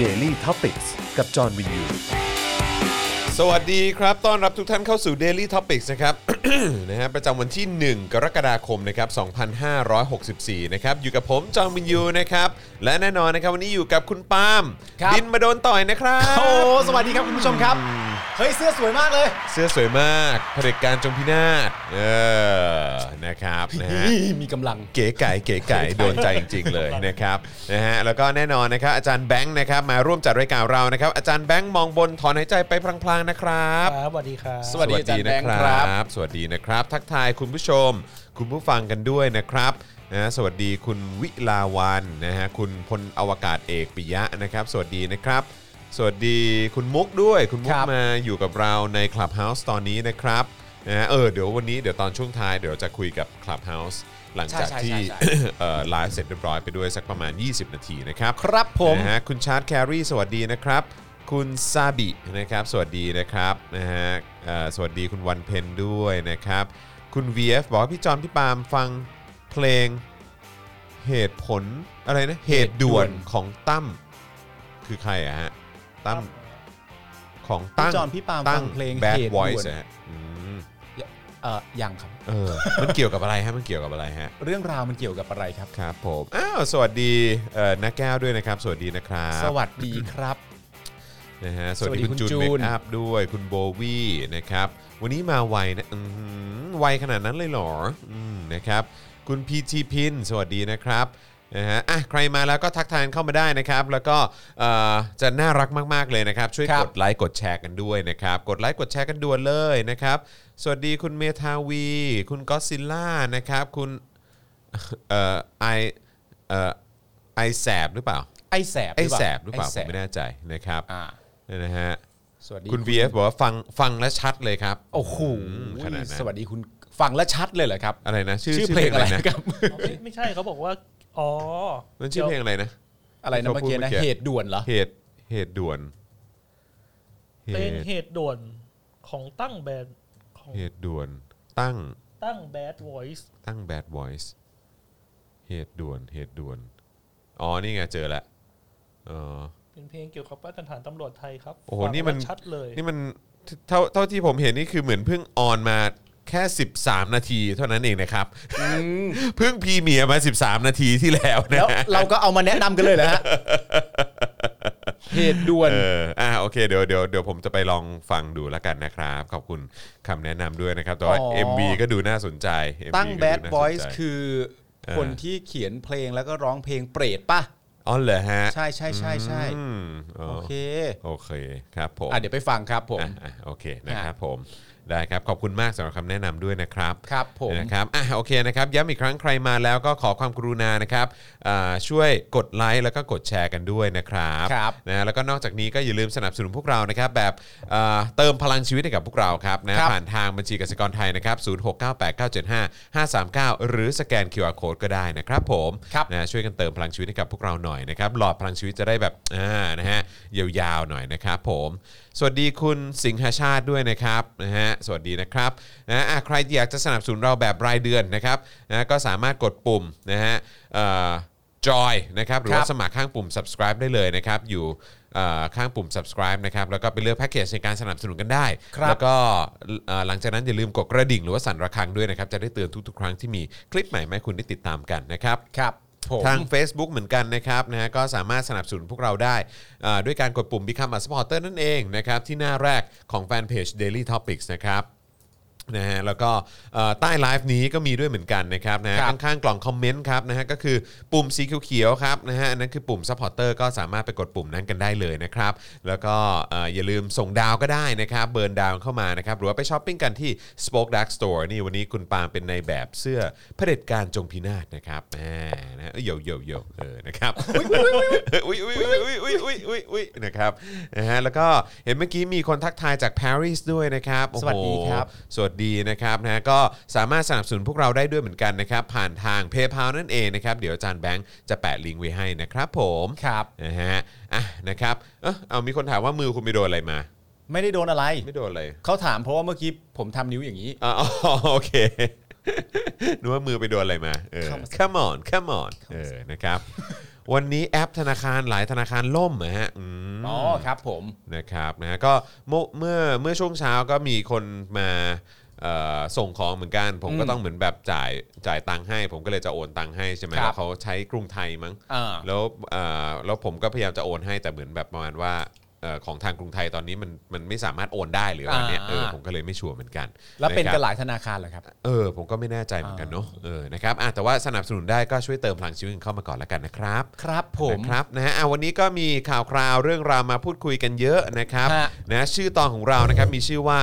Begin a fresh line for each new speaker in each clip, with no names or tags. Daily t o p i c กกับจอห์นวินยู
สวัสดีครับ ต้อนรับทุกท่านเข้าสู่ Daily Topics นะครับ นะฮะประจำวันที่ 1 กรกฎาคมนะครับ2564 นะครับ อยู่กับผมจอมบินยูนะครับ และแน่นอนนะครับ วันนี้อยู่กับคุณปาล์ม
ครับ
บินมาโดนต่อยนะครับ
โอ้สวัสดีครับคุณผู้ชมครับ เฮ้ยเสื้อสวยมากเลย
เสื้อสวยมากเผด็จการจงพินาศเออนะครับนะ ฮะ
มีกำลัง
เก๋ไก่เก๋ไก่โดนใจจริง ๆ เลยนะครับนะฮะแล้วก็แน่นอนนะครับอาจารย์แบงค์นะครับมาร่วมจัดรายการเรานะครับอาจารย์แบงค์มองบนถอนหายใจไปพลางๆนะครับ
ครับสวัสดีครับ
สวัสดีอาจารย์แบงค์ครับ
บสวัสดีนะครับ ทักทายคุณผู้ชม คุณผู้ฟังกันด้วยนะครับนะสวัสดีคุณวิลาวันนะฮะคุณพลอวกาศเอกปิยะนะครับ สวัสดีนะครับ สวัสดีคุณมุกด้วยคุณมุก
ครับ
มาอยู่กับเราใน Clubhouse ตอนนี้นะครับนะฮะเออเดี๋ยววันนี้เดี๋ยวตอนช่วงท้ายเดี๋ยวจะคุยกับ Clubhouse หลังจากที่ เอ่อไลฟ์เสร็จเรียบร้อยไปด้วยสักประมาณ 20 นาทีนะครับ
ครับผม
นะฮะคุณชาร์ตแครีสวัสดีนะครับ คุณซาบินะครับ สวัสดีนะครับนะฮะเอ่อสวัสดีคุณวันเพนด้วยนะครับ คุณ VF บอกว่าพี่จอนพี่ปาล์มฟังเพลงเหตุผลอะไรนะเหตุด่วนของตั้มคือใครอะฮะตั้มของตั้ง
พี่จอนพี่ปาล์ม
ตั้ง
ฟังเพลง
แบด
เหตุด่
ว
วน
อยซ์ฮะอืม
เอ่อยังครับ
เออมันเกี่ยวกับอะไรฮะมันเกี่ยวกับอะไรฮะ
เรื่องราวมันเกี่ยวกับอะไรครับ
ครับผมอ้าวสวัสดีเอ่อนักแก้วด้วยนะครับ สวัสดีนะครับ
สวัสดีครับ
นะฮะสวัสดี
สวัสดี
คุณ
คุ
จู
ณ
น
จูน
เมคอัพด้วยคุณโบวี่นะครับ วันนี้มาไวนะอือหือไวขนาดนั้นเลยเหรออืมนะครับคุณพีทีพินสวัสดีนะครับนะฮะอ่ะใครมาแล้วก็ทักทายเข้ามาได้นะครับ แล้วก็เอ่อจะน่ารักมาก ๆ เลยนะครับ ช่วย
ครั
ก
บ
ดไลค์กดแชร์กันด้วยนะครับ กดไลค์กดแชร์กันด่วนเลยนะครับ สวัสดีคุณเมทาวี คุณก็ซิลล่านะครับคุณ เอ่อไอเอ่อไอแสบหรือเปล่า
ไอแสบ
ไอแสบหรือเปล่า
ไแส
ผมไม่แน่ใจนะครับ
อ่า
นะฮะ
สวัสดี
คุณ VF บอกว่าฟังฟังและชัดเลยครับ
โอ้โห
ขนาดนั้น
สวัสดีคุณฟังแล้วชัดเลยเหรอครับ
อะไรนะ ชื่อ
ชื่อเพลงอะไร
นะ
นะครับ
อ๋อไม่ไม่ใช่เขาบอกว่า อ๋อ
มันชื่อเพลงอะไรนะ
อะไรนะ
เขา
เมื่อ
พูด
กี้นะ
เมื่อกี้
เหตุด่วนเหรอ
เหตุเหตุด่วนเห
เดี๋ยวเป็น
ตุ
เหตุด่วนของตั้งแบรนด์ของ
เหตุด่วน ตั้ง
ตั้งแบดไวส์
ตั้ง bad voice เหตุด่วนเหตุด่วนอ๋อนี่ไงเจอละเออ
เป็นเพลงเกี่ยวกับมาตรฐานตำรวจไทยครับ
โอ้โห
ฟัง
นี่มัน
แล้วชัดเลย
นี่มันเท่าเท่าที่ผมเห็นนี่คือเหมือนเพิ่งออนมาแค่ 13 นาทีเท่านั้นเองนะครับ เพิ่งพรีเมียร์มา 13 นาทีที่แล้วนะ
แล้วเราก็เอามาแนะนำกันเลยเหรอฮะเหตุด่วน
เอออ่าโอเคเดี๋ยวเดี๋ยวเดี๋ยวผมจะไปลองฟังดูแล้วกันนะครับ ขอบคุณคำแนะนำด้วยนะครับ แต่ว่า
อ๋อ
MV ก็ดูน่าสนใจ MV
ตั้งแบ
ก็น่า
ด
สนใจ
บอยส์คือคนที่เขียนเพลงแล้วก็ร้องเพลงเปรตป่ะ
อ๋อเหรอฮะ
ใช่ใช่ใช่ใช่
อืมอ๋อ
โอเค
โอเคครับผม
อ่ะเดี๋ยวไปฟังครับผม
อ่ะอ่ะโอเคนะครับผมได้ครับขอบคุณมากสำหรับคำแนะนำด้วยนะครับ
ครับผม
นะครับ อ่ะ โอเคนะครับ ย้ำอีกครั้งใครมาแล้วก็ขอความกรุณา นะครับอ่าช่วยกดไลค์แล้วก็กดแชร์กันด้วยนะครับ
ครับ
นะแล้วก็นอกจากนี้ก็อย่าลืมสนับสนุนพวกเรา นะครับ แบบอ่าเติมพลังชีวิตให้กับพวกเรา ครับ นะ
ครับ
ผ่านทางบัญชีกสิกรไทย นะครับ 0698975539 หรือสแกน QR Code ก็ได้นะครับ ผม
ครับ
นะช่วยกันเติมพลังชีวิตให้กับพวกเราหน่อยนะครับหลอดพลังชีวิตจะได้แบบอ่านะฮะยาวๆหน่อยนะครับผม สวัสดีคุณสิงหชาติด้วยนะครับนะฮะสวัสดีนะครับนะอ่ะใครอยากจะสนับสนุนเราแบบรายเดือนนะครับนะก็สามารถกดปุ่มนะฮะจอยนะครับหรือว่า
ครับ
สมัครข้างปุ่ม subscribe ได้เลยนะครับ อยู่เอ่อข้างปุ่ม subscribe นะครับแล้วก็ไปเลือกแพ็กเกจในการสนับสนุนกันได้
ครับ
แล้วก็เอ่อหลังจากนั้นอย่าลืมกดกระดิ่งหรือว่าสั่นระฆังด้วยนะครับจะได้เตือนทุกๆ ครั้งที่มีคลิปใหม่ๆให้คุณได้ติดตามกันนะครับ
ครับผม
ทาง Facebook เหมือนกันนะครับนะฮะก็สามารถสนับสนุนพวกเราได้อ่าด้วยการกดปุ่ม Become a supporter นั่นเองนะครับ ที่หน้าแรกของแฟนเพจ Daily Topics นะครับนะฮะแล้วก็เอ่อใต้ไลฟ์นี้ก็มีด้วยเหมือนกันนะครับนะฮะ
ครับ
ข้างๆกล่องคอมเมนต์ครับนะฮะก็คือปุ่มสีเขียวๆครับนะฮะอันนั้นคือปุ่ม supporter ก็สามารถไปกดปุ่มนั้นกันได้เลยนะครับ แล้วก็เอ่ออย่าลืมส่งดาวก็ได้นะครับเบิร์นดาวเข้ามานะครับหรือว่าไปช้อปปิ้งกันที่ Spoke Dark Store นี่วันนี้คุณปาล์มเป็นในแบบเสื้อเผด็จการจงพินาศนะครับแหมนะฮะเอ้ยโยโยโยเออนะครับอุ้ยอุ้ยอุ้ยอุ้ยอุ้ยอุ้ยอุ้ยอุ้ยนะครับนะฮะแล้วก็เห็นเมื่อกี้มีคนทักทายจากปารีสด้วยนะครับโอ้โห
สวัสดีครับ
สวัสดีนะครับนะก็สามารถสนับสนุนพวกเราได้ด้วยเหมือนกันนะครับ ผ่านทางเพย์พานั่นเองนะครับ เดี๋ยวอาจารย์แบงค์จะแปะลิงก์ไว้ให้นะครับผม
ครับ
นะฮะอ่ะนะครับเออเอามีคนถามว่ามือคุณไปโดนอะไรมา
ไม่ได้โดนอะไร
ไม่โดนอะไร
เขาถามเพราะว่าเมื่อกี้ผมทำนิ้วอย่างนี้
อ๋อโอเคนึกว่ามือไปโดนอะไรมาเออ
Come on
come on come on เออนะครับ วันนี้แอปธนาคารหลายธนาคารล่มนะฮะอืม ม
อ๋อครับผม
นะครับนะฮะก็เมื่อเมื่อเมื่อช่วงเช้าก็มีคนมาเอ่อส่งของเหมือนกัน ผมก็
อืม
ต้องเหมือนแบบจ่ายจ่ายตังค์ให้ ผมก็เลยจะโอนตังค์ให้ใช่ไหม
ครับ
แล้วเขาใช้กรุงไทยมั้ง
อ่า
แล้วเอ่อแล้วผมก็พยายามจะโอนให้แต่เหมือนแบบประมาณว่าเอ่อของทางกรุงไทยตอนนี้มันมันไม่สามารถโอนได้หรืออะไรเนี้ย
อ่า
เออผมก็เลยไม่ชัวร์เหมือนกัน
แล้วเป็น
ะค
กั
รั
น
บ
หลายธนาคารเหรอครับ
เออผมก็ไม่แน่ใจเหมือนกันเนาะเออนะครับอ่ะแต่ว่าสนับสนุนได้ก็ช่วยเติมพลังชีวิตเข้ามาก่อนละกันนะครับ
ครับผม
นะครับนะฮะอ่ะวันนี้ก็มีข่าวคราวเรื่องราวมาพูดคุยกันเยอะนะครับ
ฮะ
นะชื่อตอนของเรานะครับมีชื่อว่า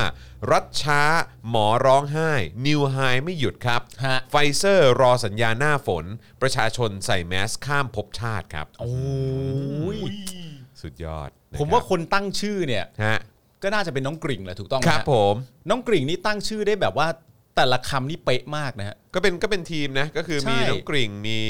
รัชช้าหมอร้องไห้ นิวไฮไม่หยุดครับ
ฮะ
ไฟเซอร์รอสัญญาหน้าฝน ประชาชนใส่แมสข้ามภพชาติครับ
โอ้ย
สุดยอดนะครับ
ผมว่าคนตั้งชื่อเนี่ย
ฮะ
ก็น่าจะเป็นน้องกริ่งแหละถูกต้องไหม
ค
ฮะ
รับผม
น้องกริ่งนี่ตั้งชื่อได้แบบว่าแต่ละคำนี่เป๊ะมากนะฮะ
ก็เป็นก็เป็นทีมนะก็คือมี
ใช่
น้องกริ่งมี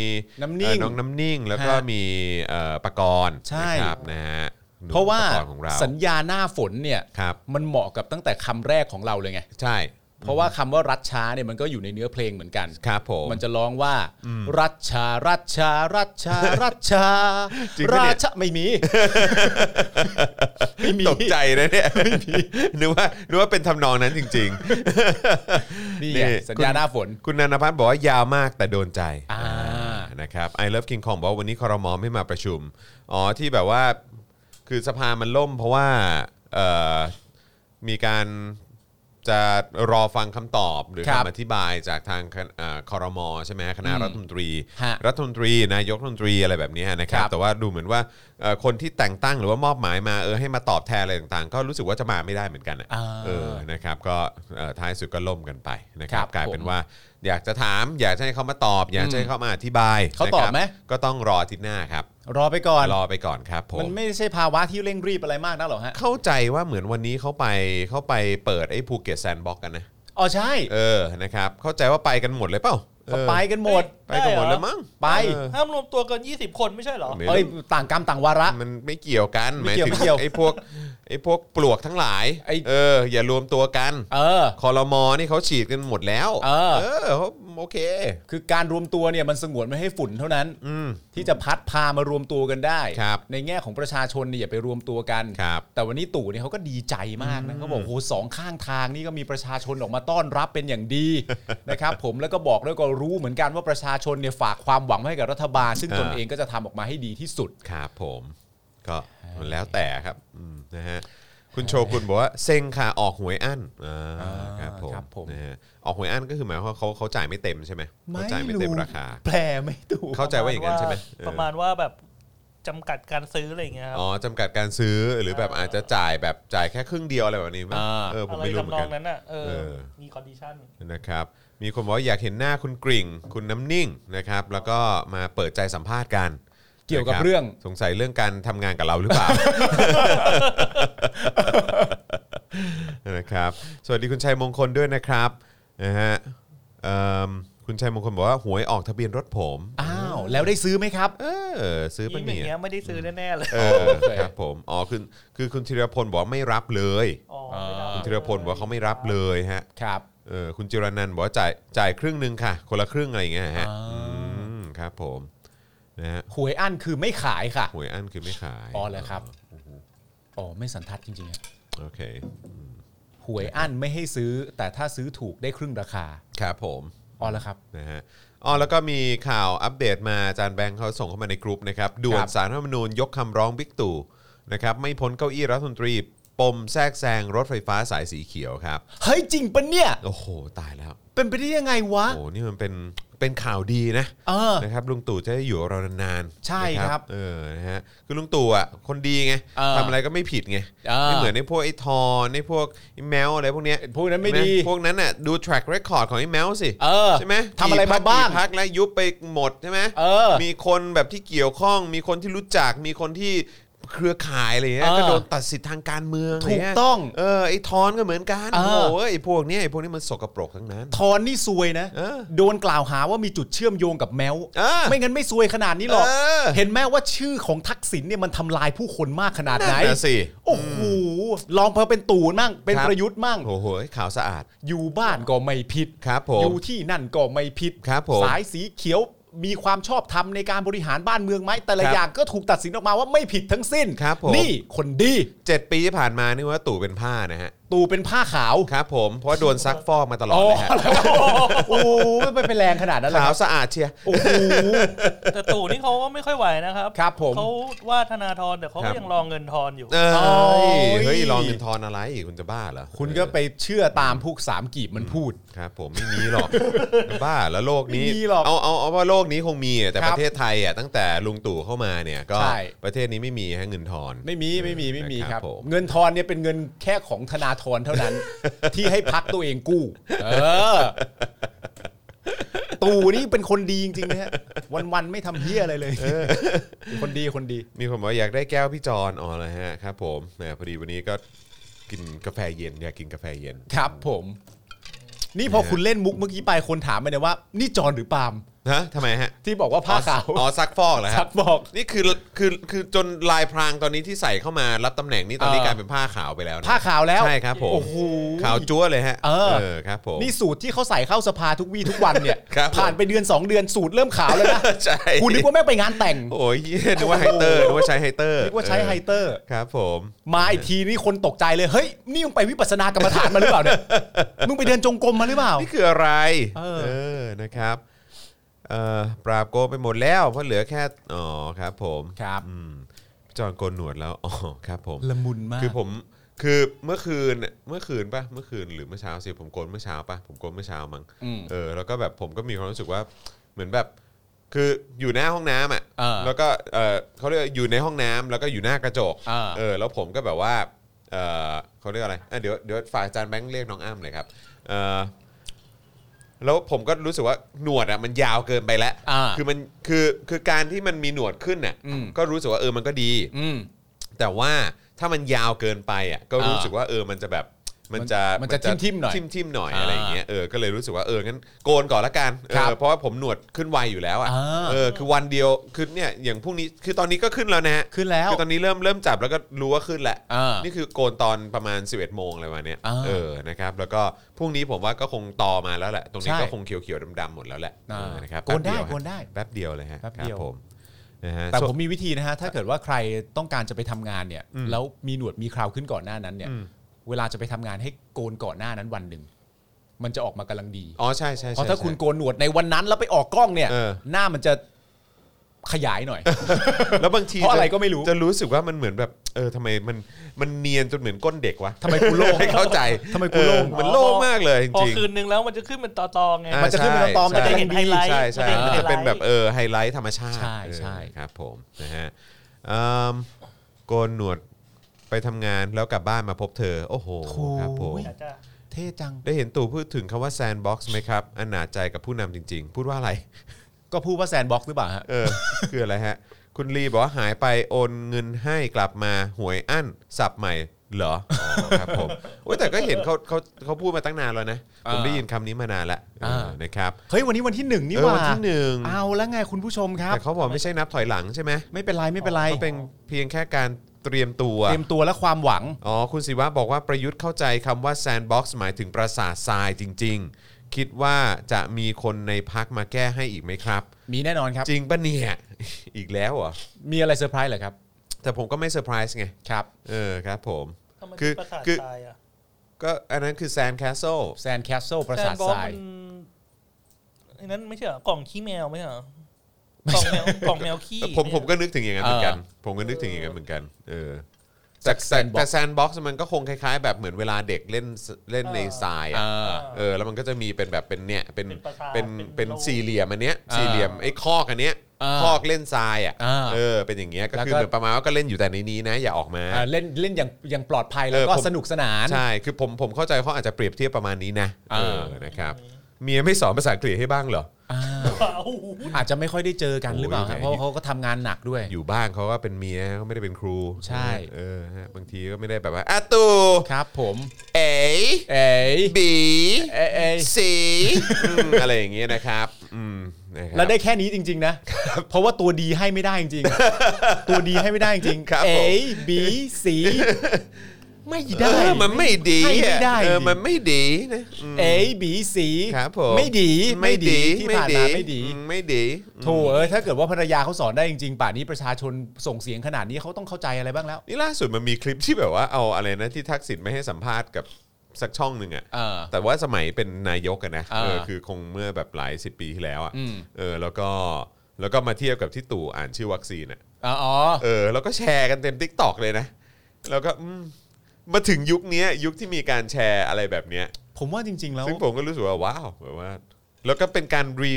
น้ำนิ่ง
เอ่อน้องน้ำนิ่งแล้วก็
ฮะ
มีเอ่อปากรณ์
ใช่
นะครับนะฮะหนุ่ม
เพราะว่า
ปกรณ์ของเรา
สัญญาหน้าฝนเนี่ย
ครับ
มันเหมาะกับตั้งแต่คำแรกของเราเลยไง
ใช่
เพราะว่าคำว่ารัชช้าเนี่ยมันก็อยู่ในเนื้อเพลงเหมือนกัน
ครับผม
มันจะร้องว่า รัชชา รัชชา รัชช า รัชชา
จริงปะเนี่ย
ราชาไม่มี ไม่มี
ตกใจนะเนี่ยนึกว่านึกว่าเป็นทำนองนั้นจริง
นี่
นี่
ไงสัญญาหน้าฝน
ๆ คุณนันพัฒน์บอกว่ายาวมากแต่โดนใจ
อ่า
นะครับไอ o v e King Kong บอกว่าวันนี้คอรมอไม่มาประชุมอ๋อที่แบบว่าคือสภามันล่มเพราะว่าเอ่อมีการจะรอฟังคำตอบหรือ
ครับ
คำอธิบายจากทางคณเอ่อคอรมอใช่ไหมฮะคณะ
อืม
รัฐมนตรี
ฮะ
รัฐมนตรีนายกรัฐมนตรีอะไรแบบเนี้ยนะครับ
ครับ
แต่ว่าดูเหมือนว่าเอ่อคนที่แต่งตั้งหรือว่ามอบหมายมาเออให้มาตอบแทนอะไรต่างๆ ก็รู้สึกว่าจะมาไม่ได้เหมือนกันอะ
อ่า
เออ นะครับก็เอ่อท้ายสุดก็ล่มกันไปนะครั
ครับ บ
กลายเป็น
ผม
ว่าอยากจะถามอยากจะให้เขามาตอบ อยากจะให้เขามาอธิบาย
เขาตอ
นะค
บ
รับ
ไหม
ก็ต้องรออาทิตย์หน้าครับ
รอไปก่อน
รอไปก่อนครับผ
มั
ม
นไม่ใช่ภาวะที่เร่งรีบอะไรมากนักหรอกฮะ
เข้าใจว่าเหมือนวันนี้เขาไปเขาไปเปิดไอ้ภูเก็ตแซนด์บ็อกกันนะ
อ๋อใช่
เออนะครับเข้าใจว่าไปกันหมดเลยเปล่าเออ
ไปกันหมด
ไปกันหมด
ได้เหรอ
แล้วมั้ง
ไป
เออ
ห้ามรวมตัวเกิน 20 คนไม่ใช่เหรอ
ไม่
เอ้ยต่างกรรมต่างวาระ
มันไม่เกี่ยวกันหมา
ไม่
ย
เกี่ยว
ถึง
ไม่เกี่ยว
ไอ้พวกไอ้พวกปลวกทั้งหลาย
ไอ้
เออ อย่ารวมตัวกัน
เออ
คอรมอนี่เขาฉีดกันหมดแล้ว
เออ
เออเขาโอเค
คือการรวมตัวเนี่ยมันสงวนไม่ให้ฝุ่นเท่านั้น
อืม
ที่จะพัดพามารวมตัวกันได้
ครับ
ในแง่ของประชาชนเนี่ยอย่าไปรวมตัวกัน
ครับ
แต่วันนี้ตู่เนี่ยเขาก็ดีใจมากนะเขาบอกโหสองข้างทางนี่ก็มีประชาชนออกมาต้อนรับเป็นอย่างดี นะครับผมแล้วก็บอกด้วยก็รู้เหมือนกันว่าประชาชนเนี่ยฝากความหวังไว้ให้กับรัฐบาล ซึ่ง
อ่า
ตนเองก็จะทำออกมาให้ดีที่สุด
ครับผมก็มันแล้วแต่ครับอืมนะฮะคุณโชกุนบอกว่าเซ็งค่ะออกหวยอั้นอ่า
อ่า
ครับผม
ครับผม
นะฮะออกหวยอั้นก็คือหมายความว่าเขาเขาจ่ายไม่เต็มใช่ไหม
ไม่
เขาจ่ายไม่เต็มราคา
แปลไม่ถูก
เข้าใจว่าอย่างนั้นใช่ไหมเออ
ประมาณว่าแบบจำกัดการซื้ออะไรอย่างเงี้ยครับ
อ๋อจำกัดการซื้อหรือแบบอาจจะจ่ายแบบจ่ายแค่ครึ่งเดียวอะไรแบบนี้ป่ะ
อ่า
เออผม
อะไร
ไม่รู้เหมือ
ทำน
น
อ
กั
ง
น
นั้นอ่ะเอ
เอ
อ
อ
มีคอนดิชัน
นะครับมีคนบอกว่าอยากเห็นหน้าคุณกริ่ง คุณน้ำนิ่งนะครับแล้วก็มาเปิดใจสัมภาษณ์กัน
เกี่ยวกับ
นะค
เรื่อง
สงสัยเรื่องการทำงานกับเราหรือ เปล่า นะครับสวัสดีคุณชัยมงคลด้วยนะครับนะฮะเอิ่มคุณชัยมงคลบอกว่าหวยออกทะเบียนรถผม
อ้าว แล้วได้ซื้อไหมครับ
เออซื้อ
ยิ่
ปะ
งอ
เนี่
ย่างเงี้
ย
ยไม่ได้ซื้อแน่ๆเลย
เออครับผมอ๋อคือคือคุณธีรพลบอกว่าไม่รับเลย
อ๋อไม่ได้
คุณธีรพลบอกว่าเขาไม่รับเลยฮะ
ครับ
เออคุณจิรนันท์บอกว่าจ่ายจ่ายครึ่งหนึ่งค่ะ คนละครึ่งอะไรอย่างเงี้ยฮะ
อ่า
อืมครับผมนะฮะ
หวยอั้นคือไม่ขายค่ะ
หวยอั้นคือไม่ขาย
อ๋อเหรอครับ อ๋อไม่สันทัดจริงๆฮะ
โอเค
หวยอั้นไม่ให้ซื้อ แต่ถ้าซื้อถูกได้ครึ่งราคา
ครับผม
อ๋อแล้วครับ
นะฮะอ๋อแล้วก็มีข่าวอัปเดตมาอาจารย์แบงค์เขาส่งเข้ามาในกรุ๊ปนะครับด่วน
ครับ
สารรัฐธรรมนูญยกคำร้องบิ๊กตู่นะครับไม่พ้นเก้าอี้รัฐมนตรี ปมแทรกแซงรถไฟฟ้าสายสีเขียวครับ
เฮ้ยจริงปะเนี่ย
โอ้โห ตายแล้ว
เป็นไปได้ยังไงวะ
โอ้โหนี่มันเป็นเป็นข่าวดีนะ
เออ
นะครับลุงตู่จะได้อยู่กับเรานานๆ
ใช่
นะครับ เออนะฮะคือลุงตู่อ่ะคนดีไง
เออ
ทำอะไรก็ไม่ผิดไง
เออ
ไม่เหมือนไอ้พวกไอ้ทอนไอ้พวกไอ้แมวอะไรพวกเนี้ย
พวกนั้นไม่ดี
ใช่หพวกนั้นอ่ะดู track record ของไอ้แมวสิ
เออ
ใช่ไหม
ทำอะไร
กี่พ
มาบ้าง
กี่พักแล้วยุบไปหมดใช่ไหม
เออ
มีคนแบบที่เกี่ยวข้อง มีคนที่รู้จักมีคนที่เครือข่ายอะไรอย่างเงี้ย
เออ
ก็โดนตัดสิทธิ์ทางการเมือง
ถูกต้อง
เออไอ้ทอนก็เหมือนกัน
เอ
โอ้
อ
โหไอ้พวกเนี้ยไอ้พวกนี้มันสกปรกทั้งนั้น
ทอนนี่ซวยนะ
เออ
โดนกล่าวหาว่ามีจุดเชื่อมโยงกับแมว
เออ
ไม่งั้นไม่ซวยขนาดนี้หรอก
เออ
เห็นไหมว่าชื่อของทักษิณเนี่ยมันทำลายผู้คนมากขนาดไหน
ะสิ
โอ้โห ลองเพอเป็นตู่มั่ง เป็น
ครับ
ประยุทธ์มั่ง
โอ้โหข่าวสะอาด
อยู่บ้านก็ไม่ผิด
ครับผม
อยู่ที่นั่นก็ไม่ผิด
ครับผม
สายสีเขียว มีความชอบธรรมในการบริหารบ้านเมืองไหมแต่
ค
ละ
รับ
อย่างก็ถูกตัดสินออกมาว่าไม่ผิดทั้งสิ้น
ครับผม
นี่คนดี
เจ็ดปีที่ผ่านมานี่ว่าตู่เป็นผ้านะฮะ
ตู่เป็นผ้าขาว
ครับผมเพราะว่าโดนซักฟอกมาตลอด
อ๋อ
เลยฮะ
แล้วก็โอ้โหไม่เป็นแรงขนาดนั้นเลย
ขา
คว รับ
สะอาดเชียร์
โอ้โห
แต่ตู่นี่เขาก็ไม่ค่อยไหวนะครับ
ครับผม
เขาว่าธนาธรแต่เขา
ครั
ก็
บ
ยังรองเงินทอนอยู่
เอ้ย
โอ้ย
เฮ้ยลองเงินทอนอะไรอีกคุณจะบ้าเหรอ
คุณก็ไปเชื่อตามพวกสามกีบมันพูด
ครับผมไม่มีหร อกจะบ้าแล้วโลกนี้
ไม่มีหรอก
เอาเอาเอาว่าโลกนี้คงมีอะแต่
ครั
ป
บ
ระเทศไทยอ่ะตั้งแต่ลุงตู่เข้ามาเนี่ยก็
ใช่
ประเทศนี้ไม่มีฮะเงินทอน
ไม่มีไม่มีไม่มี
นะค
ค
รั
รั
บบ ผม
เงินทอนเนี่ยเป็นเงินแค่ของธนาธรเท่านั้น ที่ให้พักตัวเองกู้ เออ ตู่นี่เป็นคนดีจริงๆนะฮะวันๆไม่ทำเฮี้ยอะไรเลยคนดีคนดี
มีคนบอกว่าอยากได้แก้วพี่จอนอ๋อเลยฮะครับผมนะพอดีวันนี้ก็กินกาแฟเย็นอยากกินกาแฟเย็น
ครับผม นี่พอคุณเล่นมุกเมื่อกี้ไปคนถามมาเนี่ยว่า นี่จอนหรือปาล์ม
ฮะทำไมฮะ
ที่บอกว่าผ้าขาว
อ๋อซักฟอกเหรอค
ซั
รับ
กบอก
นี่คือคือคือจนลายพรางตอนนี้ที่ใส่เข้ามารับตำแหน่งนี้ตอนนี้
เออ
กลายเป็นผ้าขาวไปแล้วนะ
ผ้าขาวแล้ว
ใช่ครับผม
โอ้โห
ขาวจั๊วเลยฮะ
เออ
ครับผม
นี่สูตรที่เขาใส่เข้าสภาทุกวี่ทุกวันเนี่ย
ครับผม
ผ่านไปเดือนสองเดือนสูตรเริ่มขาวแล้วนะ
ใช่
คุณนึกว่าแม่งไปงานแต่ง
โอ้ยเหี้ยนึกว่าไฮเตอร์นึกว่าใช้ไฮเตอร์
นึกว่าใช้ไฮเตอร์
ครับผม
มาอีกทีนี่คนตกใจเลย เฮ้ย นี่มึงไปวิปัสสนากรรมฐานมาหรือเปล่าเนี่ย มึงไปเดินจงกรมมาหรือเปล่า
นี่คืออะไร
เออ
อนะครับเอ่อปราบโกงไปหมดแล้วเพราะเหลือแค่อ๋อครับผม
ครับ
อืมจอนโกนหนวดแล้วอ๋อครับผม
ละมุนมาก
คือผมคือเมื่อคืนเมื่อคืนปะเมื่อคืนหรือเมื่อเช้าสิผมโกนเมื่อเช้าปะผมโกนเมื่อเช้ามั้ง
อืม
เออแล้วก็แบบผมก็มีความรู้สึกว่าเหมือนแบบคืออยู่หน้าห้องน้ำอ่ะ
เออ
แล้วก็เออเขาเรียกว่าอยู่ในห้องน้ำแล้วก็อยู่หน้ากระจก
เออ
เออแล้วผมก็แบบว่าเออเขาเรียกอะไรอ่ะเดี๋ยวเดี๋ยวฝ่ายอาจารย์แบงค์เรียกน้องอ้ำเลยครับเออแล้วผมก็รู้สึกว่าหนวดอ่ะมันยาวเกินไปแล้ว
อ่า
คือมันคือคือการที่มันมีหนวดขึ้นน่ะ
อืม
ก็รู้สึกว่าเออมันก็ดี
อืม
แต่ว่าถ้ามันยาวเกินไปอ่ะก็
อ่ารู้
รู้สึกว่าเออมันจะแบบมันจะ
มันจะทิ่มๆหน่อย
ทิมทิมๆหน่อย
อ่า
อะไรอย่างเงี้ยเออก็เลยรู้สึกว่าเอองั้นโกนก่อนละกันเอ
ครับ
อเพราะว่าผมหนวดขึ้นไวอยู่แล้วอ่ะ
อ่า
เออคือวันเดียวคือเนี่ยอย่างพรุ่งนี้คือตอนนี้ก็ขึ้นแล้วนะฮะ
ขึ้นแล้ว
คือตอนนี้เริ่มเริ่มจับแล้วก็รู้ว่าขึ้นแหละ
อ่านี่
นี่คือโกนตอนประมาณ 11โมงอะไรวันเนี้ย
อ่า
เออนะครับแล้วก็พรุ่งนี้ผมว่าก็คงตอมาแล้วแหละ ตรงนี้
ใช่
ก็คงเขียวๆดำๆหมดแล้วแหละ
อ่า
เออนะครับ
โกนได้
แป๊บเยวฮะ
โกนได้
แป๊บเดียวเลยฮะ
แป๊บ
ครั
เดียว
ผมนะฮะ
แต่ผมมีวิธีนะฮะ ถ้าเกิดว่าใครต้องการจะไปทำงานเนี่ย แล้วมีหนวดมีเคราวขึ้นก่อนหน้านั้นเนี่ย
อืม
เวลาจะไปทำงานให้โกนก่อนหน้านั้นวันหนึ่ง มันจะออกมากำลังดี
อ๋อใช่ใช่ใช่
เพราะถ้า
ใช่
คุณโกนหนวดในวันนั้นแล้วไปออกกล้องเนี่ย
เออ
หน้ามันจะขยายหน่อย
แล้วบางที
เพราะอะไรก็ไม่รู้
จะรู้สึกว่ามันเหมือนแบบเออทำไมมันมันเนียนจนเหมือนก้นเด็กวะ
ทำไมกูโล่ง
ให้เข้าใจ
ทำไมกูโล่ง
เออมันโล่งมากเลยจ
พอ
ริง
คืนนึงแล้วมันจะขึ้นเป็นตอๆไง
อ่า
มันจะขึ้นเป็นตอนๆ
ใช่
มันจะเห็นไฮไลท์
ใช่ใช่
มัน
มัน
จะเห็นไฮไลท์
จะเป็นแบบเออไฮไลท์ธรรมชาติ
ใช่ใช่
เออครับผมนะฮะอืมโกนหนวดไปทำงานแล้วกลับบ้านมาพบเธอ โอ้โหครับผม
อาจจะ
เท่จัง
ได้เห็นตู่พูดถึงคำว่าแซนบ็อกซ์ไหมครับอนาจใจกับผู้นำจริง ๆ พูด ว่าอะไร
ก็พูดว่าแซนบ็อกซ์หรือเปล่าฮะ
เออ คืออะไรฮะ คุณลีบอกว่าหายไปโอนเงินให้กลับมาหวยอั้นสับใหม่เหรออ๋อครับผม โอ้ยแต่ก็เห็นเขาเขาเขาพูดมาตั้งนานแล้วนะ ผม
อ่า
ได้ยินคำนี้มานานละ
อ่า
เออนะครับ
เฮ้ยวันนี้วันที่หนึ่งนี่
เออ
หว่า
วันที่หนึ่ง
เอาแล้วไงคุณผู้ชมครับ
แต่เขาบอกไม่ใช่นับถอยหลังใช่ไหม
ไม่เป็นไรไม่เป็นไร
ก็เป็นเพียงแค่การเตรียมตัว
เตรียมตัวและความหวัง
อ๋อ คุณศิวะบอกว่าประยุทธ์เข้าใจคำว่าแซนด์บ็อกซ์หมายถึงปราสาททรายจริง ๆ คิดว่าจะมีคนในพักมาแก้ให้อีกไหมครับ
มีแน่นอนครับ
จริงปะเนี่ย อีกแล้วเหรอ
มีอะไรเซอร์ไพรส์เหรอครับ
แต่ผมก็ไม่เซอร์ไพรส์ไง
ครับ
เออครับผม
ทำไม
คือ
ประสาททรายอ่ะ
ก็อันนั้นคือแซนแคสเซิล
แซนแคสเซิลปราสาท
แซนบอ
ท
ก
ราย
มันไอ้นั้นไม่ใช่เหรอกล่องขี้แมวไม่ใช่ เหรอกล่องแมวกล่องแมวขี้
ผมผมก็นึกถึงอย่างนั้นเหมือนกัน
เอ
ผมก็นึกถึงอย่างนั้นเหมือนกันเออแต่
จาก
แต่
sandbox
แต่แซนบ็อกซ์มันก็คงคล้ายๆ แบบเหมือนเวลาเด็กเล่นเล่นในทราย
เอ
อ่ะ
อ
เออแล้วมันก็จะมีเป็นแบบเป็นเนี่ยเป็น
เป็นประสาท
เป็นเป็น
โลก
สี่เหลี่ยมอันเนี้ย
เออ
สี่เหลี่ยมไอ้คอกอันเนี้ย
เออ
คอกเล่นทรายอ่ะ
เออ
เออเป็นอย่างเงี้ยก็
แล้ว
คือ
ก็
เหมือนประมาณว่าก็เล่นอยู่แต่ในนี้นะ อย่าออกมา
อ่าเล่นเล่นอย่างอย่างปลอดภัยแล้ว
เออ
ก็
ผม
สนุกสนาน
ใช่คือผมผมเข้าใจเขาอาจจะเปรียบเทียบประมาณนี้นะ
เอ
เอ
อ
อนะครับเมียไม่สอนภาษาอังกฤษให้บ้างเหรอ
อ่า
ว้าว
อาจจะไม่ค่อยได้เจอกันหรือเปล่าครับ
โอ้ย
เพราะเขาก็ทำงานหนักด้วย
อยู่บ้านเขาก็เป็นเมียเขาไม่ได้เป็นครู
ใช่
เออฮะบางทีก็ไม่ได้แบบว่าอาตู
ครับ ผม
เอ๋
เอ๋ย
บี
เอ๋ยเอ๋ย
สีอืม อะไรอย่างเงี้ยนะครับอืมนะครับ
แล้วได้แค่นี้จริง ๆ นะ เพราะว่าตัวดีให้ไม่ได้จริงๆตัวดีให้ไม่ได้จริง
ครับผม
เอ๋ยบีสี ไม่
เอ
ได้
อมันไม่ดี
ให้ไม่
อ่ะ
ได้
เออมันไม่ดีนะอืม
A B C
ครับผม
ไม่ดี
ไม่ดี
ที่ผ่านมาไม่ดี
อืไม่ดี
โถูกเอ้ยถ้าเกิดว่าภรรยาเขาสอนได้จริงๆ ป่านนี้ประชาชนส่งเสียงขนาดนี้เขาต้องเข้าใจอะไรบ้างแล้ว
นี่ล่าสุดมันมีคลิปที่แบบว่าเอาอะไรนะที่ทักษิณไม่ให้สัมภาษณ์กับสักช่องหนึ่งอ่ะ
เออ
แต่ว่าสมัยเป็นนายกอะนะ
อ่า
เออคือคงเมื่อแบบหลายสิบปีที่แล้วอ่ะ
อืม
เออแล้วก็แล้วก็มาเทียบกับที่ตู่อ่านชื่อวัคซีนอ่ะ
อ๋ออ๋อ
เออแล้วก็แชร์กันเต็มทิกตอกเลยนะ แล้วก็อืมมาถึงยุคเนี้ยยุคที่มีการแชร์อะไรแบบเนี้ย
ผมว่าจริง ๆ แล้ว
ซึ่งผมก็รู้สึกว่าว้าวแบบว่า แล้วก็เป็นการรี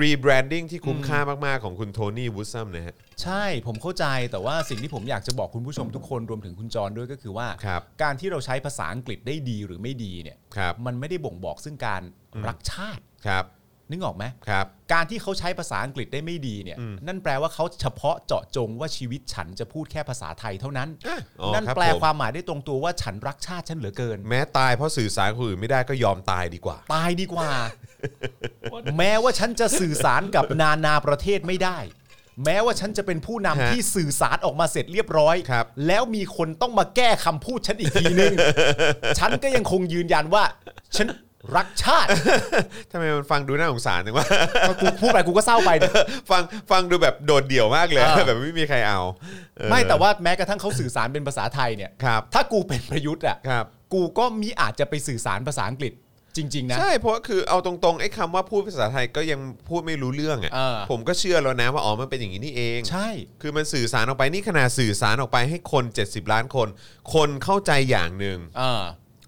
รีแบรนดิ้งที่คุ้มค่ามาก ๆ ของคุณโทนี่วูดซัมนะฮะ
ใช่ผมเข้าใจแต่ว่าสิ่งที่ผมอยากจะบอกคุณผู้ชมทุกคนรวมถึงคุณจรด้วยก็คือว่า
ครับ
การที่เราใช้ภาษาอังกฤษได้ดีหรือไม่ดีเนี่ย
ครับ
มันไม่ได้บ่งบอกซึ่งการรักชาติ
ครับ
นึกออกไหม
ครับ
การที่เขาใช้ภาษาอังกฤษได้ไม่ดีเนี่ย นั่นแปลว่าเขาเฉพาะเจาะจงว่าชีวิตฉันจะพูดแค่ภาษาไทยเท่านั้น
อ่ะอ๋อ
นั่น
ครับ
แปล
ผม
ความหมายได้ตรงตัวว่าฉันรักชาติฉันเหลือเกิน
แม้ตายเพราะสื่อสารคนอื่นไม่ได้ก็ยอมตายดีกว่า
ตายดีกว่า แม้ว่าฉันจะสื่อสารกับนานาประเทศไม่ได้ แม้ว่าฉันจะเป็นผู้นำ
ฮะ
ที่สื่อสารออกมาเสร็จเรียบร้อย
ครับ
แล้วมีคนต้องมาแก้คำพูดฉันอีกที นึง ฉันก็ยังคงยืนยันว่า ฉันรักชาติ
ทำไมมันฟังดูน่าสงสารจังวะ
ก็กูพูดไปกูก็เศร้าไปดิ
ฟังฟังดูแบบโดดเดี่ยวมากเลย
อ่า
แบบไม่มีใครเอาเออ
ไม่แต่ว่าแม้กระทั่งเขาสื่อสารเป็นภาษาไทยเนี่ย
ครับ
ถ้ากูเป็นประยุทธ์อ่ะ
ครับ
กูก็มีอาจจะไปสื่อสารภาษาอังกฤษจริง ๆ นะ
ใช่เพราะคือเอาตรงๆไอ้คำว่าพูดภาษาไทยก็ยังพูดไม่รู้เรื่อง
เออ
อะ่ะผมก็เชื่อแล้วนะว่าอ๋อมันเป็นอย่างนี้นี่เอง
ใช่
คือมันสื่อสารออกไปนี่ขนาดสื่อสารออกไปให้คน 70 ล้านคน คนเข้าใจอย่างหนึ่ง
อ่า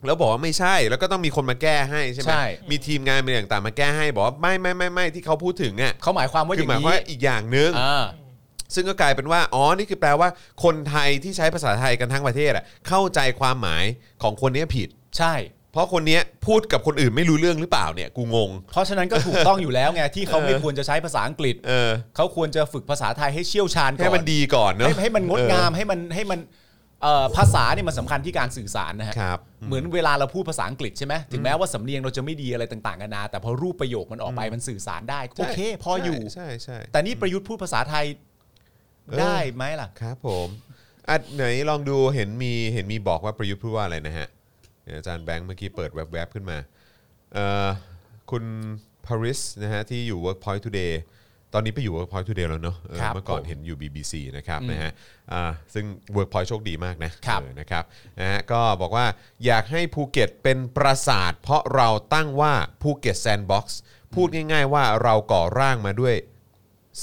แล้วบอกว่าไม่ใช่ แล้วก็ต้องมีคนมาแก้ให้ใช่ไหม
ใช่
มีทีมงานมีอะไรต่างๆมาแก้ให้บอกว่าไม่ไม่ไม่ไม่ที่เขาพูดถึงอ่ะ
เขาหมายความว่าอ
คือหา
ย่าม
ย
ง
ความ
นี้
ว่าอีกอย่างหนึ่ง
อ่า
ซึ่งก็กลายเป็นว่าอ๋อนี่คือแปลว่าคนไทยที่ใช้ภาษาไทยกันทั้งประเทศอ่ะเข้าใจความหมายของคนเนี้ยผิด
ใช่
เพราะคนเนี้ยพูดกับคนอื่นไม่รู้เรื่องหรือเปล่าเนี่ยกูงง
เพราะฉะ นั้นก็ถูกต้องอยู่แล้วไงที่เขาไม่ควรจะใช้ภาษาอังกฤษ
เออ
เขาควรจะฝึกภาษาไทยให้เชี่ยวชาญก่อน
ให้มันดีก่อนเนอะ
ให้ให้มันงดงาม
เอ
ให้มันให้มันเอ่อภาษาเนี่ยมันสำคัญที่การสื่อสารนะ
อ
ฮะ
ครับ
เหมือนเวลาเราพูดภาษาอังกฤษใช่ไหมถึงแม้ว่าสำเนียงเราจะไม่ดีอะไรต่างๆกันานาแต่พอรูปประโยคมันออกไปมันสื่อสารได้ก็โอเค พออยู่
ใช่ใช่ใช่
แต่นี่ประยุทธ์พูดภาษาไทย
เออ
ได้ไหมล่ะ
ครับผมอ่ะไหนลองดูเห็นมีเห็นมีบอกว่าประยุทธ์พูดว่าอะไรนะฮะเดี๋ยวอาจารย์แบงค์เมื่อกี้เปิดแวบๆขึ้นมาเอ่อคุณพาริสนะฮะที่อยู่ Workpoint Today ตอนนี้ไปอยู่ Workpoint Today แล้วเนอะเออ
ครับ
เมื่อก่อน
ผม
เห็นอยู่ BBC นะครับนะฮะอ่าซึ่ง Workpoint โชคดีมากนะครับ เออนะครับนะฮะก็บอกว่าอยากให้ภูเก็ตเป็นปราสาท เพราะเราตั้งว่าภูเก็ตแซนด์บ็อกซ์พูดง่าย ๆ ว่าเราก่อร่างมาด้วย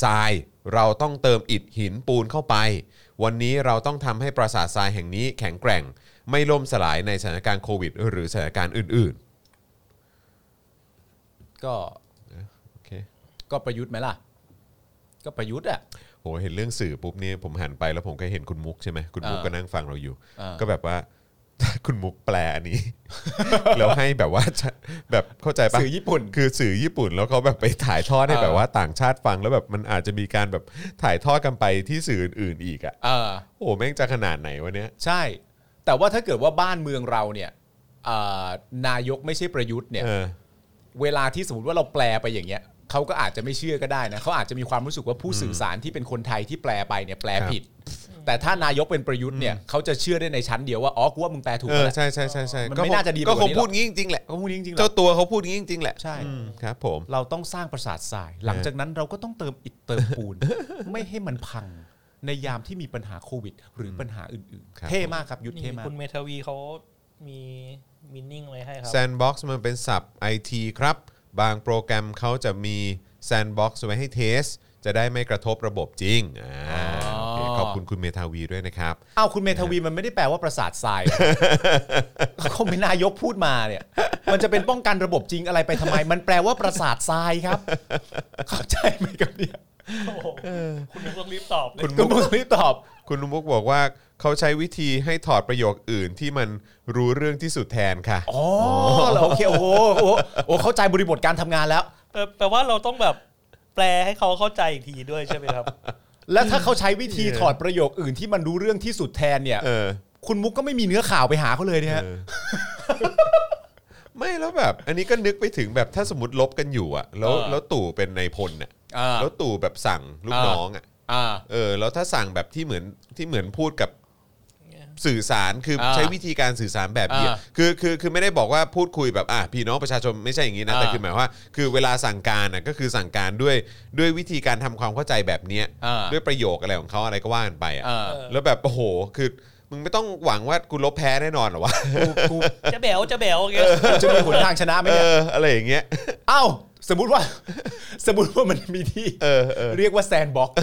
ทรายเราต้องเติมอิฐหินปูนเข้าไป วันนี้เราต้องทำให้ปราสาททรายแห่งนี้แข็งแกร่ง ไม่ล่มสลายในสถานการณ์โควิด หรือสถานการณ์อื่น
ก็
ๆโอเค
ก็ประยุทธ์ไหมล่ะ ก็ประยุทธ์อ่ะ
โหเห็นเรื่องสื่อปุ๊บเนี่ยผมหันไปแล้วผมก็เห็นคุณมุกใช่ไหมคุณมุก
อ่า
ก็นั่งฟังเราอยู่
อ่า
ก็แบบว่า คุณมุกแปลอันนี้ แล้วให้แบบว่า แบบเข้าใจปะ
สื่อญี่ปุ่น
คือสื่อญี่ปุ่นแล้วเขาแบบไปถ่ายทอดให้
เออ
แบบว่าต่างชาติฟังแล้วแบบมันอาจจะมีการแบบถ่ายทอดกันไปที่สื่ออื่นๆอีกอ่ะ
เออ
โอ้โหแม่งจะขนาดไหนวะเนี้ย
ใช่ แต่ว่าถ้าเกิดว่าบ้านเมืองเราเนี่ยเอ่อนายกไม่ใช่ประยุทธ์เนี่ย
เออ
เวลาที่สมมติว่าเราแปลไปอย่างเงี้ยเขาก็อาจจะไม่เชื่อก็ได้นะเขาอาจจะมีความรู้สึกว่าผู้สื่อสารที่เป็นคนไทยที่แปลไปเนี่ยแปลผิด แต่ถ้านายกเป็นประยุทธ์เนี่ยเขาจะเชื่อได้ในชั้นเดียวว่าอ๋อกูว่ามึงแปลถูก
เออ
แล้วแหละ
ใช่ใช่ใช่ใช่
มัน
ก็
ไม่
คง
น่าจะดีไปก
ก็
ว่า
คง
นี้หรอก
พูดงี้จริงๆแหละ
เขาพูดจริงๆแล้ว
เจ้าตัวเขาพูดงี้จริงๆแหละ
ใช่
อืมครับผม
เราต้องสร้างปราสาททราย หลังจากนั้นเราก็ต้องเติมอิฐเติมปู น ไม่ให้มันพังในยามที่มีปัญหาโควิด หรือปัญหาอื่น
ครับ
ๆ เท่มากครับยุทธ
นี่
เท่มาก
คุณเมทวีเขามีมินนิ่งไว้ให้ครับ
Sandbox มันเป็นศัพท์ IT ครับ บางโปรแกรมเขาจะมี Sandbox ไว้ให้เทส จะได้ไม่กระทบระบบจริงอ่า
อ๋อ
โอเคขอบคุณคุณเมทาวีด้วยนะครับ
อ้าวคุณเมทวีมันไม่ได้แปลว่าประสาททราย อะ เขาเป็นนายกพูดมาเนี่ย มันจะเป็นป้องกันระบบจริงอะไรไปทำไม มันแปลว่าประสาททรายครับ เข้าใจไหมครับเนี่ย
โอ้โหคุณมุกต้องรีบตอบเลย
คุณ
ก็
มุก
มึงรีบตอบ
คุณมุกบอกว่าเขาใช้วิธีให้ถอดประโยคอื่นที่มันรู้เรื่องที่สุดแทนค่ะ
อ๋อเหรอโอเคโอ้โหโอ้โหโอ้เข้าใจบริบทการทำงานแล้ว
แปลแปลว่าเราต้องแบบแปลให้เขาเข้าใจอีกทีด้วยใช่ไหมครับ
แล้วถ้าเขาใช้วิธีถอดประโยคอื่นที่มันรู้เรื่องที่สุดแทนเนี่ย
เออ
คุณมุกก็ไม่มีเนื้อข่าวไปหาเขาเลยเนี่ยฮะ
เออไม่แล้วแบบ อันนี้ก็นึกไปถึงแบบถ้าสมมติลบกันอยู่อะแล้ว
เออ
แล้วตู่เป็นในายพลน่ะ
อ่า
แล้วตู่แบบสั่งลูก
อ่า
น้องอ่ะ
อ่า
เออ แล้วถ้าสั่งแบบที่เหมือนที่เหมือนพูดกับ สื่อสารคือ
อ่า
ใช้วิธีการสื่อสารแบบเดียว
อ่า
คือคือคือไม่ได้บอกว่าพูดคุยแบบอ่ะพี่น้องประชาชนไม่ใช่อย่างนี้นะแต่
อ่า
คือหมายว่า คือเวลาสั่งการน่ะก็คือสั่งการด้วยด้วยวิธีการทำความเข้าใจแบบเนี้ย
อ่า
ด้วยประโยคอะไรของเขาอะไรก็ว่ากันไปอ่ะ
เออ
เออ
แล้วแบบโอ้โหคือมึงไม่ต้องหวังว่ากูลบแพ้แน่นอนหรอวะ
กูกู
จะแบ๋วจะแบ๋วอย่างเงี้ย
กูจะมีหนทางชนะไหม
เอ
เนี่ย
ออะไรอย่างเงี้ย
เอ้าสมมุติว่า สมมุติว่ามันมีที่
เออเออ
เรียกว่าแซนบ็อกซ์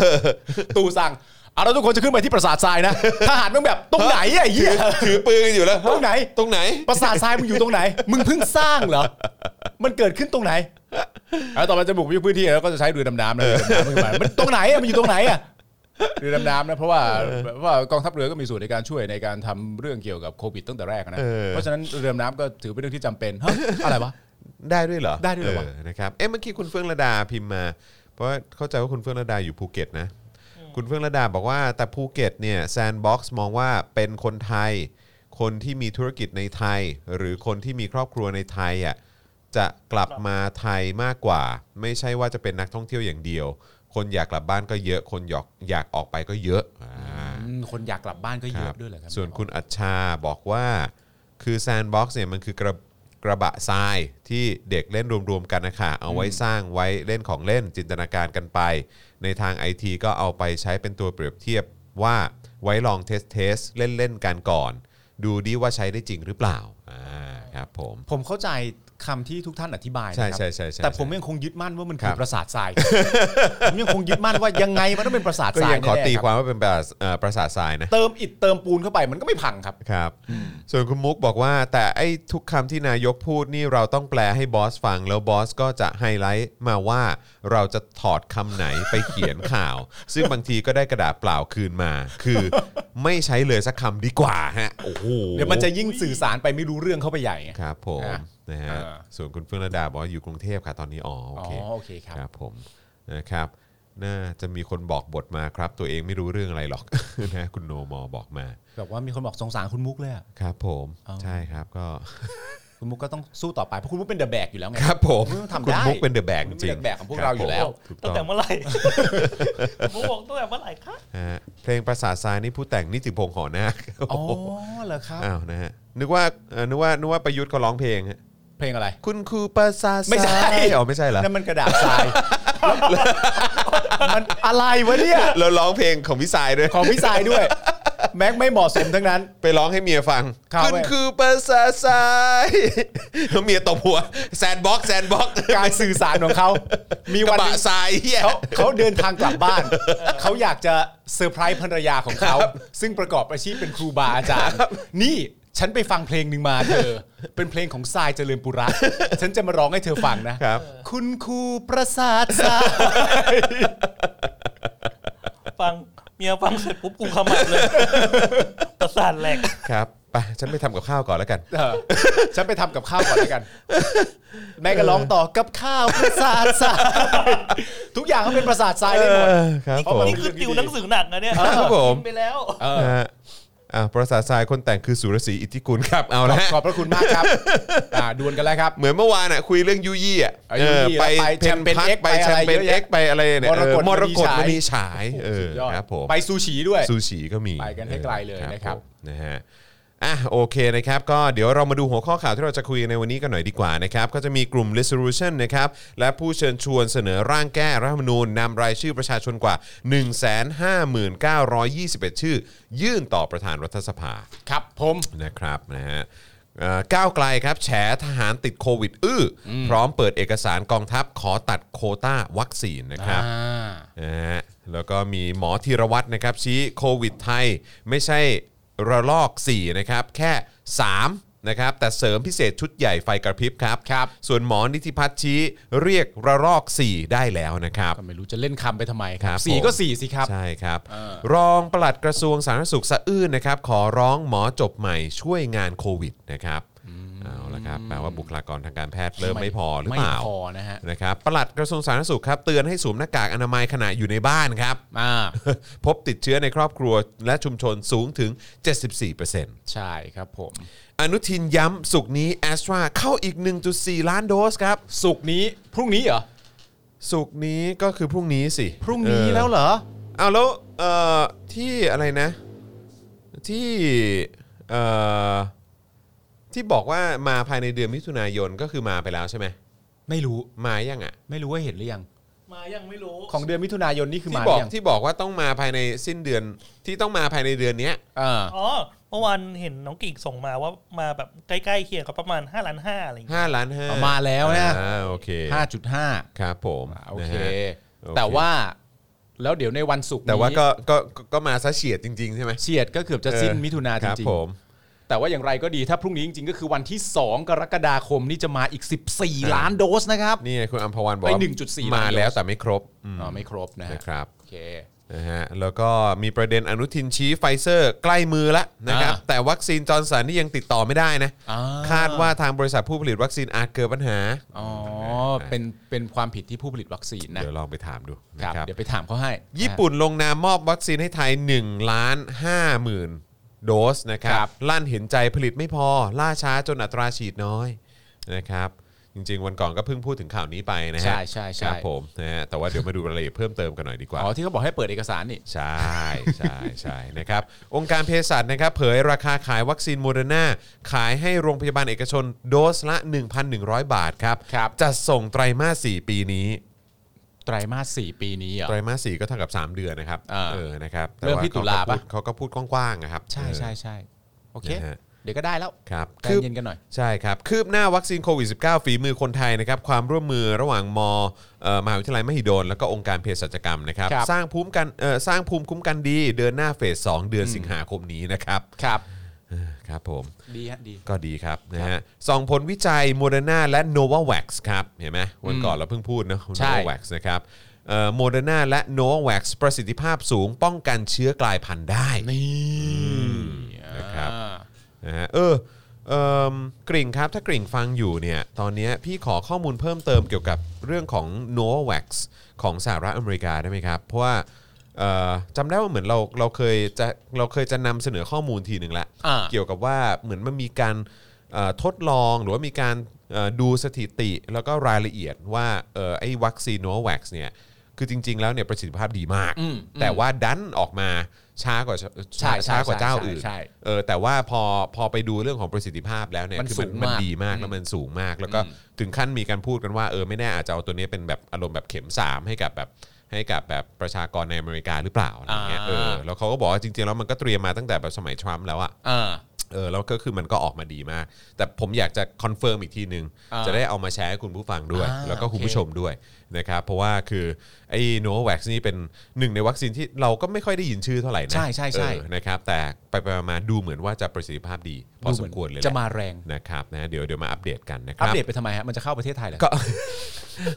ตูสั่งเอาเราทุกคนจะขึ้นไปที่ปราสาททราย นะ ทหารมึงแบบตรงไหนอะไอ้เหี้ย
ถือปืนกันอยู่แล้ว
ตรงไหน
ตรงไหน
ปราสาททรายมึงอยู่ตรง ไหน มึงเพิ่งสร้างเหรอ มันเกิดขึ้นตรงไหนแล้วต่อมาจะบุกยึดพื้นที่แล้วก็จะใช้เรือดำน้ำนะเรือดำน้ำขึ้นมามันตรงไหนอะมันอยู่ตรงไหนอะ เรือดำน้ำนะเพราะว่าเพราะว่ากองทัพเรือก็มีส่วนในการช่วยในการทำเรื่องเกี่ยวกับโควิดตั้งแต่แรกนะ
เออ
เพราะฉะนั้นเรือดำน้ำก็ถือเป็นเรื่องที่จำเป็นฮะอะไรวะ
ได้ด้วยเหรอ
ได้ด้วยเหรอวะ
นะครับเอ๊ะเมื่อกี้คุณเฟื่องระดาพิมพ์มา เพราะว่าเข้าใจว่าคุณเฟื่องระดาอยู่ภูเก็ตนะ คุณเฟื่องระดาบอกว่าแต่ภูเก็ตเนี่ยแซนบ็อกซ์มองว่าเป็นคนไทย คนที่มีธุรกิจในไทย หรือคนที่มีครอบครัวในไทยอ่ะจะกลับมาไทยมากกว่า ไม่ใช่ว่าจะเป็นนักท่องเที่ยวอย่างเดียว คนอยากกลับบ้านก็เยอะ คนอยากอยากออกไปก็เยอะอ่า
อืมคนอยากกลับบ้านก็เย
ค
อะ
รับ
ด้วยเหรอครับ
ส่วนคุณอัจฉาบอกว่าคือแซนบ็อกซ์เนี่ยมันคือกระกระบะทรายที่เด็กเล่นรวมๆกันนะคะเอาไว้สร้างไว้เล่นของเล่นจินตนาการกันไป ในทางไอทีก็เอาไปใช้เป็นตัวเปรียบเทียบว่าไว้ลองเทสเทสเล่นเล่นๆกันก่อน ดูดิว่าใช้ได้จริงหรือเปล่าอ่าครับผม
ผมเข้าใจคำที่ทุกท่านอธิบายนะค
ใช่
รั
ใช่ใช่ใช่
แต่ผมยังคงยึดมั่นว่ามัน
ครั
คือบ ประสาททราย ผมยังคงยึดมั่นว่ายังไงมันต้องเป็นประสาท
ก็
ทราย
ยังขอ
แน่ๆ
ตี
รับ
ความว่าเป็นแบบเอ่อประสาททรายนะ
เติมอิฐเติมปูนเข้าไปมันก็ไม่พังครับ
ครับ ส่วนคุณมุกบอกว่า แต่ไอ้ทุกคำที่นายกพูดนี่เราต้องแปลให้บอสฟัง แล้วบอสก็จะไฮไลท์มาว่าเราจะถอดคำไหนไปเขียน ข่าว ซึ่งบางทีก็ได้กระดาษเปล่าคืนมา คือไม่ใช้เลยสักคำดีกว่าฮะ โอ้โห
เดี๋ยวมันจะยิ่งสื่อสารไปไม่รู้เรื่องเข้าไปใหญ่ไง
ครับผม
อ่ะ
นะฮะ
เออ
ส่วนคุณเฟื่องระดาบอกว่าอยู่กรุงเทพค่ะตอนนี้อ๋อโอ
อ๋อ
เค
โอเคครับ
ครับผมนะครับน่าจะมีคนบอกบทมาครับ ตัวเองไม่รู้เรื่องอะไรหรอก นะคุณโนมอบอกมา
แบบว่ามีคนบอกสงสารคุณมุกเลยอะ
ครับ ผมใช่ครับก็
คุณมุกก็ต้องสู้ต่อไปเพราะคุณมุกเป็นเดอะแบกอยู่แล้วไง
ครับผม
มึงต้องทำ
คุณ
ได้
มุกเป็นเดอะแบกจ
มึงเป็
ริ
น
ง
The Bag ของพวกเราอยู่แล้ว
ถูก
ตั้
ต้อง ง
แต่เมื่อไหร่ผมบอกตั้งแต่เมื่อไหร่คะ
ฮะเพลงประสาททรายนี่ผู้แต่งนิติพงษ์หอนาค
อ๋อเหรอครับ
อ้าวนะฮะนึกว่าเอ่อนึกว่านึกว่าประยุทธ์เขาร้องเพลงฮะ
เพลงอะไร
คุณครูประสาททราย
ไม่ใช่
อ๋อไม่ใช่เหรอ
นั่นมันกระดาษทราย มันอะไรวะเนี่ย
เราร้องเพลงของพี่สายด้วย
ของพี่ทรายด้วย แม็กไม่เหมาะสมทั้งนั้น
ไปร้องให้เมียฟัง
ครับ
ณคือประสาททรายแล้วเมียตบหัวแซนบ็อกแซนบ็อก
การสื่อสารของเขา มี
ก
วั
ระ
นห
บะ
นึ่ง
ทรายเฮีย
เขาเขาเดินทางกลับบ้าน เขาอยากจะเซอร์ไพรส์ภรรยาของเขา ซึ่งประกอบอาชีพเป็นครูบาอาจารย์ นี่ฉันไปฟังเพลงหนึ่งมาเธอ เป็นเพลงของทรายเจริญปุระ ฉันจะมาร้องให้เธอฟังนะครับ คุณครูประสาททราย
ฟังเมียฟังเสร็จปุ๊บกูขมับ เลย ประสาทแหลก
ครับไปฉันไปทำกับข้าวก่อนแล้วกัน
เออฉันไปทำกับข้าวก่อนแล้วกัน แม่ก็ร้องต่อกับข้าวประสาททราย ทุกอย่างเขาเป็นประสาททรายได้หมด
เออครับผม
นี่คือติวหนังสือหนักนะเนี่ย
ครับผม
กินไปแล้ว
เออ
นะฮะอ่าประสาททรายคนแต่งคือสุรศรีอิทธิกุลครับเอาละฮะ
ขอบพระคุณมากครับอ่าดวลกันแล้วครับ
เหมือนเมื่อวานอ่ะคุยเรื่องยูยี่อ่ะ
เออยูยี่
เออไป
แล้วไป
แชมเปญ
Champion
เอ็ก
X
ไปแชมเปญ
ไปอะไรเยอะ
เอ็กไปอะไร
แยะ
เนี่ย
มรกต
เออมรกตม
มณี
ณี
ฉา
ฉาย ยเออครับผม
ไปซูชิด้วย
ซูชิก็มี
ไปกันให้ไกลเลยนะครับ
ผมนะฮะอ่ะโอเคนะครับก็เดี๋ยวเรามาดูหัวข้อข่าวที่เราจะคุยในวันนี้กันหน่อยดีกว่านะครับก็จะมีกลุ่ม resolution นะครับและผู้เชิญชวนเสนอร่างแก้รัฐธรรมนูญนำรายชื่อประชาชนกว่า 159,921 ชื่อ ยื่นต่อประธานรัฐสภา
ครับผม
นะครับนะฮะเอ่อก้าวไกลครับแฉทหารติดโควิด อื้ออพร้อมเปิดเอกสารกองทัพขอตัดโควต้าวัคซีนนะครับนะฮะแล้วก็มีหมอธีรวัตรนะครับ ชี้โควิดไทยไม่ใช่ระลอก 4 นะครับ แค่ 3 นะครับ แต่เสริมพิเศษชุดใหญ่ไฟกระพริบครับ
ครับ
ส่วนหมอนิติพัฒน์ชี้เรียกระลอก 4 ได้แล้วนะครับ
ก็ไม่รู้จะเล่นคำไปทำไมค
ค
รั
รั
บบ สี่
ผม
ก็สี่สิครับ
ใช่ครับ
เออ
รองปลัดกระทรวงสาธารณสุขสะอื้นนะครับ ขอร้องหมอจบใหม่ช่วยงานโควิดนะครับเอาละครับแปลว่าบุคลากรทางการแพทย์เริ่มไม่พอหรือเปล่า
ไม่พอนะฮะ
นะครับปลัดกระทรวงสาธารณสุขครับเตือนให้สวมหน้ากากอนามัยขณะอยู่ในบ้านครับ
อ่า
พบติดเชื้อในครอบครัวและชุมชนสูงถึง 74%
ใช่ครับผม
อนุทินย้ำสุกร์นี้แอสตราเข้าอีก 1.4 ล้านโดสครับ
สุกร์นี้พรุ่งนี้เหรอ
สุกร์นี้ก็คือพรุ่งนี้สิ
พรุ่งนี้
เออ
แล้วเหรอ
เอาแล้วเอ่อที่อะไรนะ ที่เอ่อที่บอกว่ามาภายในเดือนมิถุนายนก็คือมาไปแล้วใช่ไหม
ไม่รู้
มายังอ่ะ
ไม่รู้ว่าเห็นหรือยัง
มายังไม่รู้
ของเดือนมิถุนายนนี่คือ
ที่
มา
บอก
หรืยัง
ที่บอกว่าต้องมาภายในสิ้นเดือนที่ต้องมาภายในเดือนเนี้ย
เออ
อ๋อเมื่อวานเห็นน้องกิ่งส่งมาว่ามาแบบใกล้ๆเคียงกับประมาณห้าล้านห้าอะไรอย่างเงี้ย
ห้าล้านห้า
เอามาแล้วนะ
อ่าโอเค
ห้าจุดห้า
ครับผม
โอเค
นะฮะ โอเค
แต่ว่าแล้วเดี๋ยวในวันศุกร์นี้
แต่ว่าก็ก็ก็ก็มาซะเฉียดจริง ๆ ใช่ไหม
เฉียดก็เกือบจะสิ้นมิถุนาจ
ครับ
ริง
ผม
ๆแต่ว่าอย่างไรก็ดีถ้าพรุ่งนี้จริงๆ ก็คือวันที่ 2 กรกฎาคมนี่จะมาอีก 14 ล้านโดสนะครับ
นี่ไงคุณอัมพวันบอก
ไป
ว่า
1.4
มา
ล้านโดส
แล้วแต่ไม่ครบอืม
อ๋อไม่ครบนะฮะ
นะครับ
โอเค
นะฮะแล้วก็มีประเด็นอนุทินชี้ไฟเซอร์ใกล้มือละนะครับ
อ่า
แต่วัคซีนจอร์นสันนี่ยังติดต่อไม่ได้นะ
อ่า
คาดว่าทางบริษัทผู้ผลิตวัคซีนอาจเกิดปัญหา
อ๋อเป็นเป็นความผิดที่ผู้ผลิตวัคซีนนะ
เดี๋ยวลองไปถามดู
ค
นะ
รับ
ครับ
เดี๋ยวไปถามเขาให้
ญี่ปุ่นลงนามมอบวัคซีนให้ไทย1ล้าน5หมื่นโดสนะครับ ลั่นเห็นใจผลิตไม่พอ ล่าช้าจนอัตราฉีดน้อยนะครับจริง ๆ วันก่อนก็เพิ่งพูดถึงข่าวนี้ไปนะฮะ
ใช่ใช่
ค
ใช่
รับผมนะฮะแต่ว่าเดี๋ยวมาดูรายละเอียดเพิ่มเติมกันหน่อยดีกว่า
อ๋อที่เขาบอกให้เปิดเอกสารนี่
ใช่ใช่ใช่นะครับ องค์การเภสัชนะครับ เผยราคาขายวัคซีนโมเดอร์นาขายให้โรงพยาบาลเอกชนโดสละ 1,100 บาทครับ
ครับ
จะส่งไตรมาส 4 ปีนี้
ไตรมาสสี่ปีนี้เหรอ
ไตรมาส 4 ก็เท่ากับ 3 เดือนนะครับ
อ่า
เออนะครับ
เริ่มที่ตุลาปะ
เขาก็พูดกว้างๆนะครับ
ใช่ใช่ใช่โอเค
นะฮะ
เดี๋ยวก็ได้แล้ว
ครับ
ใจ
คืบ
เย็นกันหน่อย
ใช่ครับ คืบหน้าวัคซีนโควิด -19 ฝีมือคนไทยนะครับ ความร่วมมือระหว่างมเอ่อมหาวิทยาลัยมหิดล แล้วก็องค์การเภสัชกรรมนะครับ
ครับ
สร้างภูมิกันเอ่อสร้างภูมิคุ้มกันดี เดินหน้าเฟสสองเดือนสิงหาคมนี้นะครับ
ครับ
เออครับผม
ดีฮะดี
ก็ดีครับนะฮะสองผลวิจัยโมเดอร์นาและ n o v a v a x ครับ เห็นไหมวันก่อนเราเพิ่งพูดเนอะ n
ใช่
o v a v a x นะครับโมเดอร์นาและ n o v a v a x ประสิทธิภาพสูงป้องกันเชื้อกลายพันธุ์ได้
นี่
นะครับ
อ่า
นะฮะเออเอิ่มกริ่งครับ ถ้ากริ่งฟังอยู่เนี่ยตอนเนี้ยพี่ขอข้อมูลเพิ่มเติมเกี่ยวกับเรื่องของ n o v a x ของสหรัฐอเมริกาได้ไหมครับ เพราะว่าเอ่อจำได้ว่าเหมือนเราเราเคยจะเราเคยจะนำเสนอข้อมูลทีหนึ่งละ
อ่า
เกี่ยวกับว่าเหมือนมันมีการเอ่อทดลองหรือว่ามีการเอ่อดูสถิติแล้วก็รายละเอียดว่าเอ่อไอ้วัคซีนโนแว็กซ์เนี่ยคือจริง ๆ แล้วเนี่ยประสิทธิภาพดีมาก
อืมอืม
แต่ว่าดันออกมาช้ากว่า
ใช่ใช่
ช้ากว่าเจ้าอื่น
ใช่ใช่
เออแต่ว่าพอพอไปดูเรื่องของประสิทธิภาพแล้วเนี่ย
มัน
คื
สู
มัน
ง
มัน
มาก
ดีมาก
อืม
แล้วมันสูงมาก แล้วก็
อืม
ถึงขั้นมีการพูดกันว่าเออไม่แน่อาจจะเอาตัวเนี้ยเป็นแบบอารมณ์แบบเข็มสามให้กับแบบให้กับแบบประชากรในอเมริกาหรือเปล่าอะไรอย่างเงี้ยเออแล้วเขาก็บอกว่าจริงๆแล้วมันก็เตรียมมาตั้งแต่แบบสมัยทรัมป์แล้วอะ
อ่า
เออแล้วก็คือมันก็ออกมาดีมาก แต่ผมอยากจะคอนเฟิร์มอีกทีหนึ่ง
อ่า
จะได้เอามาแชร์ให้คุณผู้ฟังด้วย
อ่า
แล้วก็คุณ
โอเค
ผู้ชมด้วยนะครับเพราะว่าคือไอ้โนวัคนี่เป็นหนึ่งในวัคซีนที่เราก็ไม่ค่อยได้ยินชื่อเท่าไหร่นะ
ใช่ใช่ใช่
เออนะครับแต่ไปไปมาๆดูเหมือนว่าจะประสิทธิภาพดี พอสมควรเลยแหล
จะมาแรง
นะครับนะเดี๋ยวเดี๋ยวมาอัปเดตกันนะค
อัป
รับ
เดตไปทำไมฮะมันจะเข้าประเทศไทยเหรอ
ก็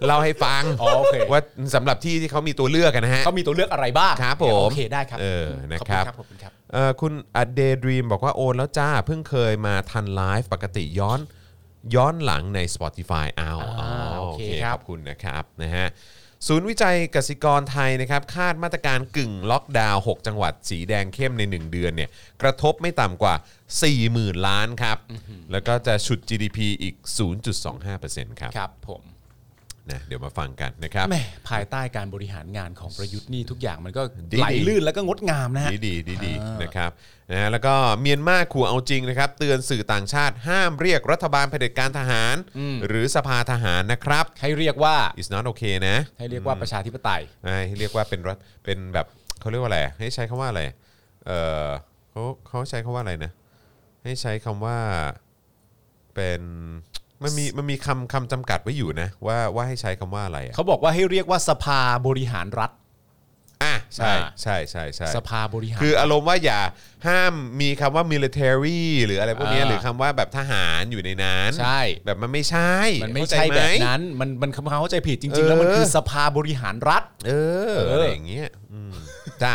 เล่าให้ฟัง
อ๋อโอเค
ว่าสำหรับที่ที่เขามีตัวเลือกกันนะฮะ
เขามีตัวเลือกอะไรบ้าง
ครับผม
โอเคได้ครับ
เออนะ
ขอบ
ค
คุ
รั
ณ
บ
ครับขอบคุณครับ
เอ่อคุณอเดดรีมบอกว่าโอนแล้วจ้า เพิ่งเคยมาทันไลฟ์ปกติย้อนย้อนหลังใน Spotify เอา
อ่า
อ๋อ
โอ
โอ
เค
เค
ค
ข
รับ
อบคุณนะครับนะฮะศูนย์วิจัยกสิกรไทยนะครับคาดมาตรการกึ่งล็อกดาวน์6จังหวัดสีแดงเข้มใน 1 เดือนเนี่ยกระทบไม่ต่ำกว่า 40,000 ล้านครับ แล้วก็จะฉุด GDP อีก 0.25%ครับ
ครับผม
นะเดี๋ยวมาฟังกันนะครับ
แหม่ภายใต้การบริหารงานของประยุทธ์นี่ทุกอย่างมันก็
ดี
ไหลลื่นแล้วก็งดงามนะฮะ
ดีดีดีดี
อ่าน
นะครับนะฮะแล้วก็เมียนมาขู่เอาจริงนะครับ เตือนสื่อต่างชาติห้ามเรียกรัฐบาลเผด็จการทหาร
อืม
หรือสภาทหารนะครับ
ให้เรียกว่า
it's not okay นะ
ให้เรียกว่าประชาธิปไตย
อ่าให้เรียกว่าเป็นรัฐเป็นแบบเขาเรียกว่าอะไรให้ใช้คำว่าอะไรเออเขาเขาใช้คำว่าอะไรนะ ให้ใช้คำว่าเป็นมันมีมันมีคำคำจำกัดไว้อยู่นะ ว่าว่าให้ใช้คำว่าอะไรอะ
เขาบอกว่าให้เรียกว่าสภาบริหารรัฐ
อ่ะใช่
อ่า
ใช่ใช่ใช่
สภาบริหาร
คืออารมณ์ว่าอย่าห้ามมีคำว่า military หรืออะไรพวกเนี้ย
อ่า
หรือคำว่าแบบทหารอยู่ในนั้น
ใช่
แบบมันไม่ใช่
มันไม่
เข้าจ
ใช่
ห
แบบนั้น มันมันคำเข้าใจผิดจ
เอ
ริง
อ
ๆ แล้วมันคือสภาบริหารรัฐ
เออ
เอออ
อะไรอย่างเงี้ยอืมจ้า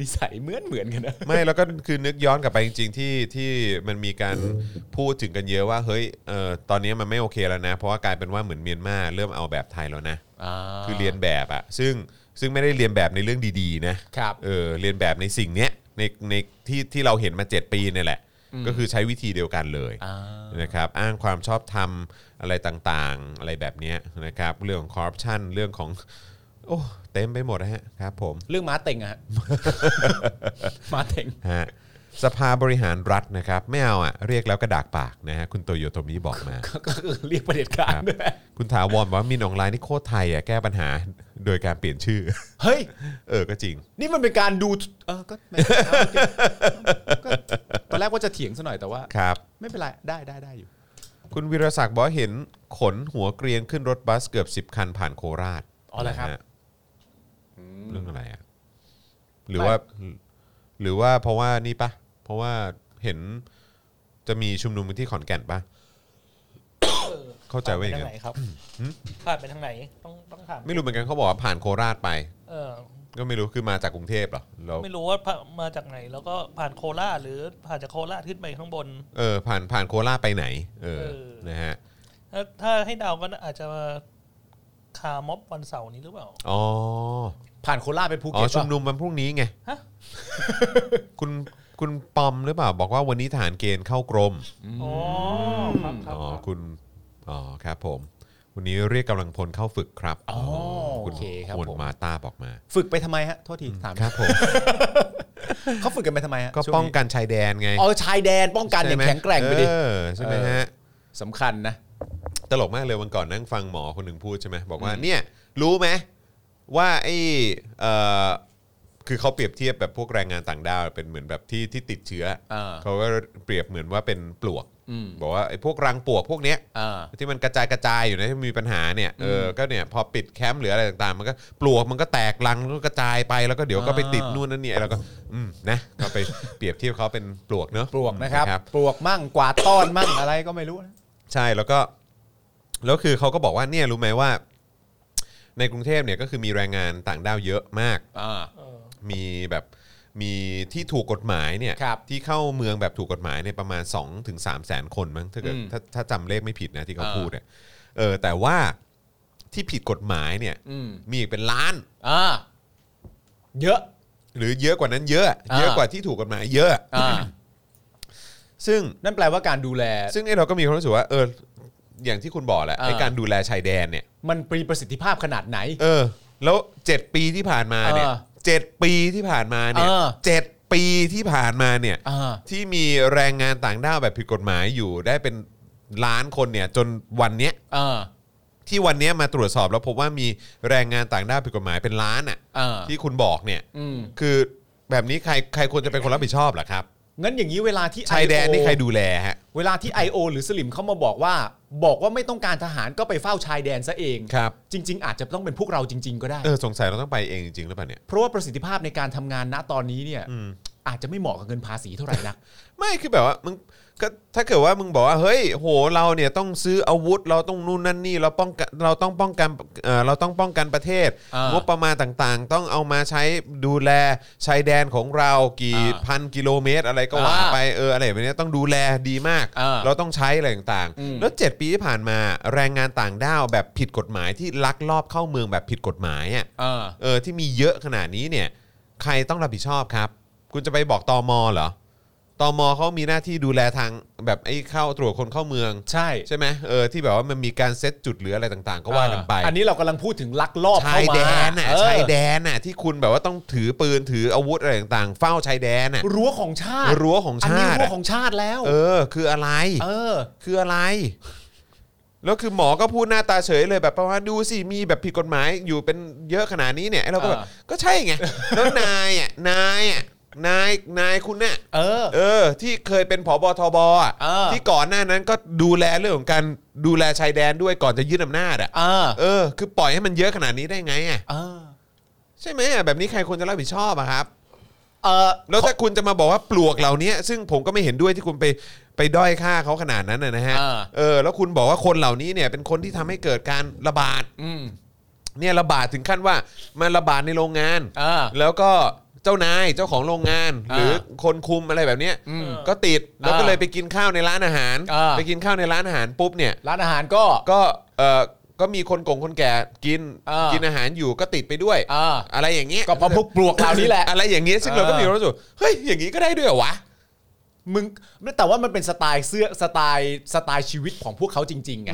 นิสัยเหมือนเหมือนกันนะ
ไม่แล้วก็คือนึกย้อนกลับไปจริง ๆ ที่ที่มันมีการพูดถึงกันเยอะว่าเฮ้ยเออตอนนี้มันไม่โอเคแล้วนะ เพราะว่ากลายเป็นว่าเหมือนเมียนมาเริ่มเอาแบบไทยแล้วนะ คือเรียนแบบอะซึ่งซึ่งไม่ได้เรียนแบบในเรื่องดีๆนะครับเออเรียนแบบในสิ่งเนี้ยในในที่ที่เราเห็นมา 7 ปีเนี่ยแหละ ก็คือใช้วิธีเดียวกันเลย
อ่า
นะครับอ้างความชอบธรรมอะไรต่างๆ อะไรแบบเนี้ยนะครับเรื่องของคอร์รัปชันเรื่องของ โอ้เต็มไปหมดนะฮะครับผม
เรื่องม้าเต็ง อะฮะ ม้าเต็ง
ฮะสภาบริหารรัฐนะครับไม่เอาอ่ะเรียกแล้วกระดากปากนะฮะคุณโตโยโตมิบอกมา
ก็คือเรียกประเผด็จการด้วย
คุณถาวรบอกว่ามีหนองลายนี่โคตรไทยอ่ะแก้ปัญหาโดยการเปลี่ยนชื่อ
เฮ้ย
เออก็จริง
นี่มันเป็นการดูเออก็ไม่เอาโอเคก็ตอนแรกว่าจะเถียงซะหน่อยแต่ว่า
ครับ
ไม่เป็นไรได้ได้ได้อยู่
คุณวิรศักดิ์บอกว่าเห็นขนหัวเกรียนขึ้นรถบัสเกือบ 10 คันผ่านโคราช
อ๋อเหรอครับ
นะฮะเรื่องอะไรอ่ะหรือว่า หรือว่าเพราะว่านี่ปะเพราะว่าเห็นจะมีชุมนุมที่ขอนแก่นปะ เข้าใจว่าอย่างนั้น
ผ่นไปทงไหนครับผ่านไปทางไหนต้องต้องถาม
ไม่รู้เหมือนกันเขาบอกว่าผ่านโคราชไป
เออ
ก็ไม่รู้คือมาจากกรุงเทพเหรอแล้ว
ไม่รู้ว่าผ่ามาจากไหน แล้วก็ผ่านโคราชหรือผ่านจากโคราชขึ้นไปข้างบน
เออผ่านผ่านโคราชไปไหน เออ
เออ
นะฮะ
ถ้าถ้าให้เดาก็น่าอาจจะคาร์ม็อบวันเสาร์นี้หรือเปล่า
อ๋อ
ผ่านโคราชไปภู
อ๋
เก็
อ
ต
ชุมนุมวันพรุ่งนี้ไง
ฮะ
คุณคุณปอมหรือเปล่า บอกว่าวันนี้ฐานเกณฑ์เข้ากรม
อ๋อครับครับ
อ๋อคุณอ๋อครับผม วันนี้เรียกกำลังพลเข้าฝึกครับ
อ๋อโอ
คุณ
เคครับ
ฮวน
ผม
มาต้าบอกมา
ฝึกไปทำไมฮะโทษทีถาม
ครับ ผม
เขาฝึกกันไปทำไมฮะ
ก็
ช่ว
ป้องกันชายแดนไง
เออชายแดนป้องกันอย่า
ใช่
ง
ไหม
แข็งแกร่งไปดิ
เออใช่ไหม
เออ
ฮะ
สำคัญนะ
ตลกมากเลยวันก่อนนั่งฟังหมอคนหนึ่งพูดใช่ไหมบอกว่าเนี่ยรู้ไหมว่าไอ้เอ่อคือเขาเปรียบเทียบแบบพวกแรงงานต่างด้าวเป็นเหมือนแบบที่ที่ติดเชื้อ
เออ
เขาก็เปรียบเหมือนว่าเป็นปลวก
อืม
บอกว่าไอ้พวกรังปลวกพวกเนี้ย
อ่า
ที่มันกระจายกระจายอยู่นะที่มีปัญหาเนี่ยเอออก็เนี่ยพอปิดแคมป์หรืออะไรต่างๆ มันก็ปลวกมันก็แตกรังแล้วก็กระจายไปแล้วก็เดี๋ยวก็ไปติด
อ่านู่
นู่นนั่นนี่แล้วก็อืมนะก็ไป เปรียบเทียบเขาเป็นปลวกเนอะ
ปลวกนะครับ
นะครับ
ปลวกมั่งกวาดต้อนมั่งอะไรก็ไม่รู้นะ
ใช่แล้วก็แล้วคือเขาก็บอกว่าเนี่ยรู้ไหมว่า ในกรุงเทพเนี่ยก็คือมีแรงงานต่างด้าวเยอะมาก
อ่า
เออ
มีแบบมีที่ถูกกฎหมายเนี่ย
ครับ
ที่เข้าเมืองแบบถูกกฎหมายเนี่ยประมาณ 2-3ถึง3แสนคนมั้งถ้าเกิด
อืม
ถ้าถ้าจำเลขไม่ผิดนะที่เขา
อ่า
พูดเนี่ยเออแต่ว่าที่ผิดกฎหมายเนี่ย
อืม
มีอีกเป็นล้าน
อ่า เยอะ
หรือเยอะกว่านั้นเยอะ
อ่า
เยอะกว่าที่ถูกกฎหมายเยอะ
อ่า
ซึ่ง
นั่นแปลว่าการดูแล
ซึ่งไอ้เราก็มีความรู้สึกว่าเอออย่างที่คุณบอกแหละ
อ่า
ไอ้การดูแลชายแดนเนี่ย
มันมีประสิทธิภาพขนาดไหน
เออแล้วเจ็ดปีที่ผ่านมาเนี่ย
เออ
เจ็ดปีที่ผ่านมาเนี่ย
เออ
เจ็ดปีที่ผ่านมาเนี่ย
อ่า
ที่มีแรงงานต่างด้าวแบบผิดกฎหมายอยู่ได้เป็นล้านคนเนี่ยจนวันเนี้ย
อ่า
ที่วันเนี้ยมาตรวจสอบแล้วพบว่ามีแรงงานต่างด้าวผิดกฎหมายเป็นล้านอ่ะ
อ่า
ที่คุณบอกเนี่ย
อืม
คือแบบนี้ใครใครควรจะเป็นคนรับผิดชอบเหรอครับ
งั้นอย่างนี้เวลาที่
ชายแดน
IO
นี่ใครดูแลฮะ
เวลาที่ IO หรือสลิมเขามาบอกว่า บอกว่าไม่ต้องการทหารก็ไปเฝ้าชายแดนซะเอง
ครับ
จริง ๆ อาจจะต้องเป็นพวกเราจริง ๆ ก็ได้
เออสงสัยเราต้องไปเองจริงๆหรือเปล่าเนี่ย
เพราะว่าประสิทธิภาพในการทำงานณตอนนี้เนี่ยอาจจะไม่เหมาะกับเงินภาษีเท่าไหร่นัก
ไม่คือแบบว่ามึงก็ถ้าเกิดว่ามึงบอกว่าเฮ้ยโหเราเนี่ยต้องซื้ออาวุธเราต้องนู่นนั่นนี่เราป้องกันเราต้องป้องกันเอ่อเราต้องป้องกันประเทศ
อ่าง
งบประมาณต่างๆ ต้องเอามาใช้ดูแลชายแดนของเรากี่
อ่า
พันกิโลเมตร อะไรก็ว่า
อ่า
ไปเอออะไรแบบเนี้ยต้องดูแลดีมาก
อ่า
เราต้องใช้อะไรต่าง
อืม
ๆ แล้ว 7 ปีที่ผ่านมาแรงงานต่างด้าวแบบผิดกฎหมายที่ลักลอบเข้าเมืองแบบผิดกฎหมายอ่ะ
อ่า
เออที่มีเยอะขนาดนี้เนี่ย ใครต้องรับผิดชอบครับ คุณจะไปบอกตอมอเหรอตอมอเขามีหน้าที่ดูแลทางแบบไอ้เข้าตรวจคนเข้าเมือง
ใช่
ใช่ไหมเออที่แบบว่ามันมีการเซตจุดหรืออะไรต่างๆ ก็ว่ากันไป
อันนี้เรากำลังพูดถึงลักลอบ
ชา
เข้ายมา
แดนน่ะ
เออ
ชายแดนน่ะที่คุณแบบว่าต้องถือปืนถืออาวุธอะไรต่างๆ เฝ้าชายแดนน่ะ
รั้วของชาติ
รั้วของ
อันนี้
ชาติ
รั้ว
อะ
ของชาติแล้ว
เออ คืออะไร
เออ
คืออะไร แล้วคือหมอก็พูดหน้าตาเฉยเลยแบบประมาณดูสิมีแบบผิดกฎหมายอยู่เป็นเยอะขนาดนี้เนี่ยไอ้เราก็แบบ
อ่า
ก็ใช่ ไง แล้วนายอ่ะนายอ่ะนายนายคุณเนี่ย
เออ
เออ ที่เคยเป็นผบทบอ่ะ
เออ
ที่ก่อนหน้านั้นก็ดูแลเรื่องของการดูแลชายแดนด้วยก่อนจะยึดอำนาจอ่ะ
เออ
เออ คือปล่อยให้มันเยอะขนาดนี้ได้ไงอ่ะ
เออ
ใช่ไหมอ่ะแบบนี้ใครควรจะรับผิดชอบอ่ะครับ
เออ
แล้วถ้าคุณจะมาบอกว่าปลวกเหล่านี้ซึ่งผมก็ไม่เห็นด้วยที่คุณไปไปด้อยค่าเขาขนาดนั้นนะนะฮะ
อ่า
เออแล้วคุณบอกว่าคนเหล่านี้เนี่ยเป็นคนที่ทำให้เกิดการระบาด
อืม
เนี่ยระบาดถึงขั้นว่ามันระบาดในโรงงาน
อ่า
แล้วก็เจ้านายเจ้าของโรงงาน ห
อ่า
รือคนคุมอะไรแบบเนี้ย
อืม
ก็ติดแล้วก็
อ่า
เลยไปกินข้าวในร้านอาหาร
อ่า
ไปกินข้าวในร้านอาหารปุ๊บเนี่ย
ร้านอาหารก็
ก็เออก็มีคนกงคนแก่กิน
อ่ากิ
กินอาหารอยู่ก็ติดไปด้วย
อ่า
อะไรอย่างเงี้ย
ก็เพราะพวกปลวกเหล่านี้แหละ
อะไรอย่างเงี้ยซึ่งเราก็มีความรู้สึกเฮ้ยอย่างงี้ก็ได้ด้วยเหรอวะ
มึงแต่ว่ามันเป็นสไตล์เสื้อสไตล์สไตล์ชีวิตของพวกเขาจริงๆไง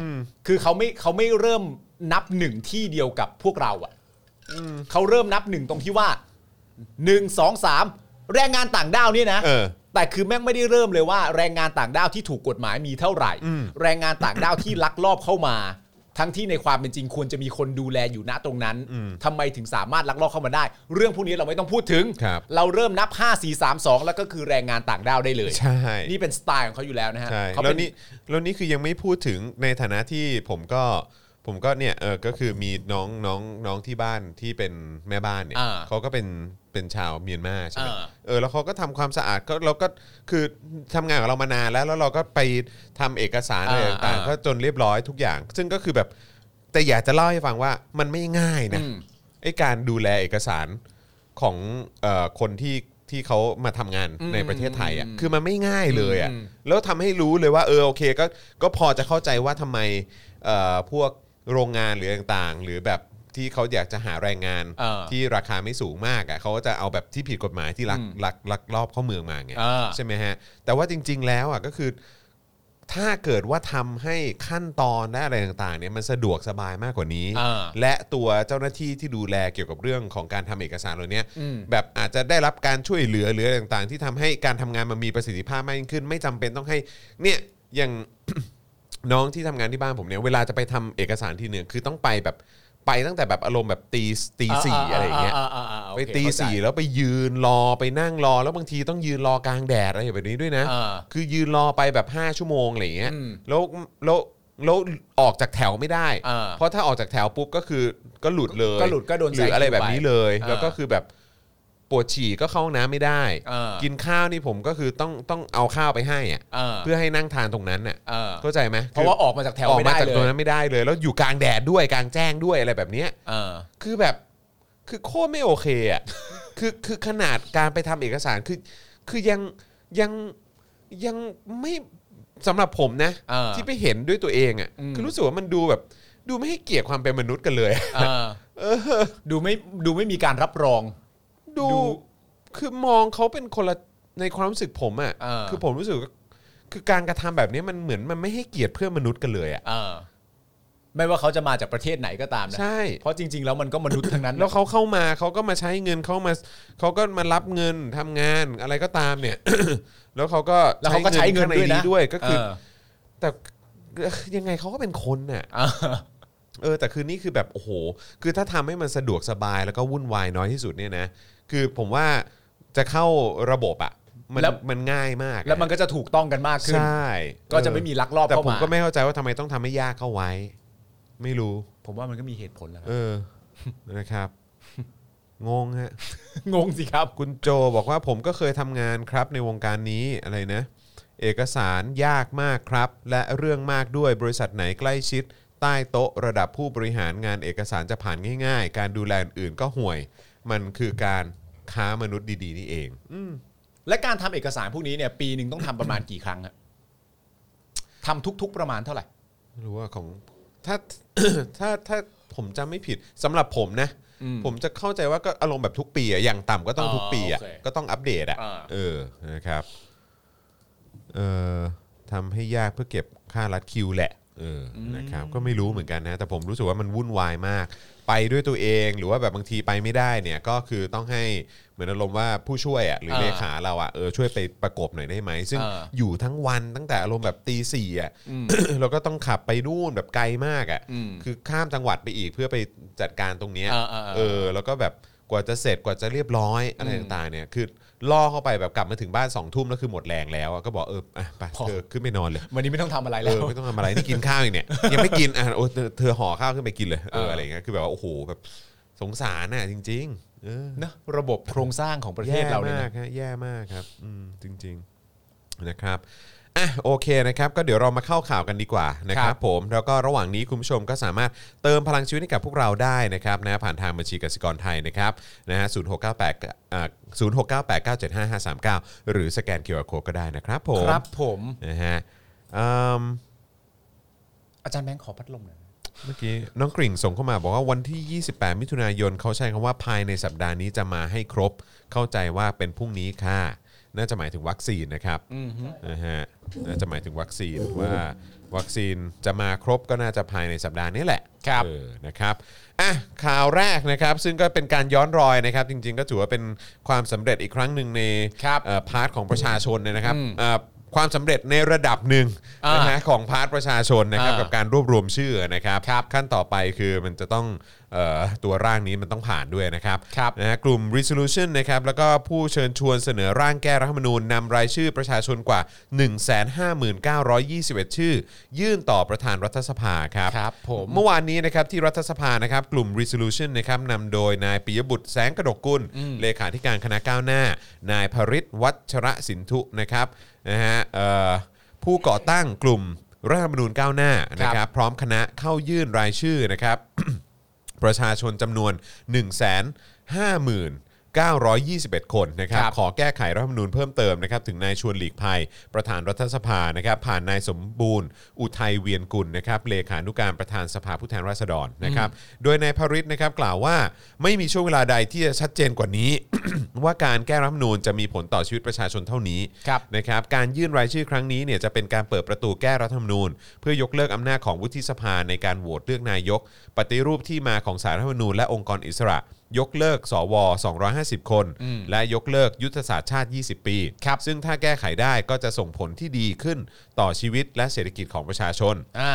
คือเขาไม่เขาไม่เริ่มนับหนึ่งที่เดียวกับพวกเราอะ เขาเริ่มนับหนึ่งตรงที่ว่าหนึ่งสองสามแรงงานต่างด้าวเนี่ยนะ
เออ
แต่คือแม่งไม่ได้เริ่มเลยว่าแรงงานต่างด้าวที่ถูกกฎหมายมีเท่าไหร่
อืม
แรงงานต่างด้าวที่ลักลอบเข้ามา ทั้งที่ในความเป็นจริงควรจะมีคนดูแลอยู่ณตรงนั้นทำไมถึงสามารถลักลอบเข้ามาได้ เรื่องพวกนี้เราไม่ต้องพูดถึง
ครับ
เราเริ่มนับ 5 4 3 2 แล้วก็คือแรงงานต่างด้าวได้เลย
ใช่
นี่เป็นสไตล์ของเขาอยู่แล้วนะฮะ
ใช่
เขา
แล้ว
เป็น
นี่แล้วนี่คือยังไม่พูดถึงในฐานะที่ผมก็ผมก็เนี่ยเออก็คือมีน้องน้องน้องที่บ้านที่เป็นแม่บ้านเนี่ย
อ่า
เขาก็เป็นเป็นชาวเมียนมาใช่ไหม
อ่า
เออแล้วเขาก็ทำความสะอาดก็เราก็คือทำงานกับเรามานานแล้วแล้วเราก็ไปทำเอกสารอะไรต่างๆก็จนเรียบร้อยทุกอย่าง ซึ่งก็คือแบบแต่อยากจะเล่าให้ฟังว่ามันไม่ง่ายนะ
อืม
ไอ้การดูแลเอกสารของเออคนที่ที่เขามาทำงาน
อืม
ในประเทศไทยอ่ะ
อืม
คือมันไม่ง่ายเลยอ่ะ
อืม
แล้วทำให้รู้เลยว่าเออโอเคก็ก็พอจะเข้าใจว่าทำไมเอ่อพวกโรงงานหรือต่างๆ หรือแบบที่เขาอยากจะหาแรงงาน
เออ
ที่ราคาไม่สูงมากอ่ะเขาก็จะเอาแบบที่ผิดกฎหมายที่ลัก
อืม
ลักลักลอบเข้าเมืองมาไง
เออ
ใช่ไหมฮะแต่ว่าจริง ๆ แล้วอ่ะก็คือ ถ้าเกิดว่าทำให้ขั้นตอนและอะไรต่างๆเนี่ยมันสะดวกสบายมากกว่านี้
อ่า
และตัวเจ้าหน้าที่ที่ดูแลเกี่ยวกับเรื่องของการทำเอกสารเหล่าเนี้ย
อืม
แบบอาจจะได้รับการช่วยเหลือหรืออะไรต่างๆ ที่ทำให้การทำงานมันมีประสิทธิภาพมากยิ่งขึ้น ไม่จำเป็นต้องให้เนี่ยอย่าง น้องที่ทำงานที่บ้านผมเนี่ยเวลาจะไปทำเอกสารทีหนึ่งคือต้องไปแบบไปตั้งแต่แบบอารมณ์แบบตีตีสี่อะไรอย่างเงี้ย
าๆๆๆโอ
ไป
เค
ตี
เข้าใจ
สี่แล้วไปยืนรอไปนั่งรอแล้วบางทีต้องยืนรอกลางแดดอะไรแบบนี้ด้วยนะ
อ่า
คือยืนรอไปแบบ 5 ชั่วโมงอะไรอย่างเงี้ย
อืม
แล้วแล้วแล้วออกจากแถวไม่ได้
อ่า
เพราะถ้าออกจากแถวปุ๊บก็คือก็หลุดเลย
ก็หลุดก็โดน
หรืออะไรแบบนี้เลย
อ่า
แล้วก็คือแบบปวดฉี่ก็เข้าห้องน้ำไม่ได้
อ่ากิ
กินข้าวนี่ผมก็คือต้องต้องเอาข้าวไปให้อะ
อ่า
เพื่อให้นั่งทานตรงนั้นน่ะ
อ่า
เข้าใจไหม
เพราะว่าออกมาจากแถว
ออก
ไม่
มา
ได้
จาก
เล
ตรง
ย
นั้นไม่ได้เลย แล้วอยู่กลางแดดด้วยกลางแจ้งด้วยอะไรแบบเนี้ย
อ่า
คือแบบคือโคตรไม่โอเคอ่ะ คือคือขนาดการไปทำเอกสารคือ คือยังยังยังไม่สำหรับผมนะ
เออ
ที่ไปเห็นด้วยตัวเองอ่ะ
อืม
คือรู้สึกว่ามันดูแบบ ดูไม่ให้เกียรติความเป็นมนุษย์กันเลย
อ่าดูไม่ดูไม่มีการรับรอง
ดู
ดู
คือมองเขาเป็นคนละในความรู้สึกผมอ่ะ
เออ
คือผมรู้สึกว่าคือการกระทำแบบนี้มันเหมือนมันไม่ให้เกียรติเพื่อนมนุษย์กันเลยอ่ะ
เออไม่ว่าเขาจะมาจากประเทศไหนก็ตามนะ
ใช่
เพราะจริง ๆ แล้วมันก็มนุษย์ทั้งนั้น
แล้วเขาเข้ามาเขาก็มาใช้เงินเขามาเขาก็มารับเงินทำงานอะไรก็ตามเนี่ย แล้วเขาก็
แล้วเขาก็ใช้เงิน
ข้า
ด้วยนะ
ใด้วยก็คือ
เ
แต่ยังไงเขาก็เป็นคนน่ะ
เอ อ
เออแต่คือนี่คือแบบโอ้โห คือถ้าทำให้มันสะดวกสบายแล้วก็วุ่นวายน้อยที่สุดเนี่ยนะคือผมว่าจะเข้าระบบอะมัน
แล้ว
มันง่ายมากอะ
แล้วมันก็จะถูกต้องกันมากขึ้น
ใช่
ก็จะไม่มีลักลอบ
แต่
เข้า
ผม
มา
ก็ไม่เข้าใจว่าทำไมต้องทำให้ยากเข้าไว้ ไม่รู้
ผมว่ามันก็มีเหตุผลแหล้ว
เออ นะครับ งงฮะ
งงสิครับ
คุณโจบอกว่าผมก็เคยทำงานครับในวงการนี้อะไรนะ เอกสารยากมากครับ และเรื่องมากด้วยบริษัทไหนใกล้ชิด ใต้โต๊ะระดับผู้บริหารงานเอกสารจะผ่านง่าย ๆ การดูแลอื่นๆก็ห่วย มันคือการค้ามนุษย์ดีๆ นี่เอง
และการทำเอกสารพวกนี้เนี่ย ปีหนึ่งต้องทำประมาณกี่ครั้งอะทำทุก ๆ ประมาณเท่าไหร่
ไม่รู้ว่าของถ้า ถ้าถ้าผมจำไม่ผิดสำหรับผมนะ
อืม
ผมจะเข้าใจว่าก็อารมณ์แบบทุกปีอะอย่างต่ำก็ต้อง
อ๋อ
ทุกปีอะ
โอเค
ก็ต้องอัปเดตอะ
อ่า
เออนะครับเอ่อทำให้ยากเพื่อเก็บค่ารัดคิวแหละเอออนะครับ ก็ไม่รู้เหมือนกันนะ แต่ผมรู้สึกว่ามันวุ่นวายมาก ไปด้วยตัวเองหรือว่าแบบบางทีไปไม่ได้เนี่ย ก็คือต้องให้เหมือนอารมณ์ว่าผู้ช่วยอะหรือเลขาเราอะเออช่วยไปประกบหน่อยได้ไหมซึ่ง
อ่า
อยู่ทั้งวันตั้งแต่อารมณ์แบบตีสี่อ่ะ
อืม
แล้วก็ต้องขับไปนู่นแบบไกลมากอ่ะ
อืม
คือข้ามจังหวัดไปอีกเพื่อไปจัดการตรงเนี้ย
อ่าอ่าอ่า
เออ แล้วก็แบบกว่าจะเสร็จกว่าจะเรียบร้อยอะไร
อืม
ต่างๆเนี่ย คือล่อเข้าไปแบบกลับมาถึงบ้านสองทุ่มแล้วคือหมดแรงแล้วอะก็บอกเอออ่ะไป
พอ
เธอขึ้นไปนอนเลย
วันนี้ไม่ต้องทำอะไร
เอ
แล้
อ
ว
ไม่ต้องทำอะไรนี่กินข้าวอีกเนี่ย ยังไม่กินอ่ะโอ้เธอเธอห่อข้าวขึ้นไปกินเลยเออ
เอออ
อะไรอย่างเงี้ยคือแบบว่าโอ้โหแบบสงสารน่ะจริง ๆ เออ
เนอะระบบโครงสร้างของประเทศเราเนี่ย
แย่มา
นะ
กฮะแย่มากครับอืมจริงๆนะครับอ่ะโอเคนะครับก็เดี๋ยวเรามาเข้าข่าวกันดีกว่านะค
ครั
รับบ ผมแล้วก็ระหว่างนี้คุณผู้ชมก็สามารถเติมพลังชีวิตให้กับพวกเราได้นะครับนะผ่านทางบัญชีกสิกรไทยนะครับนะฮะศูนย์หกเก้าแปดศูนย์หกเก้าแปดเก้าเจ็ดห้าห้าสามเก้าหรือสแกนเคอร์โคก็ได้นะครับผม
ครับผม
นะฮะอืม
อาจารย์แบงค์ขอพัดลมหน่อยนะ
เมื่อกี้น้องกริ่งส่งเข้ามาบอกว่าวันที่ 28 มิถุนายนเขาใช้คำว่าภายในสัปดาห์นี้จะมาให้ครบ เข้าใจว่าเป็นพรุ่งนี้ค่ะ น่าจะหมายถึงวัคซีนนะครับ
อืมฮึ
นะฮะน่าจะหมายถึงวัคซีนว่าวัคซีนจะมาครบก็น่าจะภายในสัปดาห์นี้แหละ
ครับ
เออนะครับอ่ะข่าวแรกนะครับ ซึ่งก็เป็นการย้อนรอยนะครับ จริง ๆ ก็ถือว่าเป็นความสำเร็จอีกครั้งหนึ่งใน
ครับ
เอ่อพาร์ทของประชาชนเนี่ยนะครับ
อืม
เอ่อความสำเร็จในระดับหนึ่ง
อ่าน
นะฮะของพาร์ทประชาชนนะครับ
อ่า
กับ การรวบรวมชื่อนะครับขั้นต่อไปคือมันจะต้องเออตัวร่างนี้มันต้องผ่านด้วยนะครับ
ครับ
นะฮะกลุ่ม resolution นะครับแล้วก็ผู้เชิญชวนเสนอร่างแก้รัฐธรรมนูญนำรายชื่อประชาชนกว่า 159,921 ชื่อ ยื่นต่อประธานรัฐสภาครับ
ครับผม
เมื่อวานนี้นะครับที่รัฐสภานะครับกลุ่ม resolution นะครับนำโดยนายปิยบุตรแสงกระดกกุลเลขาธิการคณะก้าวหน้า นายพริษวัชระสินทุนะครับนะฮะเอ่อผู้ก่อตั้งกลุ่มรัฐธรรมนูญก้าวหน้า นะครับพร้อมคณะเข้ายื่นรายชื่อนะครับ ประชาชนจำนวน 1 5 0 0 0 921 คนนะครับ
ครับ
ขอแก้ไขรัฐธรรมนูญเพิ่มเติมนะครับถึงนายชวนหลีกภัย ประธานรัฐสภานะครับผ่านนายสมบูรณ์ อุทัยเวียนกุลนะครับเลขานุการประธานสภาผู้แทนราษฎรนะครับโดยนายพริษนะครับกล่าวว่าไม่มีช่วงเวลาใดที่จะชัดเจนกว่านี้ ว่าการแก้รัฐธรรมนูญจะมีผลต่อชีวิตประชาชนเท่านี้
ครับ
นะครับการยื่นรายชื่อครั้งนี้เนี่ยจะเป็นการเปิดประตูแก้รัฐธรรมนูญ เพื่อยกเลิกอำนาจของวุฒิสภาในการโหวตเลือกนายก ปฏิรูปที่มาของสารรัฐธรรมนูญและองค์กรอิสระ ยกเลิกสว 250 คน และยกเลิกยุทธศาสตร์ชาติ 20 ปี ซึ่งถ้าแก้ไขได้ก็จะส่งผลที่ดีขึ้นต่อชีวิตและเศรษฐกิจของประชาชน
อ่า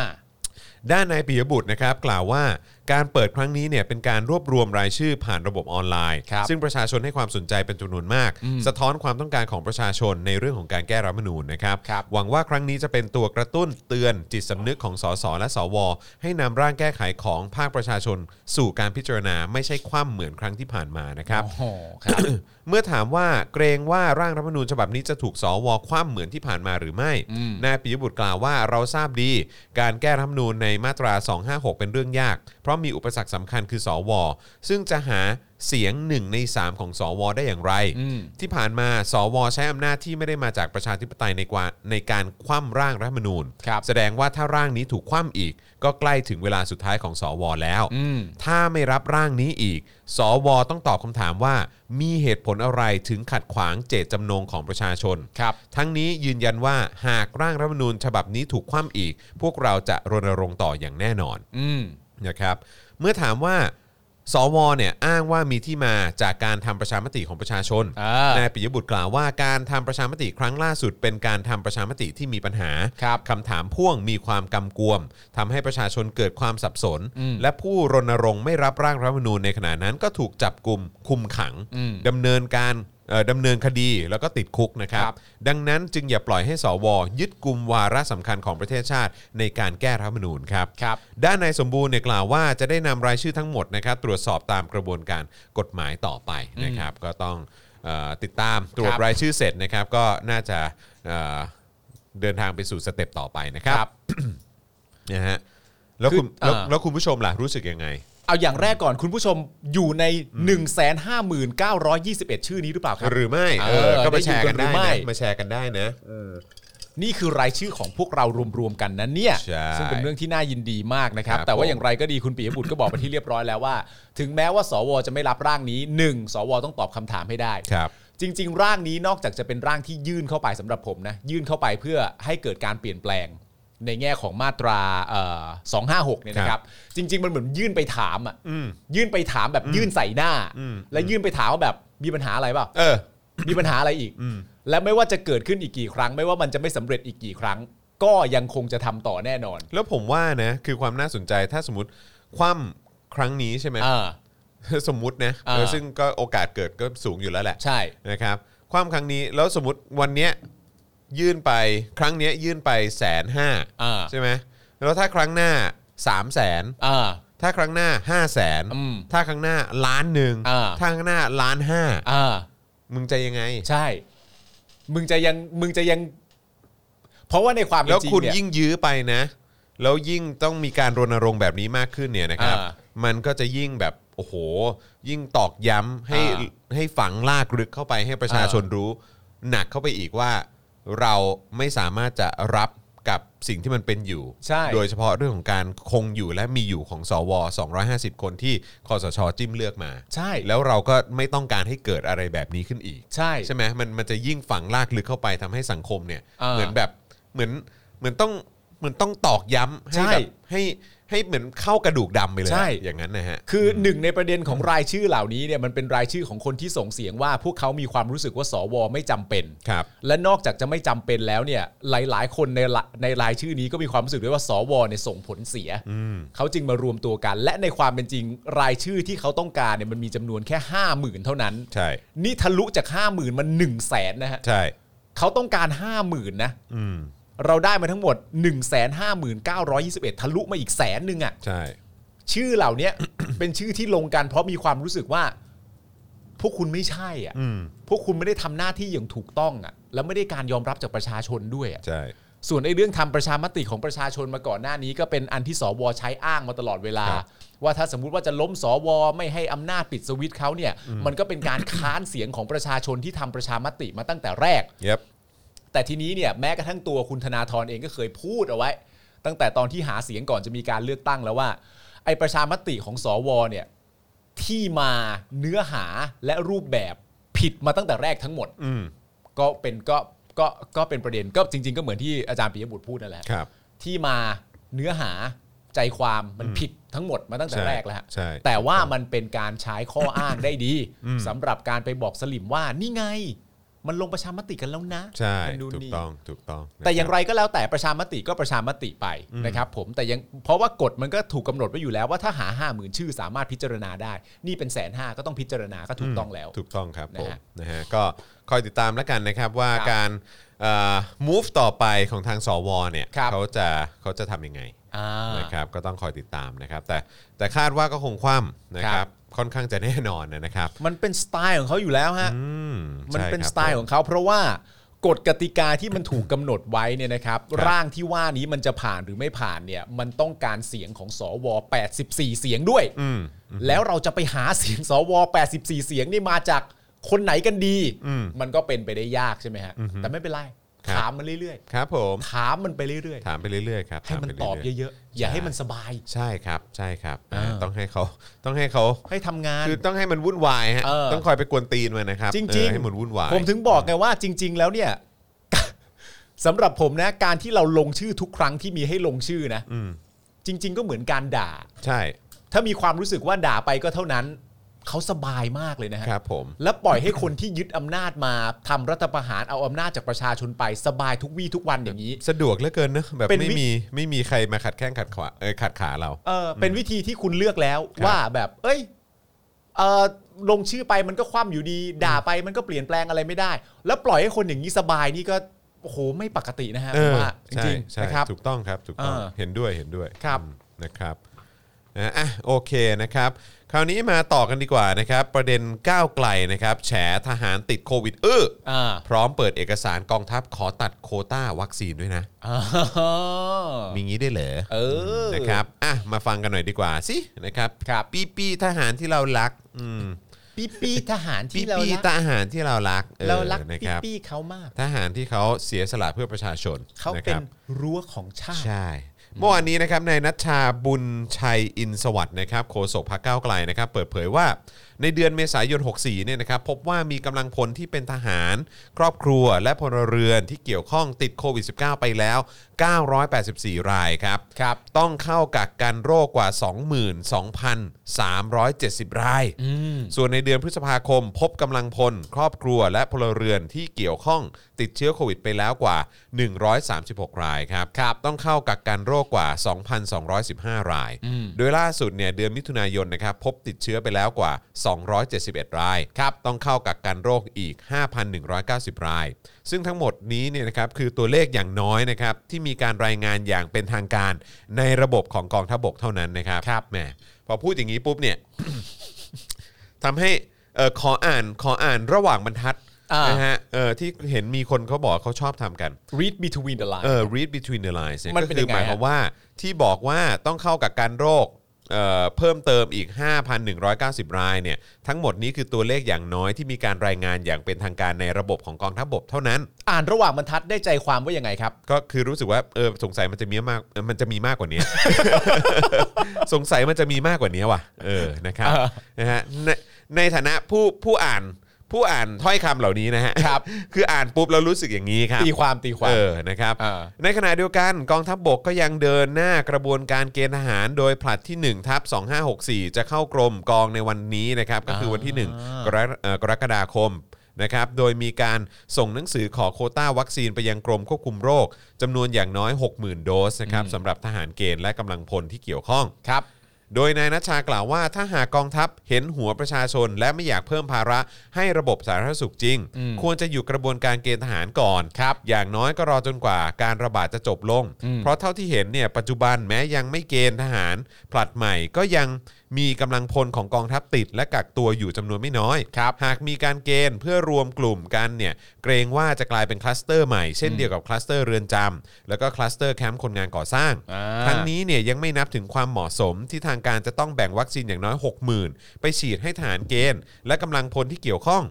ด้านนายปิยบุตรนะครับกล่าวว่าการเปิดครั้งนี้เนี่ยเป็นการรวบรวมรายชื่อผ่านระบบออนไลน์
ครับ
ซึ่งประชาชนให้ความสนใจเป็นจำนวนมาก สะท้อนความต้องการของประชาชนในเรื่องของการแก้รัฐธรรมนูญนะครับ
ครับ
หวังว่าครั้งนี้จะเป็นตัวกระตุ้นเตือนจิตสำนึกของสสและสว ให้นำร่างแก้ไขของภาคประชาชน สู่การพิจารณาไม่ใช่คว่ำเหมือนครั้งที่ผ่านมานะครับ
โอ้โหครับ
เมื่อถามว่าเกรงว่าร่างรัฐธรรมนูญฉบับนี้จะถูกสวคว่ำเหมือนที่ผ่านมาหรือไม่ นายปิยบุตรกล่าวว่าเราทราบดี การแก้รัฐธรรมนูญในมาตรา 256 เป็นเรื่องยาก เพราะมีอุปสรรคสำคัญคือสว ซึ่งจะหาเสียงหนึ่งใน 3 ของสว ได้อย่างไร
อืม
ที่ผ่านมาสว ใช้อำนาจที่ไม่ได้มาจากประชาธิปไตยในกว่าในการคว่ำร่างรัฐธรรมนูญ
ครับ
แสดงว่าถ้าร่างนี้ถูกคว่ำอีก ก็ใกล้ถึงเวลาสุดท้ายของสวแล้ว
อืม
ถ้าไม่รับร่างนี้อีก สว ต้องตอบคำถามว่า มีเหตุผลอะไรถึงขัดขวางเจตจำนงของประชาชน
ครับ
ทั้งนี้ยืนยันว่าหากร่างรัฐธรรมนูญฉบับนี้ถูกคว่ำอีก พวกเราจะรณรงค์ต่ออย่างแน่นอน
อืม
นะครับเมื่อถามว่าสวเนี่ยอ้างว่ามีที่มาจากการทำประชามติของประชาชน
อ่าน
นายปิยบุตรกล่าวว่าการทำประชามติครั้งล่าสุด เป็นการทำประชามติที่มีปัญหา
ครับ
คถามพ่วงมีความกำกวมทำให้ประชาชนเกิดความสับสน และผู้รณรงค์ไม่รับร่างรัฐธรรมนูญในขณะนั้นก็ถูกจับกลุ่มคุมขัง
อืม
ดำเนินการเอ่อดำเนินคดีแล้วก็ติดคุกนะครับ
ครับ
ดังนั้นจึงอย่าปล่อยให้สว ยึดกลุ่มวาระสำคัญของประเทศชาติ ในการแก้รัฐธรรมนูญครับ
ครับ
ด้านนายสมบูรณ์เนี่ยกล่าวว่าจะได้นำรายชื่อทั้งหมดนะครับตรวจสอบตามกระบวนการกฎหมายต่อไปนะครับ ก็ต้องเออติดตามตรวจ
ครับ
รายชื่อเสร็จนะครับ ก็น่าจะเอ่อเดินทางไปสู่สเต็ปต่อไปนะครับ
ครับ
นะฮะแล้วคุณ
คืออ่า
แล้วแล้วคุณผู้ชมล่ะรู้สึกยังไง
เอาอย่างแรกก่อนคุณผู้ชมอยู่ใน 1 5 9 2 1 ชื่อนี้หรือเปล่าครับ
หรือไม่เออ
เออ
ก็มาแชร์กันได้
ได้ยินกันหรือไม่
นะมาแชร์กันได้นะ
นี่คือรายชื่อของพวกเรารวมๆกันนะเนี่ย
ใช่
ซึ่งเป็นเรื่องที่น่ายินดีมากนะครับ
ครับ
แต่ว่า
ผม
อย่างไรก็ดีคุณปียบุตรก็บอกไปที่เรียบร้อยแล้วว่า ถึงแม้ว่า สวจะไม่รับร่างนี้ 1 สวต้องตอบคำถามให้ได้
ครับ
จริง ๆ ร่างนี้นอกจากจะเป็นร่างที่ยื่นเข้าไปสำหรับผมนะยื่นเข้าไปเพื่อให้เกิดการเปลี่ยนแปลง ในแง่ของมาตราเอ่อ256เนี่ยนะค
ครั
รับบ จริง ๆ มันเหมือนยื่นไปถามอ่ะ
อืม
ยื่นไปถามแบบยื่นใส่หน้า
อืม
และยื่นไปถามว่าแบบมีปัญหาอะไรเปล่า
เออ
มีปัญหาอะไรอีก และไม่ว่าจะเกิดขึ้นอีกกี่ครั้ง ไม่ว่ามันจะไม่สำเร็จอีกกี่ครั้ง ก็ยังคงจะทำต่อแน่นอน
แล้วผมว่านะคือความน่าสนใจถ้าสมมติคว่ำครั้งนี้ใช่ไหม
อ่า
สมมตินะ
อ่า
เออซึ่งก็โอกาสเกิดก็สูงอยู่แล้วแหละ
ใช่
นะครับความครั้งนี้แล้วสมมติวันเนี้ยยื่นไปครั้งเนี้ยยื่นไปแสนห้า
อ่า
ใช่ไหมแล้วถ้าครั้งหน้า3 0 0 0 0น
อ่า
ถ้าครั้งหน้า 5 0 0 0 0น
อืม
ถ้าครั้งหน้าล้านหนึ่ง
อ่า
ถ้าครั้งหน้าล้านห้า
อ่า
มึงจะยังไง
ใช่ มึงจะยังมึงจะยัง เพราะว่าในความเป็
แล้ว
นจริง
คุณ
เนี่ย
ยิ่งยื้อไปนะ แล้วยิ่งต้องมีการรณรงค์แบบนี้มากขึ้นเนี่ยนะครับ
อ่า
มันก็จะยิ่งแบบโอ้โห ยิ่งตอกย้ำให้
อ่า
ให้ฝังลากลึกเข้าไปให้ประชาชนรู้ หนักเข้าไปอีกว่าเราไม่สามารถจะรับ กับสิ่งที่มันเป็นอยู่
ใช่
โดยเฉพาะเรื่องของการคงอยู่และมีอยู่ของสว 250 คนที่คอสชจิ้มเลือกมา
ใช่
แล้วเราก็ไม่ต้องการให้เกิดอะไรแบบนี้ขึ้นอีก
ใช่
ใช่ไหมมันมันจะยิ่งฝังลากลึกเข้าไปทำให้สังคมเนี่ย
อ่า
เหมือนแบบเหมือนเหมือนต้องเหมือนต้องตอกย้ำให้
ใช่
แบบให้ให้เหมือนเข้ากระดูกดำไปเลย
ใช่
อะอย่างนั้นนะฮะ
คือหนึ่งในประเด็นของรายชื่อเหล่านี้เนี่ยมันเป็นรายชื่อของคนที่ส่งเสียงว่า พวกเขามีความรู้สึกว่าสวไม่จำเป็น
ครับ
และนอกจากจะไม่จำเป็นแล้วเนี่ยหลาย ๆ คนในละในรายชื่อนี้ก็มีความรู้สึกด้วยว่าสวเนี่ยส่งผลเสีย
อืม
เขาจึงมารวมตัวกัน และในความเป็นจริงรายชื่อที่เขาต้องการเนี่ยมันมีจำนวนแค่ 5 0,000 เท่านั้น
ใช่
นี่ทะลุจาก 5 0,000มัน1 0 0 0 0แสนนะฮะ
ใช่
เขาต้องการ 50,000นะ
อืม
เราได้มาทั้งหมด 1 5 9 2 1 ทะลุมาอีกแสนหนึ่งอะ
ใช่
ชื่อเหล่าเนี้ย เป็นชื่อที่ลงกัน เพราะมีความรู้สึกว่า พวกคุณไม่ใช่อ่ะ
อืม
พวกคุณไม่ได้ทำหน้าที่อย่างถูกต้องอ่ะ แล้วไม่ได้การยอมรับจากประชาชนด้วยอ่ะ
ใช่
ส่วนไอ้เรื่องทำประชามติของประชาชนมาก่อนหน้านี้ ก็เป็นอันที่สวใช้อ้างมาตลอดเวลา ว่าถ้าสมมติว่าจะล้มสวไม่ให้อำนาจปิดสวิตช์เขาเนี่ย มันก็เป็นการ ค้านเสียงของประชาชนที่ทำประชามติมาตั้งแต่แรก
เย็บ
แต่ทีนี้เนี่ยแม้กระทั่งตัวคุณธนาธรเองก็เคยพูดเอาไว้ ตั้งแต่ตอนที่หาเสียงก่อนจะมีการเลือกตั้งแล้วว่า ไอ้ประชามติของสวเนี่ยที่มาเนื้อหาและรูปแบบผิดมาตั้งแต่แรกทั้งหมด
อืม
ก็เป็นก็ก็ก็เป็นประเด็นก็จริง ๆ ก็เหมือนที่อาจารย์ปิยบุตรพูดนั่นแหละ
ครับ
ที่มาเนื้อหาใจความมันผิดทั้งหมดมาตั้งแต่
ใช่
แรกแล้วฮะ
ใช่
แต่ว่ามันเป็นการใช้ข้ออ้างได้ดีสำหรับการไปบอกสลิมว่านี่ไง มันลงประชามติกันแล้วนะ
ใช่
มันนู่น
ถูก
นี่
ต้องถูกต้อง
แต่อย่าง
นะคบ
ไรก็แล้วแต่ประชามติก็ประชามติไปนะครับผมแต่ยังเพราะว่ากฎมันก็ถูกกำหนดไว้อยู่แล้วว่าถ้าหาห้าหมื่นชื่อสามารถพิจารณาได้ นี่เป็นแสนห้าก็ต้องพิจารณาก็ถูกต้องแล้ว
ถูกต้องครับผม
นะฮะ
นะฮะก็คอยติดตามแล้วกันนะครับว่า
ครับ
การเอ่อ move ต่อไปของทางสวเนี่ย
ครับ
เขาจะเขาจะทำยังไง
อ่า
นะครับก็ต้องคอยติดตามนะครับ แต่แต่คาดว่าก็คงคว่ำนะค
ครั
รับบ ค่อนข้างจะแน่นอนนะครับ
มันเป็นสไตล์ของเขาอยู่แล้วฮะ
อื
มัน
ใช่
เป็น
ครับ
สไต
ผ
ล์ข
ม
องเขาเพราะว่ากฎกติกาที่มันถูกกำหนดไว้เนี่ยนะครับ
ครับ
ร่างที่ว่านี้มันจะผ่านหรือไม่ผ่านเนี่ยมันต้องการเสียงของสว 84 เสียงด้วย
อืม
แล้วเราจะไปหาเสียงสว 84 เสียงนี่มาจากคนไหนกันดี
อืม
มันก็เป็นไปได้ยากใช่ไหมฮะ แต่ไม่เป็นไร
ครับ
ถามมันเรื่อย
ครับผม
ๆ ถามมันไปเรื่อย
ถามไปเรื่อยๆครับ
ๆ ให้มันตอบ
ๆ
เยอะๆ อย่า
ใช่
ให้มันสบาย
ใช่ครับใช่ครับ
อ่า
อ่าต้องให้เขาต้องให้เขา
ให้ทำงาน
คือต้องให้มันวุ่นวายฮะ
เออ
ต้องคอยไปกวนตีนมันนะครับ
จริงๆ
เออให้มันวุ่นวาย
ผมถึงบอกไงว่าจริง ๆ แล้วเนี่ย สำหรับผมนะ การที่เราลงชื่อทุกครั้งที่มีให้ลงชื่อนะ
อืม
จริง ๆ ก็เหมือนการด่า
ใช่
ถ้ามีความรู้สึกว่าด่าไปก็เท่านั้น เขาสบายมากเลยนะฮะ
ครับผม
และปล่อยให้คนที่ยึดอำนาจมาทำรัฐประหารเอาอำนาจจากประชาชนไปสบายทุกวี่ทุกวันอย่างนี้
สะดวกเหลือเกินเนอะแบบ
เป็น
ไม่
วิ
มีไม่มีใครมาขัดแข้งขัดขวาเออขัดขาเรา
เออเป็นวิธีที่คุณเลือกแล้ว
ครับ
ว่าแบบ เอ้ยเออลงชื่อไปมันก็คว่ำอยู่ดี ด่าไปมันก็เปลี่ยนแปลงอะไรไม่ได้ แล้วปล่อยให้คนอย่างนี้สบายนี่ก็โอ้โหไม่ปกตินะฮะ
เอ
ผม
อ
ว่าจ
ใช่
ริง
ใช่
ๆนะครับ
ถูกต้องครับถูกต้อง
เออ
เห็นด้วยเห็นด้วย
ครับ
อืมนะครับนะอ่ะโอเคนะครับ คราวนี้มาต่อกันดีกว่านะครับ ประเด็นก้าวไกลนะครับแฉทหารติดโควิดเอออา พร้อมเปิดเอกสารกองทัพขอตัดโควต้าวัคซีนด้วยนะ
อ๋อ
มีงี้ได้เหรอ
เออ
นะครับอ่ะมาฟังกันหน่อยดีกว่าสินะครับ
ครับ
ปีปีทหารที่เรารักอืม
ปีปีทหาร
ปี
ที่เรา
ปี
รัก
ทหารที่เรารักออ
เรารัก
นะ
ปี
ครับ
ปีเขามาก
ทหารที่เขาเสียสละเพื่อประชาชน
เขา
ะค
เป็น
รับ
รั้วของชาติ
ใช่ เมื่อวานนี้นะครับนายนัชชาบุญชัยอินสวัสด์นะครับโฆษกพรรคก้าวไกลนะครับ เปิดเผยว่าในเดือนเมษายน 64 เนี่ยนะครับ พบว่ามีกำลังพลที่เป็นทหาร ครอบครัวและพลเรือนที่เกี่ยวข้องติดโควิด -19 ไปแล้ว 984 รายครับ
ครับ
ต้องเข้ากักกันโรคกว่า 22,370 ราย ส่วนในเดือนพฤษภาคม พบกำลังพล ครอบครัวและพลเรือนที่เกี่ยวข้องติดเชื้อโควิดไปแล้วกว่า 136 รายครับรบต้องเข้ากักกันโรคกว่า 2,215 ราย โดยล่าสุดเนี่ยเดือนมิถุนายนนะครับพบติดเชื้อไปแล้วกว่า 271 รายครับต้องเข้ากักกันโรคอีก 5,190 ราย ซึ่งทั้งหมดนี้เนี่ยนะครับคือตัวเลขอย่างน้อยนะครับที่มีการรายงานอย่างเป็นทางการในระบบของกองทัพบกเท่านั้นนะครับครับแหมพอพูดอย่างนี้ปุ๊บเนี่ย ทำให้เอ่อขออ่านขออ่านระหว่างบรรทัด
อ่าน
นะฮะเอ่อที่เห็นมีคนเขาบอกเขาชอบทำกัน
read between the lines
เออ read between the lines เนี่ย
มัน
ก็
เป็น
คื
ยั
อง
ไง
หมายความว่าที่บอกว่าต้องเข้ากับการโรค เอ่อเพิ่มเติมอีก 5,190 รายเนี่ยทั้งหมดนี้คือตัวเลขอย่างน้อยที่มีการรายงานอย่างเป็นทางการในระบบของกองทัพบกเท่านั้น
อ่านระหว่างบรรทัดได้ใจความว่ายังไงครับ
ก็คือรู้สึกว่าเออสงสัยมันจะมีมากเออมันจะมี มากกว่านี้ สงสัยมันจะมีมากกว่านี้ว่ะ เออนะครับ
เออ
นะฮะในในฐานะผู้ผู้อ่านผู้อ่านถ้อยคำเหล่านี้นะฮะ
ครับ
คืออ่านปุ๊บแล้วรู้สึกอย่างนี้ครับ
ตีความตีความ
เออ นะครับ
อ่า
ในขณะเดียวกันกองทัพบกก็ยังเดินหน้ากระบวนการเกณฑ์ทหาร โดยผลัดที่1ทับ2564 จะเข้ากรมกองในวันนี้นะครับ ก็คือวันที่ 1 กรกเอ่อกรกฎาคมนะครับ โดยมีการส่งหนังสือขอโควต้าวัคซีนไปยังกรมควบคุมโรคจำนวนอย่างน้อย 60,000 โดสนะครับสำหรับทหารเกณฑ์และกำลังพลที่เกี่ยวข้อง
ครับ
โดยนายนัชชากล่าวว่าถ้าหากกองทัพเห็นหัวประชาชน และไม่อยากเพิ่มภาระให้ระบบสาธารณสุขจริง
อืม
ควรจะอยู่กระบวนการเกณฑ์ทหารก่อน
ครับ
อย่างน้อยก็รอจนกว่าการระบาดจะจบลง
อืม
เพราะเท่าที่เห็นเนี่ยปัจจุบันแม้ยังไม่เกณฑ์ทหาร ผลัดใหม่ก็ยังมีกำลังพลของกองทัพติด และกักตัวอยู่จำนวนไม่น้อย
ครับ
หากมีการเกณฑ์เพื่อรวมกลุ่มกันเนี่ยเกรงว่าจะกลายเป็นคลัสเตอร์ใหม่เช่นเดียวกับคลัสเตอร์เรือนจำแล้วก็คลัสเตอร์แคมป์คนงานก่อสร้าง
อ่า
ทั้งนี้เนี่ยยังไม่นับถึงความเหมาะสมที่ทางการจะต้องแบ่งวัคซีนอย่างน้อย 60,000 ไปฉีดให้ทหารเกณฑ์ และกำลังพลที่เกี่ยวข้อง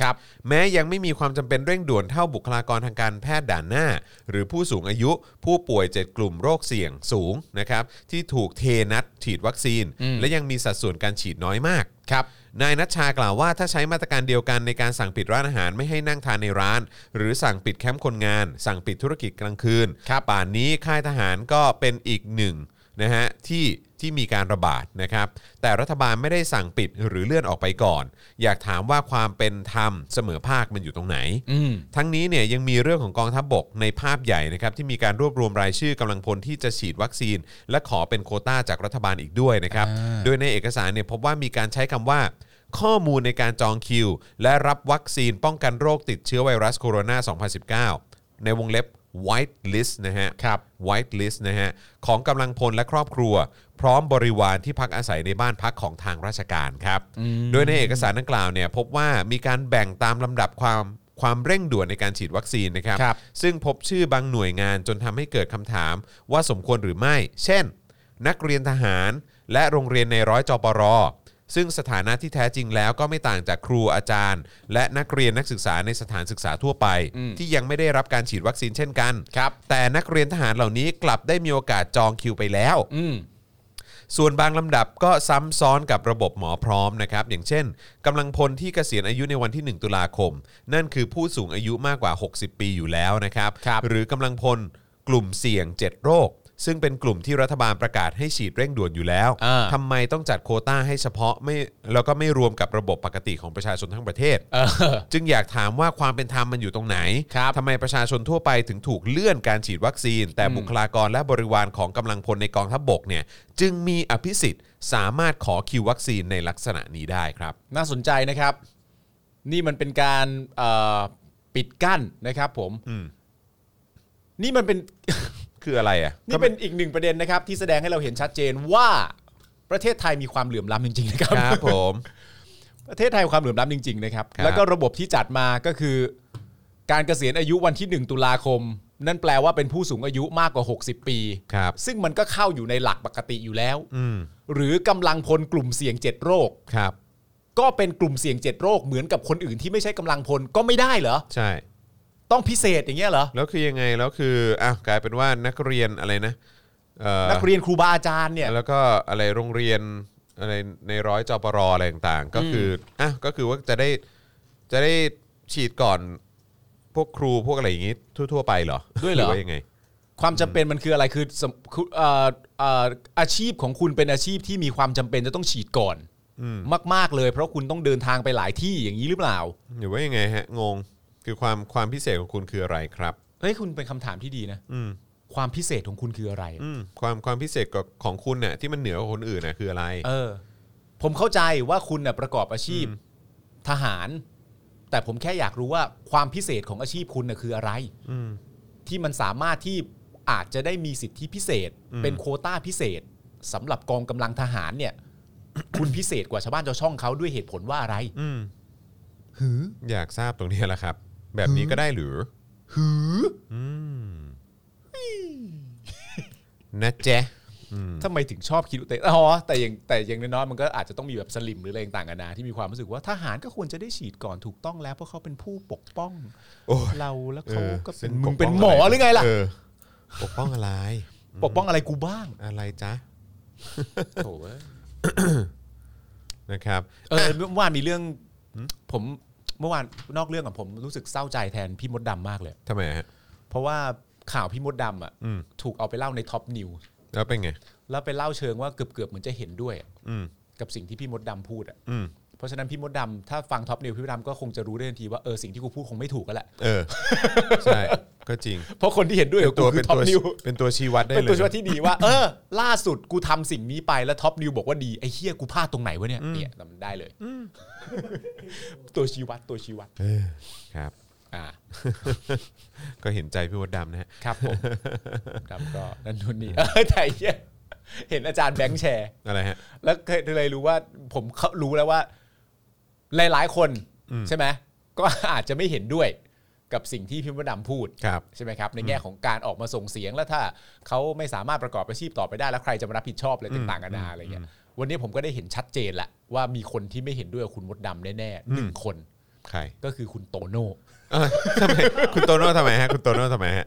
ครับ
แม้ยังไม่มีความจำเป็นเร่งด่วนเท่าบุคลากรทางการแพทย์ด่านหน้า หรือผู้สูงอายุผู้ป่วย 7 กลุ่มโรคเสี่ยงสูงนะครับที่ถูกเทนัดฉีดวัคซีน
อืม
และยังมีสัดส่วนการฉีดน้อยมาก
ครับ
นายนัชชากล่าวว่าถ้าใช้มาตรการเดียวกันในการสั่งปิดร้านอาหารไม่ให้นั่งทานในร้าน หรือสั่งปิดแคมป์คนงาน สั่งปิดธุรกิจกลางคืน
ครับ
ป่านนี้ค่ายทหารก็เป็นอีกหนึ่งนะฮะที่ที่มีการระบาดนะครับ แต่รัฐบาลไม่ได้สั่งปิดหรือเลื่อนออกไปก่อน อยากถามว่าความเป็นธรรมเสมอภาคมันอยู่ตรงไหน
อืม
ทั้งนี้เนี่ยยังมีเรื่องของกองทัพบกในภาพใหญ่นะครับที่มีการรวบรวมรายชื่อกำลังพลที่จะฉีดวัคซีน และขอเป็นโควต้าจากรัฐบาลอีกด้วยนะครับ โดยในเอกสารเนี่ยพบว่ามีการใช้คำว่า ข้อมูลในการจองคิว และรับวัคซีนป้องกันโรคติดเชื้อไวรัสโคโรนา 2019 ในวงเล็บ white list นะฮะ
ครับ
white list นะฮะ ของกำลังพลและครอบครัว พร้อมบริวารที่พักอาศัยในบ้านพักของทางราชการครับ โดยในเอกสารดังกล่าวเนี่ยพบว่ามีการแบ่งตามลำดับความความเร่งด่วนในการฉีดวัคซีนนะครับ
ครับ
ซึ่งพบชื่อบางหน่วยงานจนทำให้เกิดคำถามว่าสมควรหรือไม่ เช่น นักเรียนทหาร และโรงเรียนในร้อยจปร ซึ่งสถานะที่แท้จริงแล้วก็ไม่ต่างจากครูอาจารย์ และนักเรียนนักศึกษาในสถานศึกษาทั่วไป ที่ยังไม่ได้รับการฉีดวัคซีนเช่นกัน
ครับ
แต่นักเรียนทหารเหล่านี้กลับได้มีโอกาสจองคิวไปแล้ว
อืม
ส่วนบางลำดับก็ซ้ำซ้อนกับระบบหมอพร้อมนะครับ อย่างเช่นกำลังพลที่เกษียณอายุในวันที่ 1 ตุลาคม นั่นคือผู้สูงอายุมากกว่า 60 ปีอยู่แล้วนะครับ
ครับ
หรือกำลังพลกลุ่มเสี่ยง 7 โรค ซึ่งเป็นกลุ่มที่รัฐบาลประกาศให้ฉีดเร่งด่วนอยู่แล้ว
อ่า
ทำไมต้องจัดโควต้าให้เฉพาะไม่แล้วก็ไม่รวมกับระบบปกติของประชาชนทั้งประเทศ
เออ
จึงอยากถามว่าความเป็นธรรมมันอยู่ตรงไหน
ครับ
ทำไมประชาชนทั่วไปถึงถูกเลื่อนการฉีดวัคซีน แต่บุคลากรและบริวารของกำลังพลในกองทัพบกเนี่ย จึงมีอภิสิทธิ์สามารถขอคิววัคซีนในลักษณะนี้ได้ครับ
น่าสนใจนะครับ นี่มันเป็นการเอ่อปิดกั้นนะครับ ผม
อืม
นี่มันเป็น
คืออะไรอ่ะ
นี่เป็นอีกหนึ่งประเด็นนะครับ ที่แสดงให้เราเห็นชัดเจนว่าประเทศไทยมีความเหลื่อมล้ำจริงๆนะครับ
ครับผม
ประเทศไทยมีความเหลื่อมล้ำจริงๆนะครับ
ครับ
แล้วก็ระบบที่จัดมาก็คือ การเกษียณอายุวันที่ 1 ตุลาคม นั่นแปลว่าเป็นผู้สูงอายุมากกว่า 60 ปี
ครับ
ซึ่งมันก็เข้าอยู่ในหลักปกติอยู่แล้ว
อืม
หรือกำลังพลกลุ่มเสี่ยง 7 โรค
ครับ
ก็เป็นกลุ่มเสี่ยง 7 โรค เหมือนกับคนอื่นที่ไม่ใช่กำลังพลก็ไม่ได้เหรอ
ใช่
ต้องพิเศษอย่างเงี้ยเหรอ
แล้วคือยังไง แล้วคืออ่ะกลายเป็นว่านักเรียนอะไรนะเอ่อ
นักเรียนครูบาอาจารย์เนี่ย
แล้วก็อะไรโรงเรียนอะไรในร้อยจปรอะไรต่างๆ ก็คืออ่ะก็คือว่าจะได้จะได้ฉีดก่อนพวกครูพวกอะไรอย่างงี้ทั่ว ๆ ไปเหรอ
ด้วยเหรอ
ว่ายังไง
ความจำเป็นมันคืออะไรคือสมคือเอ่อเอ่ออาชีพของคุณเป็นอาชีพที่มีความจำเป็นจะต้องฉีดก่อนมาก ๆ เลย เพราะคุณต้องเดินทางไปหลายที่อย่างนี้หรือเปล่า
หรือว่ายังไงฮะงงคือความความพิเศษของคุณคืออะไรครับ
เฮ้ยคุณเป็นคำถามที่ดีนะ
อืม
ความพิเศษของคุณคืออะไร
อืมความความพิเศษกับของคุณน่ะที่มันเหนือกว่าคนอื่นน่ะคืออะไร
เออ ผมเข้าใจว่าคุณน่ะประกอบอาชีพทหาร แต่ผมแค่อยากรู้ว่าความพิเศษของอาชีพคุณน่ะคืออะไรที่มันสามารถที่อาจจะได้มีสิทธิพิเศษ เป็นโควต้าพิเศษสำหรับกองกำลังทหารเนี่ย คุณพิเศษกว่าชาวบ้านชาวช่องเขาด้วยเหตุผลว่าอะไร
อืมอยากทราบตรงนี้แหละครับ แบบนี้ก็ได้หรือ หืออืมนะเจ๊
ทำไมถึงชอบคิดอุเตอ๋อแต่อย่างแต่อย่างน้อยๆมันก็อาจจะต้องมีแบบสลิมหรืออะไรต่างกันานาที่มีความรู้สึกว่าทหารก็ควรจะได้ฉีดก่อนถูกต้องแล้วเพราะเขาเป็นผู้ปกป้อง
โอ้ย
เราแล้วเขาก็เป็น
ออ
มึงเป็นหมอหรือไงล่ะ
เปกป้องอะไร
ปกป้องอะไรกูบ้าง
อะไรจ๊ะ
โถเว้ย
นะครับ
เออเมื่อวานมีเรื่องผมเมื่อวานนอกเรื่องกับผมรู้สึกเศร้าใจแทนพี่มดดำมากเลย
ทำไมฮะ
เพราะว่าข่าวพี่มดดำอ่ะ
อืม
ถูกเอาไปเล่าในท็อปนิว
แล้วเป็นไง
แล้วไปเล่าเชิงว่าเกือบเกือบๆเหมือนจะเห็นด้วยอะ
อืม
กับสิ่งที่พี่มดดำพูดอ่ะ
อืม
เพราะฉะนั้นพี่มดดำถ้าฟังท็อปนิวพี่มดดำก็คงจะรู้ได้ทันทีว่าเออสิ่งที่กูพูดคงไม่ถูกกันแหละ
เออ ใช่ ก็จริง
เพราะคนที่เห็นด้วย
เป็
กับ
นตัวเป็น
กูคือท็อ
ตั
ป
ว
นิว
เป็นตัวชี้วัดได้
เป็น
เล
ตัวย ช่วยที่ดีว่า เออ ล่าสุดกูทำสิ่งนี้ไปแล้วท็อปนิวบอกว่าดีไอ้เฮียกูพลาดตรงไหนวะเนี่ยเนี่ยจำได้เลย ตัวชี้วัดตัวชี้วัด
เออ ครับ
อ่า
ก็เห็นใจพี่มดดำนะฮะ
ครับ ผม ครับก็นั่นนู่นนี่เออแต่ไอ้เหี้ยเห็นอาจารย์แบงค์แชร์
อะไรฮะ
แล้วเคยเลยรู้ว่าผมเขารู้แล้วว่า หลายๆคนใช่ไหม ก็อาจจะไม่เห็นด้วยกับสิ่งที่พิมพ์ดำพูด
ครับ
ใช่ไหมครับ ในแง่ของการออกมาส่งเสียงแล้วถ้าเขาไม่สามารถประกอบอาชีพต่อไปได้แล้วใครจะมารับผิดชอบอะไรต่างๆกันานาอะไรเงี้ยวันนี้ผมก็ได้เห็นชัดเจนละว่ามีคนที่ไม่เห็นด้วยกับคุณมดดำแน่ๆหนึ่งคน
ใคร
ก็คือคุณโตโน่
เออทำไม คุณโตโน่ทำไมฮะ คุณโตโน่ทำไมฮะ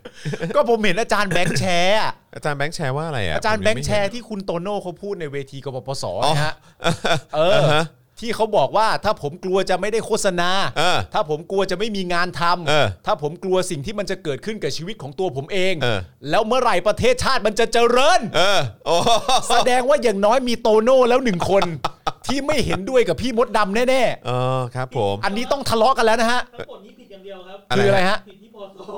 ก็ผมเห็นอาจารย์แบงค์แชร์อะ
อาจารย์แบงค์แชร์ว่าอะไรอ่ะ
อาจารย์
ผม
แบ
ยัง ไม่
ค์แช
เห็น
ร์ที่คุณโตโน่เขาพูดในเวทีกบพศ
อ๋อ
นะฮะ เออ
ฮะ
ที่เขาบอกว่าถ้าผมกลัวจะไม่ได้โฆษณา
เออ
ถ้าผมกลัวจะไม่มีงานทำ
เออ
ถ้าผมกลัวสิ่งที่มันจะเกิดขึ้นกับชีวิตของตัวผมเอง
เออ
แล้วเมื่อไหร่ประเทศชาติมันจะเจริญ
เออ โอ้ โห
แสดงว่าอย่างน้อยมีโตโน่แล้วหนึ่งคน ที่ไม่เห็นด้วยกับพี่มดดำแน่
เออครับผม
ๆ อันนี้ต้องทะเลาะกันแล้วนะฮะ
ทั้งหมดนี้ผิดอย่างเดียวครับ
อะไร
คืออะไรฮะ
ผิดที่พอส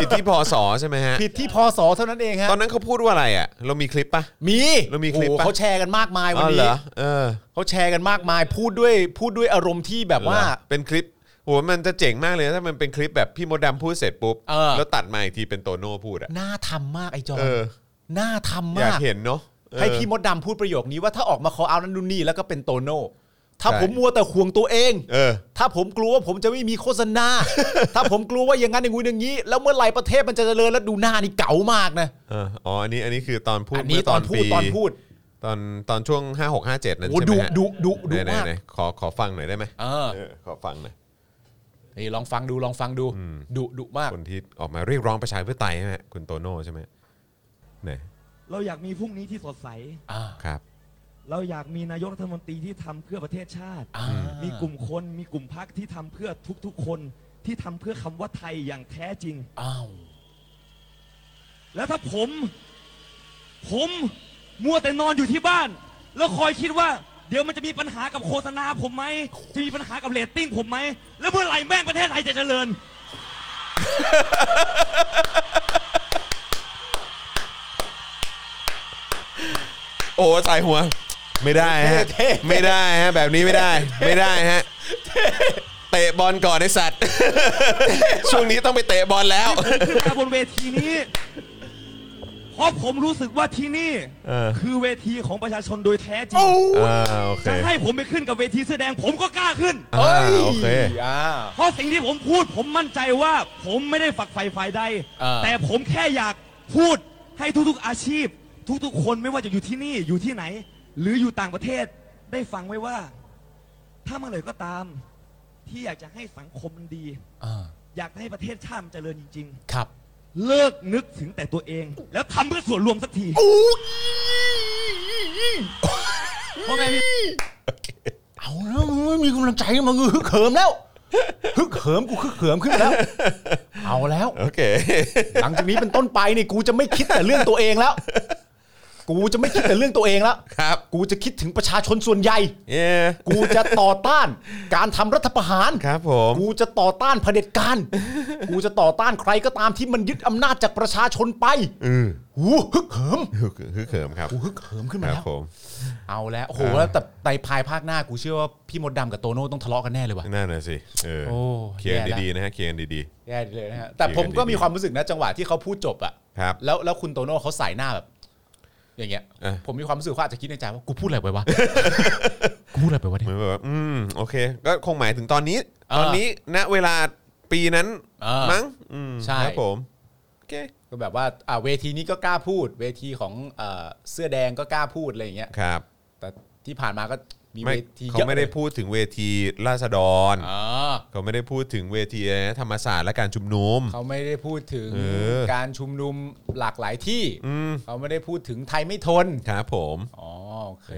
ผิดที่พศใช่ไหมฮะ
ผิดที่พศเท่านั้นเองฮะ
ตอนนั้นเขาพูดว่าอะไรอ่ะ เรามีคลิปปะ
มี
แล้วมีค
โอ้
ลิป
โห
ปะ
เขาแชร์กันมากมายวัน
อ๋อเหร
นี้
อเออ
เขาแชร์กันมากมาย พูดด้วยพูดด้วยอารมณ์ที่แบบว่า
เหรอเป็นคลิปโหมันจะเจ๋งมากเลยนะถ้ามันเป็นคลิปแบบพี่มดดำพูดเสร็จปุ๊บ
เออ
แล้วตัดมาอีกทีเป็นโตโน่พูดอ่ะ
น่าทำมากไอ้จอน
เออ
น่า
อยาม
ทำาก ก
เห็นเนาะเออ
ให้พี่มดดำพูดประโยคนี้ว่าถ้าออกมาขอเอานั้นนู่นนี่แล้วก็เป็นโตโน่ ถ้า
ใช่
ผมมัวแต่ห่วงตัวเอง
เออ
ถ้าผมกลัวว่าผมจะไม่มีโฆษ ณา ถ้าผมกลัวว่าอย่างนั้นอย่างงู้นอย่างนี้ แล้วเมื่อไหร่ประเทศมันจะเจริญแล้วดูหน้านี่เก๋ามากนะ
เออ อ๋อ อันนี้ อันนี้คือตอนพูด
อันนี้
เมื่
ตอนพูด
ปี
ตอนพูด
ตอนตอนช่วง 5 6 5 7 นั่น
โอ้
ใช่ไห
ดุ
มฮะ
ดุดุดุ
ไหนไหน
มาก
ไหนขอ ขอฟังหน่อยได้ไหม
เออ
เออ ขอฟังหน่อย
นี่ลองฟังดูลองฟังดูดุดุมาก
คนที่ออกมาเรียกร้องประชาธิปไตยใช่ไหมฮะคุณโตโน่ใช่ไหมไหน
เราอยากมีพรุ่งนี้ที่สดใส
อ่า
ครับ
เราอยากมีนายกรัฐมนตรีที่ทำเพื่อประเทศชาติ
อ่า
มีกลุ่มคน มีกลุ่มพรรคที่ทำเพื่อทุกๆ คน ที่ทำเพื่อคำว่าไทยอย่างแท้จริง
อ้าว
แล้วถ้าผม ผมมัวแต่นอนอยู่ที่บ้าน แล้วคอยคิดว่า เดี๋ยวมันจะมีปัญหากับโฆษณาผมไหม จะมีปัญหากับเรตติ้งผมไหม แล้วเมื่อไหร่แม่งประเทศไทยจะเจริญ
โอ้สายหัว ไม่ได้ฮะ ไม่ได้ฮะ แบบนี้ไม่ได้ ไม่ได้ฮะ เตะบอลก่อนไอสัตว์ ช่วงนี้ต้องไปเตะบอลแล้ว
ผมขึ้นมาบนเวทีนี้ เพราะผมรู้สึกว่าที่นี่
เออ
คือเวทีของประชาชนโดยแท้จริง
อ่าโอเค
จะให้ผมไปขึ้นกับเวทีเสื้อแดงผมก็กล้าขึ้น
อ่าโอเค
อ่า
เพราะสิ่งที่ผมพูดผมมั่นใจว่าผมไม่ได้ฝักใฝ่ฝ่ายใด
เออ
แต่ผมแค่อยากพูดให้ทุกๆอาชีพ ทุกๆ คนไม่ว่าจะอยู่ที่นี่อยู่ที่ไหน หรืออยู่ต่างประเทศได้ฟังไว้ว่า ถ้าเมื่อไหร่ก็ตาม ที่อยากจะให้สังคมมันดี
อ่า
อยากให้ประเทศชาติมันเจริญจริง
ครับ
ๆ เลิกนึกถึงแต่ตัวเอง แล้วทำเพื่อส่วนรวมสักทีเพราะไงพี่
เอาแล้วมึงไม่มีกำลังใจมึงฮึกเหิมแล้ว ฮึกเหิมกูฮึกเหิมขึ้นมาแล้ว เอาแล้ว
โอเค
หลังจากนี้เป็นต้นไปนี่กูจะไม่คิดแต่เรื่องตัวเองแล้ว กูจะไม่คิดแต่เรื่องตัวเองแล้ว
ครับ
กูจะคิดถึงประชาชนส่วนใหญ่
เย้
กูจะต่อต้าน การทำรัฐประหาร
ครับผม
กูจะต่อต้านเผด็จการ กูจะต่อต้านใครก็ตามที่มันยึดอำนาจจากประชาชนไป
อือ
หูฮึกเหิม
ฮึกฮึกเขิมครับ
กูฮึกเหิมขึ้น
ค
มา
รับ
แล้ว
ผม
เอาแล้ว โอ้โห แล้วแต่ในภายภาคหน้ากูเชื่อว่าพี่มดดำกับโตโน่ต้องทะเลาะกันแน่เลยว่ะ
นั่นน่ะสิ เออ
โอ้
เคลียร์
แย่ละ
ดีๆนะฮะ เคลียร์ดี
แย่เลยนะฮะ แต่ผมก็มีความรู้สึกนะจังหวะที่เขาพูดจบอะ
ครับ
แล้วแล้วคุณโตโน่เขาใส่หน้าแบบ อย่างเงี้ย
เออ
ผมมีความรู้สึกว่าอาจจะคิดในใจว่ากูพูดอะไรไป วะ กูพูดอะไรไปวะ
ๆเห
เนี่ย
มือนแบบว่าอืม โอเค ก็คงหมายถึงตอนนี้
เออ
ตอนนี้ ณ เวลาปีนั้น
เออ
มั้ง อืม
ใช่
ครับผม โอเค
ก็แบบว่าอ่าเวทีนี้ก็กล้าพูด เวทีของเอ่อเสื้อแดงก็กล้าพูดอะไรอย่างเงี้ย
ครับ
แต่ที่ผ่านมาก็มี
ไม่
เวที
เขา
ยอะ
ไม่ได้พูดถึงเวทีราษฎร
อ๋อ
เขาไม่ได้พูดถึงเวทีอะไรนะธรรมศาสตร์และการชุมนุม
เขาไม่ได้พูดถึง
เออ
การชุมนุมหลากหลายที่
อืม
เขาไม่ได้พูดถึงไทยไม่ทน
ครับผม
อ๋อโอเค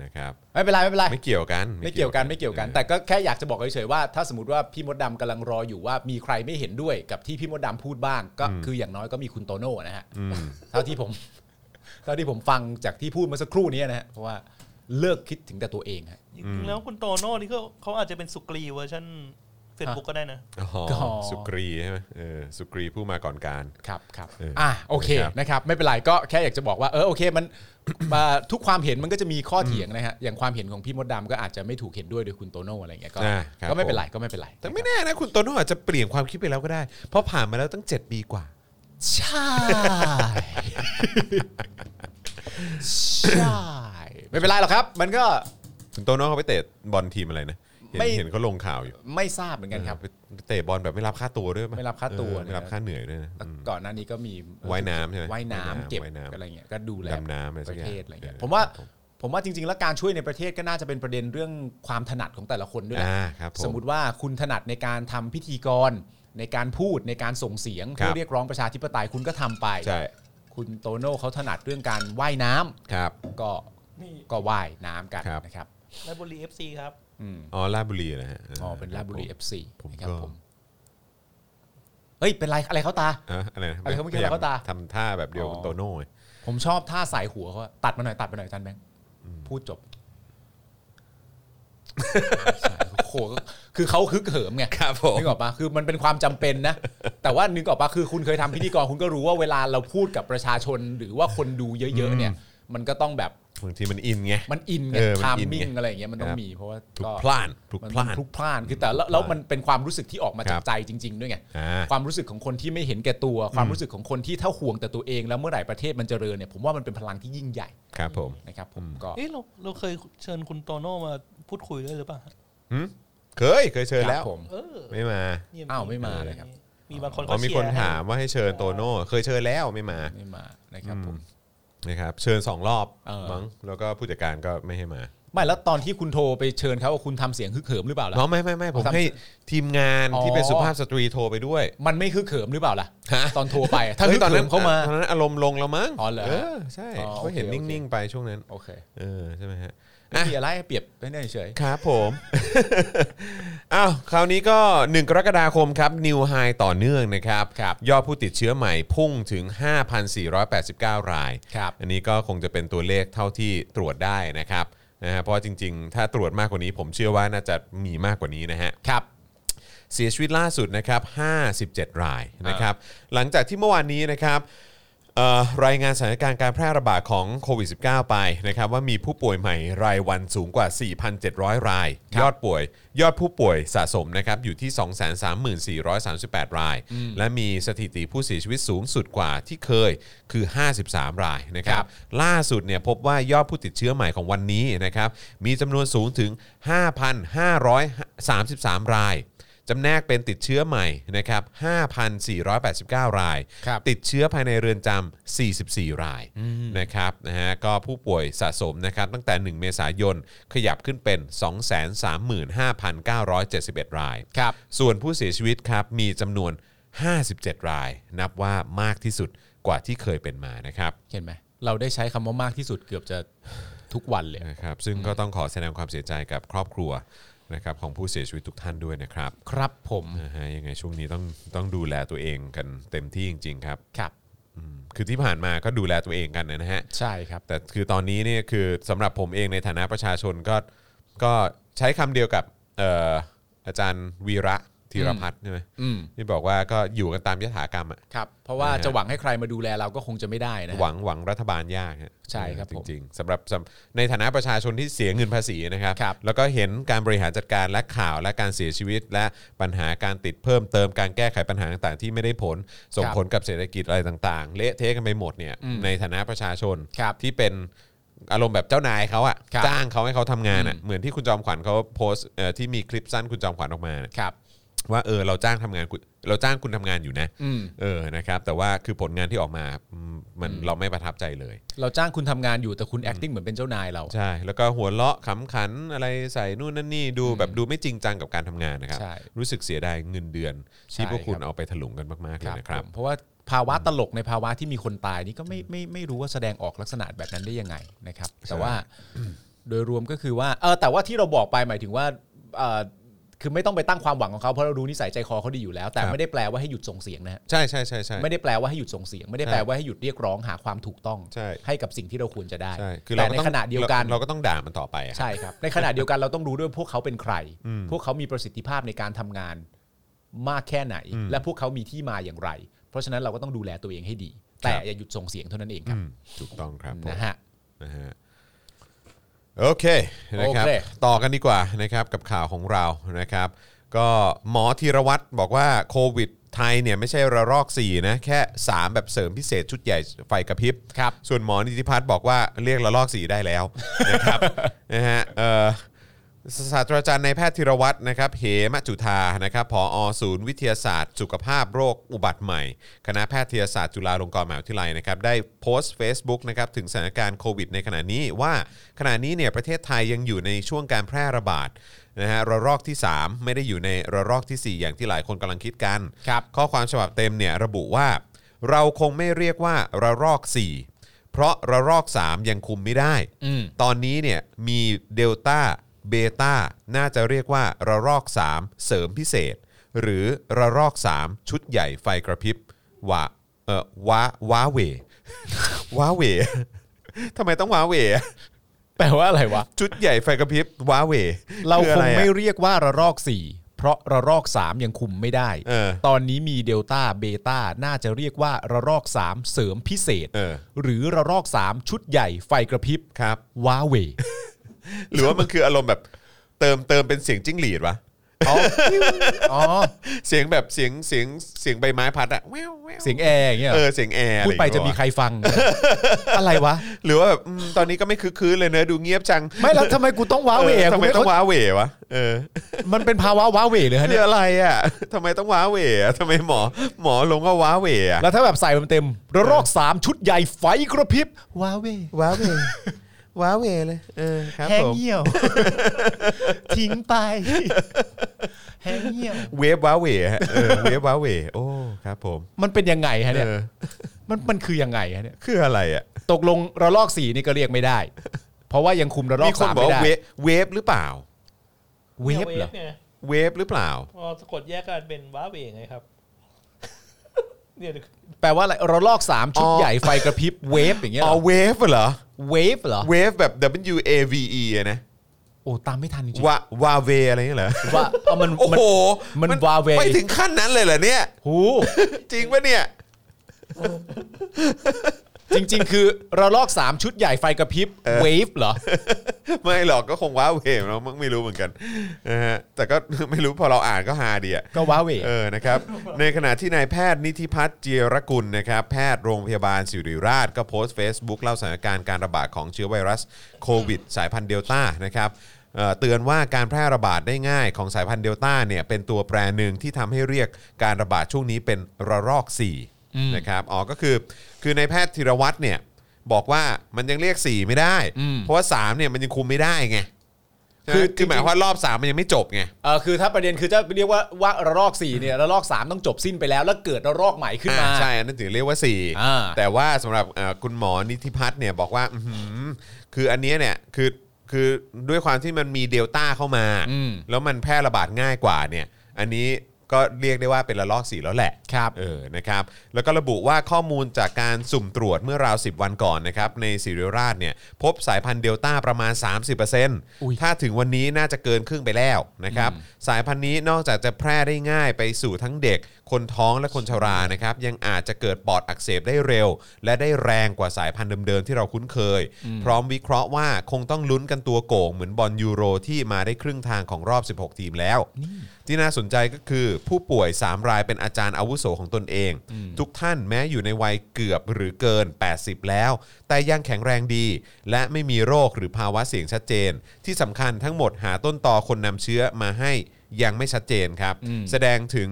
นะครับ
ไม่เป็นไรไม่เป็นไร
ไม่เกี่ยวกัน
ไม่เกี่ยวกันไม่เกี่ยวกัน แต่ก็แค่อยากจะบอกเฉยๆว่าถ้าสมมติว่าพี่มดดำกำลังรออยู่ว่ามีใครไม่เห็นด้วยกับที่พี่มดดำพูดบ้าง ก็คืออย่างน้อยก็มีคุณโตโน่นะฮะ
อืม
เท่าที่ผม เท่าที่ผมฟังจากที่พูดเมื่อสักครู่นี้นะฮะเพราะว่าเลิกคิดถึงแต่ตัวเองฮะ
จริงๆแล้วคุณโตโน่นี่เขาเขาอาจจะเป็นสุกรีเวอร์ชันเฟซบุ๊กก็ได้นะ
อ๋อ
ก็
สุกรีใช่ไหมเออสุกรีผู้มาก่อนการ
ครับครับ
เอออ่
อ่ะโอเค
ครับ
นะครับ ไม่เป็นไรก็แค่อยากจะบอกว่าเออโอเคมัน อ่าทุกความเห็นมันก็จะมีข้อเถียงนะฮะอย่างความเห็นของพี่มดดำก็อาจจะไม่ถูกเห็นด้วยโดยคุณโตโน่อะไรอย่างเงี้ยก็
อ่าครับ
ก็ไม่เป็นไรก็ไม่เป็นไร
แต่ไม่แน่นะคุณโตโน่อาจจะเปลี่ยนความคิดไปแล้วก็ได้ เพราะผ่านมาแล้วตั้ง 7 ปีกว่า
ใช่ ใช่ไม่เป็นไรหรอกครับ มันก็
คุณโตโน่เขาไปเตะบอลทีมอะไรนะ เห็น
ไม่
เห็นเขาลงข่าวอยู่
ไม่ทราบเหมือนกันครับ
เออไปเตะบอลแบบไม่รับค่าตัวด้วยปะ
ไม่รับค่าตัว
เออไม่รับ
นะ
ค่าเหนื่อยด้วยนะ
แล้
อื
ว
ม
ก่อนหน้านี้ก็มี
ว่ายน้ำใช่ไหม
ว่ายน้ำเก็บ
ว่ายน้ำ
อะไรเงี้ยก็ดูแล
ดำน้ำอะไรสั
ป
กอ
ระ
ย่าง
เทศอะไรเงี้
เอ
ย
อ
ผมว่า
ครับผม
ผมว่าจริง ๆ แล้วการช่วยในประเทศก็น่าจะเป็นประเด็นเรื่องความถนัดของแต่ละคนด้วยแหละ
อ่าครับผ
สมมติว่าคุณถนัดในการทำพิธีกร ในการพูดในการส่งเสียง
ครับ
เพื่อเรียกร้องประชาธิปไตยคุณก็ทำไป
ใช่
คุณโตโน่เขาถนัดเรื่องการว่ายน้ำ
ครับ
ก็
นี่
ก็ว่ายน้ำกัน
ครับ
นะครับ
และบุรีเอฟซีครับ
อืม
อ๋อลาชบุรีนะฮะ
อ๋อเป็นราชบุรี
ค
FC
ผม
นะครับ
ก็
ผมเฮ้ยเป็นไรอะไรเขาตา
อ่ะอะไรนะ
อะไรเขาเมื่อกี้
พยย
เขาตา
ทำท่าแบบเดียวกับ
อ๋อ
โตโน่ไง
ผมชอบท่าสายหัวเขาอะตัดมาหน่อยตัดมาหน่อยอาจันแบงค์พูดจบ ใช่โอ้โหคือเขาคึกเหิมไง
ครับผม
นึกออกปะคือมันเป็นความจำเป็นนะ แต่ว่านึกออกปะคือคุณเคยทำพิธีกรคุณก็รู้ว่าเวลาเราพูดกับประชาชนหรือว่าคนดูเยอะ ๆ เนี่ย มันก็ต้องแบบ
บางทีมันอินไง
มันอินไง
เออมัน
ทาม
อินไง
มิ่งอะไรอย่างเงี้ยมันต้อ
ครั
ง
บ
มีเพราะว่า
ถูก
ก็
พลาดถูก
มัน
พลาด
พลุกพล่านคือแต่แล้วแล้วมันเป็นความรู้สึกที่ออกมา
ค
จาก
รับ
ใจจริง ๆ ด้วยไง
อ่า
ความรู้สึกของคนที่ไม่เห็นแก่ตัว ความรู้สึกของคนที่ถ้าห่วงแต่ตัวเองแล้วเมื่อไหร่ประเทศมันเจริญเนี่ยผมว่ามันเป็นพลังที่ยิ่งใหญ่
ครับผม
นะครับผมก็
เอ้ยเราเราเคยเชิญคุณโตโน่มาพูดคุยด้วยหรือเปล่าฮะ
หึเคยเคยเชิญแล้ว
ครับผม
เออ
ไม่มา
เยี่ย
อ้าวไม่มาเลยครับ
มีบางคน
อ๋อ
เขา
มี
เชียร์
คนถามว่าให้เชิญโตโน่เคยเชิญแล้วไม่มา
ไม่มานะครับผม
นะครับเชิญสองรอบ
เออ
มั้งแล้วก็ผู้จัดการก็ไม่ให้มา
ไม่แล้วตอนที่คุณโทรไปเชิญเขาว่าคุณทำเสียงฮึกเหิมหรือเปล่าล่ะ
อ๋อไม่ไม่ไม่ผม
ทำ
ให้ทีมงาน
อ๋อ
ที่เป็นสุภาพสตรีโทรไปด้วย
มันไม่คือเขิมหรือเปล่าล่ะ
ฮะ
ตอนโทรไปอะถ้า
ฮ้
ฮึ
ย
กเหิมเข้ามา
ตอนนั้นอารมณ์ลงแล้วมั้ง
อ๋อเหรอ
ใช่
อ๋อโอเค
เขาเห็นนิ่งๆไปช่วงนั้น
โอเค
เออใช่ไหมฮะ
ไม่มีอะไรเปรียบไม่ได้เฉย
ครับผม อ้าวคราวนี้ก็ 1 กรกฎาคมครับนิวไฮต่อเนื่องนะครับ
ครับ
ยอดผู้ติดเชื้อใหม่พุ่งถึง 5,489 ราย
ครับ
อันนี้ก็คงจะเป็นตัวเลขเท่าที่ตรวจได้นะครับนะฮะเพราะว่าจริง ๆ ถ้าตรวจมากกว่านี้ ผมเชื่อว่าน่าจะมีมากกว่านี้นะฮะ
ครับ
เสียชีวิตล่าสุดนะครับ 57 รายนะครับ หลังจากที่เมื่อวานนี้นะครับเอ่อรายงานสถานการณ์การแพร่ระบาดของโควิด -19 ไปนะครับว่ามีผู้ป่วยใหม่รายวันสูงกว่า 4,700 ราย ยอดป่วย ยอดผู้ป่วยสะสมนะครับอยู่ที่ 234,38 ราย และมีสถิติผู้เสียชีวิตสูงสุดกว่าที่เคยคือ 53 รายนะครั
ครับ บ
ล่าสุดเนี่ยพบว่ายอดผู้ติดเชื้อใหม่ของวันนี้นะครับมีจำนวนสูงถึง 5,533 รายจำแนกเป็นติดเชื้อใหม่นะครับ5,489 ราย
ครับ
ติดเชื้อภายในเรือนจำ 44 รายนะครับนะฮะก็ผู้ป่วยสะสมนะครับตั้งแต่ 1 เมษายน ขยับขึ้นเป็น 235,971 ราย
ครับ
ส่วนผู้เสียชีวิตครับมีจำนวน 57 ราย นับว่ามากที่สุดกว่าที่เคยเป็นมานะครับ
เห็นไหมเราได้ใช้คำว่ามากที่สุดเกือบจะทุกวันเลย
นะครับซึ่งก็ต้องขอแสดงความเสียใจกับครอบครัวนะครับของผู้เสียชีวิตทุกท่านด้วยนะครับ
ครับผม
นะฮะยังไงช่วงนี้ต้องต้องดูแลตัวเองกันเต็มที่จริงๆครับ
ครับ
อืมคือที่ผ่านมาก็ดูแลตัวเองกันนะฮะ
ใช่ครับ
แต่คือตอนนี้เนี่ยคือสำหรับผมเองในฐานะประชาชนก็ก็ใช้คำเดียวกับเอ่ออาจารย์วีระธีรพัฒน์ใช่ไหม
อืม
ที่บอกว่าก็อยู่กันตามยถากรรมอะ
ครับ เพราะว่า
นะฮะ
จะหวังให้ใครมาดูแลเราก็คงจะไม่ได้นะ
หวังหวังรัฐบาลยากฮะ
ใช่ครับ
จ
ผม
ริงๆสำหรับสำในฐานะประชาชนที่เสียเงินภาษีนะครับ
ครับ
แล้วก็เห็นการบริหารจัดการและข่าวและการเสียชีวิต และปัญหาการติดเพิ่มเติมการแก้ไขปัญหาต่างๆ ที่ไม่ได้ผลส่งผลกับเศรษฐกิจอะไรต่างๆ เละเทะกันไปหมดเนี่ยในฐานะประชาชน
ครับ
ที่เป็นอารมณ์แบบเจ้านายเขาอะ
ครับ
จ้างเขาให้เขาทำงานอะ
อืม
เหมือนที่คุณจอมขวัญเขาโพสต์เอ่อที่มีคลิปสั้นคุณจอมขวัญออกมาเนี่ย
ครับ
ว่าเออเราจ้างทำงานคุณเราจ้างคุณทำงานอยู่นะ
อืม
เออนะครับ แต่ว่าคือผลงานที่ออกมาอืมมันเราไม่ประทับใจเลย
เราจ้างคุณทำงานอยู่แต่คุณ acting เหมือนเป็นเจ้านายเรา
ใช่ แล้วก็หัวเราะขำขันอะไรใส่นู่นนั่นนี่ดูแบบดูไม่จริงจังกับการทำงานนะครับ
ใช่
รู้สึกเสียดายเงินเดือน ที่
ใช่
พวกคุณ
ครับ
เอาไปถลุงกันมากๆเลยนะครับ
ผมเพราะว่าภาวะตลกในภาวะที่มีคนตายนี่ก็ไม่ไม่ไม่รู้ว่าแสดงออกลักษณะแบบนั้นได้ยังไงนะครับ แต่ว่าโดยรวมก็คือว่าเออแต่ว่าที่เราบอกไปหมายถึงว่าเออคือไม่ต้องไปตั้งความหวังของเขาเพราะเรารู้นิสัยใจคอเขาดีอยู่แล้ว แต่
ครับ
ไม่ได้แปลว่าให้หยุดส่งเสียงนะฮะ
ใช่ใช่ใช่ใช่
ไม่ได้แปลว่าให้หยุดส่งเสียง ไม่ได้
ใช่
แปลว่าให้หยุดเรียกร้องหาความถูกต้อง
ใช่
กับสิ่งที่เราควรจะได้
ใช่คือเราก็
แต่ใน
ต้อง
ขณะเดียวกัน
เราก็ต้องด่ามันต่อไปอะ
ใช่ครับ ในขณะเดียวกันเราต้องรู้ด้วยว่าพวกเขาเป็นใคร พวกเขามีประสิทธิภาพในการทำงานมากแค่ไหน และพวกเขามีที่มาอย่างไร เพราะฉะนั้นเราก็ต้องดูแลตัวเองให้ดี แต่
ครับ
อย่าหยุดส่งเสียงเท่านั้นเองค
อื
รับ
มถูกต้องครับผม
นะฮะ
นะฮะโอเคนะครับ
โอเค
ต่อกันดีกว่านะครับกับข่าวของเรานะครับ ก็หมอธีรวัตรบอกว่าโควิดไทยเนี่ยไม่ใช่ระลอก 4 นะแค่ 3 แบบเสริมพิเศษชุดใหญ่ไฟกระพริบครับส่วนหมอนิติพัฒน์บอกว่าเรียกระลอก 4 ได้แล้ว นะครับนะฮะเอ่อ ศาสตราจารย์นายแพทย์ธีรวัตรนะครับเหมจุธานะครับผอศูนย์วิทยาศาสตร์ สุขภาพโรคอุบัติใหม่ คณะแพทยศาสตร์จุฬาลงกรณ์มหาวิทยาลัยนะครับได้โพสต์ Facebook นะครับถึงสถานการณ์โควิดในขณะนี้ว่าขณะนี้เนี่ยประเทศไทยยังอยู่ในช่วงการแพร่ระบาดนะฮะระลอกที่ 3 ไม่ได้อยู่ในระลอกทีสี่ 4 อย่างที่หลายคนกำลังคิดกัน
ครับ
ข้อความฉบับเต็มเนี่ยระบุว่า เราคงไม่เรียกว่าระลอก 4 เพราะระลอก 3 ยังคุมไม่ได้
อืม
ตอนนี้เนี่ยมีเดลต้าเบต้าน่าจะเรียกว่าระลอก 3 เสริมพิเศษ หรือระลอก 3 ชุดใหญ่ไฟกระพริบว่าเออว้าว้าเหว ว้าเหว ทำไมต้องว้าเหวอะ
แปลว่าอะไรวะ
ชุดใหญ่ไฟกระพริบว้าเหว
เรา
อ
ค
อะร
ง
อะ
ไม่เรียกว่าระลอก 4 เพราะระลอก 3 ยังคุมไม่ได้
เออ
ตอนนี้มีเดลต้าเบต้าน่าจะเรียกว่าระลอก 3 เสริมพิเศษ
เออ
หรือระลอก 3 ชุดใหญ่ไฟกระพริบ
ครับ
ว้า เหว
หรือว่ามันคืออารมณ์แบบเติมเติมเป็นเสียงจิ้งหรีดวะ
อ๋อ
เสียงแบบเสียงเสียงเสียงใบไม้พัดอะแววแวว
เสียงแอร์อย่างเงี้ยเหร
เอ
อ
อเสียงแอร์อร
พูดไป
อย่าง
จะ
เงี้ยว
มีใครฟัง อะไรวะ
หรือว่าแบบอืมตอนนี้ก็ไม่คึกคืนเลยเนอะดูเงียบจัง
ไม่แล้วทำไมกูต้องว้าเหว
เออ
อะ
ทำไม
กู
ต้อง
เข้
ว้าเหววะเออ
มันเป็นภาวะว้าเหวเลยฮะ
คื
เนี่
อย อะไรอ่ะทำไมต้องว้าเหวอะทำไมหมอหมอลงว่าว้าเหวอะ
แล้วถ้าแบบใส่เต็มๆระลอกสามชุดใหญ่ไฟกระพริบว้าเหว
ว้าเหว ว้าเหวเลยเออครับ
แห้ง
ผม
เหี่ยว ทิ้งไป แห้งเหี่ยว
เวฟว้าเหวฮะเออเวฟว้าเหวโอ้ครับผม
มันเป็นยังไงฮะเนี่ย
เออ
มันมันคือยังไงฮะเนี่ย
คืออะไรอ่ะ
ตกลงระลอกสี่นี่ก็เรียกไม่ได้ เพราะว่ายังคุมระลอ
มี
ก
คน
สาม
บอก
ไม่ได้
ว่าเวเวฟหรือเปล่า
เวฟเหรอ
นี่ย
เวฟหรือเปล่า
พอสะกดแยกกันเป็นว้าเวงไงครับเนี่ยเดี๋ยว
แปลว่าอะไรระลอกสามชุด
อ๋อ
ใหญ่ไฟกระพริบเวฟอย่างเงี้ย
อ๋
เห
อ
รอ
เวฟเหรอ
เวฟเหรอ
เวฟแบบ W A V E อะนะ
โอ้ตามไม่ทันจริง
วะวาเวอะไรเงี้ยเหรอ
ๆว่าเอามัน
โอ้
มัน
โห
มันวาเว
ไปถึงขั้นนั้นเลยเหรอเนี่ย
หู
จริงปะเนี่ย
จริง ๆ คือระลอก 3 ชุดใหญ่ไฟกระพริบเวฟเหรอ
ไม่หรอกก็คงว้าเหวเรามั้งไม่รู้เหมือนกันนะฮะแต่ก็ ไม่รู้พอเราอ่านก็ฮาดีอ่ะ
ก็ว้าเหว
เออนะครับ ในขณะที่นายแพทย์นิติพัฒน์เจียรกุลนะครับ แพทย์โรงพยาบาลสิริราชก็โพสต์ Facebook เล่าสถานการณ์การระบาดของเชื้อไวรัสโควิด สายพันธุ์เดลต้านะครับเอ่อเตือนว่าการแพร่ระบาดได้ง่ายของสายพันธุ์เดลต้าเนี่ยเป็นตัวแปรหนึ่งที่ทำให้เรียกการระบาดช่วงนี้เป็นระลอก4นะครับอ๋อก็คือคือในายแพทย์ธีรวัตรเนี่ยบอกว่ามันยังเรียก 4 ไม่ได้
อืม
เพราะว่า3เนี่ยมันยังคุมไม่ได้ไง
คื
คือ อ
จริงๆ
คือหมายความว่ารอบสามมันยังไม่จบไง
เออคือถ้าประเด็นคือจะเรียกว่าว่าระลอก 4 เนี่ยระลอก 3 ต้องจบสิ้นไปแล้ว แล้วเกิดระลอกใหม่ขึ้นมา
อ่าใช่อันนั้นถึงเรียกว่า
อ่า
4 แต่ว่าสำหรับเอ่อคุณหมอนิติพัฒน์เนี่ยบอกว่าอื้อหือคืออันเนี้ยเนี่ยคือคือด้วยความที่มันมีเดลต้าเข้ามา
อืม
แล้วมันแพร่ระบาดง่ายกว่าเนี่ยอันนี้ก็เรียกได้ว่าเป็นระลอกสี่แล้วแหละ
ครับ
เออ นะครับ แล้วก็ระบุว่าข้อมูลจากการสุ่มตรวจเมื่อราว 10 วันก่อนนะครับ ในสิริราชเนี่ย พบสายพันธุ์เดลต้าประมาณ
ย
30%ถ้าถึงวันนี้น่าจะเกินครึ่งไปแล้วนะครับ สายพันธุ์นี้นอกจากจะแพร่ได้ง่ายไปสู่ทั้งเด็ก คนท้องและคนชรานะครับ ยังอาจจะเกิดปอดอักเสบได้เร็ว และได้แรงกว่าสายพันธุ์เดิมๆที่เราคุ้นเคย พร้อมวิเคราะห์ว่าคงต้องลุ้นกันตัวโก่งเหมือนบอลยูโรที่มาได้ครึ่งทางของรอบ 16 ทีมแล้ว ที่น่าสนใจก็คือผู้ป่วย 3 รายเป็นอาจารย์อาวุโสของตนเอง ทุกท่านแม้อยู่ในวัยเกือบหรือเกิน 80 แล้ว แต่ยังแข็งแรงดี และไม่มีโรคหรือภาวะเสี่ยงชัดเจน ที่สำคัญทั้งหมดหาต้นตอคนนำเชื้อมาให้ ยังไม่ชัดเจนครับ แสดงถึง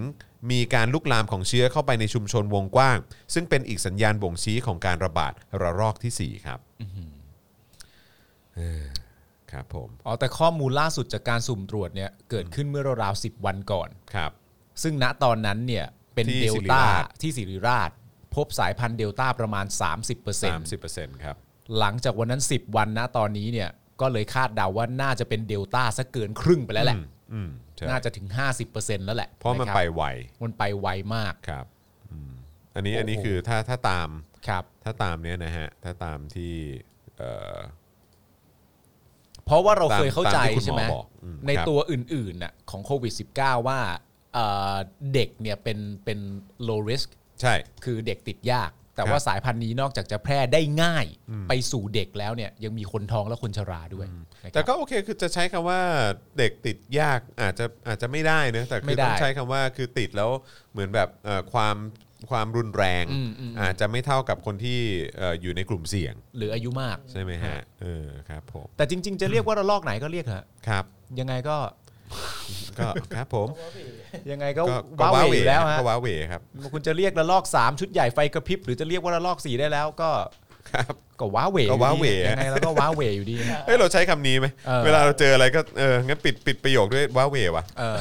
มีการลุกลามของเชื้อเข้าไปในชุมชนวงกว้าง ซึ่งเป็นอีกสัญญาณบ่งชี้ของการระบาดระลอกทีสี่4 ครับเออครับผม
อ๋อแต่ข้อมูลล่าสุดจากการสุ่มตรวจเนี่ยเกิดขึ้นเมื่อราวๆสิบวันก่อน
ครับ
ซึ่งณตอนนั้นเนี่ยเป็น
ที่
เดล
ศิริ
ต้า
ราช
ที่สิริราช พบสายพันธุ์เดลต้าประมาณ 30%
30%ครับ
หลังจากวันนั้น 10 วันนะตอนนี้เนี่ยก็เลยคาดเดาว่าน่าจะเป็นเดลต้าซะเกินครึ่งไปแล้วแหละ
อืมอืมใช่
น่าจะถึง 50%แล้วแหละ
เพราะมัน
คบ
ไปไว
มันไปไวมาก
ครับอืมอันนี้
โอ้โห
อันนี้คือถ้าถ้าตาม
ครับ
ถ้าตามเนี้ยนะฮะ ถ้าตามที่เอ่อ
เพราะว่าเรา
ตาม
เคยเข้าใจ
ตามที่คุณหมอ
ใช่ไหม
บอกอืม
ใน
ครับ
ตัวอื่นๆน่ะของโควิด -19 ว่าเอ่อเด็กเนี่ยเป็นเป็น low risk
ใช่
คือเด็กติดยาก แต่
ครับ
ว่าสายพันธุ์นี้นอกจากจะแพร่ได้ง่ายไปสู่เด็กแล้วเนี่ยยังมีคนท้องและคนชราด้วยนะครับ
แต่ก็โอเคคือจะใช้คำว่าเด็กติดยากอาจจะอาจจะไม่ได้นะแต่
ไม่
คือ
ได้
ต้องใช้คำว่าคือติดแล้วเหมือนแบบเอ่อความความรุนแรง
อืมอืม
อาจจะไม่เท่ากับคนที่เอ่ออยู่ในกลุ่มเสี่ยง
หรืออายุมาก
ใช่ไหมฮะเออครับผม
แต่จริง ๆ จะเรียกว่าระลอกไหนก็เรียกเถอะ
ครับ
ยังไงก็
ก็ครับผม
ยังไงก็
ก็ก็
ว้า
ว้า
เหว
เห
อยู่แล้วฮะ
ก็ว้าเหวครับ
คุณจะเรียกระลอก 3 ชุดใหญ่ไฟกระพริบหรือจะเรียกว่าระลอก4ได้แล้วก็
ครับ
ก็ว้าเหว
ก็ว้าเหว
อยู่ดียังไงแล้วก็ว้าเหวอยู่ดีฮะ
เอ้ยเราใช้คำนี้ไหม
เออ
เวลาเราเจออะไรก็เอองั้นปิดปิดประโยคด้วยว้าเหวว่ะ
เออ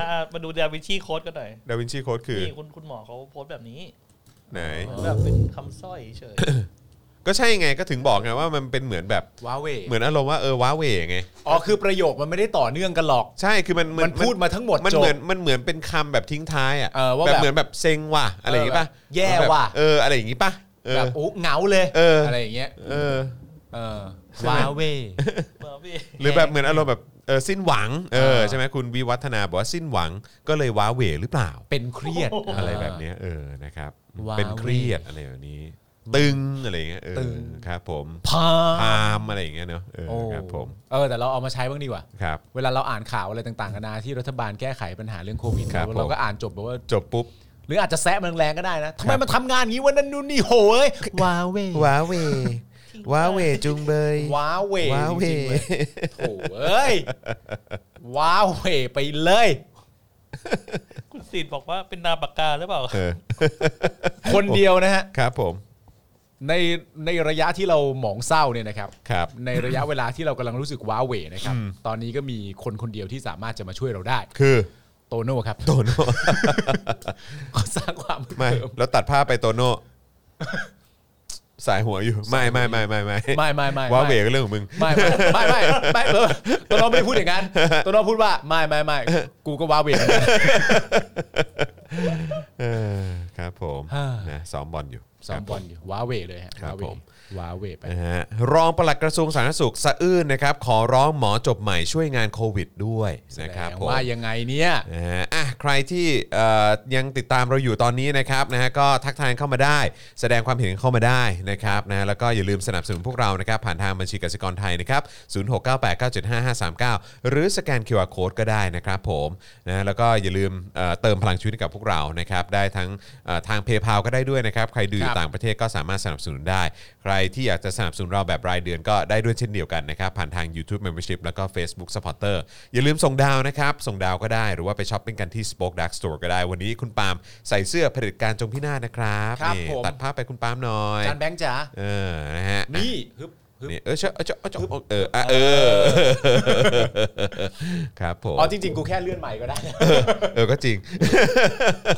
อ่ะมาดูดาวินชีโค้ดกันหน่อย
ดาวินชีโค้ดคือ
นี่คุณคุณหมอเขาโพสต์แบบนี้
ไหน
แบบเป็นคำสร้อยเฉ ย
ก็ใช่ไงก็ถึงบอกไงว่ามันเป็นเหมือนแบบ
ว้าเหว
เหมือนอารมณ์ว่าเออว้าเหวไง
อ๋อคือประโยคมันไม่ได้ต่อเนื่องกันหรอก
ใช่คือมัน
มันพูดมาทั้งหมด
มัน
จบ
เหมือนมันเหมือนเป็นคำแบบทิ้งท้ายอ่ะ
เออว่า
แบบ
แบบ
เหมือนแบบเซ็งว่ะอะไรอย่างงี้ป่ะ
เออแบบแย่
บบ
ว่ะ
เอออะไรอย่างงี้ป่ะเออ
แบบโอ้เหงาเลย
เอออ
ไรอย่างเงี้ย
เออ
เออ
ใช่ไหม
ว้าเหว
มาพี่
หรือแบบเหมือนอารมณ์แบบเออสิ้นหวังเอ
เอ
อ
อ
ใช่ไหมคุณวิวัฒนาบอกว่าสิ้นหวังก็เลยว้าเหวหรือเปล่า
เป็นเครียด
อะไรแบบเนี้ยเออนะครับ
ว้า
เป็นเครียดอะไรแบบนี้ ตึงอะไรอย่างเงี้ยเอ
ตึ
อง ครับ ผม
พา
พามอะไรอย่างเงี้ยเนอะเออ
โอ้
ครับผม
เออแต่เราเอามาใช้บ้างดีกว่า
ครับ
เวลาเราอ่านข่าวอะไรต่างๆกันานาที่รัฐบาลแก้ไขปัญหาเรื่องโควิด
ครับผม
เราก็อ่านจบแบบว่า
จบปุ๊บ
หรืออาจจะแซะมันแรงๆก็ได้นะ
ค
ทำไม
รับ
มันทำงานอย่างนี้วันนั้นนู่นนี่โหเอ้ยว้าเวย
ว้าเหวว้าเหวจุงเบย
ว้าเว
ว้าเว่
จริงๆเลยโถเอ้ยว้าเวไปเลย
คุณสิทธิ์บอกว่าเป็นนามปากกาหรือเปล่า
เออ
คนเดียวนะฮะ
ครับผม
ในในระยะที่เราหมองเศร้าเนี่ยนะครับ
ครับ
ในระยะเวลาที่เรากำลังรู้สึกว้าเหวนะครับ
อืม
ตอนนี้ก็มีคนคนเดียวที่สามารถจะมาช่วยเราได้
คือ
โตโน่ครับ
โตโน่
ขอสร้างความ
ไม่
เพิ่ม
แล้วตัดภาพไปโตโน่สายหัวอยู่ ไม่ไม่ไม่ไม่ไม่
ไม่ไม่ไม่
ว้า
ไม่
เหวก็เรื่องของมึง
ไม่ไม่ไม่ไม่ไม่เออโตัวน้องไม่ได้พูดอย่างนั้นโตัวน้องพูดว่าไม่ไม่ไม่กูก็ว้าเหวเหมือนกัน
เออครับผม
ฮ่าน
นะซ้อมบอลอยู่
สอ
ค
ง
รับ
บ
ผ
อลอยู่ว้าเหวเลยฮะ
ครับ
ว้าเหว
ผม
ว้าเหวไป
นะฮะรองปลัดกระทรวงสาธารณสุขสะอื้นนะครับ ขอร้องหมอจบใหม่ช่วยงานโควิดด้วยนะครับผม
ว่ายังไงเนี่ย
นะฮะอ่ะใครที่เอ่อยังติดตามเราอยู่ตอนนี้นะครับนะฮะก็ทักทายเข้ามาได้ แสดงความเห็นเข้ามาได้นะครับนะแล้วก็อย่าลืมสนับสนุนพวกเรานะครับผ่านทางบัญชีกสิกรไทยนะครับ0698975539 หรือสแกน QR Code ก็ได้นะครับผมนะแล้วก็อย่าลืมเอ่อเติมพลังชีวิตให้กับพวกเรานะครับได้ทั้งเอ่อทาง PayPal ก็ได้ด้วยนะครับใครดูอยู่
ครับ
ต่างประเทศก็สามารถสนับสนุนได้ ใครที่อยากจะสนับสนุนเราแบบรายเดือนก็ได้ด้วยเช่นเดียวกันนะครับผ่านทาง YouTube Membership แล้วก็ Facebook Supporter อย่าลืมส่งดาวนะครับ ส่งดาวก็ได้หรือว่าไปช้อปปิ้งกันที่ Spoke Dark Store ก็ได้วันนี้คุณปาล์มใส่เสื้อเผด็จการจงพินาศนะครับ
ครับ
นี่
ผม
ตัดภาพไปคุณปาล์มหน่อย
จานแบงค์จ๋า
เออนะฮะ
นี่ฮึบฮึบ
นี่เออเชอะเออเชอะเออเชอะเอออ่ะเออครับผม
อ๋อจริง ๆ กูแค่เลื่อนใหม่ก็ได้
เออก็จริง
พ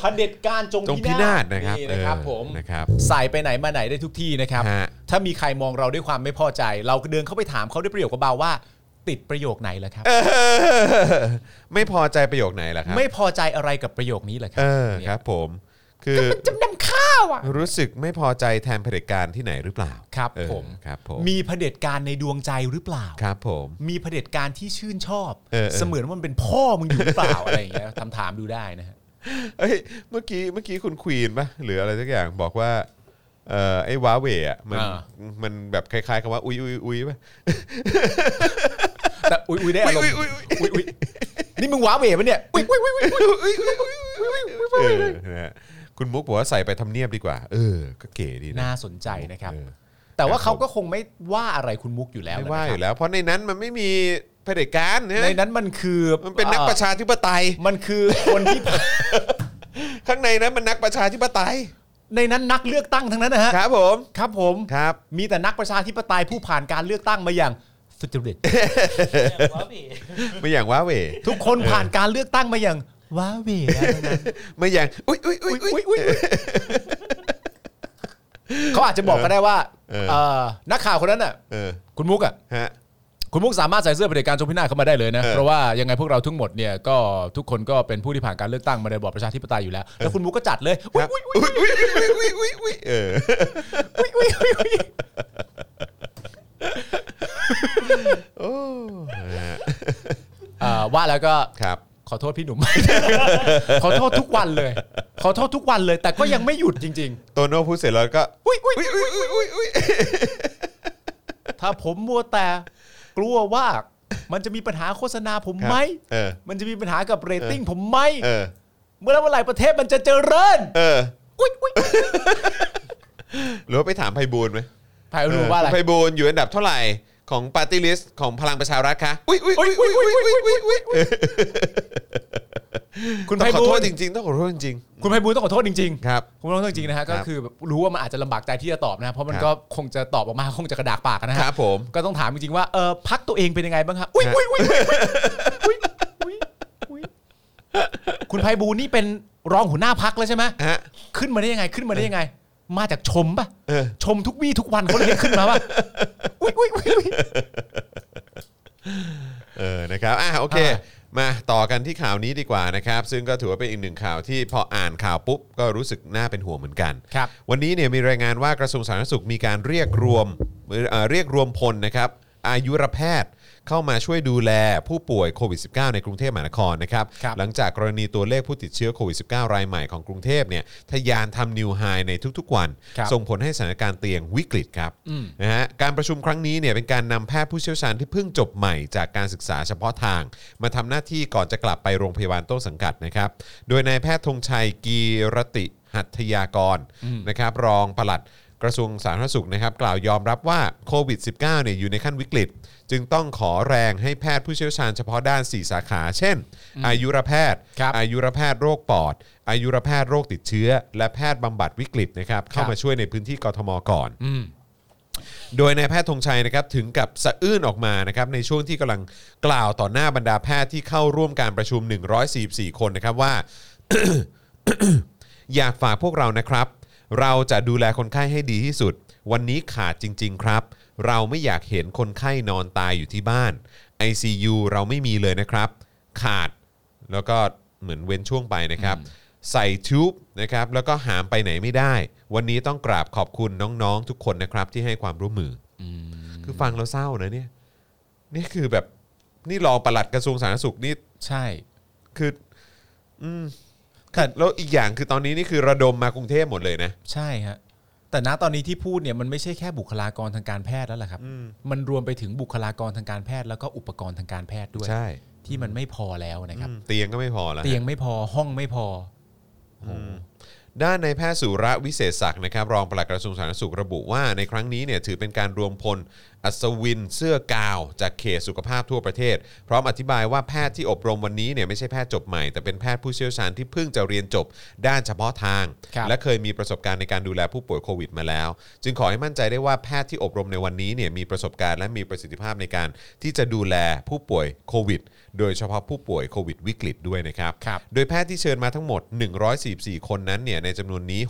เผด็จการจง
จงพินาศนะครับ
นี่นะครับ
เออ
ผม
นะครับ
ใส่ไปไหนมาไหนได้ทุกที่นะครับ
ฮะ
ถ้ามีใครมองเราด้วยความไม่พอใจ เราก็เดินเข้าไปถามเขาด้วยประโยคเบาๆว่า ติดประโยคไหนล่ะครับ
เออไม่พอใจประโยคไหนล่ะครับ
ไม่พอใจอะไรกับประโยคนี้ล่ะครั
เออ
เนี่ย
ครับผมคือ
จำนำข้าวอ่ะ
รู้สึกไม่พอใจแทนเผด็จการที่ไหนหรือเปล่า
ครับ
เออ
ผม
ครับผม
มีเผด็จการในดวงใจหรือเปล่า
ครับผม
มีเผด็จการที่ชื่นชอบ
เออเออ
มือนว่ามันเป็นพ่อมึงอยู่หรือเป ล่า อะไรอย่างเงี้ยถามถามๆดูได้นะฮะ
เอ้ยเมื่อกี้เมื่อกี้คุณควีนปะหรืออะไรสักอย่างบอกว่าเออไอ้ว้าเหวอ่ะมัน
อ่า
มันแบบคล้ายๆคำว่าอุ้ยอุ้ยอุ้ยปะ
แต่อุ้ยอุ้ยได้อารมณ์
อุ๊
อุ้
ย
ยอุ๊ยนี่มึงว้าเหวปะเนี่ยอุ้ยอุ้ยอุ้ยอุ๊ย
เออนะฮะคุณมุกบอกว่าใส่ไปทำเนียบดีกว่า เออ ก็เก๋ดีนะ
น่าสนใจนะครับ
เออ
แต่ว่าเขาก็คงไม่ว่าอะไรคุณมุกอยู่แล้ว
ไม่
นะ
ว่าอ
ครับ
ยู่แล้ว เพราะในนั้นมันไม่มี เผด็จการนะ
ในนั้นมันคือ
มันเป็นนักประชาธิปไตย
มันคือคนที่
ข้างในนั้นมันนักประชาธิปไตย
ในนั้นนักเลือกตั้งทั้งนั้นนะฮะ
ครับผม
ครับผม
ครับ
มีแต่นักประชาธิปไตยผู้ผ่านการเลือกตั้งมาอย่างสุจริต
อย่างว่าพี่
ไม่อย่างว้าเหว
ทุกคนผ่านการเลือกตั้งมาอย่างว้าเหวนะ
ไม่อย่างอุ้ยอุ้ยอุ้ยอุ้ย
เขาอาจจะบอกก็ได้ว่า
เออ
เอ่อนักข่าวคนนั้นน่ะ
เออ
คุณมุกอ่ะ
ฮะ
คุณมุกสามารถใส่เสื้อเผด็จการจงพินาศเข้ามาได้เลยนะ
เออ
เพราะว่ายังไงพวกเราทั้งหมดเนี่ยก็ทุกคนก็เป็นผู้ที่ผ่านการเลือกตั้งมาในระบอบประชาธิปไตยอยู่แล้ว แล้วคุณมุกก็จัดเลยอุ๊ยอุ๊ยอุ๊ย
อุ้ยอุ้ยอุ้ยอุ้ยอุ้ยอุ้ยเออ
อุ๊ยอุ๊ยอุ๊ยอุ๊ย
โอ้นะฮะ
เอ่อว่าแล้วก็
ครับ
ขอโทษพี่หนุ่ ม ขอโทษทุกวันเลย ขอโทษทุกวันเลย แต่ก็ยังไม่หยุดจริง
โตโน่พูดเสร็จแล้วก็
ๆอุ๊ยอุ๊ย
อุ้ยอุ้ยอุ้ยอุ้ยอุ้ย
ถ้าผมมัวแต่กลัวว่ามันจะมีปัญหาโฆษณาผม
ครับ
ไหม
เออ
มันจะมีปัญหากับเรตติ้งผมไหม
เออ
เมื่อไหร่เมื่อไหร่ประเทศมันจะเจริญ
เออ
อุ้ยอุ้ย
หรือว่าไปถามไพบูลย์ไหม
ไผ่รู้ว่าอะไร
เคุณไพบูลย์อยู่อันดับเท่าไหร่ของปาร์ตี้ลิสต์ของพลังประชารัฐคะอุ้ยอุ้ยอุ้ยอุ้ยอุ้ยอุ้ยอุ้ยอุ้ยเออ
คุณ
ต้อ
ไพ
งขอ
บู
โท
ล
ษ
ย์
จริงๆต้องขอโทษจริง
คุณไพบูลย์ต้องขอโทษจริง
ๆครับ
ๆคุณต้องขอโทษจริงๆนะฮะ
ครั
ก็
บ
คือรู้ว่ามันอาจจะลำบากใจที่จะตอบนะครับเพราะมัน
ครับ
ก็คงจะตอบออกมาคงจะกระดากปากนะฮะ
ครับผม
ก็ต้องถามจริงๆว่าเออพักตัวเองเป็นยังไงบ้างฮะอุ้ยอุ้ยอุ้ยอุ้ยอุ้ยอุ้ยอุ้ยคุณไพบูลย์นี่เป็นรองหัวหน้าพักแล้วใช่ไหม
ฮะ
ขึ้นมาได้ยังไงขึ้นมาได้ยังไง มาจากชมปะ
เออ
ชมทุกวี่ทุกวันเขาเลยขึ้นมาปะอุ้ยอุ้ยอุ้ยอุ้ย
เออ นะครับ อ่ะ โอเค
อ่ะ
มาต่อกันที่ข่าวนี้ดีกว่านะครับ ซึ่งก็ถือว่าเป็นอีกหนึ่งข่าวที่พออ่านข่าวปุ๊บ ก็รู้สึกน่าเป็นห่วงเหมือนกัน
ครับ
วันนี้เนี่ยมีรายงานว่ากระทรวงสาธารณสุขมีการเรียกรวมเอ่อเรียกรวมพลนะครับอายุรแพทย์เข้ามาช่วยดูแลผู้ป่วยโควิด -19 ในกรุงเทพมหานครนะครับ
ครับ
หลังจากกรณีตัวเลขผู้ติดเชื้อโควิด -19 รายใหม่ของกรุงเทพเนี่ยทะยานทำนิวไฮในทุกๆวัน
ครับ
ส่งผลให้สถานการณ์เตียงวิกฤตครับ
อืม
นะฮะการประชุมครั้งนี้เนี่ยเป็นการนำแพทย์ผู้เชี่ยวชาญที่เพิ่งจบใหม่จากการศึกษาเฉพาะทาง มาทำหน้าที่ก่อนจะกลับไปโรงพยาบาลต้นสังกัดนะครับ โดยนายแพทย์ธงชัยกีรติ หัตถยากรนะครับรองปลัดกระทรวงสาธารณสุขนะครับ กล่าวยอมรับว่าโควิด -19 เนี่ยอยู่ในขั้นวิกฤต จึงต้องขอแรงให้แพทย์ผู้เชี่ยวชาญเฉพาะด้าน 4 สาขา เช่น อายุรแพทย์
ครับ
อายุรแพทย์โรคปอด อายุรแพทย์โรคติดเชื้อ และแพทย์บำบัดวิกฤตนะครับเข้ามาช่วยในพื้นที่กทมก่อน
อืม
โดยนายแพทย์ธงชัยนะครับถึงกับสะอื้นออกมานะครับในช่วงที่กำลังกล่าวต่อหน้าบรรดาแพทย์ที่เข้าร่วมการประชุม 144 คนนะครับว่า อยากฝากพวกเรานะครับ เราจะดูแลคนไข้ให้ดีที่สุด วันนี้ขาดจริง ๆ ครับ เราไม่อยากเห็นคนไข้นอนตายอยู่ที่บ้าน ICU เราไม่มีเลยนะครับ ขาดแล้วก็เหมือนเว้นช่วงไปนะครับ ใส่ทูบนะครับแล้วก็หามไปไหนไม่ได้ วันนี้ต้องกราบขอบคุณน้องๆ ทุกคนนะครับที่ให้ความร่วมมืออคือฟังแล้วเศร้านะเนี่ยนี่คือแบบนี่รองปลัดกระทรวงสาธารณสุขนี่
ใช่
คือ
แต่
แล้วอีกอย่างคือตอนนี้นี่คือระดมมากรุงเทพหมดเลยนะ
ใช่ฮะแต่ณตอนนี้ที่พูดเนี่ยมันไม่ใช่แค่บุคลากรทางการแพทย์แล้วล่ะครับ มันรวมไปถึงบุคลากรทางการแพทย์แล้วก็อุปกรณ์ทางการแพทย์ด้วย
ใช่
ที่มันไม่พอแล้วนะครับ
อืมเตียงก็ไม่พอแล้วฮะ
เตียงไม่พอห้องไม่พอ
ด้านในายแพทย์สุระวิเศษศักดิ์นะครับรองปลัดกระทรวงสาธารณสุขระบุว่าในครั้งนี้เนี่ยถือเป็นการรวมพลอัศวินเสื้อกาว จากเขตสุขภาพทั่วประเทศ พร้อมอธิบายว่าแพทย์ที่อบรมวันนี้เนี่ยไม่ใช่แพทย์จบใหม่ แต่เป็นแพทย์ผู้เชี่ยวชาญที่เพิ่งจะเรียนจบด้านเฉพาะทาง
ครับ
และเคยมีประสบการณ์ในการดูแลผู้ป่วยโควิดมาแล้ว จึงขอให้มั่นใจได้ว่าแพทย์ที่อบรมในวันนี้เนี่ยมีประสบการณ์และมีประสิทธิภาพในการที่จะดูแลผู้ป่วยโควิด โดยเฉพาะผู้ป่วยโควิดวิกฤตด้วยนะครับ
ครับ
โดยแพทย์ที่เชิญมาทั้งหมด 144 คนนั้นเนี่ย ในจำนวนนี้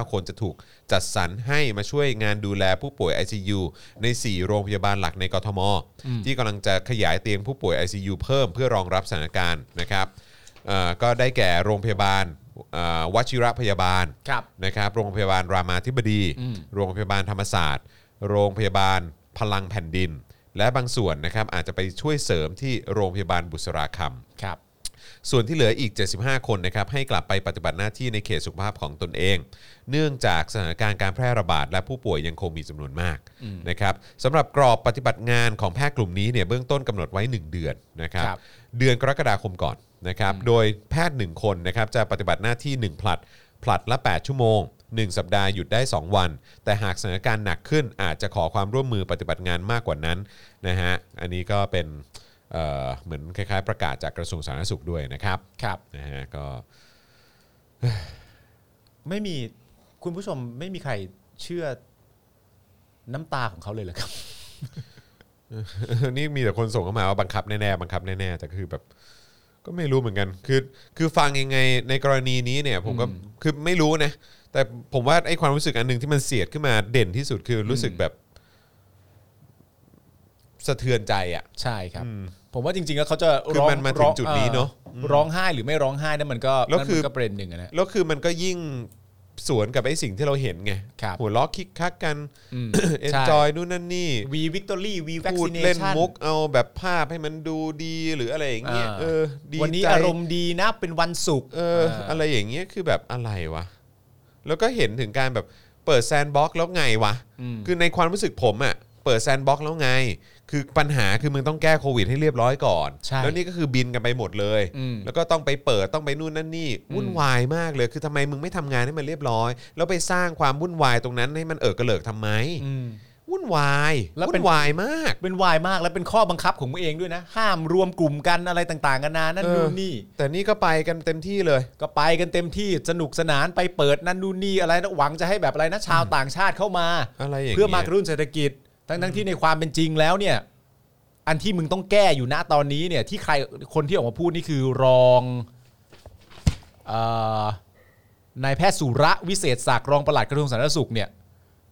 69 คนจะถูกจัดสรรให้มาช่วยงานดูแลผู้ป่วย ICU ใน 4 โรงพยาบาลหลักในกทม ที่กำลังจะขยายเตียงผู้ป่วย ICU เพิ่มเพื่อรองรับสถานการณ์นะครับเอ่อก็ได้แก่โรงพยาบาลเอ่อวชิระพยาบาล
ครับ
นะครับโรงพยาบาลรามาธิบดี
อืม
โรงพยาบาลธรรมศาสตร์ โรงพยาบาลพลังแผ่นดิน และบางส่วนนะครับอาจจะไปช่วยเสริมที่โรงพยาบาลบุษราคำ
ครับ
ส่วนที่เหลืออีก 75 คนนะครับให้กลับไปปฏิบัติหน้าที่ในเขตสุขภาพของตนเอง เนื่องจากสถานการณ์การแพร่ระบาด และผู้ป่วยยังคงมีจำนวนมากนะครับสำหรับกรอบปฏิบัติงานของแพทย์กลุ่มนี้เนี่ยเบื้องต้นกำหนดไว้ 1 เดือนนะครับ
ครับ
เดือนกรกฎาคมก่อนนะครับโดยแพทย์ 1 คนนะครับจะปฏิบัติหน้าที่ 1 ผลัด ผลัดละ 8 ชั่วโมง 1 สัปดาห์หยุดได้ 2 วัน แต่หากสถานการณ์หนักขึ้นอาจจะขอความร่วมมือปฏิบัติงานมากกว่านั้นนะฮะอันนี้ก็เป็น เอ่อเหมือนคล้ายๆ ประกาศจากกระทรวงสาธารณสุขด้วยนะครับ
ครับ
นะฮะก็
ไม่มีคุณผู้ชมไม่มีใครเชื่อน้ำตาของเขาเลยเหรอครับ
นี่มีแต่คนส่งเข้ามาว่าบังคับแน่ๆบังคับแน่ๆแต่คือแบบ ก็ไม่รู้เหมือนกัน คือคือฟังยังไงในกรณีนี้เนี่ยผมก็
อืม
คือไม่รู้นะ แต่ผมว่าไอ้ความรู้สึกอันหนึ่งที่มันเสียดขึ้นมาเด่นที่สุดคือรู้สึกแบบสะเทือนใจอ่ะ
ใช่ครับ
อืม
ผมว่าจริงๆแล้วเขาจะ
คือ
ร้อง
มันมาถึง
ร้อ
จุดนี้เนอะ
อ่อร้องไห้หรือไม่ร้องไห้นั่นมันก็
แล้วคือ
นั่นมันก็ประเด็นหนึ่งอะนะ
แล้วคือมันก็ยิ่งสวนกับไอ้สิ่งที่เราเห็นไง
ครับ
หัวล้อคิกคักกัน
อืม
เอน
ใช่
จอยนู่นนั่นนี่
วีวิกตอรี่วีวัค
พูด
ซีเน
เล่น
ชั่น
มุกเอาแบบภาพให้มันดูดีหรืออะไรอย่างเงี้ย
อ่า
เออดี
วันนี้
ใจ
อารมณ์ดีนะเป็นวันศุกร์
เอออะไรอย่างเงี้ยคือแบบอะไรวะ แล้วก็เห็นถึงการแบบเปิดแซนด์บ็อกซ์แล้วไงวะ
ม
คือในความรู้สึกผมอะ่ะเปิดแซนด์บ็อกซ์แล้วไง คือปัญหาคือมึงต้องแก้โควิดให้เรียบร้อยก่อน
ใช่
แล้วนี่ก็คือบินกันไปหมดเลย
ม
แล้วก็ต้องไปเปิดต้องไปนู่นนั่นนี่วุ่นวายมากเลย คือทำไมมึงไม่ทำงานให้มันเรียบร้อย แล้วไปสร้างความวุ่นวายตรงนั้นให้มันเอิกกระเลิกทำไม วุ่นวาย
แล้วเป็
วุ่
น
นวายมาก
เป็นวายมากแล้วเป็นข้อบังคับของมึงเองด้วยนะ ห้ามรวมกลุ่มกันอะไรต่างๆกันานานั่น
เออ
นู่นนี่
แต่นี่ก็ไปกันเต็มที่เลย
ก็ไปกันเต็มที่สนุกสนานไปเปิดนั่นนู่นนี่อะไรนะหวังจะให้แบบอะไรนะชาวต่างชาติเข้ามา
อะไรอย่างงี้ย
เพื่อมากระตุ้นเศรษฐกิจ ทั้งทั้งที่ในความเป็นจริงแล้วเนี่ย อันที่มึงต้องแก้อยู่ณตอนนี้เนี่ย ที่ใครคนที่ออกมาพูดนี่คือรองเอ่อนายแพทย์สุระวิเศษศักดิ์รองปลัดกระทรวงสาธารณสุขเนี่ย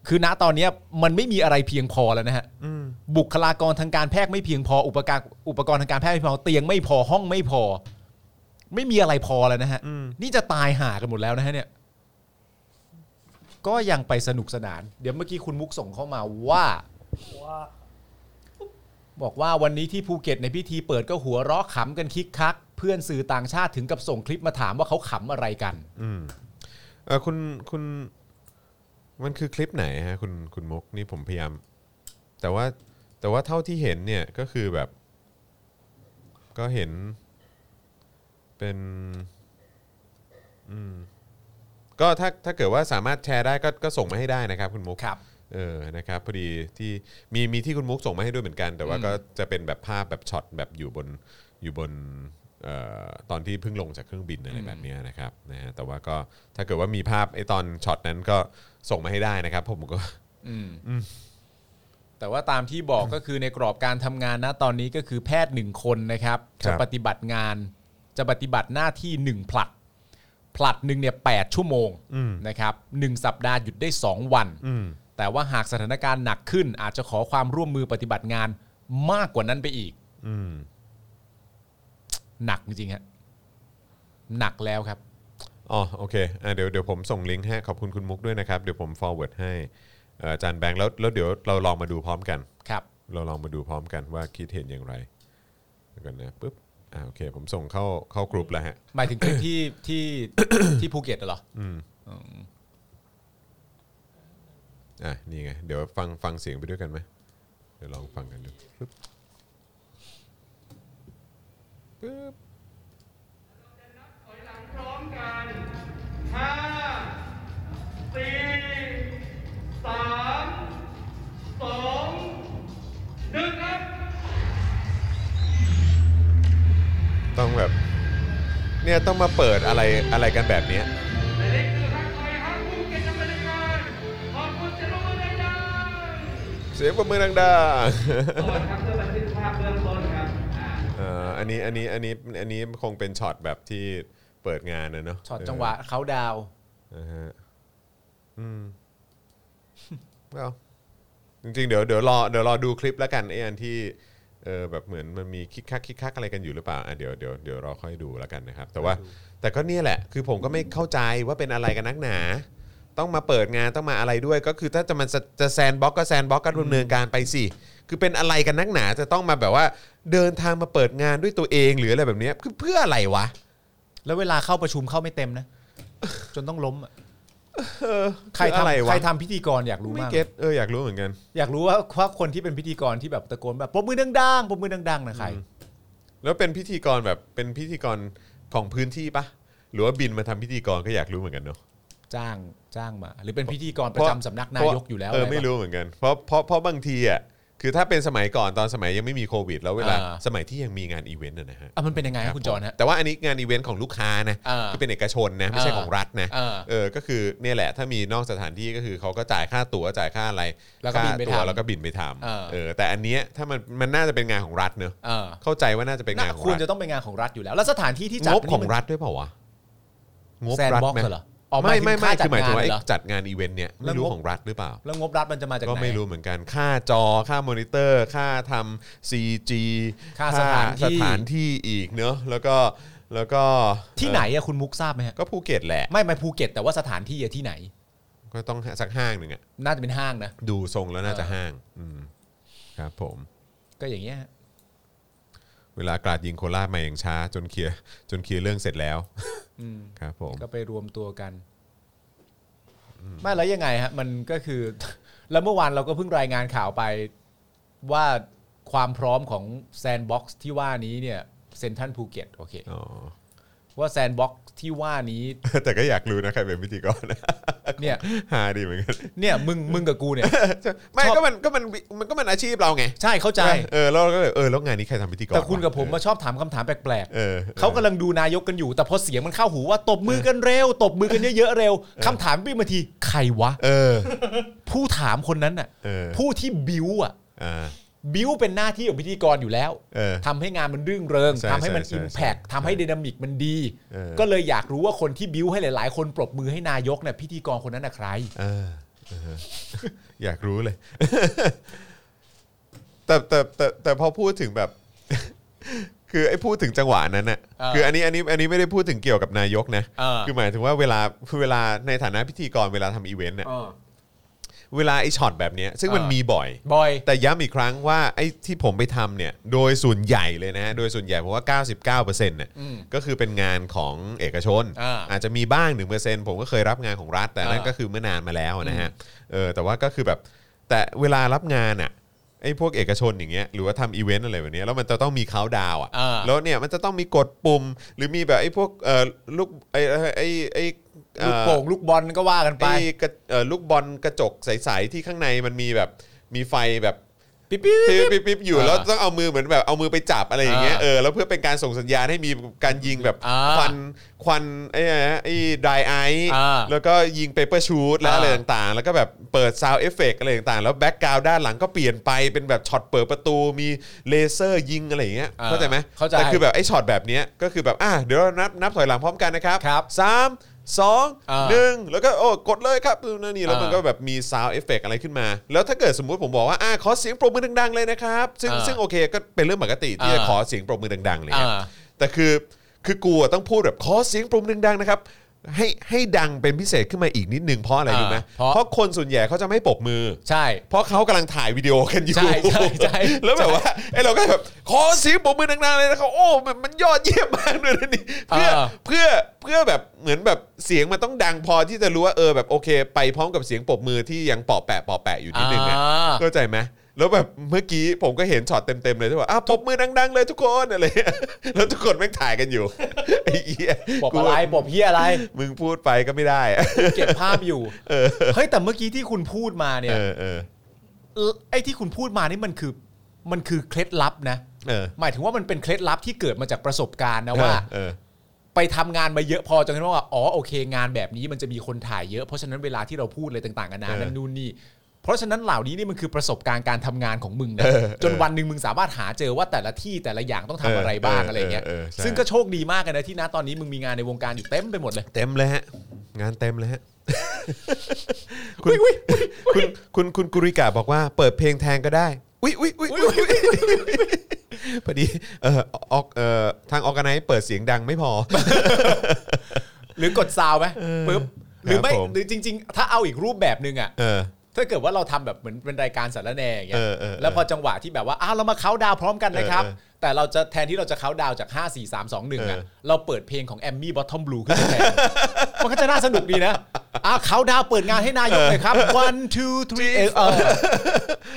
คือณตอนเนี้ยมันไม่มีอะไรเพียงพอแล้วนะฮะบุคลากรทางการแพทย์ไม่เพียงพอ อุปกรณ์อุปกรณ์ทางการแพทย์ไม่พอเตียงไม่พอห้องไม่พอ ไม่มีอะไรพอแล้วนะฮะนี่จะตายห่ากันหมดแล้วนะฮะเนี่ย ก็ยังไปสนุกสนาน เดี๋ยวเมื่อกี้คุณมุกส่งเข้ามาว่า
ว่า
บอกว่าวันนี้ที่ภูเก็ตในพิธีเปิดก็หัวเราะขำกันคิกคัก เพื่อนสื่อต่างชาติถึงกับส่งคลิปมาถามว่าเขาขำอะไรกัน
อืมเออคุณคุณมันคือคลิปไหนฮะคุณคุณมุกนี่ผมพยายาม แต่ว่าแต่ว่าเท่าที่เห็นเนี่ยก็คือแบบ ก็เห็น เป็น อืม ก็ถ้าถ้าเกิดว่าสามารถแชร์ได้ก็ก็ส่งมาให้ได้นะครับ คุณมุก
ครับ
เออ นะครับ พอดีที่มีมีที่คุณมุกส่งมาให้ด้วยเหมือนกัน แต่ว่า
อืม
ก็จะเป็นแบบภาพแบบช็อตแบบอยู่บนอยู่บนเอ่อตอนที่เพิ่งลงจากเครื่องบินอะไรแบบเนี้ยนะครับนะฮะแต่ว่าก็ถ้าเกิดว่ามีภาพไอ้ตอนช็อตนั้นก็ส่งมาให้ได้นะครับ ผมก็
อืมแต่ว่าตามที่บอกก็คือในกรอบการทำงานนะตอนนี้ก็คือแพทย์หนึ่งคนนะครับ
ครับ
จะปฏิบัติงานจะปฏิบัติหน้าที่หนึ่งผลัด ผลัดหนึ่งเนี่ยแปดชั่วโมงนะครับหนึ่งสัปดาห์หยุดได้สองวัน
อืม
แต่ว่าหากสถานการณ์หนักขึ้น อาจจะขอความร่วมมือปฏิบัติงานมากกว่านั้นไปอีก
อืม
หนักจริงๆฮะหนักแล้วครับ
อ๋อโอเคอ่ะเดี๋ยวเดี๋ยวผมส่งลิงก์ให้ขอบคุณคุณมุกด้วยนะครับ เดี๋ยวผม forward ให้เอ่ออาจารย์แบงค์แล้วแล้วเดี๋ยวเราลองมาดูพร้อมกัน
ครับ
เราลองมาดูพร้อมกันว่าคิดเห็นอย่างไรเดี๋ยวกันนะปุ๊บอ่าโอเค ผมส่งเข้าเข้ากลุ่มแล้วฮะ
หมายถึงคลิปที่ ที่ที่ภูเก็ตเหรอ
อ่ะนี่ไง เดี๋ยวฟังฟังเสียงไปด้วยกันไหมเดี๋ยวลองฟังกันดูปึ๊บปึ๊บ
ถอยหลังพร้อมกันห้าสี่สามสองหนึ่งครับ
ต้องแบบ เนี่ยต้องมาเปิดอะไรอะไรกันแบบเนี้ย
ในเล็กคือทักทายฮักผู้เก่งจำเป็นการขอบคุณจะรู้ได้ยัง
เสียงประมือดังๆ
ต่อครับเพื่อบันทึกภาพเบื้องต้นครับอ่า
เอ่ออันนี้อันนี้อันนี้อันนี้คงเป็นช็อตแบบที่เปิดงานนะเนาะ
ช็อตจังหวะเขาดาวน์
เออนะฮะอืมเอาจริงๆเดี๋ยวเดี๋ยวรอเดี๋ยวรอดูคลิปแล้วกันไอ้อันที่เออแบบเหมือนมันมีคิกคักคิกคักอะไรกันอยู่หรือเปล่าอ่ะเดี๋ยวเดี๋ยวเดี๋ยวรอค่อยดูแล้วกันนะครับ แต่ว่าแต่ก็เนี่ยแหละ คือผมก็ไม่เข้าใจว่าเป็นอะไรกันนักหนา ต้องมาเปิดงานต้องมาอะไรด้วย ก็คือถ้าจะมันจะจะแซนบ็อกก็แซนบ็อกก็ดำเนินการไปสิ คือเป็นอะไรกันนักหนาจะต้องมาแบบว่าเดินทางมาเปิดงานด้วยตัวเองหรืออะไรแบบเนี้ยคือเพื่ออะไรวะ
แล้วเวลาเข้าประชุมเข้าไม่เต็มนะ จนต้องล้มอะใคร
คืออะไร
ทำ
วะ
ใครทำพิธีกรอยากรู้
ไม่
มาก
เก็ตเอออยากรู้เหมือนกัน
อยากรู้ว่าว่าคนที่เป็นพิธีกรที่แบบตะโกนแบบปรบมือดังๆปรบมือดังๆนะใคร
แล้วเป็นพิธีกรแบบเป็นพิธีกรของพื้นที่ปะหรือว่าบินมาทำพิธีกรก็อยากรู้เหมือนกันเนาะ
จ้างจ้างมา หรือเป็นพิธีกรประจำสำนักนายกอยู่แล้ว
เออ
อะไร
ไม่
วะ
รู้เหมือนกัน เพราะเพราะเพราะบางทีอ่ะ คือถ้าเป็นสมัยก่อนตอนสมัยยังไม่มีโควิด แล้วเวลา
อ่า
สมัยที่ยังมีงานอีเวนต์น่ะนะฮะ
อ่ะมันเป็นยังไงครับคุณจอห์นฮะ
แต่ว่าอันนี้งานอีเวนต์ของลูกค้านะ
อ่า
คือเป็นเอกชนนะไม่ใช่
อ่า
ของรัฐนะ
อ่า
เออก็คือเนี่ยแหละถ้ามีนอกสถานที่ก็คือเขาก็จ่ายค่าตั๋วจ่ายค่าอะไร
แล้วก็บินไป
ค่าตั๋ว
ทำ
แล้วก็บินไปท
อ่า
ำเออแต่อันเนี้ยถ้ามันมันน่าจะเป็นงานของรัฐเนอะ
เออ
เข้าใจว่าน่าจะเป็นงา
น่าน
ของ
ควร
รัฐ
จะต้องเป็นงานของรัฐอยู่แล้ว แล้วสถานที่ที่จัด
งบของ
นี่มัน
รัฐด้วยเปล่าวะงบ
แซน
รัฐ
บ็อก
ไหม
ซ์เหรออ๋อ
ไม่ไม่
หมา
ไม่
ย
คื
ถึง
อหมายถึงว่า
ค่าจัดงานเหรอ
ไอ้จัดงานอีเวนต์เนี่ย
แล้
ไม่
วงบ
รู้ของรัฐหรือเปล่า
แล้วงบรัฐมันจะมาจากไหน
ก็ไม่รู้เหมือนกัน ค่าจอ ค่ามอนิเตอร์ ค่าทำ CG
ค่าสถานที่
ค่สถานที่อีกเนอะแล้วก็แล้วก็
ที่ไหนอะคุณมุกทราบไหมฮะ
ก็ภูเก็ตแหละ
ไม่ไม่ภูเก็ตแต่ว่าสถานที่อะที่ไหน
ก็ต้องสักห้างหนึ่งอะ
น่าจะเป็นห้างนะ
ดูทรงแล้วน่าจะ
เออ
ห้างอืมครับผม
ก็อย่างเงี้ยฮะ
เวลากราดยิงโคราชมาอย่างช้า จนเคลียร์จนเคลียร์เรื่องเสร็จแล้ว
อืม
ครับผม
ก็ไปรวมตัวกัน ไม่แล้วยังไงฮะ มันก็คือ แล้วเมื่อวานเราก็เพิ่งรายงานข่าวไปว่าความพร้อมของแซนบ็อกซ์ที่ว่านี้เนี่ยเซนทันภูเก็ตโอเค
อ๋อ
ว่าแซนบ็อกซ์ที่ว่านี้
แต่ก็อยากรู้นะใครเป็นพิธีกรนะ
เนี่ย
หาดีเหมือนกัน
เนี่ยมึงมึงกับกู เนี่ย
ไม่
ชอบ
ก็มันก็มันมันก็มันอาชีพเราไง
ใช่เข้าใจ
เออแล้วเราก็เลยเออแล้วงานนี้ใครทำพิธีกร
แต่คุณกับผม
วะ
มาชอบถามคำถามแปลก
เออออ
ๆเขากำลังดูนายกกันอยู่ แต่พอเสียงมันเข้าหูว่าตบมือกันเร็ว ตบมือกันเยอะๆเร็วคำถามวิ่งมาทีใครวะ
เออ
ผู้ถามคนนั้นน่ะ
เออ
ผู้ที่บิวอ่ะ
อ่า
บิวเป็นหน้าที่ของพิธีกรอยู่แล้ว
เออ
ทำให้งานมันรื่นเริง
ใช่
ทำให้มัน
ใช่
อิมแพ t ทำให้ดินามิกมันดี
เออ
ก็เลยอยากรู้ว่าคนที่บิวให้หลาย ๆ คนปรบมือให้นายกเนี่ยพิธีกรคนนั้นน่ะใคร
เออเออ อยากรู้เลย แต่แต่แต่แต่พอพูดถึงแบบ คือไอ้พูดถึงจังหวะนั้นน่ะ
เออ
คืออันนี้อันนี้อันนี้ไม่ได้พูดถึงเกี่ยวกับนายกนะ
เออ
คือหมายถึงว่าเวลาเวลาในฐานะพิธีกรเวลาทำอีเวนต์เนี่ยเวลาไอ้ช็อตแบบเนี้ยซึ่งมันมีบ่อย
บอย
แต่ย้ำอีกครั้งว่าไอ้ที่ผมไปทำเนี่ย โดยส่วนใหญ่เลยนะโดยส่วนใหญ่เพราะว่า 99%เนี่ย
อืม
ก็คือเป็นงานของเอกชน
อ่า
จจะมีบ้าง 1%ผมก็เคยรับงานของรัฐ แต่นั่น
อ่า
ก็คือเมื่อนานมาแล้วนะฮะเออแต่ว่าก็คือแบบแต่เวลารับงานอ่ะไอ้พวกเอกชนอย่างเงี้ยหรือว่าทำอีเวนต์อะไรแบบเนี้ยแล้วมันจะต้องมีเคาน์ดาวน์อ่ะ
อ่า
แล้วเนี่ยมันจะต้องมีกดปุ่ม หรือมีแบบไอ้พวกเอ่อลูกไอ้ไอ้ไอ้เอ่
ลู
อ
กโป่งลูกบอลก็ว่ากันไป
ไอ้กระเอ่อลูกบอลกระจกใสๆที่ข้างในมันมีแบบมีไฟแบบ
ปิ๊บปิ๊
ปิ๊บบ ปิ๊บปิ๊บอยู่
อ่า
แล้วต้องเอามือเหมือนแบบเอามือไปจับอะไรอย่างเงี้ย
อ่า
เออแล้วเพื่อเป็นการส่งสัญญาณให้มีการยิงแบบ
อ่า
ควันควันไอ้นะไอ้ดไอซ์
อ่า
แล้วก็ยิงเปเปอร์ชูตแล้ว
อ่า
อะไรต่างๆ แล้วก็แบบเปิดซาวเอฟเฟกอะไรต่างๆ แล้วแบ็กกราวด้านหลังก็เปลี่ยนไปเป็นแบบช็อตเปิดประตูมีเลเซอร์ยิงอะไรอย่างเงี้ย
อ่า
เข้าใจไหม
เข้าใจ
แต่คือแบบไอ้ช็อตแบบเนี้ยก็คือแบบอ่ะเดี๋ยวเรานับนับถอยหลังพร้อมกันนะครับ
ครับ
สามสอง
อ่า
หนึ่ง หนึ่งแล้วก็โอ้กดเลยครับนั่นนี่แล้วมัน
อ่า
ก็แบบมีซาวเอฟเฟกอะไรขึ้นมา แล้วถ้าเกิดสมมุติผมบอกว่าอ่าขอเสียงปรบมือดังๆเลยนะครับ ซึ่ง
อ่า
ซึ่งโอเคก็เป็นเรื่องปกติที่จะ
อ่า
ขอเสียงปรบมือดังๆอะไรเลย
อ่า
แต่คือคือกูอะต้องพูดแบบขอเสียงปรบมือดังๆนะครับให้ให้ดังเป็นพิเศษขึ้นมาอีกนิดนึงเพราะอะไรรู้ไหม
เพราะ
เพราะคนส่วนใหญ่เขาจะไม่ปรบมือ
ใช่
เพราะเขากำลังถ่ายวิดีโอกันอยู่
ใช่ใช่ใช่
แล้วแบบว่าไอ้เราก็แบบขอเสียงปรบมือดังๆเลยนะครับโอ้มันมันยอดเยี่ยมมากเลยนะนี่เพื่อ
เออ
เพื่อเพื่อแบบเหมือนแบบเสียงมันต้องดังพอที่จะรู้ว่าเออแบบโอเค ไปพร้อมกับเสียงปรบมือที่ยังเปอแปะเปอแปะอยู่นิดนึงอ่ะ
อ่า
เข้าใจไหมแล้วแบบเมื่อกี้ผมก็เห็นช็อตเต็มๆเลยที่ว่าอ้าวปรบมือดัง ๆ เลยทุกคนอะไรเงี้ยแล้วทุกคนแม่งถ่ายกันอยู่ไอ้เหี้ย
ปบอะไรปบเฮียอะไร
มึงพูดไปก็ไม่ได้อะ
เก็บภาพอยู่เฮ้ยแต่เมื่อกี้ที่คุณพูดมาเนี่ย
เออเออ
เออไอ้ที่คุณพูดมานี่มันคือมันคือเคล็ดลับนะ
เออ
หมายถึงว่ามันเป็นเคล็ดลับที่เกิดมาจากประสบการณ์นะว่า
เออ
ไปทำงานมาเยอะพอจนกระทั่งว่าอ๋อโอเค งานแบบนี้มันจะมีคนถ่ายเยอะ เพราะฉะนั้นเวลาที่เราพูดอะไรต่างๆกันา
เอ
นา
อ
นั่นนู่นนี่ เพราะฉะนั้นเหล่านี้นี่มันคือประสบการณ์การทำงานของมึงนะจนวันหนึ่งมึงสามารถหาเจอว่าแต่ละที่แต่ละอย่างต้องทำอะไรบ้าง
เออเออ
อะไรเงี้ย
เออใช่
ซึ่งก็โชคดีมากเลยนะที่นะตอนนี้มึงมีงานในวงการอยู่เต็มไปหมดเลย
เต็มเลยฮะ งานเต็ม เลยฮะ คุณคุณคุณคุณกุริกาบอกว่าเปิดเพลงแทนก็ได้อุ้ยอุ้ยอุ้ยอุ๊ยอุ๊ยพอดีเออออกเอ่อทางออกไนเปิดเสียงดังไม่พอ
หรือกดซาวไหมปึ๊บหรือไม่
ครับผม
หรือจริง ๆ ถ้าเอาอีกรูปแบบหนึ่งอ่ะ
เออ
ถ้าเกิดว่าเราทำแบบเหมือนเป็นรายการสารแหน่อย่างเงี้
เอย อเออเออ
แล้วพอจังหวะที่แบบว่าอ้าวเรามาเคาน์ดาวน์พร้อมกันนะครับ
เออเออ
แต่เราจะแทนที่เราจะเคาน์ดาวน์จาก 5 4 3 2 1
เออ
อ่ะ เราเปิดเพลงของแอมมี่บอททอมบลูขึ้นมาแทน มันก็จะน่าสนุกดีนะ อ่ะเขาดาวเปิดงานให้นายกหน่อยครับ one two three เออเออ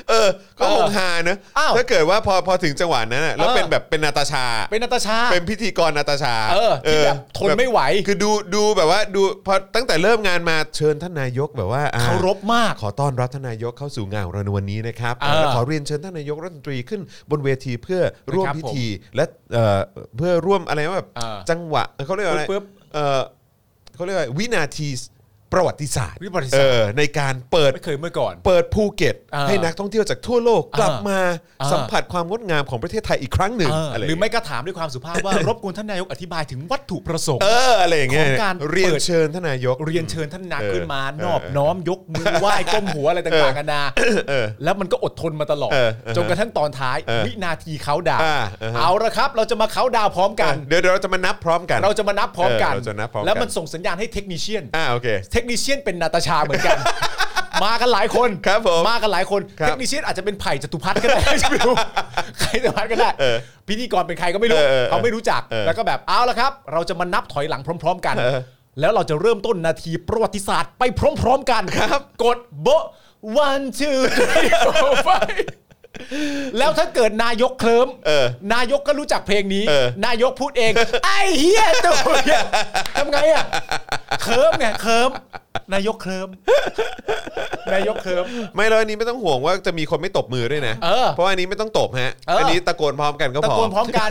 เออ ก็คงฮานะ
อ้าว
ถ้าเกิดว่าพอพอถึงจังหวะนั้นน่ะแล้ว
เออ
เป็นแบบเป็นนาตาชา
เป็นนาตาชา
เป็นพิธีกรนาตาชา
เออที่แบบทนไม่ไหว
คือดูดูแบบว่าดูพอตั้งแต่เริ่มงานมาเชิญท่านนายกแบบว่าอ่
เคารพมาก
ขอต้อนรับท่านนายกเข้าสู่งานของเราในวันนี้นะครับ
เออ
และขอเรียนเชิญท่านนายกรัฐมนตรีขึ้นบนเวทีเพื่อร่วม
นะครับ
พิธี และเอ่อเพื่อร่วมอะไรว่าแบบ
เออ
จังหวะเออเขาเรียกว่าอะไร
ปึ๊บ
เอ่อเขาเรียกว่าวินาทีประวัติศาสตร์
วิประวัติศาสตร์
เออในการเปิด
ไม่เคยเมื่อก่อน
เปิดภูเก็ต
เออ
ให้นักท่องเที่ยวจากทั่วโลกกลับ
เออ
มา
เออ
สัมผัสความงดงามของประเทศไทยอีกครั้งหนึ่ง
เออ
อะไร
หรือไม่ก็ถามด้วยความสุภาพ ว่า รบกวนท่านนายกอธิบายถึงวัตถุประสงค์
เอออะไรอย่างเงี้ย
ของการ
เรียนเชิญท่านนายก
เรียนเชิญท่านนัก
เออ
ขึ้นมา
เออน
อบน้อมยกมือไหว้ก้มหัวอะไรต่างๆกันานา
เออ
แล้วมันก็อดทนมาตลอด
เออเออ
จนกระทั่งตอนท้าย
เออ
วินาทีเขาดาวน์
อ่าอ่าฮะ
เอาละครับ เราจะมาเขาดาวน์พร้อมกัน
เดี๋ยวเดี๋ยวเราจะมานับพร้อมกัน
เราจะมานับพร้อมกัน
เออเราจะนับพร้อมกัน
แล้วมันส่งสัญญาณให้เทคนิเชียน
อ่าโอเค
เทคนิเชียนเป็นนาตาชาเหมือนกัน มากันหลายคน
ครับผม
กันหลายคน
ครับ
เทคนิเชียนอาจจะเป็นไผ่จตุพัฒน์ ก็ได้ ไม่รู้ใครจตุพัฒน์ก็ได้
เออ
พิธีกรเป็นใครก็ไม่รู้
เออเออเออ
เขาไม่รู้จัก
เออ
แล้วก็แบบเอาละครับ เราจะมานับถอยหลังพร้อม ๆ กัน
เออ
แล้วเราจะเริ่มต้นนาทีประวัติศาสตร์ไปพร้อม ๆ กัน
ครับ
กดโบะ one two three four five แล้วถ้าเกิดนายกเคลิ้ม
เออน
ายกก็รู้จักเพลงนี้
เออน
ายกพูดเอง ไอ้เฮียตัวเฮียทำไงอ่ะเคลิ้มไงเคลิ้มนายกเคลิ้มนายกเคลิ้ม
ไม่เลยอันนี้ไม่ต้องห่วงว่าจะมีคนไม่ตบมือด้วยนะ
เออ
เพราะอันนี้ไม่ต้องตบฮะ
เอออั
อันนี้ตะโกนพร้อมกันก็พอ
ตะโกนพร้อมกัน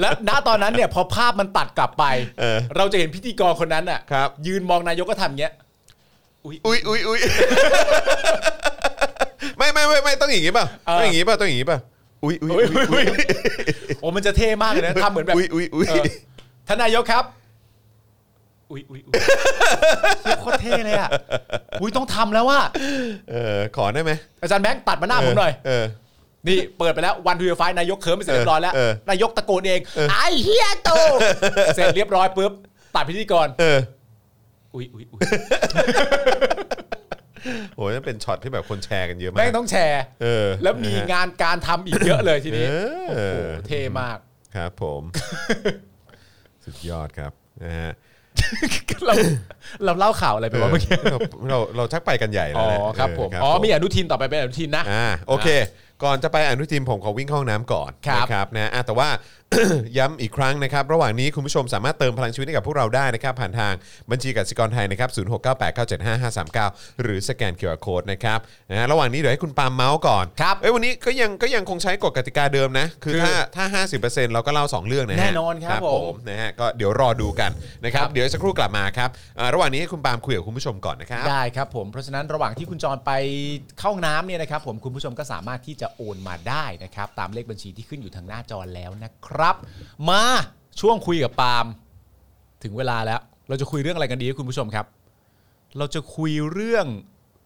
และณตอนนั้นเนี่ยพอภาพมันตัดกลับไป
เออ
เราจะเห็นพิธีกรคนนั้นอ่ะ
ครับ
ยืนมองนายกก็ทำอย่างเงี้ย
อุ้ยอุ้ยอุ้ ย ไม่ไม่ไม่ไม่ต้องอย่างงี้ป่ะ
เอ
ต้
อ
องอย่างงี้ป่ะต้องอย่างงี้ป่ะอุ้ยอุ้ย
อุ๊ยอุ๊ยอุ๊ยโอ้มันจะเท่มากเล ยนะทำเหมือนแบบ
อุ้ยอุ้ยอุ้ย
เออท่านนายกครับ อุ้ยอุ้ยอุ้ยเหี้ยโค ตรเท่เลยอ่ะอุ้ยต้องทำแล้วว่า
เออขอได้ไหม
อาจารย์แบงค์ตัดมาหน้าผมหน่อย
เออ
นี่เปิดไปแล้ววันทูไฟนายกเคิร์มไปเสร็จเรียบร้อยแล้ว
เออเออ
นายกตะโกนเองไอ้เฮีย ตูเสร็จเรียบร้อยปุ๊บตัดพิธีกร
เออ
อุ้ยอุ้ยอุ้ย
โหนั่นเป็นช็อตที่แบบคนแชร์กันเยอะมาก
แม่งต้องแชร์
เออ
แล้วมีงานการทำอีกเยอะเลยที
เอ
นี้โอ้
อ
โหเท่มาก
ครับผม สุดยอดครับนะฮะ
เราเราเล่าข่าวอะไรไปวะเมื่อกี้
เราเราเราชักไปกันใหญ่แล้ว
อ๋อ
นะ
ครับผม
เ
อ๋อมีอนุทินต่อไปเป็นอนุทินนะ
อ่าโอเค ก่อนจะไปอนุทินผมขอวิ่งเข้าห้องน้ำก่อน
ครับ
นะครับนะอ่ะแต่ว่า ย้ำอีกครั้งนะครับ ระหว่างนี้คุณผู้ชมสามารถเติมพลังชีวิตให้กับพวกเราได้นะครับ ผ่านทางบัญชีกสิกรไทยนะครับศูนย์หกเหรือสแกนเคอร์โคดนะครับนะฮะระหว่างนี้เดี๋ยวให้คุณปาล์มเมาส์ก่อน
ครับ
เอ้ยวันนี้ก็ยังก็ยังคงใช้กฎกติกาเดิมนะ คือ
คือ
ถ้าถ้า 50%เราก็เล่า 2 เรื่องนะฮะ
แน่นอนครับผม
นะฮะก็เดี๋ยวรอดูกันนะครับเดี๋ยวสักครู่กลับมาครับอ่าระหว่างนี้ให้คุณปาล์มคุยกับคุณผู้ชมก่อนนะครับ
ได้ครับผม เพราะฉะนั้นระหว่างที่คุณจรไปเข้าห้องน้ำเนี่ยนะครับผมคุณผู้ชมก็สามารถที่จะโอนมาได้นะครับ ตามเลขบัญชีที่ขึ้นอยู่ทางหน้าจอแล้วนะครับ มาช่วงคุยกับปาล์มถึงเวลาแล้ว เราจะคุยเรื่องอะไรกันดีครับคุณผู้ชมครับ เราจะคุยเรื่อง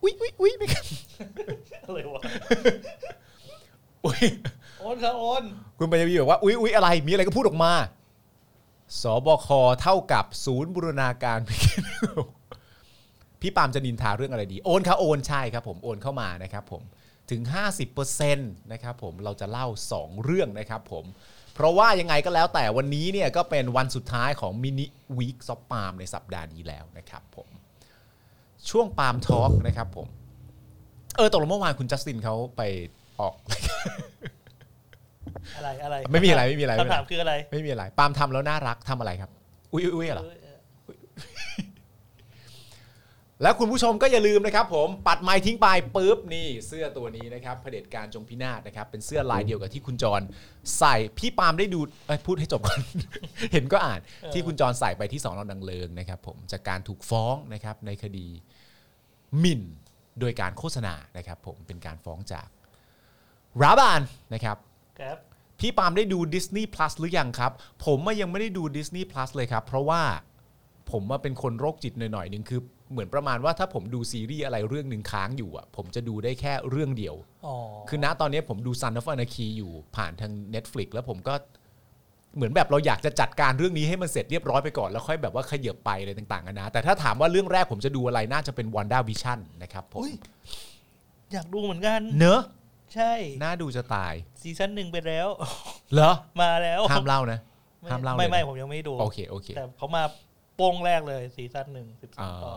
อุ้ยอุ้ยอุ้ยไม่กัน
อะไรวะ
อุ้ย
โอนค่ะโอน
คุณปัญญาวีบอกว่าอุ้ยอุ้ยอะไรมีอะไรก็พูดออกมาสบคเท่ากับศูนย์บูรณาการ พี่ปาล์มจะนินทาเรื่องอะไรดี โอนค่ะโอนใช่ครับผมโอนเข้ามานะครับผมถึง 50%นะครับผมเราจะเล่า 2 เรื่องนะครับผมเพราะว่ายังไงก็แล้วแต่วันนี้เนี่ยก็เป็นวันสุดท้ายของมินิวีคซอปปาล์มในสัปดาห์นี้แล้วนะครับผมช่วงปาล์มทอล์กนะครับผม เออตกลงเมื่อวานคุณจัสตินเขาไปออก
อะไรอะไร
ไม่มีอะไรไม่มีอะไร
คำถามคืออะไร
ไม่มีอะไรปาล์มทำแล้วน่ารักทำอะไรครับ อุ้ยอุ้ยอุ้ยเหรอ แล้วคุณผู้ชมก็อย่าลืมนะครับผมปัดไม้ทิ้งไปปุ๊บนี่เสื้อตัวนี้นะครับเผด็จการจงพินาศนะครับเป็นเสื้อลายเดียวกับที่คุณจรใส่พี่ปาล์มได้ดูเอ้ยพูดให้จบก่อน เห็นก็อ่านที่คุณจรใส่ไปที่สอนอดังเลิงนะครับผมจากการถูกฟ้องนะครับในคดีหมิ่นโดยการโฆษณานะครับผมเป็นการฟ้องจากราบานนะครับ
ครับ
พี่ปาล์มได้ดู Disney Plus หรือยังครับ ผมอะยังไม่ได้ดู Disney Plus เลยครับ เพราะว่าผมมาเป็นคนโรคจิตหน่อยๆหนึ่งคือเหมือนประมาณว่าถ้าผมดูซีรีส์อะไรเรื่องหนึ่งค้างอยู่อ่ะผมจะดูได้แค่เรื่องเดียว
อ๋อ
คือณตอนนี้ผมดู Son of Anarchy อยู่ผ่านทาง Netflix แล้วผมก็เหมือนแบบเราอยากจะจัดการเรื่องนี้ให้มันเสร็จเรียบร้อยไปก่อน แล้วค่อยแบบว่าขยับไปอะไรต่างๆกันานะแต่ถ้าถามว่าเรื่องแรกผมจะดูอะไรน่าจะเป็น Wanda Vision นะครับผม
อุ้ยอยากดูเหมือนกัน
เนอะ
ใช่
น่าดูจะตาย
ซีซั่นหนึ่งไปแล้ว
เหรอ
มาแล้ว
ห้ามเล่านะห้ามเล่าเลย
ไม่ไม่
นะ
ผมยังไม่ดู
โอเคโอเค
แต่เขามา โป้งแรกเลยซีซั่นหนึ่งสิบส
อ๋
อ
อง
ตอน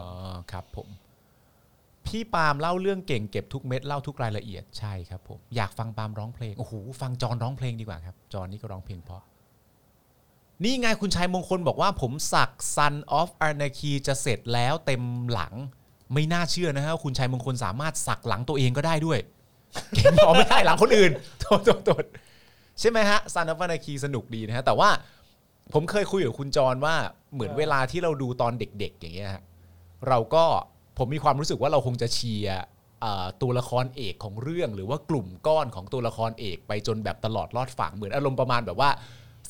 ครับผม พี่ปาล์มเล่าเรื่องเก่งเก็บทุกเม็ดเล่าทุกรายละเอียดใช่ครับผมอยากฟังปาล์มร้องเพลงโอ้โหฟังจอนร้องเพลงดีกว่าครับ จอนนี่ก็ร้องเพลงเพราะนี่ไงคุณชายมงคลบอกว่า ผมสัก Sun of Anarchy จะเสร็จแล้วเต็มหลัง ไม่น่าเชื่อนะฮะว่าคุณชายมงคลสามารถสักหลังตัวเองก็ได้ด้วย เก่งพ อไม่ได้หลังคนอื่นโทษโทษโทษใช่ไหมฮะ Sun of Anarchy สนุกดีนะฮะแต่ว่า ผมเคยคุยกับคุณจรว่าเหมือนเวลาที่เราดูตอนเด็ก ๆ อย่างเงี้ยฮะเราก็ผมมีความรู้สึกว่าเราคงจะเชียร์เอ่อตัวละครเอกของเรื่อง หรือว่ากลุ่มก้อนของตัวละครเอกไปจนแบบตลอดรอดฝั่งเหมือนอารมณ์ประมาณแบบว่า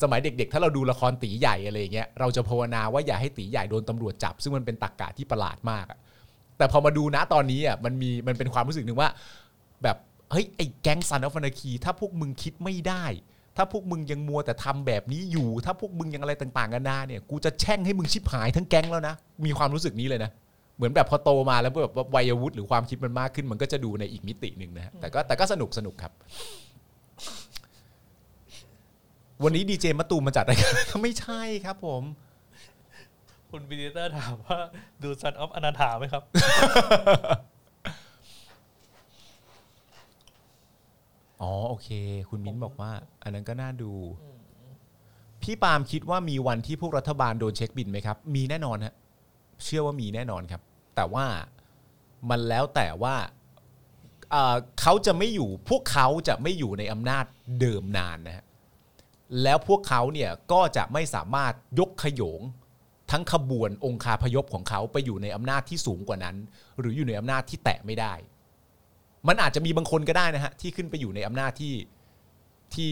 สมัยเด็ก ๆ ถ้าเราดูละครตีใหญ่อะไรอย่างเงี้ยเราจะภาวนาว่าอย่าให้ตีใหญ่โดนตำรวจจับ ซึ่งมันเป็นตรกกะที่ประหลาดมากอะแต่พอมาดูนะตอนนี้อ่ะมันมีมันเป็นความรู้สึกหนึ่งว่า แบบเฮ้ยไอ้แก๊งซันอฟนาคี ถ้าพวกมึงคิดไม่ได้ ถ้าพวกมึงยังมัวแต่ทำแบบนี้อยู่ ถ้าพวกมึงยังอะไรต่างๆกันานาเนี่ย กูจะแช่งให้มึงชิบหายทั้งแก๊งแล้วนะ มีความรู้สึกนี้เลยนะ เหมือนแบบพอโตมาแล้วแบบว่าวัยวุฒิหรือความคิดมันมากขึ้น มันก็จะดูในอีกมิติหนึ่งนะฮะแต่ก็แต่ก็สนุกสนุกครับ วันนี้ดีเจมะตูมมาจัดรายการ ไม่ใช่ครับผม
คุณบิเตอร์ถามว่าดูซันออฟอนาถาไหมครับ
อ๋อโอเค คุณมิ้นบอกว่า อันนั้นก็น่าดู พี่ปาล์มคิดว่ามีวันที่พวกรัฐบาลโดนเช็คบินไหมครับ มีแน่นอนฮะเชื่อว่ามีแน่นอนครับ แต่ว่ามันแล้วแต่ว่าเอ่อเขาจะไม่อยู่ พวกเขาจะไม่อยู่ในอำนาจเดิมนานนะฮะแล้วพวกเขาเนี่ยก็จะไม่สามารถยกขโยง ทั้งขบวนองคาพยพของเขาไปอยู่ในอำนาจที่สูงกว่านั้น หรืออยู่ในอำนาจที่แตะไม่ได้ มันอาจจะมีบางคนก็ได้นะฮะ ที่ขึ้นไปอยู่ในอำนาจที่ที่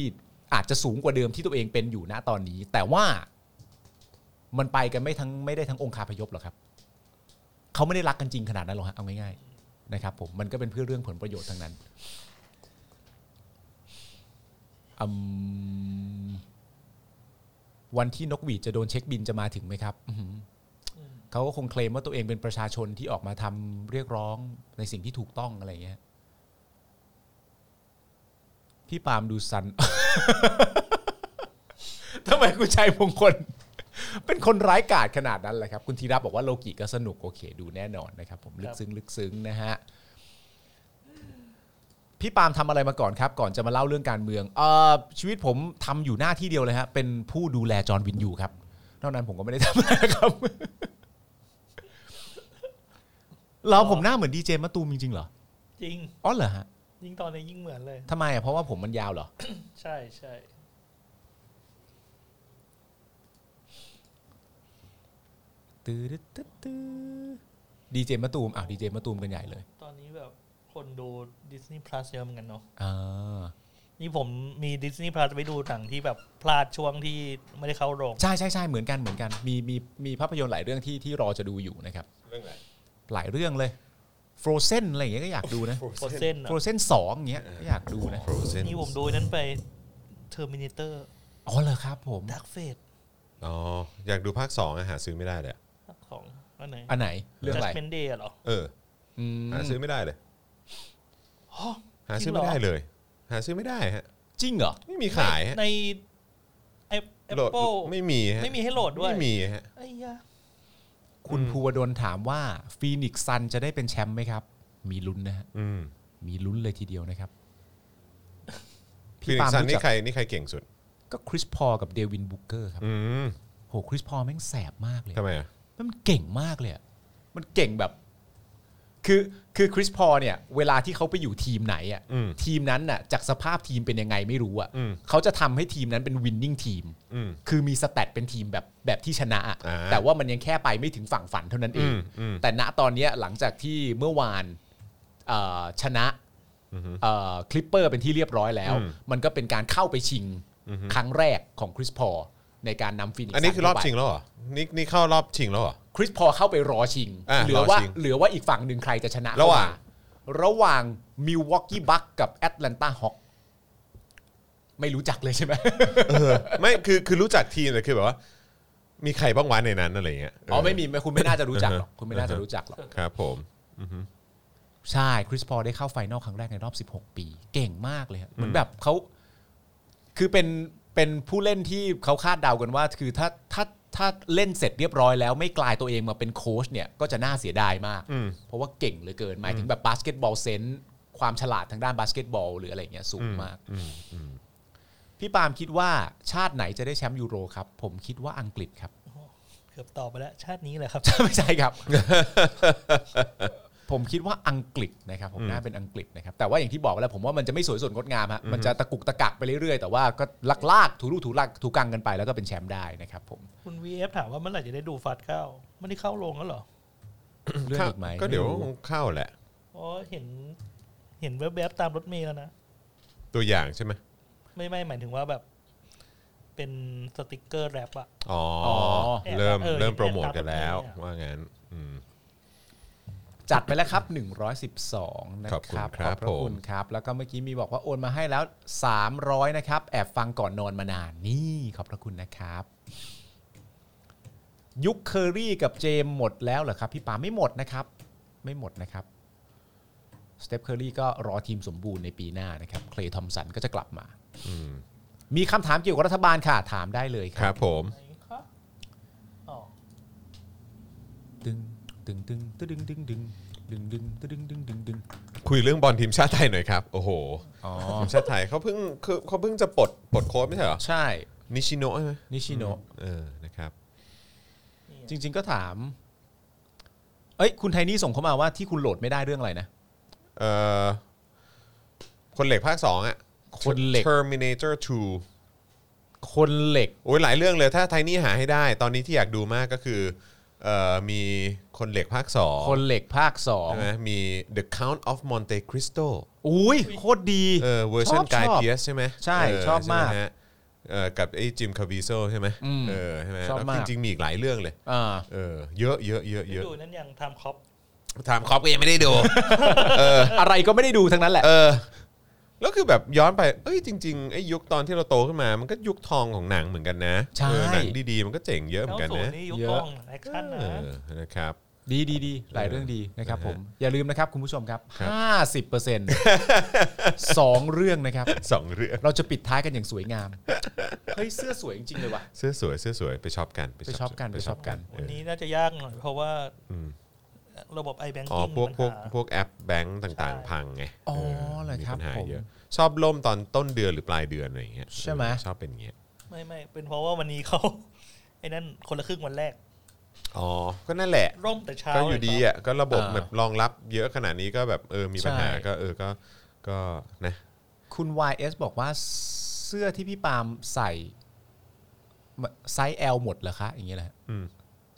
อาจจะสูงกว่าเดิมที่ตัวเองเป็นอยู่ณตอนนี้ แต่ว่ามันไปกันไม่ทั้งไม่ได้ทั้งองคาพยพหรอกครับ เขาไม่ได้รักกันจริงขนาดนั้นหรอกฮะเอาง่ายๆนะครับ ผมมันก็เป็นเพื่อเรื่องผลประโยชน์ทั้งนั้นอืมวันที่นกหวีดจะโดนเช็คบินจะมาถึงไหมครับอื้อหือเขาก็คงเคลมว่าตัวเองเป็นประชาชนที่ออกมาทำเรียกร้องในสิ่งที่ถูกต้องอะไรอย่างเงี้ย พี่ปาล์มดูสัน ทำไมคุณชัยมงคล เป็นคนร้ายกาจขนาดนั้นเลยครับ คุณธีระบอกว่าโลกิก็สนุกโอเค ดูแน่นอนนะครับ ผมลึกซึ้งลึกซึ้งนะฮะ พี่ปาล์มทำอะไรมาก่อนครับ ก่อนจะมาเล่าเรื่องการเมืองเออชีวิตผมทำอยู่หน้าที่เดียวเลยฮะ เป็นผู้ดูแลจอร์นวินยูครับนอกนั้นผมก็ไม่ได้ทำอะไรครับ เราผมหน้าเหมือนดีเจมะตูมจริงๆเหรอ
จริง
อ๋อเหรอฮะ
ยิ่งตอนนี้ยิ่งเหมือนเลย
ทำไมอ่ะเพราะว่าผมมันยาวเหรอ
ใช่ใช่
ตื้อตึ๊ดตึ๊ดตื้อดีเจมะตูมอ้าวดีเจมะตูมกันใหญ่เลย
ตอนนี้แบบคนดู Disney Plus เยอะเหมือนกันเนาะ
อ่า
นี่ผมมี Disney Plus ไปดูหนังที่แบบพลาดช่วงที่ไม่ได้เข้าโรง
ใช่ใช่ใช่เหมือนกันเหมือนกัน มีมีมีภาพยนตร์หลายเรื่องที่ที่รอจะดูอยู่นะครับ
เรื่องอะไร
หลายเรื่องเลย f r o z e n อะไรอย่างเงี้ยก็อยากดูนะ
โฟเซน
f r o z e n สองอย่างเงี้ยก็อยากดูนะ
โปรเซน
นี่ผมดูนั้นไป Terminator
อ๋อเหรอครับผม
Dark Fate
อ๋ออยากดูภาคสองอะหาซื้อไม่ได้เลยอะ
ภาคสองอันไหน
อันไหนเรื่องอะไร
Judgment Day อะเหรอ
เออ
อืม
หาซื้อไม่ได้เลย
ฮะ
หาซื้อไม่ได้เลย หาซื้อไม่ได้ฮะ
จริงเหรอ
ไม่มีขายฮะ
ในแอป
โหลด
เปิล
ไม่มีฮะ
ไม่มีให้โหลดด้วย
ไม่มีฮะ
ไอ้ยะ
คุณภูวดลถามว่าฟีนิกซ์ซันจะได้เป็นแชมป์ไหมครับ มีลุ้นนะฮะ
อืม
มีลุ้นเลยทีเดียวนะครับ
ฟินิกซ์ซัน
รู้
นี่
จัก
ใครนี่ใครเก่งสุด
ก็คริสพอลกับเดวินบุกเกอร์ครับ
อืม
โหคริสพอลแม่งแสบมากเลย
ทำไมอ่ะ
มันเก่งมากเลยอะมันเก่งแบบ คือคือคริสพอลเนี่ย เวลาที่เขาไปอยู่ทีมไหนอะ
อืม
ทีมนั้นน่ะจากสภาพทีมเป็นยังไงไม่รู้อะ
อืม
เขาจะทำให้ทีมนั้นเป็นวินนิ่งทีม
อืม
คือมีสแตทเป็นทีมแบบแบบที่ชนะอะ
อ่า
แต่ว่ามันยังแค่ไปไม่ถึงฝั่งฝันเท่านั้นเอง
อืมอืม
แต่ณตอนเนี้ยหลังจากที่เมื่อวานเอ่อชนะ
อืม
คลิปเปอร์เป็นที่เรียบร้อยแล้ว
อืม
มันก็เป็นการเข้าไปชิงครั้งแรกของคริสพอลในการนำฟินิกซ์
อันนี้คือรอบชิงแล้วเหรอ นี่นี่เข้ารอบชิงแล้วเหรอ
คริสพอลเข้าไปรอชิง
อ่ะ
เหลือว่า
อ
ร
ชิง
เหลือว่าอีกฝั่งหนึ่งใครจะชนะ
ระหว่าง
เข้มระหว่างมิลวอกกี้บัคกับแอตแลนตาฮอคไม่รู้จักเลยใช่ไหม
เออ ไม่คือคือรู้จักทีมแต่คือแบบว่า มีใครบ้างวะในนั้นอะไรเงี้ย
อ๋อไม่มีไม่คุณไม่น่าจะรู้จักหรอกคุณไม่น่าจะรู้จักหรอก
ครับ ผม
ใช่ คริสพอลได้เข้าไฟนอลครั้งแรกในรอบ 16 ปี เก่งมากเลยครับเหมือนแบบเขาคือเป็นเป็นผู้เล่นที่เขาคาดเดากันว่า คือถ้าถ้า ถ้าเล่นเสร็จเรียบร้อยแล้วไม่กลายตัวเองมาเป็นโค้ชเนี่ยก็จะน่าเสียดายมาก
อืม
เพราะว่าเก่งเหลือเกินหมายถึงแบบบาสเกตบอลเซนส์ความฉลาดทางด้านบาสเกตบอลหรืออะไรอย่างเงี้ยสูงมาก
อืมอืม
พี่ปาล์มคิดว่าชาติไหนจะได้แชมป์ยูโรครับ ผมคิดว่าอังกฤษครับ
เกือบตอบไปแล้ว ชาตินี้แหละครับ
ไม่ใช่ครับ ผมคิดว่าอังกฤษนะครับ ผมน่าเป็นอังกฤษนะครับ แต่ว่าอย่างที่บอกไปแล้วผมว่ามันจะไม่สวยสดงดงามฮะมันจะตะกุกตะกักไปเรื่อยๆแต่ว่าก็ลักลากถูรูถูลักถูกังกันไปแล้วก็เป็นแชมป์ได้นะครับ ผม
คุณ VF ถามว่าเมื่อไหร่จะได้ดูฟัดเข้าไม่ได้เข้าโรงแล้วเหรอ
เรื่องอีกไหม
ก็เดี๋ยว
ไม่รู้
คงเข้าแหละ
อ๋อเห็น เห็นแวบๆตามรถเมล์แล้วนะ
ตัวอย่างใช่ไหม
ไม่ไม่หมายถึงว่าแบบ เป็นสติกเกอร์แรปอะ
อ๋ออ
อ
เริ่ม
เออ
เริ่ม
เห็น
โปรโมท
แอบตาม
กันแล้ว
เนี่ย
ว่างั้นอืม
จัดไปแล้วครับ 112 นะค
ข
รั
อ
บบ
คุณครับ
พระคุ
ผ
ณ
ม
ครับ แล้วก็เมื่อกี้มีบอกว่าโอนมาให้แล้ว 300 นะครับ แอบฟังก่อนนอนมานานนี่ขอบพระคุณนะครับ ยุคเคอรี่กับเจมส์หมดแล้วเหรอครับ พี่ปาไม่หมดนะครับ ไม่หมดนะครับสเตปเคอรี่ก็รอทีมสมบูรณ์ในปีหน้านะครับเคลย์ทอมสันก็จะกลับมา
อืม
มีคำถามเกี่ยวกับรัฐบาลค่ะ ถามได้เลยค
ครับ รับผม
ไหนครับอ๋อ
ตึงตึงตึงตึงตึงตึงตึงตึงตึงตึงตึงตึง
คุยเรื่องบอลทีมชาติไทยหน่อยครับ โอ้โห
อ๋อ
ทีมชาติไทยเขาเพิ่งคือเขาเพิ่งจะปลดปลดโค้ชไม่ใช่เหรอ
ใช่
นิชิโนะใช่ไหม
นิชิโนะ
เออนะครับ
นี่
จริง ๆ ก็ถาม เอ้ย คุณไทนี่ส่งเข้ามาว่าที่คุณโหลดไม่ได้เรื่องอะไรนะ
เอ่อคนเหล็กภาคสองอ่ะ
คนเหล็ก
Terminator 2
คนเหล็ก
โอ้ยหลายเรื่องเลยถ้าไทนี่หาให้ได้ ตอนนี้ที่อยากดูมากก็คือเอ่อมีคนเหล็กภาคสอง
คนเหล็กภาคสอง
ใช่ไหมมี The Count of Monte Cristo
อุ้ยโคตรดี
เอ อเวอร์ชัน
บ
กาย
ชอบ
เพียสใช่ไหม
ใช่
เ
ชอบมาก
ใไหฮะเออกับไอ้จิมคาวิโซใช่ไหม
อืม
เออใช่ไหม
ชอบ
แล้ว
มาก
จริงๆมีอีกหลายเรื่องเลย
อ่า
เออเยอะเยอะเยอะ
ได้
เยอะ
ดูนั่นยังไทม์คอป
ถามครอบก็ยังไม่ได้ดู
อะไรก็ไม่ได้ดูทั้งนั้นแหละ
เออแล้วคือแบบย้อนไป เอ้ยจริงๆไอ้ยุคตอนที่เราโตขึ้นมา มันก็ยุคทองของหนังเหมือนกันนะ
ใช่
เออหนังดีๆ มันก็เจ๋งเยอะเหมือนกัน
ศูน
นะ
ย์นี่ยุค
เยอะ
กล้องแอคชั่น
เอ
นะ
อนะครับ
ดีดีดีหลายเรื่องดีนะครับผม อย่าลืมนะครับ คุณผู้ชมครับ
ครับ
50% สองเรื่องนะครับ
สองเรื่อง
เราจะปิดท้ายกันอย่างสวยงาม เฮ้ย เสื้อสวยจริงๆเลยว่ะ
เสื้อสวยเสื้อสวยไปช็อปกัน
ไปช็อปกัน
ไปช็อปกัน
วันนี้น่าจะยากหน่อย เพราะว่า
อืม
ระบบ i b a n
อ๋อ
k i n g
พวกพวก
ปัญหา
พวกแอปแบงก์ต่างๆ พังไง
อ๋อเหรอครับ
มีปัญหา
ผม
เยอะชอบล่มตอนต้นเดือนหรือปลายเดือนอะไรอย่างเงี้ย
ใช่ไหม
เออชอบเป็นอย่างเงี้ย
ไม่ไม่เป็นเพราะว่าวันนี้เขา ไอ้นั่นคนละครึ่งวันแรก
อ๋อก็นั่นแหละ
ร่มแต่เช้า
ก็อยู่ดีอ่ะก็ระบบ
อ่า
แบบรองรับเยอะขนาดนี้ก็แบบเออมีปัญหา
ใช่
ก็เออก็ก็นะ
คุณ YS บอกว่าเสื้อที่พี่ปาล์มใส่มันไซส์ L หมดเหรอคะอย่างเงี้ยแหละ
อืม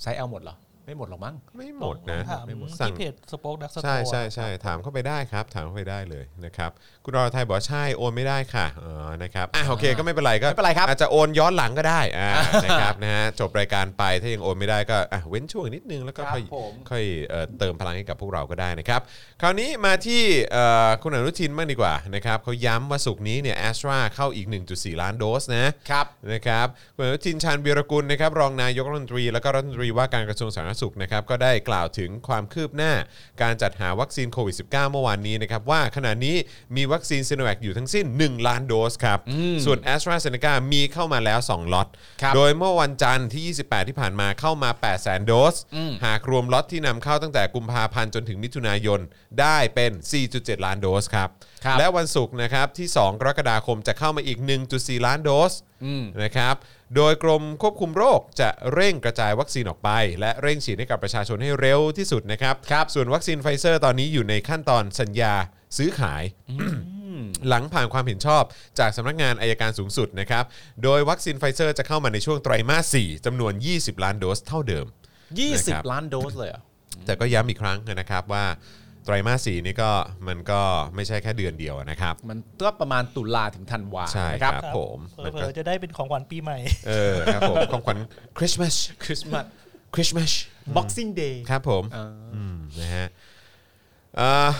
ไซส์ L หมดเหรอ ไม่หมดหรอกมั้ง
ไม่ห
ล
ม
อง
ดนะ
ถาม
ไม่หมดสั่ง
ที่เพจสป็อกดักสโต
ใช่ใช่ใช่ถามเข้าไปได้ครับ ถามเข้าไปได้เลยนะครับคุณอรไทยบอกว่าใช่โอนไม่ได้ค่ะเออนะครับอ่ะโอเคก็ไม่เป็นไรก็
ไม่เป็นไรครับ
อาจจะโอนย้อนหลังก็ได้อ่านะครับนะฮะจบรายการไปถ้ายังโอนไม่ได้ก็อ่ะเว้นช่วงนิดนึงแล้วก็
ครั
ค่
บ
อย
ผม
ค่อยเอ่อเติมพลังให้กับพวกเราก็ได้นะครับคราวนี้มาที่เอ่อคุณอนุทินบ้างดีกว่านะครับเขาย้ำว่าสุกร์นี้เนี่ยแอสตราเข้าอีก 1.4 ล้านโดสนะ
ครับ
นะครับคุณอนุทินชาญวีรกุลนะครับรองนายกรัฐมนตรี และก็รัฐมนตรีว่าการกระทรวงสาธารณสุขนะครับก็ได้กล่าวถึงความคืบหน้า การจัดหาวัคซีนโควิด -19 เมื่อวานนี้นะครับว่าขณะนี้มีวัคซีนซีโนแวคอยู่ทั้งสิ้น 1 ล้านโดสครับ ส่วน a s t r a z เซ e c a มีเข้ามาแล้ว 2 ล็อต
ครับ
โดยเมื่อวันจันทร์ที่ 28 ที่ผ่านมาเข้ามา 8 0 0 0 0โดส หากรวมล็อตที่นำเข้าตั้งแต่กุมภาพันธ์จนถึงมิถุนายนได้เป็น 4.7 ล้านโดสครับ
ครับ
และวันศุกร์นะครับที่ 2 กรกฎาคมจะเข้ามาอีก 1.4 ล้านโดส
อืม
นะครับ โดยกรมควบคุมโรคจะเร่งกระจายวัคซีนออกไป และเร่งฉีดให้กับประชาชนให้เร็วที่สุดนะครับ ส่วนวัคซีนไฟเซอร์ตอนนี้อยู่ในขั้นตอนสัญญาซื้อขาย หลังผ่านความเห็นชอบจากสำนักงานอายการสูงสุดนะครับ โดยวัคซีนไฟเซอร์จะเข้ามาในช่วงไตรมาส 4จำนวน 20 ล้านโดสเท่าเดิม นะครับ
20 ล้านโดสเลยเหรอ
แต่ก็ย้ำอีกครั้งนะครับว่าไตรมาส 4 นี่ก็มันก็ไม่ใช่แค่เดือนเดียวนะครับ
มันก็ประมาณตุลาถึงธันวา
ใช่ค
นะค
รั
รั
บบ ผม
เ
มัน
ผล
ก็
อๆจะได้เป็นของขวัญปีใหม่
เออครับผมของขวัญคริสต์มาส
คริสต์มาส
คริสต์มาส
Boxing Day
ครับผม
เออ
อืมนะฮะเอ่อ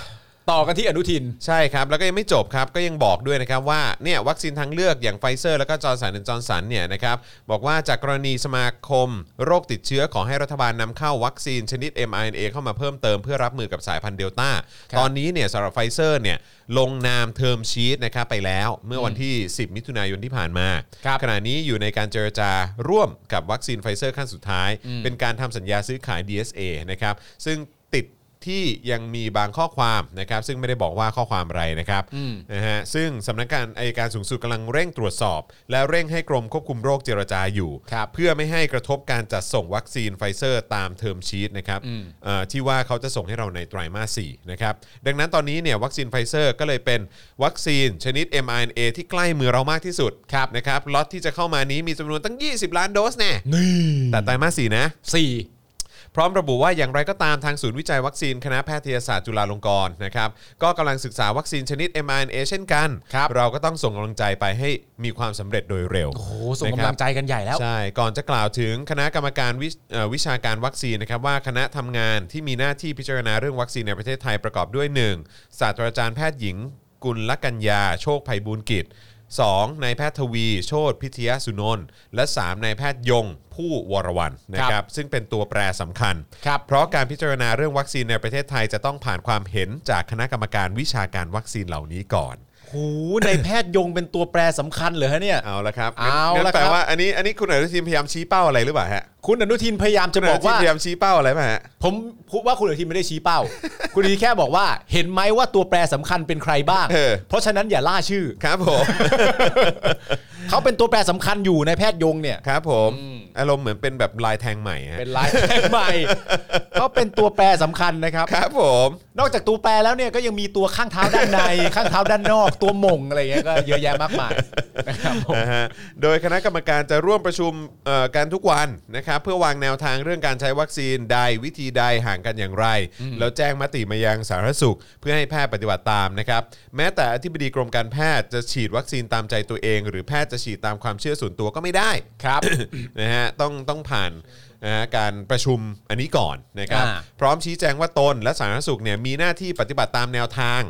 ต่อกันที่อนุทิน
ใช่ครับ แล้วก็ยังไม่จบครับ ก็ยังบอกด้วยนะครับว่าเนี่ยวัคซีนทางเลือกอย่างไฟเซอร์ แล้วก็จอร์ s สันจอร์สันเนี่ยนะครับบอกว่าจากกรณีสมาคม โรคติดเชื้อขอให้รัฐบาลนำเข้าวัคซีนชนิด mRNA เข้ามาเพิ่มเติมเพื่อรับมือกับสายพันธุ์เดลต้า
ครับ
ตอนนี้เนี่ยสำหรับไฟเซอร์เนี่ยลงนามเทอมชีตนะครับไปแล้วเมื่อวันที่ 10 มิถุนายนที่ผ่านมา
ครับ
ขณะนี้อยู่ในการเจรจาร่วมกับวัคซีนไฟเซอร์ขั้นสุดท้าย เป็นการทำสัญญาซื้อขาย DSA นะครับซึ่งติดที่ยังมีบางข้อความนะครับซึ่งไม่ได้บอกว่าข้อความอะไรนะครับนะฮะซึ่งสำนักงานอายการสูงสุดกำลังเร่งตรวจสอบ และเร่งให้กรมควบคุมโรคเจรจาอยู่
ครับ
เพื่อไม่ให้กระทบการจัดส่งวัคซีนไฟเซอร์ตามเทอมชีตนะครับเอ่อที่ว่าเขาจะส่งให้เราในไตรมาส4นะครับดังนั้นตอนนี้เนี่ยวัคซีนไฟเซอร์ก็เลยเป็นวัคซีนชนิด mRNA ที่ใกล้มือเรามากที่สุดนะครับล็อตที่จะเข้ามานี้มีจำนวนตั้ง 20 ล้านโดสแน่แต่ไตรมาส4นะ
สี่
พร้อมระบุว่าอย่างไรก็ตามทางศูนย์วิจัยวัคซีนคณะแพทยศาสตร์จุฬาลงกรณ์นะครับก็กำลังศึกษาวัคซีนชนิด mRNA เช่นกัน เราก็ต้องส่งกำลังใจไปให้มีความสำเร็จโดยเร็ว
โอ้โหส่งกำลังใจกันใหญ่แล้ว
ใช่ ก่อนจะกล่าวถึงคณะกรรมการวิเอ่อวิชาการวัคซีนนะครับว่าคณะทำงานที่มีหน้าที่พิจารณาเรื่องวัคซีนในประเทศไทยประกอบด้วย 1. ศาสตราจารย์แพทย์หญิง กุลลกัญญา โชคภัยบูลย์กิจ 2. นายแพทย์ทวี โชติพิทยสุนนท์และ 3. นายแพทย์ยงผู้วรวันนะค
ครั
รับบ ซึ่งเป็นตัวแปรสำคัญ
ครับ
เพราะการพิจารณาเรื่องวัคซีนในประเทศไทยจะต้องผ่านความเห็นจากคณะกรรมการวิชาการวัคซีนเหล่านี้ก่อน
หูในแพทย์ยงเป็นตัวแปรสำคัญเหรอฮะเนี่ย
เอาละครับ
เอา
งั้น
ละครับ
แปลว่าอันนี้อันนี้คุณอนุทินพยายามชี้เป้าอะไรหรือเปล่าฮะ
คุณอนุทินพยายามจะ
คุณ
บ
อ
อก
นุทิน
ว่า
พยายามชี้เป้าอะไรไหมฮะ
ผมพูดว่าคุณอนุทินไม่ได้ชี้เป้า คุณอนุทินแค่บอกว่า เห็นไหมว่าตัวแปรสำคัญเป็นใครบ้าง
เออ
เพราะฉะนั้นอย่าล่าชื่อ
ครับผม
เขาเป็นตัวแปรสำคัญอยู่ในแพทย์ยงเนี่ย
ครับผมอารมณ์เหมือนเป็นแบบลายแทงใหม่ฮะ
เป็นลายแทงใหม่ก็เป็นตัวแปรสำคัญนะครับ
ครับผม
นอกจากตัวแปรแล้วเนี่ยก็ยังมีตัวข้างเท้าด้านใน ข้างเท้าด้านนอก ตัวหม่งอะไรอย่างเงี้ยก็เยอะแยะมากมายนะครับผม
นะฮะโดยคณะกรรมการจะร่วมประชุมเอ่อกันทุกวันนะครับเพื่อวางแนวทางเรื่องการใช้วัคซีนใดวิธีใดห่างกันอย่างไร แล้วแจ้งมติมายังสาธารณสุข เพื่อให้แพทย์ปฏิบัติตามนะครับแม้แต่อธิบดีกรมการแพทย์จะฉีดวัคซีนตามใจตัวเอง หรือแพทย์จะฉีดตามความเชื่อส่วนตัวก็ไม่ได้ครับ นะฮะต้องต้องผ่านนะฮะการประชุมอันนี้ก่อนนะครับ
อ่า
พร้อมชี้แจงว่าตนและสาธารณสุขเนี่ยมีหน้าที่ปฏิบัติตามแนวทาง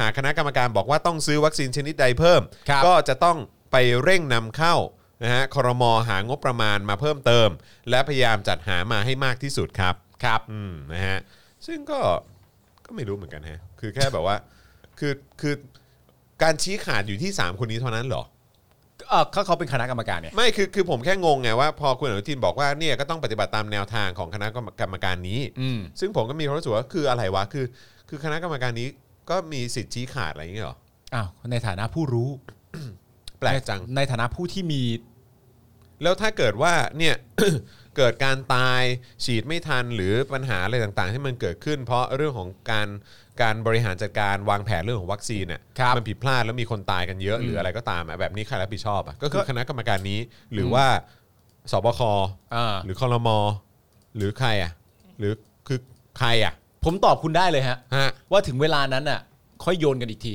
หากคณะกรรมการบอกว่าต้องซื้อวัคซีนชนิดใดเพิ่ม
ครับ
ก็จะต้องไปเร่งนำเข้านะฮะครมหางบประมาณมาเพิ่มเติม และพยายามจัดหามาให้มากที่สุดครับครับอืมนะฮะซึ่งก็ก็ไม่รู้เหมือนกันฮะคือแค่แบบว่าคือคือการชี้ขาดอยู่ที่ 3 คนนี้เท่านั้นเหรอ
เอ่อเขาเขาเป็นคณะกรรมการเนี่ย
ไม่คือคือผมแค่งงไงว่าพอคุณอนุทินบอกว่าเนี่ยก็ต้องปฏิบัติตามแนวทางของคณะกรรมการนี้
อืม
ซึ่งผมก็มีความรู้สึกว่าคืออะไรวะคือ คือคณะกรรมการนี้ก็มีสิทธิ์ชี้ขาดอะไรอย่างเงี้ยเหรอ
อ้าวในฐานะผู้รู้
แปลกจัง
ในในฐานะผู้ที่มี
แล้วถ้าเกิดว่าเนี่ย เกิดการตายฉีดไม่ทันหรือปัญหาอะไรต่างๆ ที่มันเกิดขึ้น เพราะเรื่องของการการบริหารจัดการวางแผนเรื่องของวัคซีนเนี่ย
ครับ
มันผิดพลาดแล้วมีคนตายกันเยอะหรืออะไรก็ตามอะแบบนี้ใครรับผิดชอบอะก็คือคณะกรรมการนี้หรือว่าสบค
อ่า
หรือคอรมอหรือใครอ่ะ หรือคือใครอ่ะ
ผมตอบคุณได้เลยฮะ
ฮะ
ว่าถึงเวลานั้นน่ะ ค่อยโยนกัน อีกที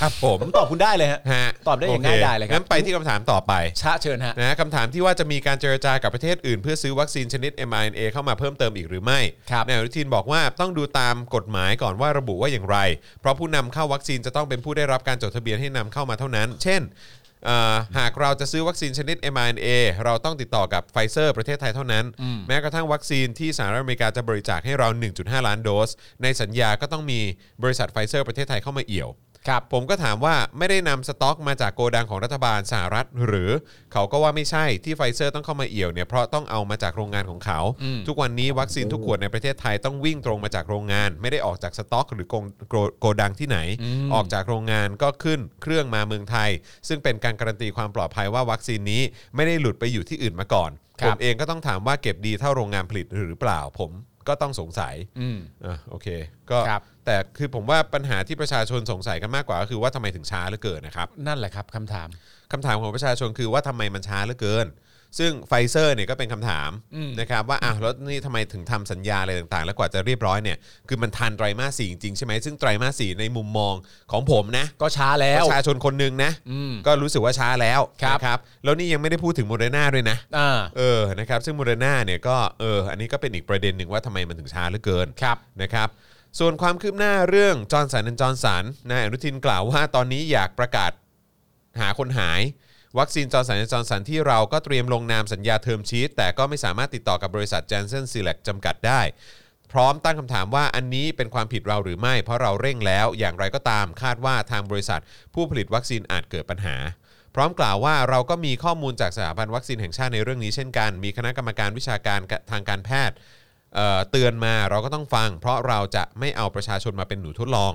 ครับผม
ผมตอบคุณได้เลยฮะ
ฮะ
ตอบได้อย่างง่ายดายเลยครับ
งั้นไปที่คำถามต่อไป
ชะเชิญฮะ
นะคำถามที่ว่าจะมีการเจรจากับประเทศอื่น เพื่อซื้อวัคซีนชนิด mRNA เข้ามาเพิ่มเติมอีกหรือไม่
ครับ
นายอนุทินบอกว่าต้องดูตามกฎหมายก่อนว่าระบุว่าอย่างไร เพราะผู้นำเข้าวัคซีนจะต้องเป็นผู้ได้รับการจดทะเบียนให้นำเข้ามาเท่านั้น เช่นเอ่อหากเราจะซื้อวัคซีนชนิด mRNA เราต้องติดต่อกับไฟเซอร์ประเทศไทยเท่านั้น แม้กระทั่งวัคซีนที่สหรัฐอเมริกาจะบริจาคให้เรา 1.5 ล้านโดส ในสัญญาก็ต้องมีบริษัทไฟเซอร์ประเทศไทยเข้ามาเอี่ยว
ครับ
ผมก็ถามว่าไม่ได้นำสต็อกมาจากโกดังของรัฐบาลสหรัฐ หรือเขาก็ว่าไม่ใช่ที่ไฟเซอร์ต้องเข้ามาเอี่ยวเนี่ยเพราะต้องเอามาจากโรงงานของเขา ทุกวันนี้วัคซีนทุกขวดในประเทศไทยต้องวิ่งตรงมาจากโรงงาน ไม่ได้ออกจากสต็อก หรือโกงโกโกดังที่ไหน ออกจากโรงงานก็ขึ้นเครื่องมาเมืองไทย ซึ่งเป็นการการันตีความปลอดภัยว่าวัคซีนนี้ไม่ได้หลุดไปอยู่ที่อื่นมาก่อน
ครั
ผ
บ
มเองก็ต้องถามว่าเก็บดีเท่าโรงงานผลิตหรือเปล่า ผมก็ต้องสงสัย
อืม
อ่ะโอเคก็
ครับ
แต่คือผมว่าปัญหาที่ประชาชนสงสัยกันมากกว่าก็คือว่าทำไมถึงช้าเหลือเกินนะครับ
นั่นแหละครับคำถาม
คำถามของประชาชนคือว่าทำไมมันช้าเหลือเกิน ซึ่งไฟเซอร์เนี่ยก็เป็นคำถามนะครับว่าอ้าวแล้วนี่ทำไมถึงทำสัญญาอะไรต่างๆ แล้วกว่าจะเรียบร้อยเนี่ยคือมันทันไตรมาสสี่จริงๆใช่ไหมซึ่งไตรมาสสี่ในมุมมองของผมนะ
ก็ช้าแล้
ป
ว
ระชาชนคนหนึ่งนะ
อืม
ก็รู้สึกว่าช้าแล้ว
ครับ
นะครับแล้วนี่ยังไม่ได้พูดถึงโมเดอร์นาด้วยนะ
อ่า
เออ นะครับ ซึ่งโมเดอร์นาเนี่ยก็ เออ อันนี้ก็เป็นอีกประเด็นหนึ่งว่าทำไมมันถึงช้าเหลือเกิน
ครับ
นะครับ ส่วนความคืบหน้าเรื่องจอร์นสันและจอร์นสันนายอนุทินกล่าวว่าตอนนี้อยากประกาศหาคนหาย วัคซีนจอร์นสันและจอร์นสันที่เราก็เตรียมลงนามสัญญาเทอมชีตแต่ก็ไม่สามารถติดต่อกับบริษัท j a n s e n s e l e c t จำกัดได้ พร้อมตั้งคำถามว่าอันนี้เป็นความผิดเราหรือไม่ เพราะเราเร่งแล้วอย่างไรก็ตามคาดว่าทางบริษัท ผู้ผลิตวัคซีนอาจเกิดปัญหา พร้อมกล่าวว่าเราก็มีข้อมูลจากสถาบันวัคซีนแห่งชาติในเรื่องนี้เช่นกัน มีคณะกรรมการวิชาการทางการแพทย์ เอ่อเตือนมาเราก็ต้องฟัง เพราะเราจะไม่เอาประชาชนมาเป็นหนูทดลอง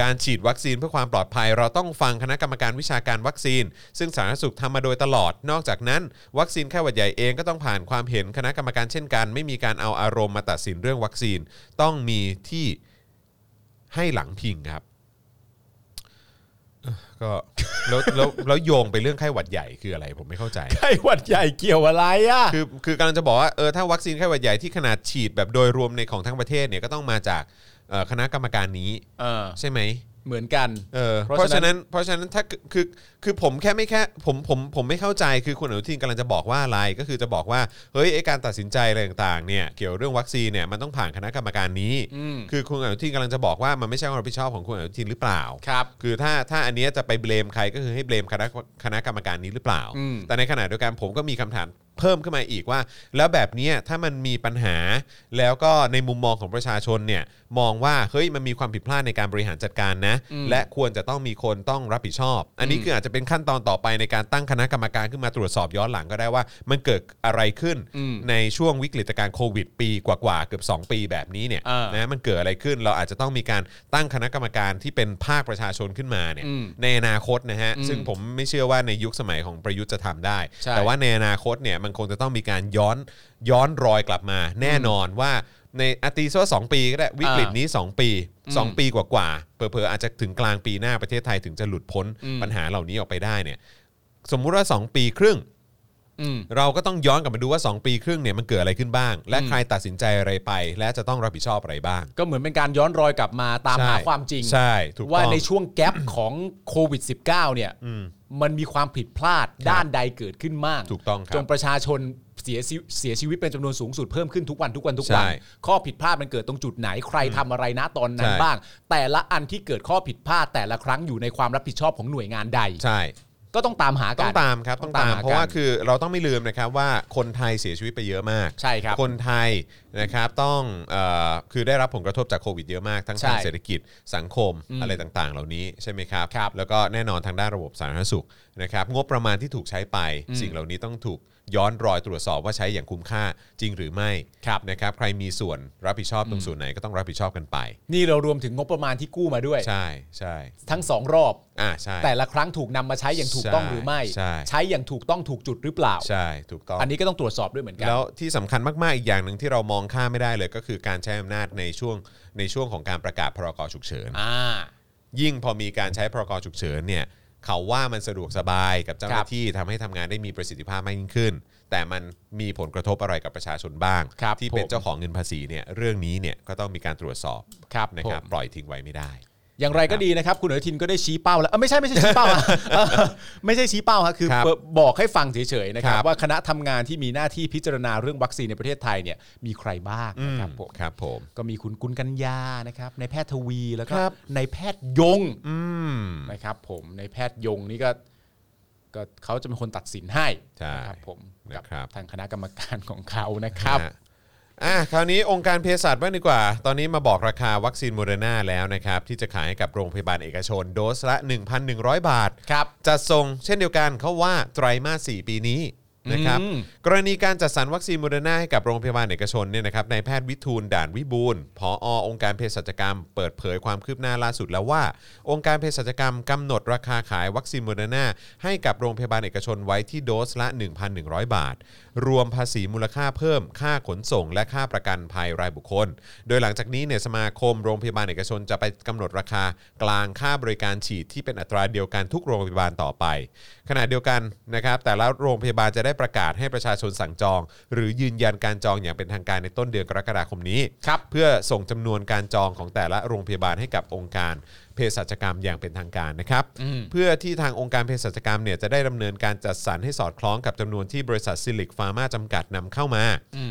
การฉีดวัคซีนเพื่อความปลอดภัย เราต้องฟังคณะกรรมการวิชาการวัคซีน ซึ่งสาธารณสุขทำมาโดยตลอด นอกจากนั้น วัคซีนไข้หวัดใหญ่เองก็ต้องผ่านความเห็นคณะกรรมการเช่นกัน ไม่มีการเอาอารมณ์มาตัดสินเรื่องวัคซีน ต้องมีที่ให้หลังพิงครับเอ่อก็แล้วแล้วแล้วโยงไปเรื่องไข้หวัดใหญ่คืออะไรผมไม่เข้าใจ
ไข้หวัดใหญ่เกี่ยวอะไรอ่ะ
คือคือกำลังจะบอกว่าเออถ้าวัคซีนไข้หวัดใหญ่ที่ขนาดฉีดแบบโดยรวมในของทั้งประเทศเนี่ยก็ต้องมาจากเอ่อคณะกรรมการนี้
เออ
ใช่ไหม
เหมือนกัน
เออเพ
เพ
ราะ
ราะ
ฉะ
ฉะนั้
นั้น
น
เพราะฉะนั้นถ้าคือคือผมแค่ไม่แค่ผมผมผมไม่เข้าใจคือคุณอนุทินกำลังจะบอกว่าอะไรก็คือจะบอกว่าเฮ้ยไอการตัดสินใจอะไรต่างๆเนี่ยเกี่ยวเรื่องวัคซีนเนี่ยมันต้องผ่านคณะกรรมการนี้
อืม
คือคุณอนุทินกำลังจะบอกว่ามันไม่ใช่ความรับผิดชอบของคุณอนุทินหรือเปล่า
ครับ
คือถ้าถ้าอันเนี้ยจะไปเบลมใครก็คือให้เบลมคณะคณะกรรมการนี้หรือเปล่า
อืม
แต่ในขณะเดียวกันผมก็มีคำถามเพิ่มขึ้นมาอีกว่า แล้วแบบเนี้ยถ้ามันมีปัญหา แล้วก็ในมุมมองของประชาชนเนี่ยมองว่าเฮ้ยมันมีความผิดพลาดในการบริหารจัดการนะ และควรจะต้องมีคนต้องรับผิดชอบ อันนี้คืออาจจะเป็นขั้นตอนต่อไปในการตั้งคณะกรรมการขึ้นมาตรวจสอบย้อนหลังก็ได้ว่า มันเกิดอะไรขึ้น
อืม
ในช่วงวิกฤตการณ์โควิด ปีกว่าๆเกือบ2 ปีแบบนี้เนี่ย
อ่าน
นะมันเกิดอะไรขึ้นเราอาจจะต้องมีการตั้งคณะกรรมการที่เป็นภาคประชาชนขึ้นมาเนี่ย
อืม
ในอนาคตนะฮะ
อืม
ซึ่งผมไม่เชื่อว่าในยุคสมัยของประยุทธ์จะทำได้
ใช่
แต่ว่าในอนาคตเนี่ยมันคงจะต้องมีการย้อนย้อนรอยกลับมา แน่นอนว่าในอาตีซะว่าสองปีก็ได้วิกฤตนี้ 2 ปี 2 ปีกว่าๆเผลอๆอาจจะถึงกลางปีหน้าประเทศไทยถึงจะหลุดพ้นปัญหาเหล่านี้ออกไปได้เนี่ยสมมุติว่า 2 ปีครึ่ง
อืม
เราก็ต้องย้อนกลับมาดูว่า 2 ปีครึ่งเนี่ยมันเกิดอะไรขึ้นบ้าง และใครตัดสินใจอะไรไป และจะต้องรับผิดชอบอะไรบ้าง
ก็เหมือนเป็นการย้อนรอยกลับมาตาม
ใช่
หาความจริง
ใช่ถูกต้อง
ว่าในช่วงแกลบ ของโควิด -19 เนี่ย
อืม
มันมีความผิดพลาดด้านใดเกิดขึ้นมาก
ถูกต้องครับ
จนประชาชนเสียชีเสียชีวิตเป็นจำนวนสูงสุดเพิ่มขึ้นทุกวันทุกวันทุกวัน
ใช่
ข้อผิดพลาดมันเกิดตรงจุดไหนใครทำอะไรนะตอนนั้
ใช่
นบ้าง แต่ละอันที่เกิดข้อผิดพลาดแต่ละครั้งอยู่ในความรับผิดชอบของหน่วยงานใด
ใช่
ก็ต้องตามหากัน
ต้องตามครับต้องตาม
ต้องตามหากัน
เพราะว่าคือเราต้องไม่ลืมนะครับว่าคนไทยเสียชีวิตไปเยอะมาก
ใช่ครับ
คนไทยนะครับต้องเออคือได้รับผลกระทบจากโควิดเยอะมากทั้ง
ใช่
ทางเศรษฐกิจสังคม
อืม
อะไรต่างๆ เหล่านี้ใช่ไหมครับ
ครับ
แล้วก็แน่นอนทางด้านระบบสาธารณสุขนะครับงบประมาณที่ถูกใช้ไป
อืม
สิ่งเหล่านี้ต้องถูกย้อนรอยตรวจสอบว่าใช้อย่างคุ้มค่าจริงหรือไม่
ครับ
นะครับใครมีส่วนรับผิดชอบตรงส่วนไหนก็ต้องรับผิดชอบกันไป
นี่เรารวมถึงงบประมาณที่กู้มาด้วย
ใช่ใช่
ทั้งสองรอบ
อ่าใช่
แต่ละครั้งถูกนำมาใช้อย่างถูกต้องหรือไม่
ใช่
ใช้อย่างถูกต้องถูกจุดหรือเปล่า
ใช่ถูกต้อง
อันนี้ก็ต้องตรวจสอบด้วยเหมือนกัน
แล้วที่สำคัญมาก ๆ อีกอย่างหนึ่งที่เรามองข้ามไม่ได้เลยก็คือการใช้อำนาจในช่วงในช่วงของการประกาศพรกฉุกเฉิน
อ่า
ยิ่งพอมีการใช้พรกฉุกเฉินเนี่ยเขาว่ามันสะดวกสบายกับเจ้าห
ครั
น้า
บ
ที่ทำให้ทำงานได้มีประสิทธิภาพมากยิ่งขึ้น แต่มันมีผลกระทบอะไรกับประชาชนบ้าง
ครับ
ที่เป็น
ผม
เจ้าของเงินภาษีเนี่ยเรื่องนี้เนี่ยก็ต้องมีการตรวจสอบ
ครับ
นะ
ผ
ครับ
ม
ปล่อยทิ้งไว้ไม่ได้
อย่างไรก็ดีนะครับคุณอนุทินก็ได้ชี้เป้าแล้วเอ้ยไม่ใช่ไม่ใช่ชี้ เป้าฮะ เออไม่ใช่ชี้เป้าฮะคือ
ครับ
บอกให้ฟังเฉยๆนะครั
ค
บ
รับ
ว่าคณะทำงานที่มีหน้าที่พิจารณาเรื่องวัคซีนในประเทศไทยเนี่ยมีใครบ้างนะครับผม
ครับผม
ก็มีคุณกุลกัญญานะครับในายแพทย์ทวีแล้วก็
ครับ
ในายแพทย์ยง
อืม
นะครับผมในายแพทย์ยงนี่ก็ก็เขาจะเป็นคนตัดสินให้
ใช่
นะครับผมกั
นะครับ
ทางคณะกรรมการของเขานะครับ
นะฮะอ่ะคราวนี้องค์การเภสัชบ้างดีกว่า ตอนนี้มาบอกราคาวัคซีนโมเดอร์นาแล้วนะครับ ที่จะขายให้กับโรงพยาบาลเอกชน โดสละ 1,100 บาท
ครับ
จัดส่งเช่นเดียวกันเขาว่าไตรมาส 4 ปีนี้นะครับ
อืม
กรณีการจัดสรรวัคซีนโมเดอร์นาให้กับโรงพยาบาลเอกชนเนี่ยนะครับนายแพทย์วิทูลด่านวิบูลย์ผอองค์การเภสัชกรรม เปิดเผยความคืบหน้าล่าสุดแล้วว่า องค์การเภสัชกรรมกำหนดราคาขายวัคซีนโมเดอร์นาให้กับโรงพยาบาลเอกชนไว้ที่โดสละ 1,100 บาท รวมภาษีมูลค่าเพิ่ม ค่าขนส่ง และค่าประกันภัยรายบุคคล โดยหลังจากนี้เนี่ยสมาคมโรงพยาบาลเอกชนจะไปกำหนดราคากลางค่าบริการฉีดที่เป็นอัตราเดียวกันทุกโรงพยาบาลต่อไป ขณะเดียวกันนะครับแต่ละโรงพยาบาลจะได้ประกาศให้ประชาชนสั่งจอง หรือยืนยันการจองอย่างเป็นทางการในต้นเดือนกรกฎาคมนี้
ครับ
เพื่อส่งจำนวนการจองของแต่ละโรงพยาบาลให้กับองค์การ เภสัชกรรมอย่างเป็นทางการนะครับ
อืม
เพื่อที่ทางองค์การเภสัชกรรมเนี่ยจะได้ดำเนินการจัดสรรให้สอดคล้องกับจำนวนที่บริษัทซิลิกฟาร์มาจำกัดนำเข้ามา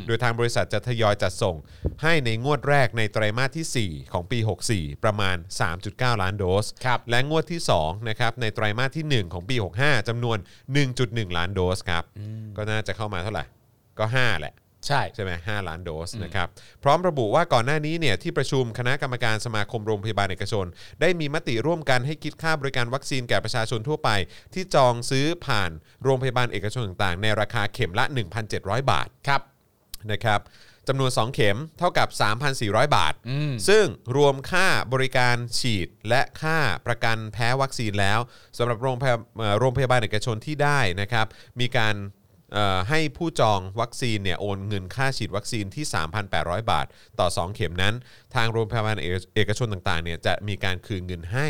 โดยทางบริษัทจะทยอยจัดส่งให้ในงวดแรกในไตรมาสที่ 4 ของปี 64 ประมาณ 3.9 ล้านโดส
ครับ
และงวดที่2นะครับในไตรมาสที่ 1 ของปี 65จำนวน 1.1 ล้านโดสครับก็น่าจะเข้ามาเท่าไหร่ ก็ 5 แหละ
ใช่
ใช่ไหมห้าล้านโดสนะครับ พร้อมระบุว่าก่อนหน้านี้เนี่ยที่ประชุมคณะกรรมการสมาคมโรงพยาบาลเอกชน ได้มีมติร่วมกันให้คิดค่าบริการวัคซีนแก่ประชาชนทั่วไป ที่จองซื้อผ่านโรงพยาบาลเอกชนต่างๆ ในราคาเข็มละ 1,700 บาทครับนะครับจำนวน 2 เข็มเท่ากับ 3,400 บาท
อืม
ซึ่งรวมค่าบริการฉีดและค่าประกันแพ้วัคซีนแล้วสำหรับโรงพยาเอ่อโรงพยาบาลเอกชนที่ได้นะครับ มีการเอ่อให้ผู้จองวัคซีนเนี่ยโอนเงินค่าฉีดวัคซีนที่ 3,800 บาท ต่อ 2 เข็มนั้น ทางโรงพยาบาลเอกเอกชนต่างๆเนี่ยจะมีการคืนเงินให้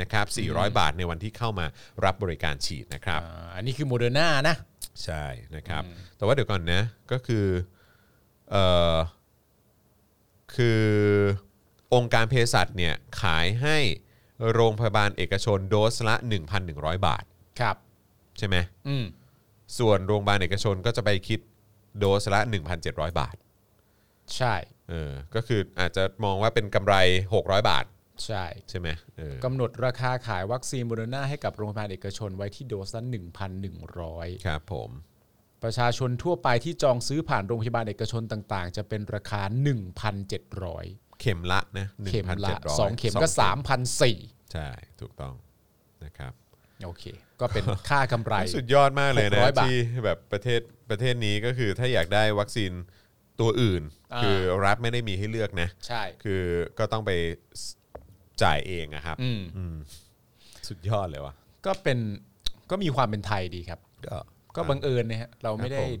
นะครับ 400 บาทในวันที่เข้ามารับบริการฉีดนะครับ
อ่าอันนี้คือโมเดอร์นานะ
ใช่นะครับ แต่ว่าเดี๋ยวก่อนนะ ก็คือเออคือองค์การเภสัชเนี่ยขายให้โรงพยาบาลเอกชนโดสละ 1,100 บาท
ครับ
ใช่ไหม
อืม
ส่วนโรงพยาบาลเอกชนก็จะไปคิดโดสละ 1,700 บาท
ใช่
เออ ก็คืออาจจะมองว่าเป็นกำไร 600 บาท
ใช่
ใช่ไหมเออก
ำหนดราคาขายวัคซีนโมเดอร์นาให้กับโรงพยาบาลเอกชนไว้ที่โดสละ1,100
ครับผม
ประชาชนทั่วไปที่จองซื้อผ่านโรงพยาบาลเอกชนต่างๆ จะเป็นราคา 1,700
เข็มละนะ
เข็มละ
1,700
2เข็มก็ 3,400
ใช่ ถูกต้องนะครับ
โอเค ก็เป็นค่าก ำไร
สุดยอดมากเลยนะ
600บาท
ที่แบบประเทศประเทศนี้ก็คือถ้าอยากได้วัคซีนตัวอื่น
อ่า
คือรัฐไม่ได้มีให้เลือกนะ
ใช่
คือก็ต้องไปจ่ายเองอะครับ
อืม
สุดยอดเลยวะ
ก็เป็นก็มีความเป็นไทยดีครับ
ก็
ก็บังเอิญนะฮะเราไม่
ค
ได้
รับผม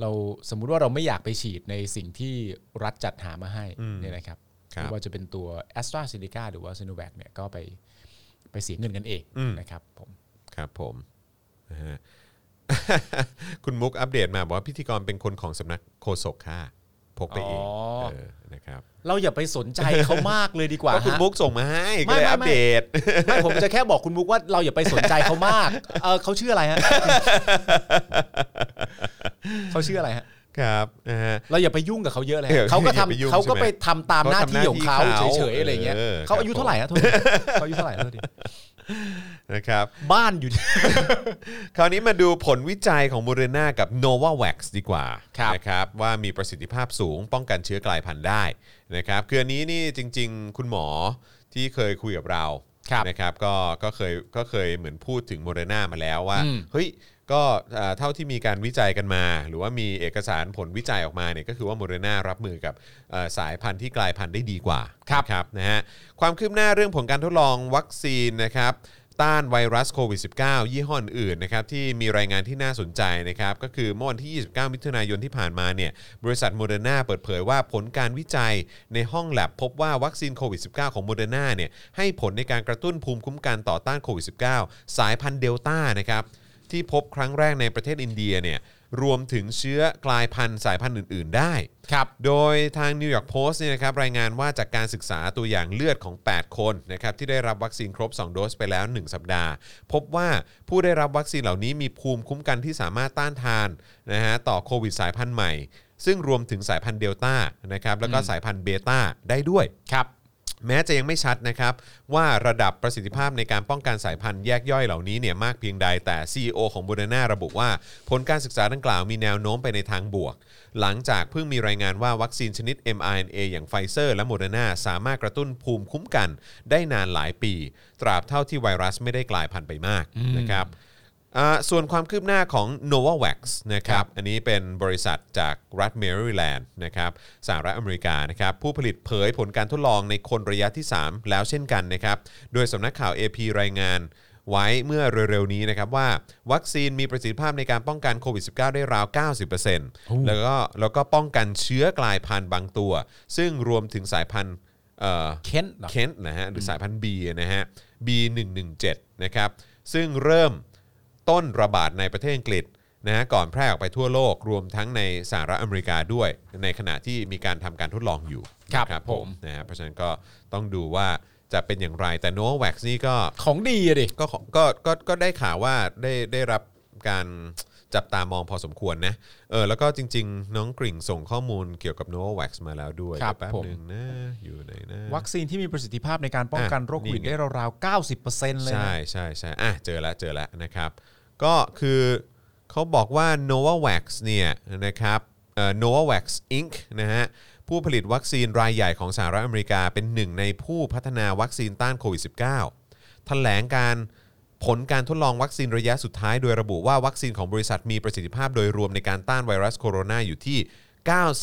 เราสมมุติว่าเราไม่อยากไปฉีดในสิ่งที่รัฐจัดหามาให้เนี่ยนะครับ
ครับ
ไม่ว่าจะเป็นตัว a s t r a z e ซ e c a หรือว่า s i n o v a c เนี่ยก็ไปไปเสียเงินกันเอง
อืม
นะครับผม
ครับผมนะฮะ คุณมุกอัปเดตมาบอกว่าพิธีกรเป็นคนของสำนักโฆษกค่ะพกไปเองเออนะครับ
เราอย่าไปสนใจเขามากเลยดีกว่า
ก็คุณ
ฮะ
มุกส่งมาให้ก็เลย
ไม่ไม่
อัปเดต
ไม่ผมจะแค่บอกคุณมุกว่าเราอย่าไปสนใจเขามากเออเขาชื่ออะไร ฮะเขาชื่ออะไรฮะ
ครับนะฮะ
เราอย่าไปยุ่งกับเขาเยอะเลย
เอ
ฮะ
อ
เขาก็
อย่าไปยุ่ง
ทำเขาก็
ใช่ไหม
ไปทำตามหน้าที่
เขาทำหน้าที่
ของเขา
เขา
เฉยๆอะไรเงี้ย
เออ
เขา
ครับ
อายุเท่าไหร่ฮะโทษทีเขาอายุเท่าไหร่ฮะโทษที
นะครับ
บ้านอยู่ที่
คราวนี้มาดูผลวิจัยของโมเดอร์นากับ Novavax ดีกว่า
ครับ
นะครับว่ามีประสิทธิภาพสูงป้องกันเชื้อกลายพันธุ์ได้นะครับคืออันนี้นี่จริง ๆ คุณหมอที่เคยคุยกับเรา
ครับ
นะครับก็ก็เคยก็เคยเหมือนพูดถึงโมเดอร์นามาแล้วว่า
อืม
เฮ้ยก็เอ่อเท่าที่มีการวิจัยกันมา หรือว่ามีเอกสารผลวิจัยออกมาเนี่ยก็คือว่าโมเดอร์นารับมือกับเอ่อสายพันธุ์ที่กลายพันธุ์ได้ดีกว่า
ครับ
นะนะฮะความคืบหน้าเรื่องผลการทดลองวัคซีนนะครับต้านไวรัสโควิด -19 ยี่ห้ออื่นนะครับที่มีรายงานที่น่าสนใจนะครับก็คือเมื่อวันที่ 29 มิถุนายนที่ผ่านมาเนี่ยบริษัทโมเดอร์นาเปิดเผยว่าผลการวิจัยในห้องแลบพบว่าวัคซีนโควิด -19 ของโมเดอร์นาเนี่ยให้ผลในการกระตุ้นภูมิคุ้มกันต่อต้านโควิด -19 สายพันธุ์เดลต้านะครับ ที่พบครั้งแรกในประเทศอินเดียเนี่ยรวมถึงเชื้อกลายพันธุ์สายพันธุ์อื่น ๆ ได้
ครับ
โดยทาง New York Post เนี่ยนะครับรายงานว่าจากการศึกษาตัวอย่างเลือดของ 8 คนนะครับที่ได้รับวัคซีนครบ 2 โดสไปแล้ว 1 สัปดาห์ พบว่าผู้ได้รับวัคซีนเหล่านี้มีภูมิคุ้มกันที่สามารถต้านทานนะฮะต่อโควิดสายพันธุ์ใหม่ ซึ่งรวมถึงสายพันธุ์เดลต้านะครับแล้วก็สายพันธุ์เบต้าได้ด้วย
ครับ
แม้จะยังไม่ชัดนะครับ ว่าระดับประสิทธิภาพในการป้องกันสายพันธุ์แยกย่อยเหล่านี้เนี่ยมากเพียงใดแต่ CEO ของโบเดนาระบุว่า ผลการศึกษาดังกล่าวมีแนวโน้มไปในทางบวก หลังจากเพิ่งมีรายงานว่าวัคซีนชนิด mRNA อย่างไฟเซอร์และโมเดอร์นาสามารถกระตุ้นภูมิคุ้มกันได้นานหลายปี ตราบเท่าที่ไวรัสไม่ได้กลายพันธุ์ไปมากนะครับ อ่าส่วนความคืบหน้าของ Novavax นะครับ อันนี้เป็นบริษัทจากรัฐเมริแลนด์นะครับสหรัฐอเมริกานะครับ ผู้ผลิตเผยผลการทดลองในคนระยะที่ 3 แล้วเช่นกันนะครับ โดยสำนักข่าว AP รายงานไว้เมื่อเร็วๆนี้นะครับว่า วัคซีนมีประสิทธิภาพในการป้องกันโควิด -19 ได้ราว 90%แล้วก็แล้วก็ป้องกันเชื้อกลายพันธุ์บางตัว ซึ่งรวมถึงสายพันธุ์เอ่อ
เค้นเหรอ
เคนนะฮะหรือสายพันธุ์ B นะฮะ B117 นะครับซึ่งเริ่มต้นระบาดในประเทศอังกฤษนะฮะก่อนแพร่ออกไปทั่วโลกรวมทั้งในสหรัฐอเมริกาด้วย ในขณะที่มีการทำการทดลองอยู่
ครับ
นะ
ผม
นะฮะเพราะฉะนั้นก็ต้องดูว่า จะเป็นอย่างไร แต่ Nova Wax นี่ก็
ของดีอะดิ
ก็ขอก็ก็ก็ได้ข่าวว่าได้ได้รับการจับตามองพอสมควรนะเออแล้วก็จริง ๆ น้องกริ่งส่งข้อมูลเกี่ยวกับ Nova Wax มาแล้วด้วย
ครับ
แป๊บ
ผม
หนึ่งนะ อยู่ไหนนะ
วัคซีนที่มีประสิทธิภาพในการป้องกันโรคโควิด
นี่ไง
ได้ราวๆ 90%เลยนะ
ใช่ใช่ใช่อ่ะเจอแล้วเจอแล้วนะครับ ก็คือเขาบอกว่า Novavax เนี่ยนะครับเอ่อ Novavax Inc นะฮะผู้ผลิตวัคซีนรายใหญ่ของสหรัฐอเมริกาเป็นหนึ่งในผู้พัฒนาวัคซีนต้านโควิด -19 แถลงการผลการทดลองวัคซีนระยะสุดท้าย โดยระบุว่าวัคซีนของบริษัทมีประสิทธิภาพโดยรวมในการต้านไวรัสโคโรนาอยู่ที่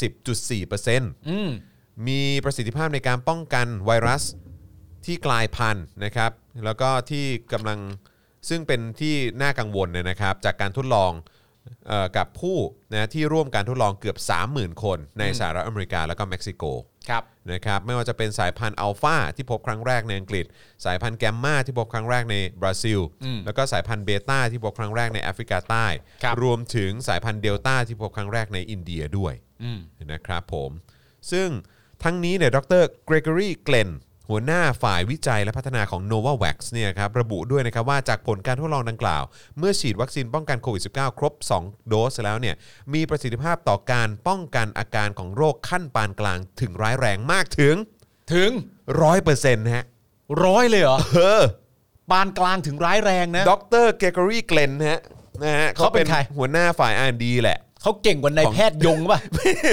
90.4%
อืม
มีประสิทธิภาพในการป้องกันไวรัสที่กลายพันธุ์นะครับ แล้วก็ที่กำลังซึ่งเป็นที่น่ากังวลเนี่ยนะครับ จากการทดลองเออกับผู้นะที่ร่วมการทดลองเกือบ 30,000 คนในสหรัฐอเมริกาแล้วก็เม็กซิโก
ครับ
นะครับไม่ว่าจะเป็นสายพันธุ์อัลฟาที่พบครั้งแรกในอังกฤษ สายพันธุ์แกมมาที่พบครั้งแรกในบราซิล
อืม
แล้วก็สายพันธุ์เบต้าที่พบครั้งแรกในแอฟริกาใต้
ครับ
รวมถึงสายพันธุ์เดลต้าที่พบครั้งแรกในอินเดียด้วย
อืม
นะครับผมซึ่งทั้งนี้เนี่ยดรเกรกอรีเกลนหัวหน้าฝ่ายวิจัยและพัฒนาของ Novavax เนี่ยครับระบุด้วยนะครับว่าจากผลการทดลองดังกล่าว เมื่อฉีดวัคซีนป้องกันโควิด -19 ครบ 2 โดสแล้วเนี่ยมีประสิทธิภาพต่อการป้องกันอาการของโรคขั้นปานกลางถึงร้ายแรงมากถึง
ถึง
100%ฮะ
ร้อยเลยเหรอ
เออ
ปานกลางถึงร้ายแรงนะ
ดรเกรกอรีเกลนฮะนะฮะ
เขาเป็นใคร
หัวหน้าฝ่าย R&D แหละ
เขาเก่งกว่านายแพทย์ยงป่ะ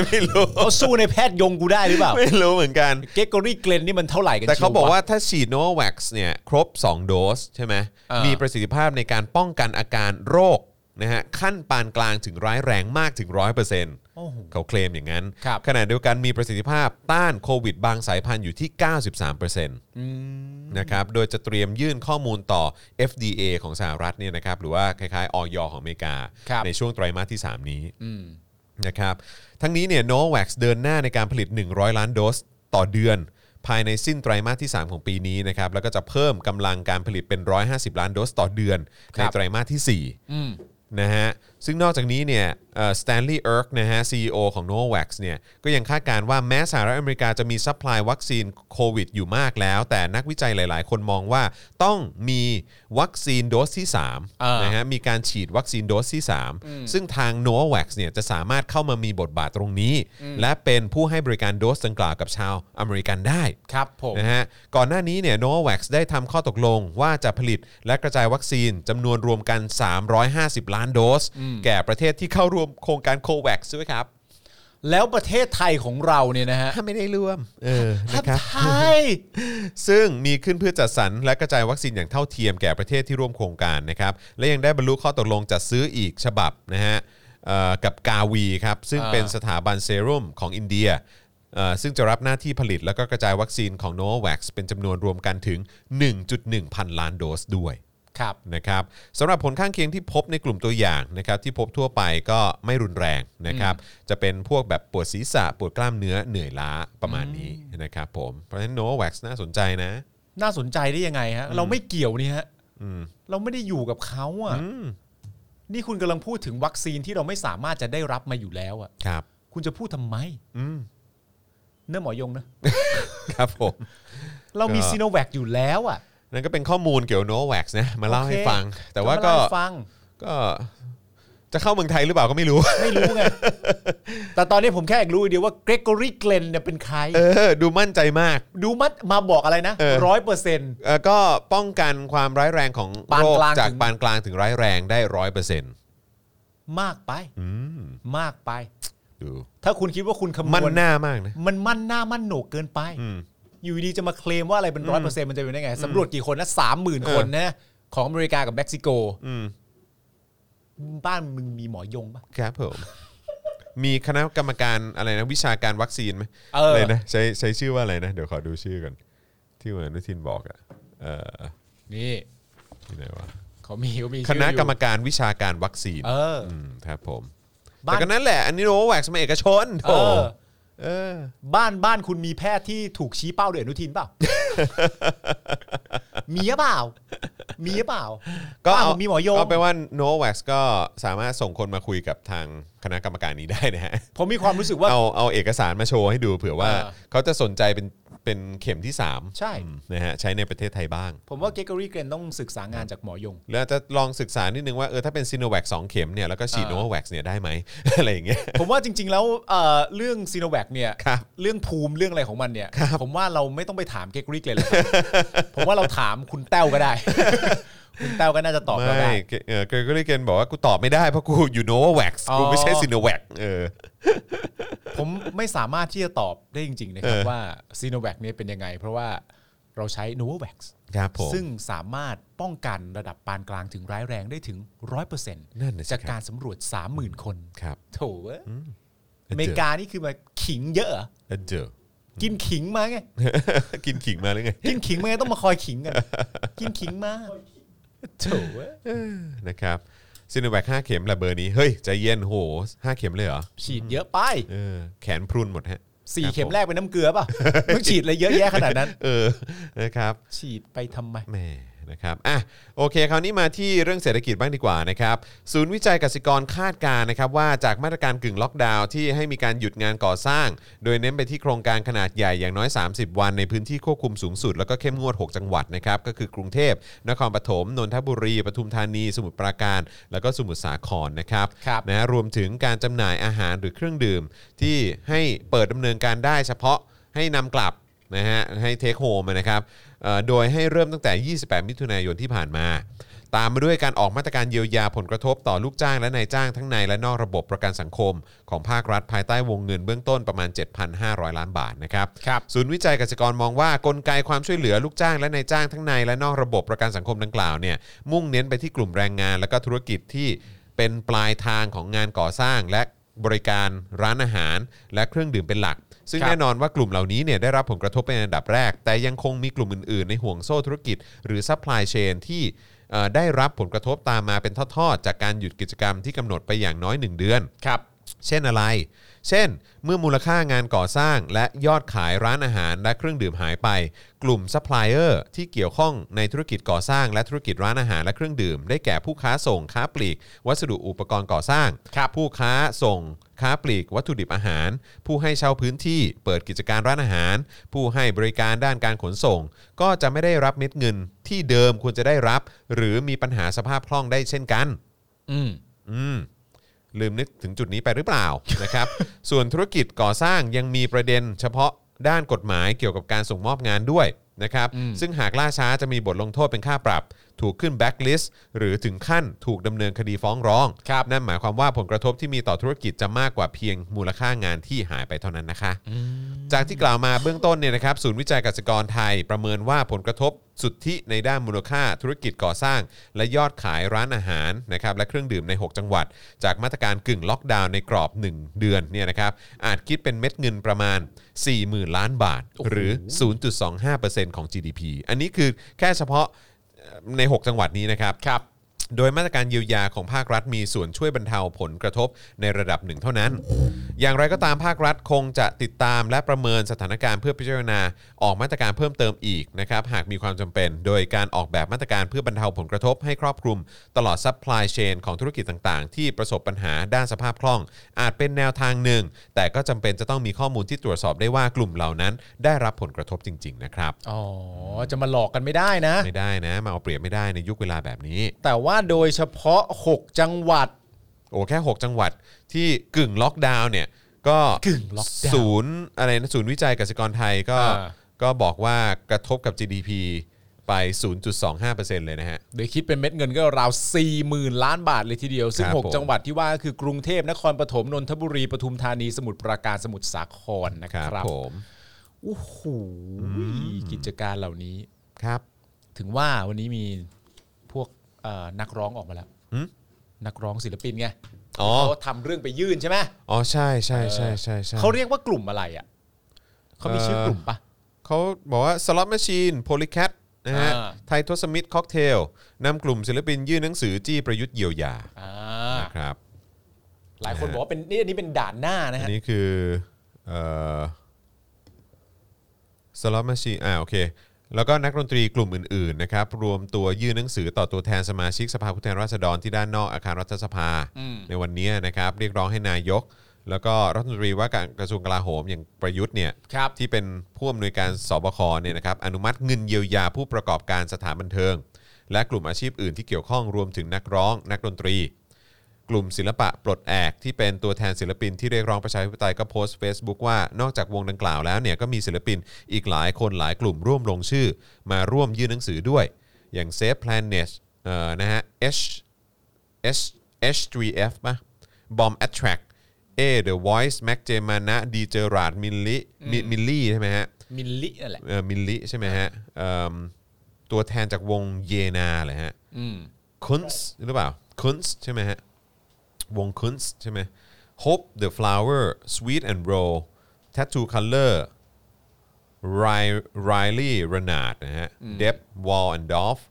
ไม่รู้
เขาสู้ในายแพทย์ยงกูได้หรือเปล่า
ไม่รู้เหมือนกัน
เกรกอรี่เกลนนี่มันเท่าไหร่กัน
แต่เขาบอก
ชีะ
ว่าถ้าฉีดโนวัคซ์เนี่ยครบ 2 โดสใช่ไหม
อ่ามี
มีประสิทธิภาพในการป้องกันอาการโรคนะฮะขั้นปานกลางถึงร้ายแรงมากถึง 100%
โอ้โห
เขาเคลมอย่างนั้น
ครับ
ขณะเดียวกันมีประสิทธิภาพต้านโควิดบางสายพันธุ์อยู่ที่ 93%นะครับโดยจะเตรียมยื่นข้อมูลต่อ FDA ของสหรัฐเนี่ยนะครับหรือว่าคล้ายๆออยของอเมริกา
ครับ
ในช่วงไตรมาสที่ 3 นี้ นะครับทั้งนี้เนี่ย Novax เดินหน้าในการผลิต 100 ล้านโดสต่อเดือน ภายในสิ้นไตรมาสที่ 3 ของปีนี้นะครับแล้วก็จะเพิ่มกำลังการผลิตเป็น 150 ล้านโดสต่อเดือน ในไตรมาสที่ 4
อืม
นะฮะซึ่งนอกจากนี้เนี่ยสแตนลีย์เอิร์กนะฮะ CEO ของ Novavax เนี่ยก็ยังคาดการณ์ว่าแม้สหรัฐอเมริกาจะมีซัพพลายวัคซีนโควิดอยู่มากแล้ว แต่นักวิจัยหลาย ๆ คนมองว่าต้องมีวัคซีนโดสที่
อ่า
3
น
นะฮะมีการฉีดวัคซีนโดสที่ 3 ซึ่งทาง Novavax เนี่ยจะสามารถเข้ามามีบทบาทตรงนี้ และเป็นผู้ให้บริการโดสดังกล่าวกับชาวอเมริกันได้
ครับผม
นะฮะก่อนหน้านี้เนี่ย Novavax ได้ทำข้อตกลงว่าจะผลิตและกระจายวัคซีนจำนวนรวมกัน 350 ล้านโดส แก่ประเทศที่เข้าร่วมโครงการโคว a x ด้วยครับ
แล้วประเทศไทยของเราเนี่ยนะฮะ
ถ้าไม่ได้ร่วม เออนะครับ
ไทย
ซึ่งมีขึ้นเพื่อจัดสรรและกระจายวัคซีนอย่างเท่าเทียมแก่ประเทศที่ร่วมโครงการนะครับ และยังได้บรรลุข้อตกลงจัดซื้ออีกฉบับนะฮะเอ่อกับกาวีครับ ซึ่ง
อ่า
เป็นสถาบันเซรุ่มของอินเดียเอ่อซึ่งจะรับหน้าที่ผลิตและก็กระจายวัคซีนของ n o v a x เป็นจำนวนรวมกันถึง 1.1 พันล้านโดสด้วย
ครับ
นะครับสำหรับผลข้างเคียงที่พบในกลุ่มตัวอย่างนะครับที่พบทั่วไปก็ไม่รุนแรงนะครับจะเป็นพวกแบบปวดศีรษะปวดกล้ามเนื้อเหนื่อยล้าประมาณนี้นะครับผมเพราะฉะนั้นโนวัคน่าสนใจนะ
น่าสนใจได้ยังไงฮะ เราไม่เกี่ยวนี่ฮะ
อืม
เราไม่ได้อยู่กับเขาอ่ะ
อืม
นี่คุณกำลังพูดถึงวัคซีนที่เราไม่สามารถจะได้รับมาอยู่แล้วอ่ะ
ครับ
คุณจะพูดทำไม
อืม
เนื้อหมอยงนะครับ
ผม
เรามี
ก็
ซีโนแวคอยู่แล้วอ่ะ
นั่นก็เป็นข้อมูลเกี่ยวโนวัคนะมาเล่า
โอเค
ให้ฟัง แต่ว่าก็
เล่ให้ฟัง
ก็จะเข้าเมืองไทยหรือเปล่าก็ไม่รู้
ไม่รู้ไง แต่ตอนนี้ผมแค่อยากรู้อย่างเดียวว่าเกรกอรี่เกลนเนี่ยเป็นใคร
เออ ดูมั่นใจมาก
ดูมัดมาบอกอะไรนะ
เออ
ร้อยเปอร์เซ็นต์
เอ่อก็ป้องกันความร้ายแรงของ
ปาน
โรค
กลาง
จาก
ถึง
ปานกลางถึงร้ายแรงได้ร้อยเปอร์เซ็นต์
มากไป มากไป
ดู
ถ้าคุณคิดว่าคุณคำน
มั่น
วณ
หน้ามากนะ
มันมั่นหน้ามั่นโหนกเกินไป
อืม
อยู่ดีจะมาเคลมว่าอะไรเป็นร้อยเปอร์เซ็นต์มันจะเป็นได้ไงสำรวจกี่คนนะสามหมื่น
เออ
คนนะ ของอเมริกากับเม็กซิโก
อืม
บ้านมึงมีหมอยงปะ
ครับผม มีคณะกรรมการอะไรนะ วิชาการวัคซีนไหม
เอออ
ไรนะใช้ใช้ชื่อว่าอะไรนะ เดี๋ยวขอดูชื่อกัน ที่เหมือนอนุทินบอกอะเอ่อ
นี่
ที่ไหนวะ
เขามีเขามี
ค
ชื่ออยู่
ณะกรรมการวิชาการวัคซีน
เออ
มครับผม
บ้า
แต่
น
ก็นั่นแหละ อันนี้โนแวกซ์มาเอกชนโถ
เออ
เออ
บ้านบ้านคุณมีแพทย์ที่ถูกชี้เป้าโดยอนุทิ นเปล่า มีหรือเปล่า มีหรือเปล่า
ก็
บ้าน
เอา
ผมมีหมอยง
ก็แปลว่าโนแวกซ์ก็สามารถส่งคนมาคุยกับทางคณะกรรมการนี้ได้นะฮะ
ผมมีความรู้สึกว่า
เอาเอาเอกสารมาโชว์ให้ดูเผื่อว่า
เออ
เขาจะสนใจเป็น เป็นเข็มที่ 3
ใช่
นะฮะใช้ในประเทศไทยบ้าง
ผมว่าเกกอรี่เกรนต้องศึกษางานจากหมอยง
แล้วจะลองศึกษานิดนึงว่าเออถ้าเป็นซีโนแวคสองเข็มเนี่ยแล้วก็ฉีด
อ่า
โนแวคเนี่ยได้ไหม อะไรอย่างเงี้ย
ผมว่าจริง ๆ แล้วเอ่อเรื่องซีโนแวคเนี่ย
ครับ
เรื่องภูมิเรื่องอะไรของมันเนี่ยผมว่าเราไม่ต้องไปถามเกกอรี่เกรนเลยครับผมว่าเราถามคุณแต้วก็ได้ คุณแต้วก็น่าจะตอบเราได้
ไม่เกเออเกรกอรี่เกนบอกว่ากูตอบไม่ได้เพราะกูอยู่โนแวค
อ๋อ
กูไม่ใช่ซีโนแวคเออ
ผมไม่สามารถที่จะตอบได้จริง ๆ นะครับ
เออ
ว่าซีโนแวคเนี่ยเป็นยังไง เพราะว่าเราใช้โนวาแวค
ครับผม
ซึ่งสามารถป้องกันระดับปานกลางถึงร้ายแรงได้ถึง 100%
นั่นน่ะสิ
จาก
ครับ
การสำรวจ 30,000 คน
ครับ
โถเว้ยอเมริกานี่คือมาขิงเยอะเหรอ
เออเจ อ
กินขิงมาไง
กินขิงมาหรือไง
กินขิงมาไงต้องมาคอยขิงกัน กินขิงมาโถเว้ย
นะครับซีโนแวคห้าเข็มละเบอร์นี้ เฮ้ยใจเย็นโหห้าเข็มเลยเหรอ
ฉีดเยอะไป
เออแขนพรุนหมดฮะ
สี่
ครับ
เข็ม
ผ
แรกเป็นน้ำเกลือป่ะมึงฉีดอะไรเยอะแยะขนาดนั้น
เอ อนะครับ
ฉีดไปทำไม
แหม่นะครับอ่ะโอเค คราวนี้มาที่เรื่องเศรษฐกิจบ้างดีกว่านะครับ ศูนย์วิจัยกสิกรคาดการณ์นะครับว่าจากมาตรการกึ่งล็อกดาวน์ที่ให้มีการหยุดงานก่อสร้าง โดยเน้นไปที่โครงการขนาดใหญ่อย่างน้อย 30 วันในพื้นที่ควบคุมสูงสุด แล้วก็เข้มงวด 6 จังหวัดนะครับ ก็คือกรุงเทพ นครปฐม นนทบุรี ปทุมธานี สมุทรปราการ แล้วก็สมุทรสาครนะครับ
ครับ
นะฮะรวมถึงการจำหน่ายอาหารหรือเครื่องดื่ม ที่ให้เปิดดำเนินการได้เฉพาะให้นำกลับนะฮะให้เทคโฮมนะครับเอ่อโดยให้เริ่มตั้งแต่ 28 มิถุนายนที่ผ่านมา ตามมาด้วยการออกมาตรการเยียวยาผลกระทบต่อลูกจ้างและนายจ้างทั้งในและนอกระบบประกันสังคม ของภาครัฐภายใต้วงเงินเบื้องต้นประมาณ 7,500 ล้านบาทนะครับ
ครับ
ศูนย์วิจัยกสิกรมองว่ากลไกความช่วยเหลือลูกจ้างและนายจ้างทั้งในและนอกระบบประกันสังคมดังกล่าวเนี่ยมุ่งเน้นไปที่กลุ่มแรงงาน และก็ธุรกิจที่เป็นปลายทางของงานก่อสร้าง และบริการร้านอาหาร และเครื่องดื่มเป็นหลัก ซึ่ง
ครับ
แน่นอนว่ากลุ่มเหล่านี้เนี่ยได้รับผลกระทบเป็นอันดับแรก แต่ยังคงมีกลุ่มอื่น ๆ ในห่วงโซ่ธุรกิจ หรือซัพพลายเชนที่เอ่อได้รับผลกระทบตามมาเป็นทอดๆจากการหยุดกิจกรรมที่กำหนดไปอย่างน้อยหนึ่งเดือน
ครับ
เช่นอะไร เช่น เมื่อมูลค่างานก่อสร้าง และยอดขายร้านอาหารและเครื่องดื่มหายไป กลุ่มซัพพลายเออร์ที่เกี่ยวข้องในธุรกิจก่อสร้าง และธุรกิจร้านอาหารและเครื่องดื่ม ได้แก่ผู้ค้าส่งค้าปลีก วัสดุอุปกรณ์ก่อสร้าง
ครับ
ผู้ค้าส่งค้าปลีก วัตถุดิบอาหาร ผู้ให้เช่าพื้นที่เปิดกิจการร้านอาหาร ผู้ให้บริการด้านการขนส่ง ก็จะไม่ได้รับเม็ดเงินที่เดิมควรจะได้รับ หรือมีปัญหาสภาพคล่องได้เช่นกัน
อืม
อืมลืมนึกถึงจุดนี้ไปหรือเปล่า นะครับ ส่วนธุรกิจก่อสร้างยังมีประเด็นเฉพาะด้านกฎหมายเกี่ยวกับการส่งมอบงานด้วยนะครับ ซึ่งหากล่าช้าจะมีบทลงโทษเป็นค่าปรับ ถูกขึ้นแบ็คลิสต์หรือถึงขั้นถูกดำเนินคดีฟ้องร้อง
ครับ
นั่นหมายความว่าผลกระทบที่มีต่อธุรกิจจะมากกว่าเพียงมูลค่างานที่หายไปเท่านั้นนะคะ จากที่กล่าวมาเบื้องต้นเนี่ยนะครับศูนย์วิจัยกสิกรไทยประเมินว่าผลกระทบสุทธิในด้านมูลค่าธุรกิจก่อสร้าง และยอดขายร้านอาหารนะครับและเครื่องดื่มใน 6 จังหวัด จากมาตรการกึ่งล็อกดาวน์ในกรอบ 1 เดือนเนี่ยนะครับอาจคิดเป็นเม็ดเงินประมาณ 40,000 ล้านบาท หรือ 0.25%ของ GDP อันนี้คือแค่เฉพาะใน 6 จังหวัดนี้นะครับ
ครับ
โดยมาตรการเยียวยาของภาครัฐมีส่วนช่วยบรรเทาผลกระทบในระดับหนึ่งเท่านั้น อย่างไรก็ตามภาครัฐคงจะติดตามและประเมินสถานการณ์เพื่อพิจารณาออกมาตรการเพิ่มเติมอีกนะครับหากมีความจำเป็น โดยการออกแบบมาตรการเพื่อบรรเทาผลกระทบให้ครอบคลุม ตลอดซัพพลายเชนของธุรกิจต่างๆ ที่ประสบปัญหาด้านสภาพคล่อง อาจเป็นแนวทางหนึ่ง แต่ก็จำเป็นจะต้องมีข้อมูลที่ตรวจสอบได้ว่ากลุ่มเหล่านั้น ได้รับผลกระทบจริง ๆ นะครับ
อ๋อ จะมาหลอกกันไม่ได้นะ
ไม่ได้นะมาเอาเปรียบไม่ได้ในยุคเวลาแบบนี้
แต่ว่าโดยเฉพาะ 6 จังหวัด
โอ้แค่ 6 จังหวัดที่กึ่งล็อกดาวน์เนี่ยก็
กึ่งล็อกดาวน์
ศูนย์อะไรนะศูนย์วิจัยกสิกรไทยก็
อ่า
ก็บอกว่ากระทบกับ GDP ไป 0.25%เลยนะฮะ
โดยคิดเป็นเม็ดเงินก็ราว40,000 ล้านบาทเลยทีเดียว ซึ่ง
ครับผม
6 จังหวัดที่ว่าก็คือกรุงเทพนครปฐมนนทบุรีปทุมธานีสมุทรปราการสมุทรสาครนะค
ครับ
รับ
ผม
โอ้โหกิจการเหล่านี้
ครับ
ถึงว่าวันนี้มีพวกเอ่อนักร้องออกมาแล้ว
หึ
นักร้องศิลปินไง
อ๋อ
เขาทำเรื่องไปยื่นใช่ไหม
อ๋อ ใช่ใช่ใช่ใช่ใช่
เขาเรียกว่ากลุ่มอะไรอ่ะเขามีชื่อกลุ่มปะ
เขาบอกว่า สล็อตแมชชีนโพลิแคทนะฮะ
อ่า
ไทยทศมิตรค็อกเทลนำกลุ่มศิลปินยื่นหนังสือจี้ประยุทธ์เยียวยา
อ่า
นะครับ
หลายคนบอกว่าเป็นนี่อันนี้เป็นด่านหน้านะ
อั
ฮะ
นนี้คือสล็อตมาชีอ่าโอเค แล้วก็นักดนตรีกลุ่มอื่นๆนะครับรวมตัวยื่นหนังสือต่อตัวแทนสมาชิกสภาผู้แทนราษฎรที่ด้านนอกอาคารรัฐสภา ในวันนี้นะครับ เรียกร้องให้นายก แล้วก็รัฐมนตรีว่าการกระทรวงกลาโหมอย่างประยุทธ์เนี่ย
ครับ
ที่เป็นผู้อำนวยการสบคเนี่ยนะครับอนุมัติเงินเยียวยาผู้ประกอบการสถานบันเทิง และกลุ่มอาชีพอื่นที่เกี่ยวข้องรวมถึงนักร้อง นักดนตรี กลุ่มศิลปะปลดแอกที่เป็นตัวแทนศิลปินที่เรียกร้องประชาธิปไตยก็โพสต์ Facebook ว่านอกจากวงดังกล่าวแล้วเนี่ยก็มีศิลปินอีกหลายคนหลายกลุ่มร่วมลงชื่อ มาร่วมยื่นหนังสือด้วย อย่าง Save Planet เอ่อนะฮะ H H H3F ป่ะ Bomb Attract A The Voice Mac เจมานะดีเจอราดมิลลิมิลลี่ใช่ไหมฮะ
มิลลินั่นแหละ
เอ่อมิลลิใช่ไหมฮะเอิ่มตัวแทนจากวงเยนาเลยฮะคุนส์หรือเปล่าคุนส์ใช่ไหมฮะ วงคุนส์ใช่ไหม Hope the Flower Sweet and Roll Tattoo Color Riley Renard นะฮะ Deb Wall and Dolph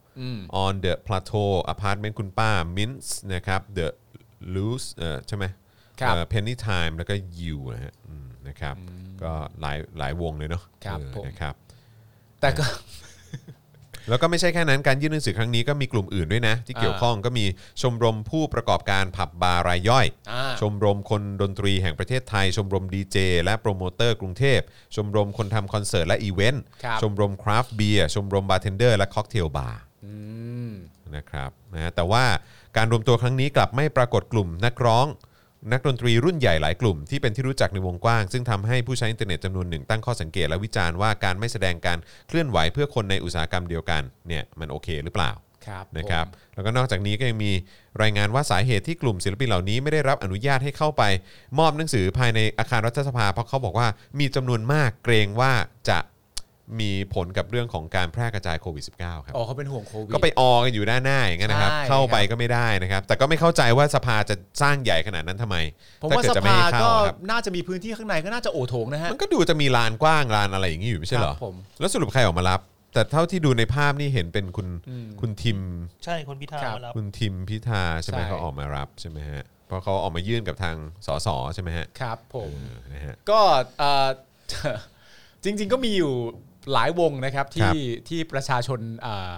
On the Plateau Apartment คุณป้า Mints นะครับ The Loose เอ่อใช่ไหม
ครับ
เพนนี่ไทม์แล้วก็ยูนะฮะอืมนะครับ ก็หลายหลายวงเลยเนาะ
ครับ
เออ
ผม
นะครับ
แต่ก็
แล้วก็ไม่ใช่แค่นั้นการยื่นหนังสือครั้งนี้ก็มีกลุ่มอื่นด้วยนะ ที่เกี่ยวข้องก็มีชมรมผู้ประกอบการผับบาร์รายย่อย
อ่า
ชมรมคนดนตรีแห่งประเทศไทย ชมรมดีเจและโปรโมเตอร์กรุงเทพ ชมรมคนทำคอนเสิร์ตและอีเวนต์
ครับ
ชมรมคราฟต์เบียร์ชมรมบาร์เทนเดอร์และค็อกเทลบาร์ นะครับนะฮะแต่ว่าการรวมตัวครั้งนี้กลับไม่ปรากฏกลุ่มนักร้อง นักดนตรีรุ่นใหญ่หลายกลุ่มที่เป็นที่รู้จักในวงกว้าง ซึ่งทำให้ผู้ใช้อินเทอร์เน็ตจำนวนหนึ่งตั้งข้อสังเกตและวิจารณ์ว่าการไม่แสดงการเคลื่อนไหวเพื่อคนในอุตสาหกรรมเดียวกันเนี่ยมันโอเคหรือเปล่า
ครับ
นะครับแล้วก็นอกจากนี้ก็ยังมีรายงานว่าสาเหตุที่กลุ่มศิลปินเหล่านี้ไม่ได้รับอนุญาตให้เข้าไป มอบหนังสือภายในอาคารรัฐสภา เพราะเขาบอกว่ามีจำนวนมากเกรงว่าจะมีผลกับเรื่องของการแพร่กระจายโควิด -19 ครับ
อ๋อเขาเป็นห่วงโควิด
ก็ไปออกันอยู่หน้าหน้าอย่างนั้นนะครับ
ใช่
เข้าไปก็ไม่ได้นะครับ แต่ก็ไม่เข้าใจว่าสภาจะสร้างใหญ่ขนาดนั้นทำไม
ผม
ถ้
ว่า
เกิด
ส
จะไม่
ภา
ให้เข้
ก็
ครับ
น่าจะมีพื้นที่ข้างในก็น่าจะโอโถงนะฮะ
มันก็ดูจะมีลานกว้างลานอะไรอย่างนี้อยู่ไม่ใช่เหรอ
ครับผม
แล้วสรุปใครออกมารับ แต่เท่าที่ดูในภาพนี่เห็นเป็นคุณคุณทิม
ใช่คนพิธา
ครับ
มารับ
คุณทิมพิธาใช่ไหม
ใช่
เขาออกมารับใช่ไหมฮะเพราะเขาออกมายื่นกับทางสสใช่ไหมฮะ
ครับผม
เออนะฮะ
ก็เอ่อ จริง ๆ ก็มีอยู่หลายวงนะครับ
ครับ
ที่ที่ประชาชนเอ่อ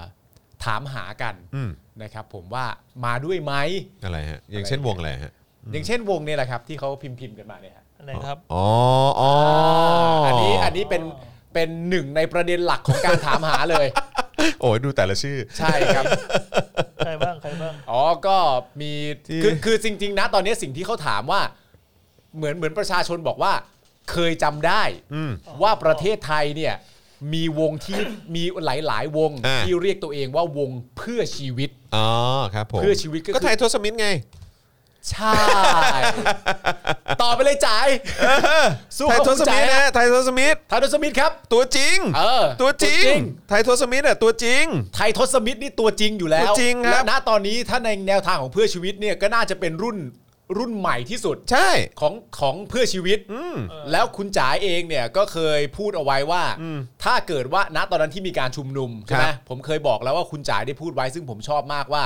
ถามหากัน
อืม
นะครับ ผมว่ามาด้วยไหม
อะไรฮะอย่างเช่นวงอะไรฮะ
อย่างเช่นวงเนี่ยแหละครับ ที่เขาพิมพ์พิมพ์ๆกันมาเนี่ยฮะ
อะไรครับ
อ๋ออ๋ออ
อันนี้อันนี้เป็นเป็นหนึ่งในประเด็นหลักของการถามหาเลย
โอ้ยดูแต่ละชื่อ
ใช่ครับ
ใครบ้างใครบ้าง
อ๋อ ก็มี
ที่
คือคือจริง ๆ นะ ตอนนี้สิ่งที่เขาถามว่า เหมือนเหมือนประชาชนบอกว่า เคยจำได้
อืม
ว่าประเทศไทยเนี่ยมีวงที่ มีหลาย ๆ วง
อ่า
ที่เรียกตัวเองว่าวงเพื่อชีวิต
อ๋อครับผม
เพื่อชีวิตก็คือ
ก็ไทยโทสมิธไง
ใช่ ต่อไปเลยจ่าย สู้
ไทย
เขา
โทสมิธ
ใจนะ
นะไทยโทสมิธ
ไททอสมิธครับ
ตัวจริง
เออ
ตัวจริ
ตัวจริ
ง
ง
ไทยโทสมิธอ่ะตัวจริง
ไททอสมิธนี่ตัวจริงอยู่แล้ว
ตัวจริงครับ
และณตอนนี้ถ้าในแนวทางของเพื่อชีวิตเนี่ยก็น่าจะเป็นรุ่นรุ่นใหม่ที่สุด
ใช่
ของของเพื่อชีวิตแล้วคุณจ๋าเองเนี่ยก็เคยพูดเอาไว้ว่า ถ้าเกิดว่าณตอนนั้นที่มีการชุมนุมใช่ไหม
ครับ
ผมเคยบอกแล้วว่าคุณจ๋าได้พูดไว้ซึ่งผมชอบมากว่า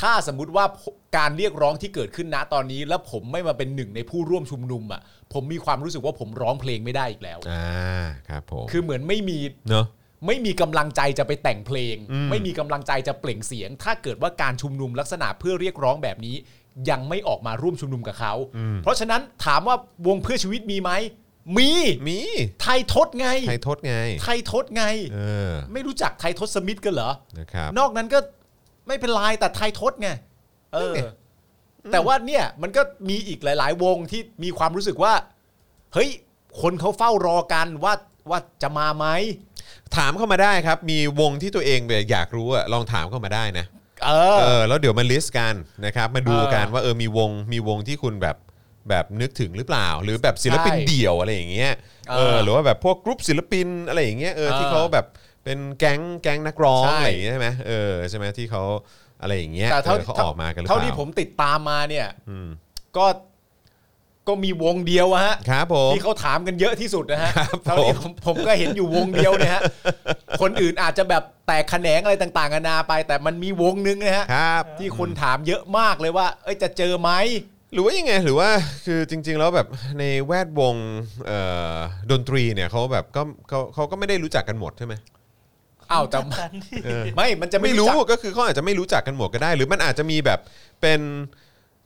ถ้าสมมติว่าการเรียกร้องที่เกิดขึ้นณตอนนี้ แล้วผมไม่มาเป็นหนึ่งในผู้ร่วมชุมนุมอ่ะผมมีความรู้สึกว่าผมร้องเพลงไม่ได้อีกแล้ว
อ่าครับผม
คือเหมือนไม่มี
เนอะ
ไม่มีกำลังใจจะไปแต่งเพลง
อืม
ไม่มีกำลังใจจะเปล่งเสียง ถ้าเกิดว่าการชุมนุมลักษณะเพื่อเรียกร้องแบบนี้ ยังไม่ออกมาร่วมชุมนุมกับเขา เพราะฉะนั้นถามว่าวงเพื่อชีวิตมีไหม มี
มี
ไทยทศไง
ไทยโทษไง
ไทยทศไง
เออ
ไม่รู้จักไทยทศสมิธกันเหรอ
นะครับ
นอกนั้นก็ไม่เป็นไรแต่ไทยทศไง เออ
นั่นไง
แต่ว่าเนี่ยมันก็มีอีกหลาย ๆ วงที่มีความรู้สึกว่า เฮ้ย คนเขาเฝ้ารอกันว่าว่าจะมาไหม
ถามเข้ามาได้ครับ มีวงที่ตัวเองแบบอยากรู้อะลองถามเข้ามาได้นะ
เออ
เออ แล้วเดี๋ยวมาลิสต์กันนะครับ มาดูกัน
เออ
ว่าเออมีวงมีวงที่คุณแบบแบบนึกถึงหรือเปล่า หรือแบบศิลปิน
ใช่
เดี่ยวอะไรอย่างเงี้ยเอ
เอ
อ
อ
หรือว่าแบบพวกกรุ๊ปศิลปินอะไรอย่างเงี้ยเออ
เออ
ที่เขาแบบเป็นแก๊งแก๊งนักร้อง
ใช่
อะไรอย่างเงี้ยใช่ไหมเออใช่ไหมที่เขาอะไรอย่างเงี้ย
แต่เท่า
ออเขาออกมากันหรือเป
เท่า
ล่า
ที่ผมติดตามมาเนี่ย
อืม
ก็ก็มีวงเดียวอะฮะ
ครับผม
ที่เขาถามกันเยอะที่สุดนะฮะ
ครับ
เท่าที่ผมผมก็เห็นอยู่วงเดียวเนี่ยฮะ คนอื่นอาจจะแบบแตกแขนงอะไรต่างๆนานาไป แต่มันมีวงนึงนะฮะ
ครับ
ที่คนถามเยอะมากเลยว่า เอ้ยจะเจอไหม
หรือว่ายังไงหรือว่าคือจริง ๆ แล้วแบบในแวดวงเอ่อดนตรีเนี่ยเขาแบบก็เขาเขาก็ไม่ได้รู้จักกันหมดใช่ไหม
อ้าวแต่
รู้จักกันที่
เออ
ไม่มันจะไม่
ไม่รู้
จัก
ก็คือเขาอาจจะไม่รู้จักกันหมดก็ได้ หรือมันอาจจะมีแบบเป็น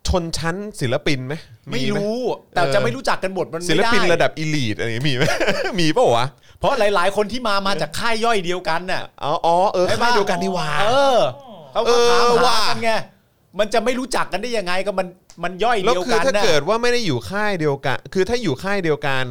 ชนชั้นศิลปินไหม
ไม่
ห
รู้ แต่จะไม่รู้จักกันหมดมัน
ศิ
ไม่
ล
ได้
ปินระดับอีลีทอะไรอย่างงี้มีไหม มีเปล่าวะ
เพราะหลาย ๆ คนที่มามาจากค่ายย่อยเดียวกันน่ะ
อ๋ออ๋อเออค่ายเดียวกันนี่หว่า
เออเขา
เออ
ก็ถาม
ว่า
หากันไงมันจะไม่รู้จักกันได้ยังไงก็มันมันย่อย
แล้ว
เดียว
คือ
กัน
ถ้า
น่ะ
เกิดว่าไม่ได้อยู่ค่ายเดียวกัน คือถ้าอยู่ค่ายเดียวกัน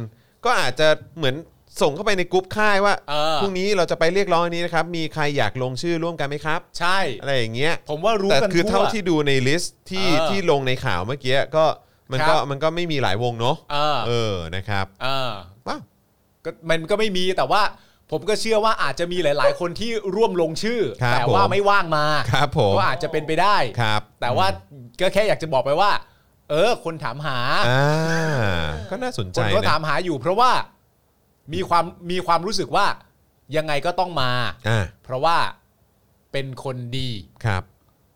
ก็อาจจะเหมือนส่งเข้าไปในกรุ๊ปค่ายว่า
เออ
พรุ่งนี้เราจะไปเรียกร้องอันนี้นะครับ มีใครอยากลงชื่อร่วมกันไหมครับ
ใช่
อะไรอย่างเงี้ย
ผมว่ารู้
แต่
กัน
คือ
ทั่ว
เท่าที่ดูในลิสต์ที่
เออ
ที่ลงในข่าวเมื่อกี้ก็มันก็
ครับ
มันก็ไม่มีหลายวงเนาะ
เออ
เออ นะครับ
เออ
ว้าว
ก็มันก็ไม่มีแต่ว่าผมก็เชื่อว่าอาจจะมีหลาย ๆ คนที่ร่วมลงชื่อ
ครับ
แต่ว่า
ผม
ไม่ว่างมา
ครับผม
ก็อาจจะเป็นไปได้
ครับ
แต่ว่าก็แค่อยากจะบอกไปว่า เออ คนถามหา
อ่าก็น่าสน
ค
ใจ
นก็
นะ
ถามหาอยู่ เพราะว่ามีความมีความรู้สึกว่า ยังไงก็ต้องมา
อ่า
เพราะว่าเป็นคนดี
ครับ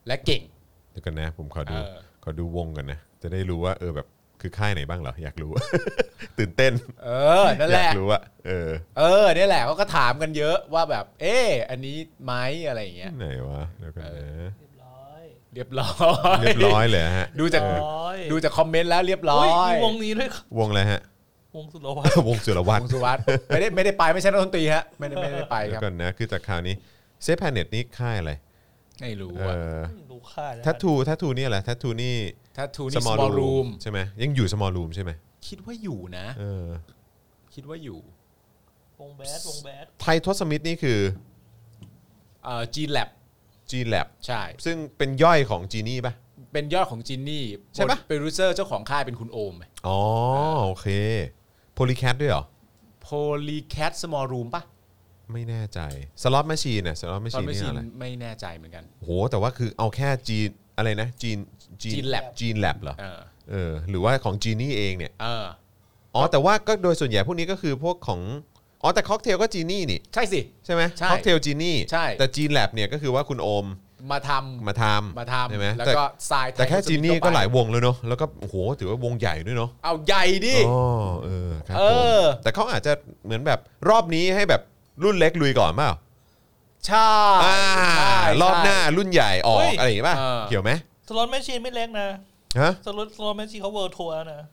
และเก่ง
เดี๋ยวกันนะผมขอดู
เออ
ขอดูวงกันนะ จะได้รู้ว่าเออแบบคือค่ายไหนบ้างเหรอ อยากรู้ ตื่นเต้น
เออนั่
อ
นแห
ยาก
ละ
รู้อะเออ
เออเนี่ยแหละเขาก็ถามกันเยอะว่าแบบ เอออันนี้ไหมอะไรอย่างเงี้ย
ไหนวะเดี๋ยวกันนะ
เรียบร้อย
เรียบร้อย
เรียบร้อยเลยฮะ
ดูจาก
เออ
ร้อย
ดูจากคอมเมนต์แล้วเรียบร้อ
เฮ้
ย
ยมีวงนี้ด้วยครับ
วงอะไรฮะ
วงสุรวัตร
วงสุรวัต
ว
รง
สุวัสด์ไม่ได้ไม่ได้ไปไม่ใช่นักดนตรีฮะไม่ได้ไม่ได้ไป
เดี๋ย
ครับ
วกันนะ คือจากข่าวนี้เซฟแพนเน็ตนี่ค่ายอะไร
ไม่รู้
เอ
อะ
อ
ไม่รู้ค่านะ
ทัตทูทัตทูนี่แหละทัตทูนี่
ถ้าทูนี่
Small
small room
Room ใช่ไหมยังอยู่ small room ใช่ไหม
คิดว่าอยู่นะ
เออ
คิดว่าอยู่
วงแบดวงแบด
ไททอสมิธนี่คือ
เอ่อจีนแลบ
G Lab
ใช่
ซึ่งเป็นย่อยของจีนี่ป่ะ
เป็นยอดของจินนี่
ใช่ปะ
โปรดิวเซอร์เจ้าของค่ายเป็นคุณโอม
อ๋อโอเคโพลีแคทด้วยเหรอ
โพลีแคทสมอลรูมปะ
ไม่แน่ใจสล็อตแมชชีนน่ะสล็อตแมช
ตอน
ชีน
ไม่
นี่
ชิน
อะไร
ไม่แน่ใจเหมือนกัน
โหแต่ว่าคือเอาแค่จีนอะไรนะจีน
จีน Lab
จีนแลบเหรอ
เออ
เออหรือว่าของจีนี่เองเนี่ย
เออ
อ๋อแต่ว่าก็โดยส่วนใหญ่พวกนี้ก็คือพวกของอ๋อแต่ค็อกเทลก็จีนี่นี่
ใช่สิ
ใช่ไหม
ใช่
ค็อกเทลจีนี่
ใช่
แต่จีนแลบเนี่ยก็คือว่าคุณโอม
มาท
มาทำ
ำมาท
ใช่ไหม
ำแล้ว
แต่
ก็ทราย
แต่แค่
ไทย
จีนี่ก็หลาย
ไป
วงแล้วเนาะแล้วก็โหถือว่าวงใหญ่ด้วยเนาะ
เอาใหญ่ดิ
อ๋อเออครับผ
เอ
ม
อ
แต่เขาอาจจะเหมือนแบบรอบนี้ให้แบบรุ่นเล็กลุยก่อนเปล่า
ใช่
อ่า
ใช่
รอบหน้ารุ่นใหญ่ออกอะไรอย่างงี้ป่ะ
เออ
เกี่ยวไหม
สล็อตแมชชีนไม่เล็กนะ
ฮะ
สล็อตสล็อตแมชชีนเขาเวิร์ทัวร์นะ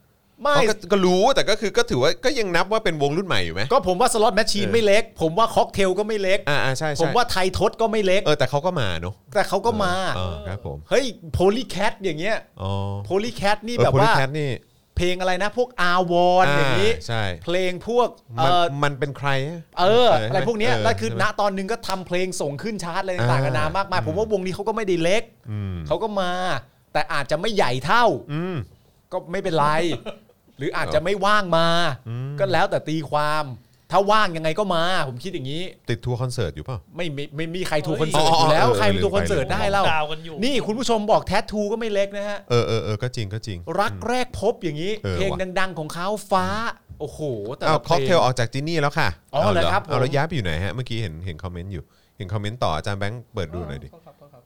ไม่
เขาก็ก็รู้แต่ก็คือก็ถือว่าก็ยังนับว่าเป็นวงรุ่นใหม่อยู่ไหม
ก็ผมว่าสล็อตแมชชีน
เออ
ไม่เล็ก ผมว่าค็อกเทลก็ไม่เล็ก
อ่าอ่าใช่ใช่
ผมว่าไทยทศก็ไม่เล็ก
เออแต่เขาก็มาเนอะ
แต่เขาก็มา
เออครับผม
เฮ้ยโพลีแคทอย่างเงี้ย
อ๋อ
โพลีแคทนี่
เออ
แบบ
โพลี
ว่า
แคทนี่
เพลงอะไรนะพวกอาวอนอย่างนี้
ใช่
เพลงพวกเอ
มัน
อ
มันเป็นใครอะ
เออ
ใช่หม
อะไรพวกเนี้ย
เ
แล้วคือ
ใช่
ณ
ไหม
ตอนหนึงก็ทำเพลงส่งขึ้นชาร์ตอะไรต่างๆ
อ่า
นานามากมายผมว่าวงนี้เขาก็ไม่ได้เล็ก
อืม
เขาก็มา แต่อาจจะไม่ใหญ่เท่า
อืม
ก็ไม่เป็นไร หรืออาจจะไม่ว่างมา
อืม
ก็แล้วแต่ตีความ ถ้าว่างยังไงก็มา ผมคิดอย่างนี้
ติดทัวร์คอนเสิร์ตอยู่เปล่า
ไม่มีไม่มีใครทูค
เฮ้ย
อนเสิร์ตอยู่แล้ว
อ๋อเออ
ใครเป็นทู
ลืมไป
คอนเสิร์ตได้เล่า
ดาวกันอยู่
นี่คุณผู้ชมบอกแทททูก็ไม่เล็กนะฮะ
เออเออเออก็จริงก็จริง
รักแรกพบอย่างนี้
เออ
เพลง
ว่ะ
ดัง ๆ ของเขาฟ้า โอ้โห แต่
เอา
ละเพ
ค็อกเท
ล
ล
ง
ออกจากจีนี่แล้วค่ะ
อ๋อเหรอครับ
เอาแล้ว
ผม
ย้ายไปอยู่ไหนฮะเมื่อกี้เห็นเห็นคอมเมนต์อยู่เห็นคอมเมนต์ต่ออาจารย์แบงค์เปิดดูหน่อยดิ
โทษครับโทษครับ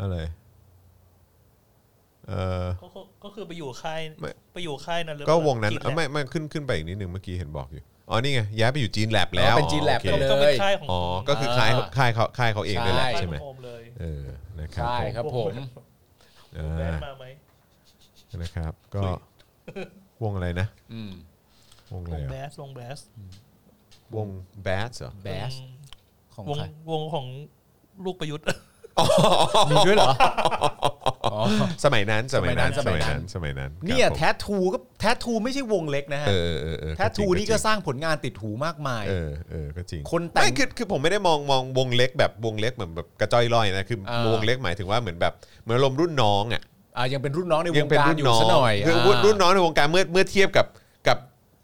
อะไร เออ
ก็คือก็คือไปอยู่ค่าย
ไม่
ไปอยู่ค่ายนั้นเลย
ก็วงนั้น
จีแล
เอ้า
บ
ไม่ไม่ขึ้นขึ้นไปอีกนิดนึงเมื่อกี้เห็นบอกอยู่ อ๋อ นี่ไง ย้ายไปอยู่จีนแลบแล้ว
อ๋อเป็นจีนแลบ
อ๋อ
ไป
โอ
เลย
ก็เป็นค่ายของ
อ๋อ ก็คือค่ายเขาค่ายเขาค่ายเขาเองด้วยแหละ
ค่าย
ใช่ไหม
ของโอมเลย
เออ นะครับ
ใช่
ผม
ครับผม
อ่
แบนา มาไหม
นะครับ ก็วงอะไรนะ
อืม
วงอะ
ว
ไรง
แบ
อะ
สวงแบส
วงแบสเหรอ
แบสของ
วง
ใคร
วงของลูกประยุทธ์
มีด้ว ยเหรออ๋อ
สมัยนั้น สมัยนั้น
สมัยนั้น
สมัยนั้น
เนี่ย
ครับผม
แทททูก็แทททูไม่ใช่วงเล็กนะฮะ
เออเออเออ
แทททู
จริง
นี่ก็
จริง
สร้างผลงานติดหูมากมาย
เออเออก็จริง
คนแต่
ไม่
ง
คือคือผมไม่ได้มองมองวงเล็กแบบวงเล็กเหมือนแบบกระจ้อยลอยนะคือ
อ่า
วงเล็กหมายถึงว่าเหมือนแบบเหมือนลมณ์รุ่นน้องอ่ะ
อ่ะยังเป็นรุ่นน้องในว
ยัง
ง
เป็น
การ
รุ่น
อยู่
น้อ
ซะ
ง
หน่อย
คืออา รุ่นน้องในวงการเมื่อเมื่อเทียบกับกับ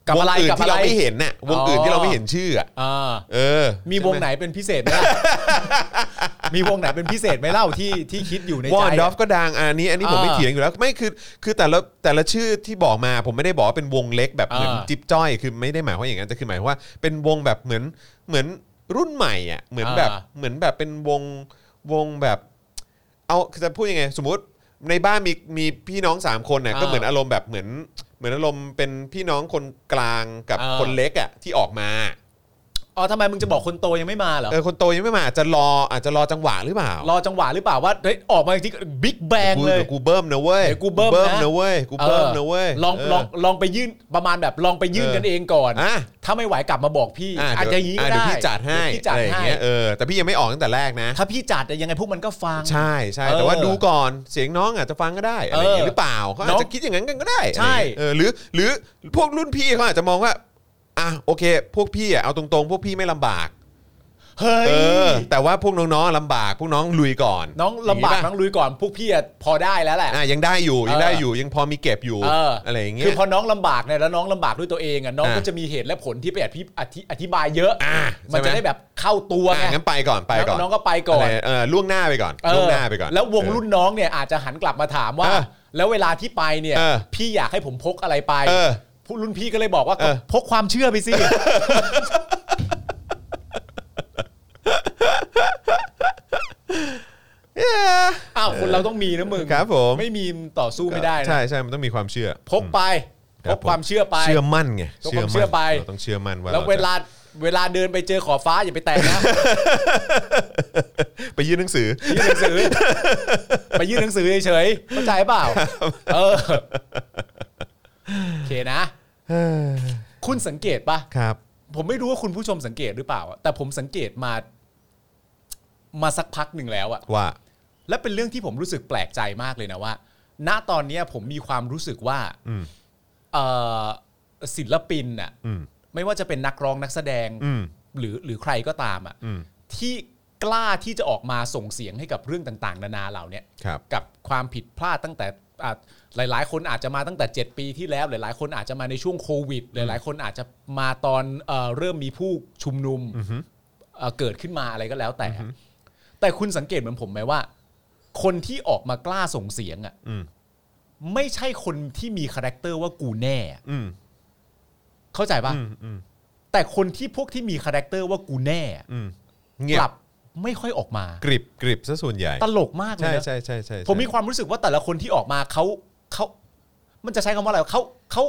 กับ
วง
อะไร
อื่น
กับ
ที่เรา
อะไร
ไม่เห็นน่ะวงอื่น
อ๋อ
ที่เราไม่เห็นชื่ออ่ะ
อ่า
เออ
มีวงไหนเป็นพิเศษ ไหมล่ะ มีวงไหนเป็นพิเศษไหมเล่าที่ที่คิดอยู่ใน
วอ
ใจ
นดอฟ
อ่ะ
ก็ดังอันนี้อันนี้ผม
อ่า
ไม่เถียงอยู่แล้วไม่คือคือแต่ละแต่ละชื่อที่บอกมาผมไม่ได้บอกว่าเป็นวงเล็กแบบเหมือน
อ่า
จิ๊บจ้อยคือไม่ได้หมายว่าอย่างนั้นแต่คือหมายว่าเป็นวงแบบเหมือนเหมือนรุ่นใหม่อ่ะเหมือนแบบ
อ่า
เหมือนแบบเป็นวงวงแบบ เอาคือจะพูดยังไง สมมติในบ้านมีมีพี่น้องสามคนน่ะ
อ่า
ก็เหมือนอารมณ์แบบเหมือนเหมือนอารมณ์เป็นพี่น้องคนกลางกับ
อ่า
คนเล็กอ่ะที่ออกมา
อ๋อทำไมมึงจะบอกคนโตยังไม่มาเหรอ
เออคนโตยังไม่มาอาจจะรออาจจะรอจังหวะหรือเปล่าร
อจังหวะหรือเปล่าว่าเฮ้ยออกมาจริงบิ๊กแบง
กู
เลย
ดี๋วกูเบิ้มนะเว้ย
เดี๋ยวกูเบิ้มนะ
นะเว้ยกูเบิ้มนะเว้ย
ลอง
เล
องลองไปยื่นประมาณแบบลองไปยื่นกันเองก่อน
อ่ะ
ถ้าไม่ไหวกลับมาบอกพี่
อ่ะ
อาจจะอยางงี้ก็
อ่ะ
ได้
เดี๋ยวพี่จัดให้
เยวพี่จัด
อะไรอย่าง
ให้
เงี้ยเออแต่พี่ยังไม่ออกตั้งแต่แรกนะ
ถ้าพี่จัดเนี่ยยังไงพวกมันก็ฟัง
ใช่ใช่
เออ
แต่ว่าดูก่อนเสียงน้องอาจจะฟังก็ได้อะไรอย่างเงี้ย
เออ
หรือเปล่าเขาอาจจะคิดอย่างนั้นกันก็ได้
ใช่
อะไรอย่างเงี้ยเออหรือหรือพวกรุ่นพี่เขาอาจจะมองว่าอ่ะโอเค พวกพี่อ่ะเอาตรงๆ พวกพี่ไม่ลำบาก
เฮ้ย
เออแต่ว่าพวกน้องๆลำบาก พวกน้องลุยก่อน
น้องลำบาก
ย่
น้องลุยก่อนพวกพี่อะพอได้แล้วแหละ
อ่ะยังได้อยู่ยัง
เออ
ได้อยู่ยังพอมีเก็บอยู่
เอออ
อะไรอย่างเงี้ย
คือพอน้องลำบากเนี่ยแล้วน้องลำบากด้วยตัวเองอ่ะน้อง
อ่ะ
ก็จะมีเหตุและผลที่ไปอธิอธิอธิบายเยอะ
อ่ะ
มัน
ใช่ไหม
จะได้แบบเข้าตัวไง
อ่ะงั้นไปก่อนไปก่อน
น้องก็ไปก่อ
อะ
น
ไรเออล่วงหน้าไปก่อน
เออ
ล่วงหน้าไปก่อน
แล้ววง
เออ
รุ่นน้องเนี่ยอาจจะหันกลับมาถามว่า
เออ
แล้วเวลาที่ไปเนี่ย
เออ
พี่อยากให้ผมพกอะไรไป
เออ
ผู้รุ่นพี่ก็เลยบอกว่า
เออ
พกความเชื่อไปสิ
Yeah
อ้าวคนเราต้องมีนะมึง
ครับผม
ไม่มีต่อสู้ไม่ได้นะ
ใช่ใช่มันต้องมีความเชื่อ
พกไป
ค
พ
รับ
กความเชื่อไป
เชื่อมั่นไง
ต้องความเชื่อไป
เราต้องเชื่อมั่นว่า
แล้ว
รจะ
เวลาเวลาเดินไปเจอขอบฟ้าอย่าไปแตะนะ
ไปยื่นหนังสือ
ยื่นหนัง สือ ไปยื่นหนังสือเฉยๆเข้าใจเปล่า เออโอเคนะ คุณสังเกตปะ
ครับ
ผมไม่รู้ว่าคุณผู้ชมสังเกตหรือเปล่าอะแต่ผมสังเกตมา มาสักพักหนึ่งแล้วอะ
ว่า
และเป็นเรื่องที่ผมรู้สึกแปลกใจมากเลยนะว่า ณตอนเนี้ยผมมีความรู้สึกว่า
อืม
เอ่อศิลปินน่ะ
อืม
ไม่ว่าจะเป็นนักร้องนักแสดง
อืม
หรือหรือใครก็ตามอะ
อืม
ที่กล้าที่จะออกมาส่งเสียงให้กับเรื่องต่าง ๆ นานาเหล่าเนี้ย
ครับ
กับความผิดพลาดตั้งแต่อ่ะหลาย ๆ คนอาจจะมาตั้งแต่ 7 ปีที่แล้ว หลาย ๆ คนอาจจะมาในช่วงโควิด หลาย ๆ คนอาจจะมาตอนเอ่อเริ่มมีผู้ชุมนุม
อือฮึ
เอ่อเกิดขึ้นมาอะไรก็แล้วแต่ แต่คุณสังเกตเหมือนผมไหมว่า คนที่ออกมากล้าส่งเสียงอ่ะ
อืม
ไม่ใช่คนที่มีคาแรคเตอร์ว่ากูแน่อะ
อืม
เข้าใจปะ
อืมอืม
แต่คนที่พวกที่มีคาแรคเตอร์ว่ากูแน่อะ
อืมเงีย
กลั
บบ
ไม่ค่อยออกมาก
ริบกริบซะส่วนใหญ่
ตลกมากเลย
ใช่
นะ
ใช่ใช่ใช่ใช่
ผมมีความรู้สึกว่าแต่ละคนที่ออกมาเขาเขา มันจะใช้คำว่าอะไรเขาเขา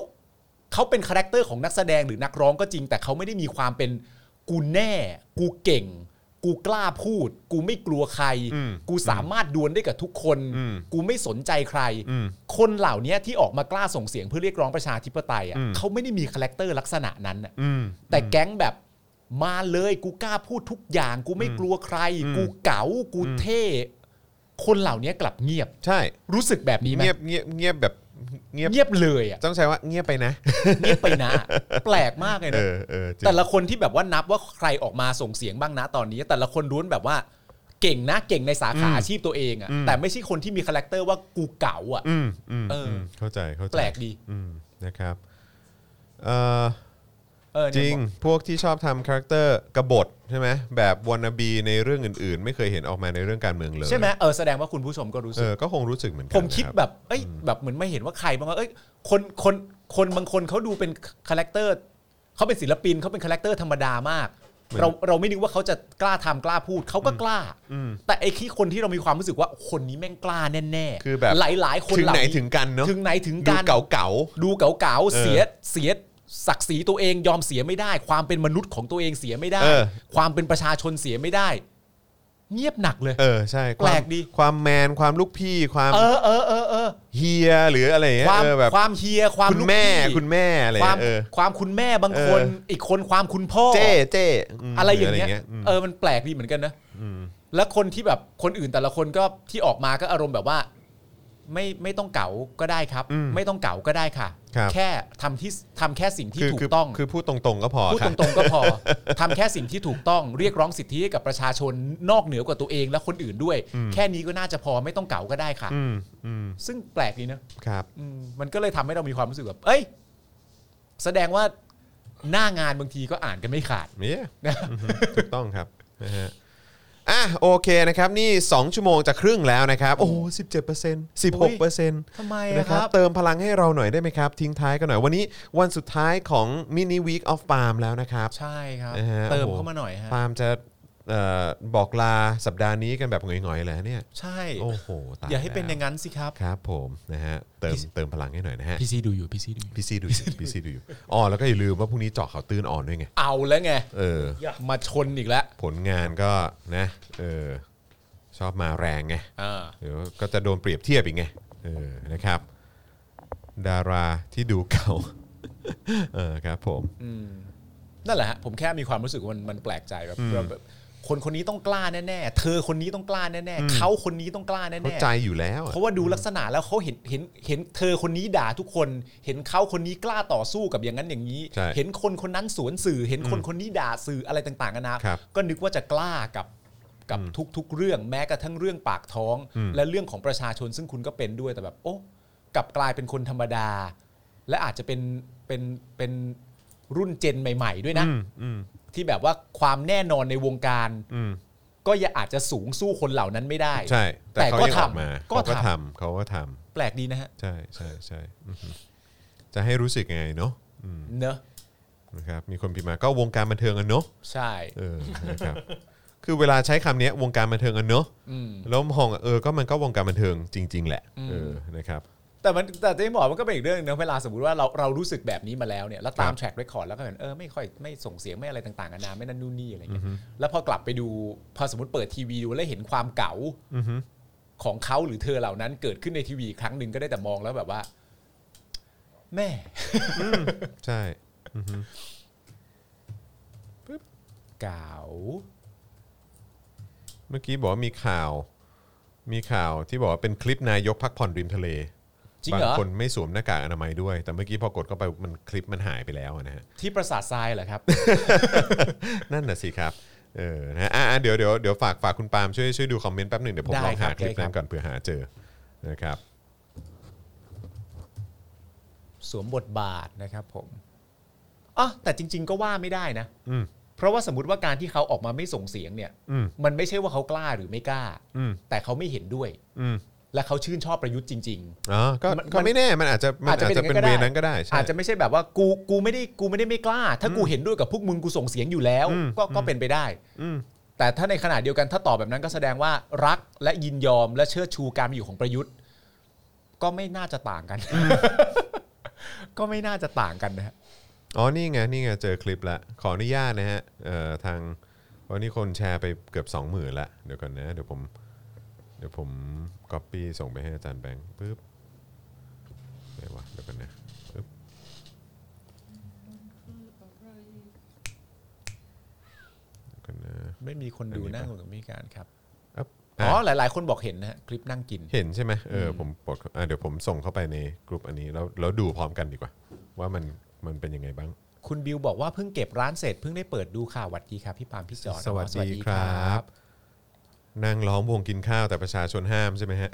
เขาเป็นคาแรคเตอร์ของนักแสดงหรือนักร้องก็จริง แต่เขาไม่ได้มีความเป็นกูแน่ กูเก่ง กูกล้าพูด กูไม่กลัวใคร กูสามารถดวลได้กับทุกคน กูไม่สนใจใคร
อืม
คนเหล่านี้ที่ออกมากล้าส่งเสียงเพื่อเรียกร้องประชาธิปไตยอ่ะ
อืม
เขาไม่ได้มีคาแรคเตอร์ลักษณะนั้นน่ะ
อืม
แต่แก๊งแบบมาเลยกูกล้าพูดทุกอย่าง กูไม่กลัวใคร
อืม
กูเก๋ากูเท่ คนเหล่านี้กลับเงียบ
ใช่
รู้สึกแบบนี้ไหม
เงียบเงียบเงียบแบบเงียบ
เงียบเลยอ่ะ
ต้องใช้ว่าเงียบไปนะ
เงียบไปนะ แปลกมากเลย
เอ
นะ
อเออจริง
แต่ละคนที่แบบว่านับว่าใครออกมาส่งเสียงบ้างนะตอนนี้ แต่ละคนล้วนแบบว่า เก่งนะเก่งในสาขาอาชีพตัวเองอ่ะแต่ไม่ใช่คนที่มีคาแรคเตอร์ว่ากูเก๋าอ่ะ
อืมอืม
เอออื
มเข้าใจเข้าใจ
แปลกดี
อืมนะครับเออ
เออ
จ
เนี่ย
ริง พวกที่ชอบทำคาแรคเตอร์กบฏใช่ไหมแบบวอนนาบีในเรื่องอื่นๆ ไม่เคยเห็นออกมาในเรื่องการเมืองเล
บอก
ย
ใช่ไหมเออแสดงว่าคุณผู้ชมก็รู้
เอ
สึก
อก็คงรู้สึกเหมือนกั
ผมคิด
นะ
แบบ เอ้ย แบบเหมือนไม่เห็นว่าใครบ้างว่าเอ้ย คนคนคนบางคนเขาดูเป็นคาแรคเตอร์เขาเป็นศิลปินเขาเป็นคาแรคเตอร์ธรรมดามาก เราเราไม่นึกว่าเขาจะกล้าทำกล้าพูดเขาก็กล้า แต่ไอ้ที่คนที่เรามีความรู้สึกว่าคนนี้แม่งกล้าแน่ๆ
คือแบบ
หลายๆ คน
ถึง
เล่า
ไหนถึงกันเนาะ
ถึงไหนถึง
ดู
การ
เก่า
ดูเก๋า
เอ
ๆ
อ
เสียเสียศักดิ์ศรีตัวเองยอมเสียไม่ได้ ความเป็นมนุษย์ของตัวเองเสียไม่ได้
เออ
ความเป็นประชาชนเสียไม่ได้ เงียบหนักเลย
ๆเออใช่ค
แป
วา
ล
ม
กดี
ความแมนความลูกพี่ความ
เออเออเออเออ
เฮียหรืออะไรอย่างเงี้ยว
คาม
เออแบบ
ความเฮียความ
คุณ
ลูก
แม่
พี่
คุณแม่อะไร
ความ
เออ
ความคุณแม่บาง
เออ
คน อีกคนความคุณพ่อ
เจ๊เจ๊ม
อะไรอย่างเงี้
ห
ย
ม
เออมันแปลกดีเหมือนกันนะ
ม
แล้วคนที่แบบคนอื่นแต่ละคนก็ที่ออกมาก็อารมณ์แบบว่า ไม่ไม่ต้องเก๋าก็ได้ครับ ไม่ต้องเก๋าก็ได้ค่ะ แค่ทำที่ทำแค่สิ่งที่
คือ
ถู
คื
กต้อง
คือพูดตรงๆก็พอ
พูด
ค่ะ
ตรงๆก็ พอทำแค่สิ่งที่ถูกต้องเรียกร้องสิทธิให้กับประชาชนนอกเหนือกว่าตัวเองและคนอื่นด้วย แค่นี้ก็น่าจะพอไม่ต้องเก๋าก็ได้ค่ะ
อืมอืม
ซึ่งแปลกดีนะ
ครับ
อืมมันก็เลยทำให้เรามีความรู้สึกแบบเอ้ย แสดงว่าหน้างานบางทีก็อ่านกันไม่ขาด
เนี่ย
นะ
อือฮึ ถูกต้องครับนะฮะอ่ะโอเคนะครับ นี่ 2 ชั่วโมงจะครึ่งแล้วนะครับ โอ้โหสิบเจ็ดเปอร์เซ็นต์สิบหกเปอร์เซ็นต์
ทำไม
นะ
อะ
ครับ เติมพลังให้เราหน่อยได้ไหมครับ ทิ้งท้ายกันหน่อย วันนี้วันสุดท้ายของมินิวีคออฟปาล์มแล้วนะครับ
ใช่ครับ
นะฮะ
เติม
โอ้โห
เข้ามาหน่อยฮะ
ปาล์มจะ เอ่อบอกลาสัปดาห์นี้กันแบบหงอยๆเลยฮะเนี่ย
ใช่
โอ้โหต
อย่าให้เป็นอย่าง
นั้น
นั้นสิครับ
ครับผมนะฮะเติมเติมพลังให้หน่อยนะฮะ
พี่ซีดูอยู่พี่ซีดูอยู่
พี่ซีดูอยู่พี่ซีดูอยู่อ๋อแล้วก็อย่าลืมว่าพรุ่งนี้เจาะข่าวตื้นอ่อนด้วยไง
เอาแล้วไง
เออ
มาชนอีกแล้ว
ผลงานก็นะเออชอบมาแรงไง
อ่า
เดี๋ยวก็จะโดนเปรียบเทียบอีกไงเออนะครับ ดาราที่ดูเก่า เออครับผม
นั่นแหละฮะผมแค่มีความรู้สึกว่ามันมันแปลกใจแบบแบบคนคนนี้ต้องกล้าแน่ๆ เธอคนนี้ต้องกล้าแน่ๆเขาคนนี้ต้องกล้าแน่
เข้าใจอยู่แล้ว
ๆ
อะ
เพราะว่าดูลักษณะแล้วเขาเห็นเห็นเห็นเธอคนนี้ด่าทุกคน เห็นเขาคนนี้กล้าต่อสู้กับอย่างนั้นอย่างนี้
ใช่
เห็นคนคนนั้นสวนสื่อ เห็นคนคนนี้ด่าสื่ออะไรต่างๆกันานะครับ ก็นึกว่าจะกล้ากับกับทุก ๆ เรื่องแม้กระทั่งเรื่องปากท้อง
อืม
และเรื่องของประชาชนซึ่งคุณก็เป็นด้วยแต่แบบ โอ้กลับกลายเป็นคนธรรมดา และอาจจะเป็นเป็นเป็นรุ่นเจนใหม่ ๆ ด้วยนะ
อืมอืม
ที่แบบว่าความแน่นอนในวงการ
อืม
ก็ยังอาจจะสูงสู้คนเหล่านั้นไม่ได้
ใช่ แต่
แต่
เขา
ก็
ยังออก
ทำ
มา
ก็
เขาก็
ทำ
ทำเขาก็ท
แปลกดีนะฮะ
ำใช่ใช่ใช่อือฮึจะให้รู้สึกยังไงเนาะอืม
เนอะ
นะครับมีคนพิมพ์มาก็วงการบันเทิงอะเนาะ
ใช่
เออนะครับ คือเวลาใช้คำเนี้ยวงการบันเทิงอะเนาะ
อืม
แล้วมองอะเออก็มันก็วงการบันเทิงจริง ๆ แหละเออนะครับ
แต่มันแต่ที่บอกมันก็เป็นอีกเรื่องหนึงนะเวลาสมมติว่าเราเรารู้สึกแบบนี้มาแล้วเนี่ยแล้วตา
ค
ม
รับ
แทร็กเรคคอร์ดแล้วก็เห็นเออไม่ค่อยไม่ส่งเสียงไม่อะไรต่างๆนานาไม่นั่นนู่นนี่อะไรเงี้ยแล้วพอกลับไปดูพอสมมติเปิดทีวีดูแล้วเห็นความเก๋า
อือฮึ
ของเขาหรือเธอเหล่านั้นเกิดขึ้นในทีวีอีกครั้งหนึ่งก็ได้แต่มองแล้วแบบว่า แม่
ใช่
เก๋า
เมื่อกี้บอกว่ามีข่าว มีข่าวที่บอกว่าเป็นคลิปนายกพักผ่อนริมทะเล
จริง
บาง
เหรอ
คนไม่สวมหน้ากากอนามัยด้วย แต่เมื่อกี้พอกดเข้าไปมันคลิปมันหายไปแล้วนะฮะ
ที่ปราสาททรายเหรอครับ
นั่นน่ะสิครับ เออ นะฮะอ่ะอ่ะเดี๋ยวเดี๋ยวเดี๋ยวฝากฝากคุณปาล์มช่วยช่วยดูคอมเมนต์แป๊บหนึ่งเดี๋ยวผมล
ได้
อง
ครั
หา
บ
คลิป
ได้ครับ
นั้นก่อนเผื่อหาเจอ นะครับ
สวมบทบาทนะครับผมอ๋อแต่จริง ๆ ก็ว่าไม่ได้นะ
อืม
เพราะว่าสมมติว่าการที่เขาออกมาไม่ส่งเสียงเนี่ย
อืม
มันไม่ใช่ว่าเขากล้าหรือไม่กล้า
อืม
แต่เขาไม่เห็นด้วย
อืม
และเขาชื่นชอบประยุทธ์จริง
อ๋อ ก็
มัน
ก็ไม่แน่ มันอาจจะ มันอาจ
อาจ
จะ
จะ
เป็น
เป็น
เว
อย่างนั้นก็ได้
นั้นก็ได้
ๆ
ใช่
อาจจะไม่ใช่แบบว่ากูกูไม่ได้กูไม่ได้ไม่กล้า ถ้ากูเห็นด้วยกับพวกมึงกูส่งเสียงอยู่แล้ว
อืม
ก็ก็
อืม
เป็นไปได้
อืม
แต่ถ้าในขณะเดียวกันถ้าตอบแบบนั้นก็แสดงว่ารักและยินยอมและเชิดชูการมีอยู่ของประยุทธ์ ก็ไม่น่าจะต่างกัน ก็ไม่น่าจะต่างกันนะฮะ
อ๋อ นี่ไง นี่ไง เจอคลิปละ ขออนุญาตนะฮะ เอ่อ ทางวันนี้คนแชร์ไปเกือบ 20,000ละเดี๋ยวก่อนนะ เดี๋ยวผม เดี๋ยวผมก๊อปปี้ส่งไปให้อาจารย์แบงค์ปึ๊บไหนวะ เดี๋ยวก่อนนะปึ๊บเดี๋ยวก่อนนะ
ไม่มีคนดูหน้าคุณสมิการครับ
อ๊บ
อ๋
อ๋
อ
อ
หลายๆ คนบอกเห็นนะฮะคลิปนั่งกิน
เห็นใช่ไหมเอออผมกดอ่ะเดี๋ยวผมส่งเข้าไปในกลุ่มอันนี้แล้วแล้วดูพร้อมกันดีกว่า ว่ามันมันเป็นยังไงบ้าง
คุณบิวบอกว่าเพิ่งเก็บร้านเสร็จเพิ่งได้เปิดดูข่าวหวัดดีครับพี่ปาล์มพี่จอห์น
สวัส
อ๋อ
ดีครับ นั่งล้อมวงกินข้าวแต่ประชาชนห้ามใช่ไหมฮะ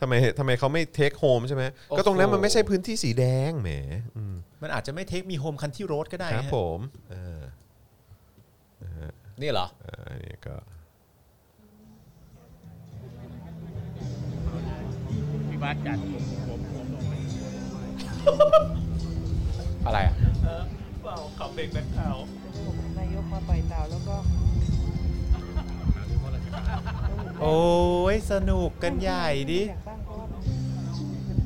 ทำไมทำไมเขาไม่เทคโฮมใช่ไหมก็ตรงนั้นมันไม่ใช่พื้นที่สีแดงแหมอืม
มันอาจจะไม่เทคมีโฮมคันที่โรดก็ได้
ครับ
นะฮะ
ผมเออ
นี่เหรอ
เอ่ออันนี้ก็
อะไรอ่ะ
เออเปล่าขับเบรกแบ็คขาว
ผมนายกมาปล่อยเต่าแล้วก็
โอ้ยสนุกกันใหญ่ดิ
อยากสร้างเพราะว่า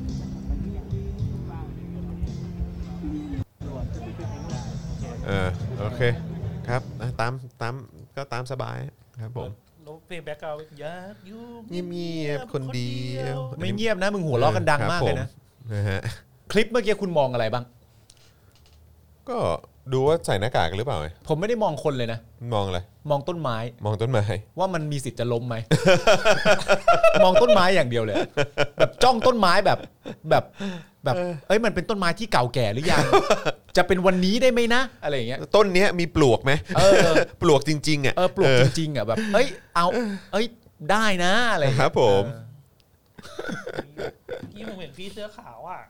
เออโอเคครับอ่ะตามตามก็ตามสบายครับผม
รถเบรกแบ็คขาวอยากอยู่
เงียบๆคนเดียว
ไม่เงียบนะ มึงหัวเราะกันดังมากเลยนะ
ครับผมนะฮะ
คลิปเมื่อกี้คุณมองอะไรบ้าง
ก็ดูว่าใส่หน้ากากหรือเปล่าไง
ผมไม่ได้มองคนเลยนะ
มองอะไร
มองต้นไม้
มองต้นไม้
ว่ามันมีสิทธิ์จะล้ม ไหม มองต้นไม้อย่างเดียวเลย แบบจ้องต้นไม้แบบแบบแบบ เอ้ยมันเป็นต้นไม้ที่เก่าแก่หรือยัง จะเป็นวันนี้ได้ไหมนะ อะไรอย่างเงี้ย
ต้นเนี้ยมีปลวกไหม
เออ
ปลวกจริงๆอ่ะ
เออปลูกจริงๆอ่ะแบบ เอ้ยเอาเอ้ยได้นะอะไรอย่า
ค
งเงี้ย
รับผม
พี่ผมเห็นพี่เสื้อขาวอ่ะ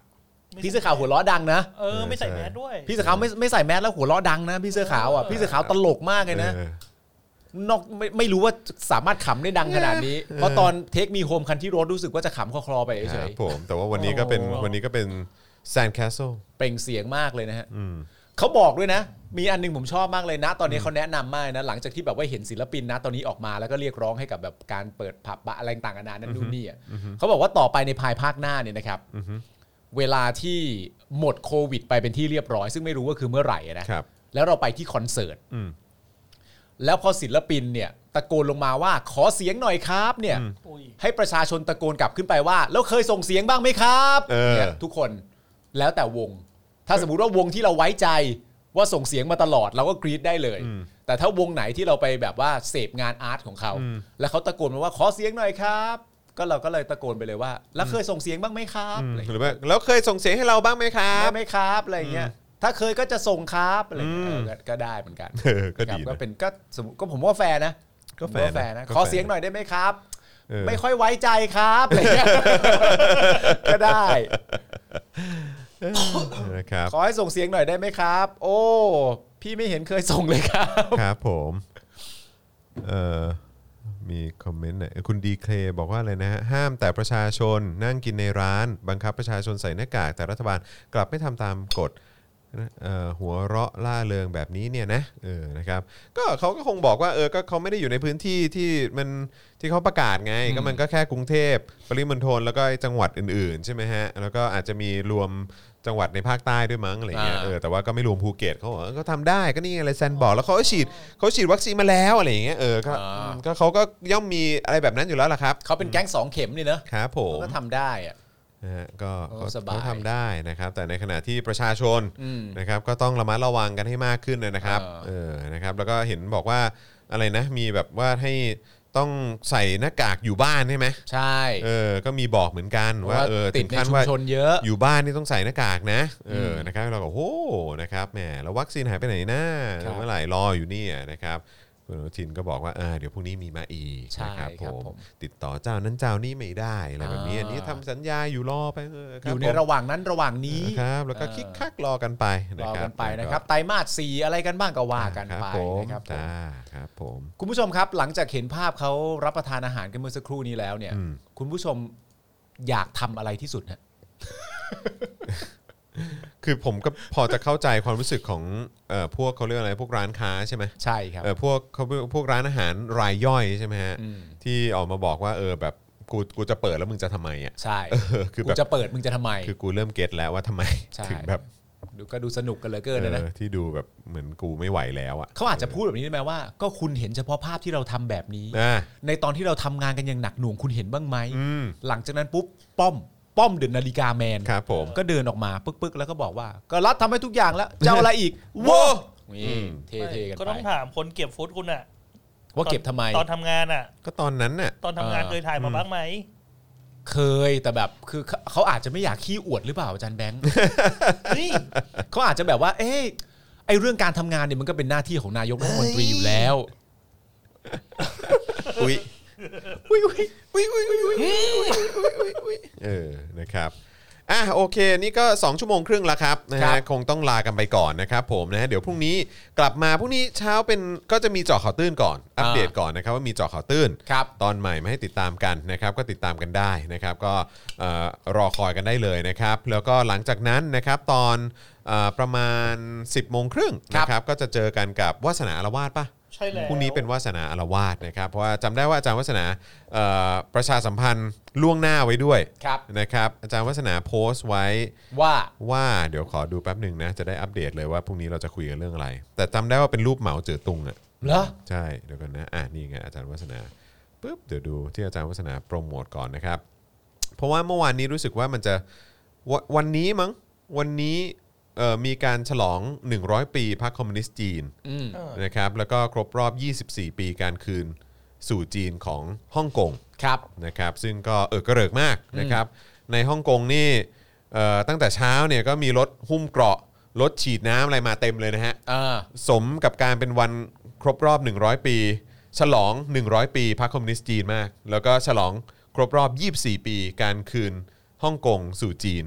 ไม่
พี่เสื้อขาวหัวล้อดังนะ
เออไม่ใส่แมสด้วย
พี่เสื้อขาวไม่ไม่ใส่แมสแล้วหัวล้อดังนะ พี่เสื้อขาวอ่ะ
เออ
พี่เสื้อขาวตลกมากเลยนะ
เออน
อกไม่ไม่รู้ว่าสามารถขำได้ดังขนาดนี้ เพราะตอนเทคมีโฮมคันที่รถรู้สึกว่าจะขำคลอๆไป
ค
เฉ
รั
ย
บผมแต่ว่าวันนี้ก็เป็น
โอ้โห
วันนี้ก็เป็นแซนแคสเซิล
ๆเปล่งเสียงมากเลยนะฮะ เขาบอกด้วยนะ มีอันหนึงผมชอบมากเลยนะ ตอนนี้เขาแนะนำมากนะ หลังจากที่แบบว่าเห็นศิลปินนะ ตอนนี้ออกมาแล้วก็เรียกร้องให้กับแบบการเปิดผับบะอะไรต่างๆนานานั่นนู่นนี่อ่ะเขาบอกว่าต่อไปในภายภาคหน้าเนี่ยนะครับ เวลาที่หมดโควิด ไปเป็นที่เรียบร้อย ซึ่งไม่รู้ว่าคือเมื่อไหร่อะนะครับ แล้วเราไปที่คอนเสิร์ต
อืม
แล้วพอศิลปินเนี่ยตะโกนลงมาว่าขอเสียงหน่อยครับเนี่ย
อืม
โอ้ย
ให้ประชาชนตะโกนกลับขึ้นไปว่า แล้วเคยส่งเสียงบ้างไหมครับ
เออ
นี่ยทุกคนแล้วแต่วง ถ้าสมมุติว่าวงที่เราไว้ใจว่าส่งเสียงมาตลอดเราก็กรี๊ดได้เลย แต่ถ้าวงไหนที่เราไปแบบว่าเสพงานอาร์ตของเขา แล้วเขาตะโกนมาว่าขอเสียงหน่อยครับ ก็เราก็เลยตะโกนไปเลยว่า แล้วเคยส่งเสียงบ้างไหมครับ
อืม
อะไรอย่าง
ห
เงี้ย
รือว่าแล้วเคยส่งเสียงให้เราบ้างไหมครับ
ได้ไหมครับอะไรเงี้ยถ้าเคยก็จะส่งครับอะไรเงี้ย
อืม
เออก็ก็ได้เหมือนกัน
เออก็ดี
ครับ
นะ
ก็เป็นก็สมมติก็ผมว่าแฟร์นะ
ก็แฟร์นะ
ผมว่านะ
ก็
ขอ
แฟร์
เสียงหน่อยได้ไหมครับ
เออ
ไม่ค่อยไว้ใจ ครับอะไรเงี้ยก็ได้
นะครับ
ขอให้ส่งเสียงหน่อยได้ไหมครับ โอ้ พี่ไม่เห็นเคยส่งเลยครับ
ครับผมเอ่อมีคอมเมนต์ไหนเอ่อคุณดีเคลบอกว่าอะไรนะฮะห้ามแต่ประชาชนนั่งกินในร้าน บังคับประชาชนใส่หน้ากาก แต่รัฐบาลกลับไม่ทำตามกฎเอ่อหัวเราะล่าเริงแบบนี้เนี่ยนะเออนะครับก็เขาก็คงบอกว่าเออก็เขาไม่ได้อยู่ในพื้นที่ที่มันที่เขาประกาศไง ก็มันก็แค่กรุงเทพปริมณฑลแล้วก็ไอ้จังหวัดอื่นๆใช่ไหมฮะแล้วก็อาจจะมีรวมจังหวัดในภาคใต้ด้วยมั้งอะไรเงี้ย
อ่า
เออ แต่ว่าก็ไม่รวมภูเก็ตเขาบอกเออเขาทำได้ก็นี่ไงเลยแซนบอกแล้วเขาก็ฉีดเขาฉีดวัคซีนมาแล้วอะไรอย่างเงี้ยเออก็
อ่า
ก็เขาก็ย่อมมีอะไรแบบนั้นอยู่แล้วล่ะครับ
เขาเป็นแก๊งสองเข็มนี่เนอะ
ครับผม
ก็ทำได้อะ
นะฮะก็
โอ้
ก็
สบาย
เขาทำได้นะครับ แต่ในขณะที่ประชาชน
อืม
นะครับก็ต้องระมัดระวังกันให้มากขึ้นนะครับ
เออ
เออนะครับแล้วก็เห็นบอกว่าอะไรนะมีแบบว่าให้ต้องใส่หน้ากากอยู่บ้านใช่ไหม
ใช่
เออก็มีบอกเหมือนกัน
เพราะ
ว่า
ว่า
เออ
ติ
ถึ
ด
ง
ใน
ขั้น
ชุม
ว่า
ชนเยอะ
อยู่บ้านนี่ต้องใส่หน้ากากนะ เออ
อืม
นะครับ เราก็โอ้โหนะครับ แหม แล้ววัคซีนหายไปไหนนะ
ครับ
เมื่อไหร่รออยู่เนี่ยนะครับ คุณอนุทินก็บอกว่าอ่าเดี๋ยวพรุ่งนี้มีมาอีก
ใช่
นะ
ค
ผ
รับ
ม
ผม
ติดต่อเจ้านั้นเจ้านี้ไม่ได้อะไรแบบนี้
อ่า
อันนี้ทำสัญญาอยู่รอไปเออค
อบ ยู่ใน
ผม
ระหว่างนั้นระหว่างนี้
ครับ แล้วก็
เออ
คิกคักรอกันไป
ร
นะ
อ
ครับ
กันไปนะครับไตรมาสสี่อะไรกันบ้างก็ว่ากันไป
ครับผม
นะครับผม
จ้าครับผม
คุณผู้ชมครับ หลังจากเห็นภาพเขารับประทานอาหารกันเมื่อสักครู่นี้แล้วเนี่ย
อืม
คุณผู้ชมอยากทำอะไรที่สุดฮะ
คือผมก็พอจะเข้าใจความรู้สึกของเอ่อพวกเขาเรียกอะไร พวกร้านค้าใช่ไหม
ใช่ครับ
เออพวกเขาพวกร้านอาหารรายย่อยใช่ไหมฮะ
อืม
ที่ออกมาบอกว่าเออแบบกูกูจะเปิดแล้วมึงจะทำไมอ่ะ
ใช่
เอ อคือ
กู
แบบ
จะเปิดมึงจะทำไม
คือกูเริ่มเก็ตแล้วว่าทำไม
ใช่
ถึงแบบ
ดูก็ดูสนุกกันเหลือเกิน
เอ
นะนะ
อที่ดูแบบเหมือนกูไม่ไหวแล้วอ่ะ
เขาอาจจะพูดแบบนี้ได้ไหมว่า ก็คุณเห็นเฉพาะภาพที่เราทำแบบนี้
อ่า
ในตอนที่เราทำงานกันอย่างหนักหน่วงคุณเห็นบ้างไหม
อืม
หลังจากนั้นปุ๊บป้อม ป้อมเดินนาฬิกาแมน
ครับผม
ก็เดินออกมาปึ๊กๆแล้วก็บอกว่า ก็รัฐทำให้ทุกอย่างแล้วจะเอาอะไรอีกโว้นี่เท่ๆกัน
ก็ต้อง
ไป
ถามคนเก็บฟุตคุณอ่ะ
ว่าเก็บทำไม
ตอนทำงานอ่ะ
ก็ตอนนั้นน่ะ
ตอนทำงาน
เออ
เคยถ่ายมาบ้างไหม
เคยแต่แบบคือเขาเขาอาจจะไม่อยากขี้อวดหรือเปล่าอาจารย์แบ งค์ นี่เขาอาจจะแบบว่า เอ๊ะไอเรื่องการทำงานเนี่ยมันก็เป็นหน้าที่ของนายกรัฐมนตรีอยู่แล้ว
อุ้ยอุ้ยอุ้ยอุ้ยอุ้ยอุ้ยอุ้ยอุ้ยอุ้ยเออนะครับอ่ะโอเค นี่ก็ 2 ชั่วโมงครึ่งแล้วครับนะ
ครั
ฮะ
บ
คงต้องลากันไปก่อนนะครับผมนะฮะเดี๋ยวพรุ่งนี้กลับมาพรุ่งนี้เช้าเป็นก็จะมีเจาะข่าวตื้นก่อนอัปเดตก่อนนะครับว่ามีเจาะข่าวตื้น
ครับ
ตอนใหม่มาให้ติดตามกันนะครับก็ติดตามกันได้นะครับก็เอ่อรอคอยกันได้เลยนะครับ แล้วก็หลังจากนั้นนะครับตอนเออประมาณ 10บโมงครึ่ง
ครับ
นะครับก็จะเจอกันกับวาสนาอารวาสปะ
ใช่แล้ว
พรุ่งนี้เป็นวาสนาอารวาสนะครับเพราะว่าจำได้ว่าอาจารย์วาสนาเอ่อประชาสัมพันธ์ล่วงหน้าไว้ด้วย
ครับ
นะครับอาจารย์วาสนาโพสต์ไว้
ว่า
ว่าเดี๋ยวขอดูแป๊บหนึ่งนะจะได้อัปเดตเลยว่าพรุ่งนี้เราจะคุยกันเรื่องอะไร แต่จำได้ว่าเป็นรูปเหมาเจ๋อตุงอะ
เหรอ
ใช่เดี๋ยวกันนะอ่ะนี่ไงอาจารย์วัฒนาปุ๊บเดี๋ยวดูที่อาจารย์วัฒนาโปรโมทก่อนนะครับ เพราะว่าเมื่อวานนี้รู้สึกว่ามันจะวะวันนี้มั้งวันนี้เอ่อมีการฉลอง 100 ปีพรรคคอมมิวนิสต์จีน
อืม
เออ
นะครับแล้วก็ครบรอบ 24 ปีการคืนสู่จีนของฮ่องกง
ครับ
นะครับซึ่งก็เออกระเริกมากนะครับในฮ่องกงนี่เอ่อตั้งแต่เช้าเนี่ยก็มีรถหุ้มเกราะรถฉีดน้ำอะไรมาเต็มเลยนะฮะ
เออ
สมกับการเป็นวันครบรอบ 100 ปี ฉลอง 100 ปีพรรคคอมมิวนิสต์จีนมาก แล้วก็ฉลองครบรอบ 24 ปีการคืนฮ่องกงสู่จีน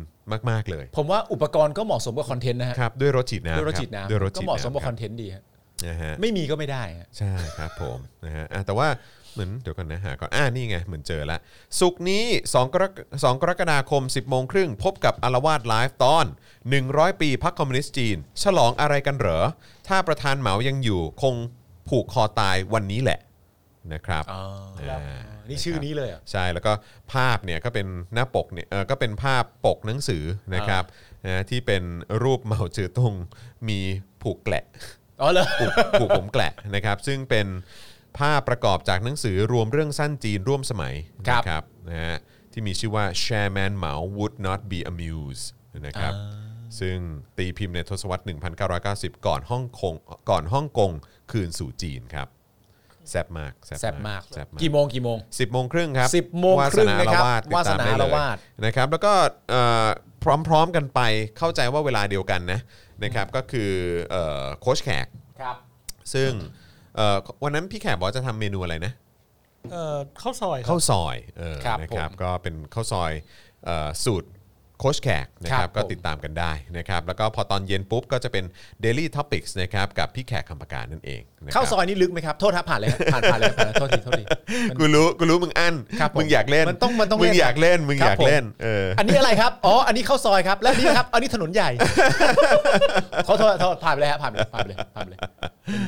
มาก ๆ เลย
ผมว่าอุปกรณ์ก็เหมาะสมกับคอนเทนต์นะฮะ
ครับด้วยรถฉีดน้ำ
ด้วยรถจิตนะ
ด้วยรถ
ก็
ฉีดน้ำ
เหมาะสมกับ
ค
ค
รั
อนเทนต์ดีฮะ
นะฮะ
ไม่มีก็ไม่ได้ฮะ
ใช่ครับผมนะฮะอ่ะแต่ว่าเหมือนเดี๋ยวกันนะหาก่อนอ่านี่ไงเหมือนเจอละสุกร์นี้2กรก2กรกฎาคม 10โมงครึ่งพบกับอารวาสไลฟ์ตอน 100 ปีพรรคคอมมิวนิสต์จีน ฉลองอะไรกันเหรอ ถ้าประธานเหมายังอยู่คงผูกคอตายวันนี้แหละนะครับ
อ๋อ
อ่า
นี่ชื่
ค
อะ
รับ
นี้เลยเหรอ
ใช่แล้วก็ภาพเนี่ยก็เป็นหน้าปกเนี่ยเออก็เป็นภาพปกหนังสือนะครับนะที่เป็นรูปเหมาเจ๋อตงมีผูกแกละ
อ๋อเหรอ
ผูกผูกผมแกละนะครับ ซึ่งเป็นภาพประกอบจากหนังสือรวมเรื่องสั้นจีนร่วมสมัย
ครับ
นะครับนะฮะที่มีชื่อว่า Chairman Mao would not be amused นะครับ ซึ่งตีพิมพ์ในทศวรรษ 1990 ก่อนฮ่องกงก่อนฮ่องกงคืนสู่จีนครับแซบมาก
แซ่บมาก
แซบมาก
กี่โมงกี่โมง
สิบโมงครึ่งครับ
สิบโมงครึ่งนะครับ
วาสนาอาร
วาสนาอาร
วาว
า
ส
ส
นะครับ แล้วก็เอ่อพร้อมๆกันไปเข้าใจว่าเวลาเดียวกันนะนะครับก็คือเอ่อโค้ชแขก
ครับ
ซึ่งเอ่อวันนั้นพี่แขกบอกว่าจะทำเมนูอะไรนะ
เอ่อข้าวซอยครับ
ข้าวซอยเออ
ครับ
นะครับ
ผม
ก็เป็นข้าวซอยเอ่อสูตรโค้ชแขกนะค
ครั
รับบ
ผม
ก็ติดตามกันได้นะครับ แล้วก็พอตอนเย็นปุ๊บก็จะเป็น Daily Topics นะครับกับพี่แขกคำปากการนั่นเองนะค
เข้า
รับ
ซอยนี่ลึกไหมครับโทษครับผ่านเลยครับผ่านผ่านเลยผ่านเลยโทษทีโทษที
กูรู้กูรู้มึงอั้น
ครับผม
มึงอยากเล่น
มันต้องมันต้อง
มึ
เล่
ง
น
อยากเล่นมึง
ครั
อบ ยากเล่น
ผม
เออ
อันนี้อะไรครับ อ๋อ อันนี้เข้าซอยครับ และนี่ครับ อันนี้ถนน ใหญ่ ขอโทษโทษผ่านไปเลยฮะผ่านไปเลยผ่านไปเลยผ่านไปเลย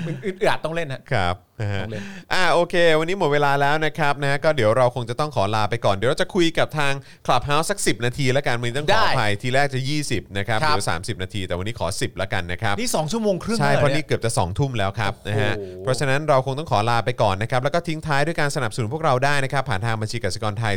มันอึดอัดต้องเล่นฮะ
ครับนะฮะ
ต้องเล่น
อ่าโอเค วันนี้หมดเวลาแล้วนะครับนะฮะก็เดี๋ยวเราคงจะต้องขอลาไปก่อน เดี๋ยวเราจะคุยกับทาง Clubhouse สัก 10 นาทีแล้วกันวันนี้ต้องข
ได้
ออภัยทีแรกจะ 20 นะครับ
ครับ
เดี๋ยว30 นาที แต่วันนี้ขอ 10แล้วกันนะครับ
นี่สองชั่วโมงครึ่ง
ใช่
แล้ว
เพราะ
ย
นี่เกือบจะ2องทุ่มแล้วครับ
โอ้โห
นะฮะเพราะฉะนั้นเราคงต้องขอลาไปก่อนนะครับ แล้วก็ทิ้งท้ายด้วยการสนับสนุนพวกเราได้นะครับ ผ่านทางบัญชีกสิกรไทย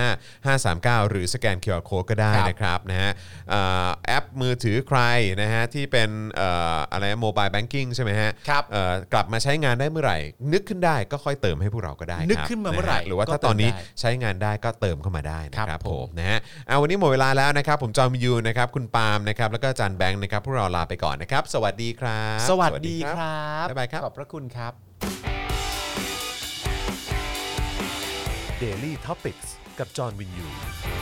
0698975539 หรือสแกน QR Code ก็ได้
ครับ
นะครับนะฮะเอ่อแอปมือถือใครนะฮะที่เป็นเอ่ออะไรโมบายแบงกิ้งใช่ไหมฮะ
ครับ
เอ่อกลับมาใช้งานได้เมื่อไหร่ นึกขึ้นได้ก็ค่อยเติมให้พวกเราก็ได้ครับ
นึกขึ้นมาเมื่อไหร่
ะฮะหรือว่า
ก็
ถ้าตอนนี้
เติมได้
ใช้งานได้ก็เติมเข้ามาได้นะค
ครั
รับบ ผ
ผม ม
นะฮะเอาวันนี้หมดเวลาแล้วนะครับ ผมจอมยูนะครับ คุณปาล์มนะครับ แล้วก็อาจานแบงค์นะครับ พวกเราลาไปก่อนนะครับ สวัสดีครับ
สวัสดีครับ
บ๊ายบายครับ
ขอบพระคุณครับ
Daily t o p i c กกับจอห์นวินยู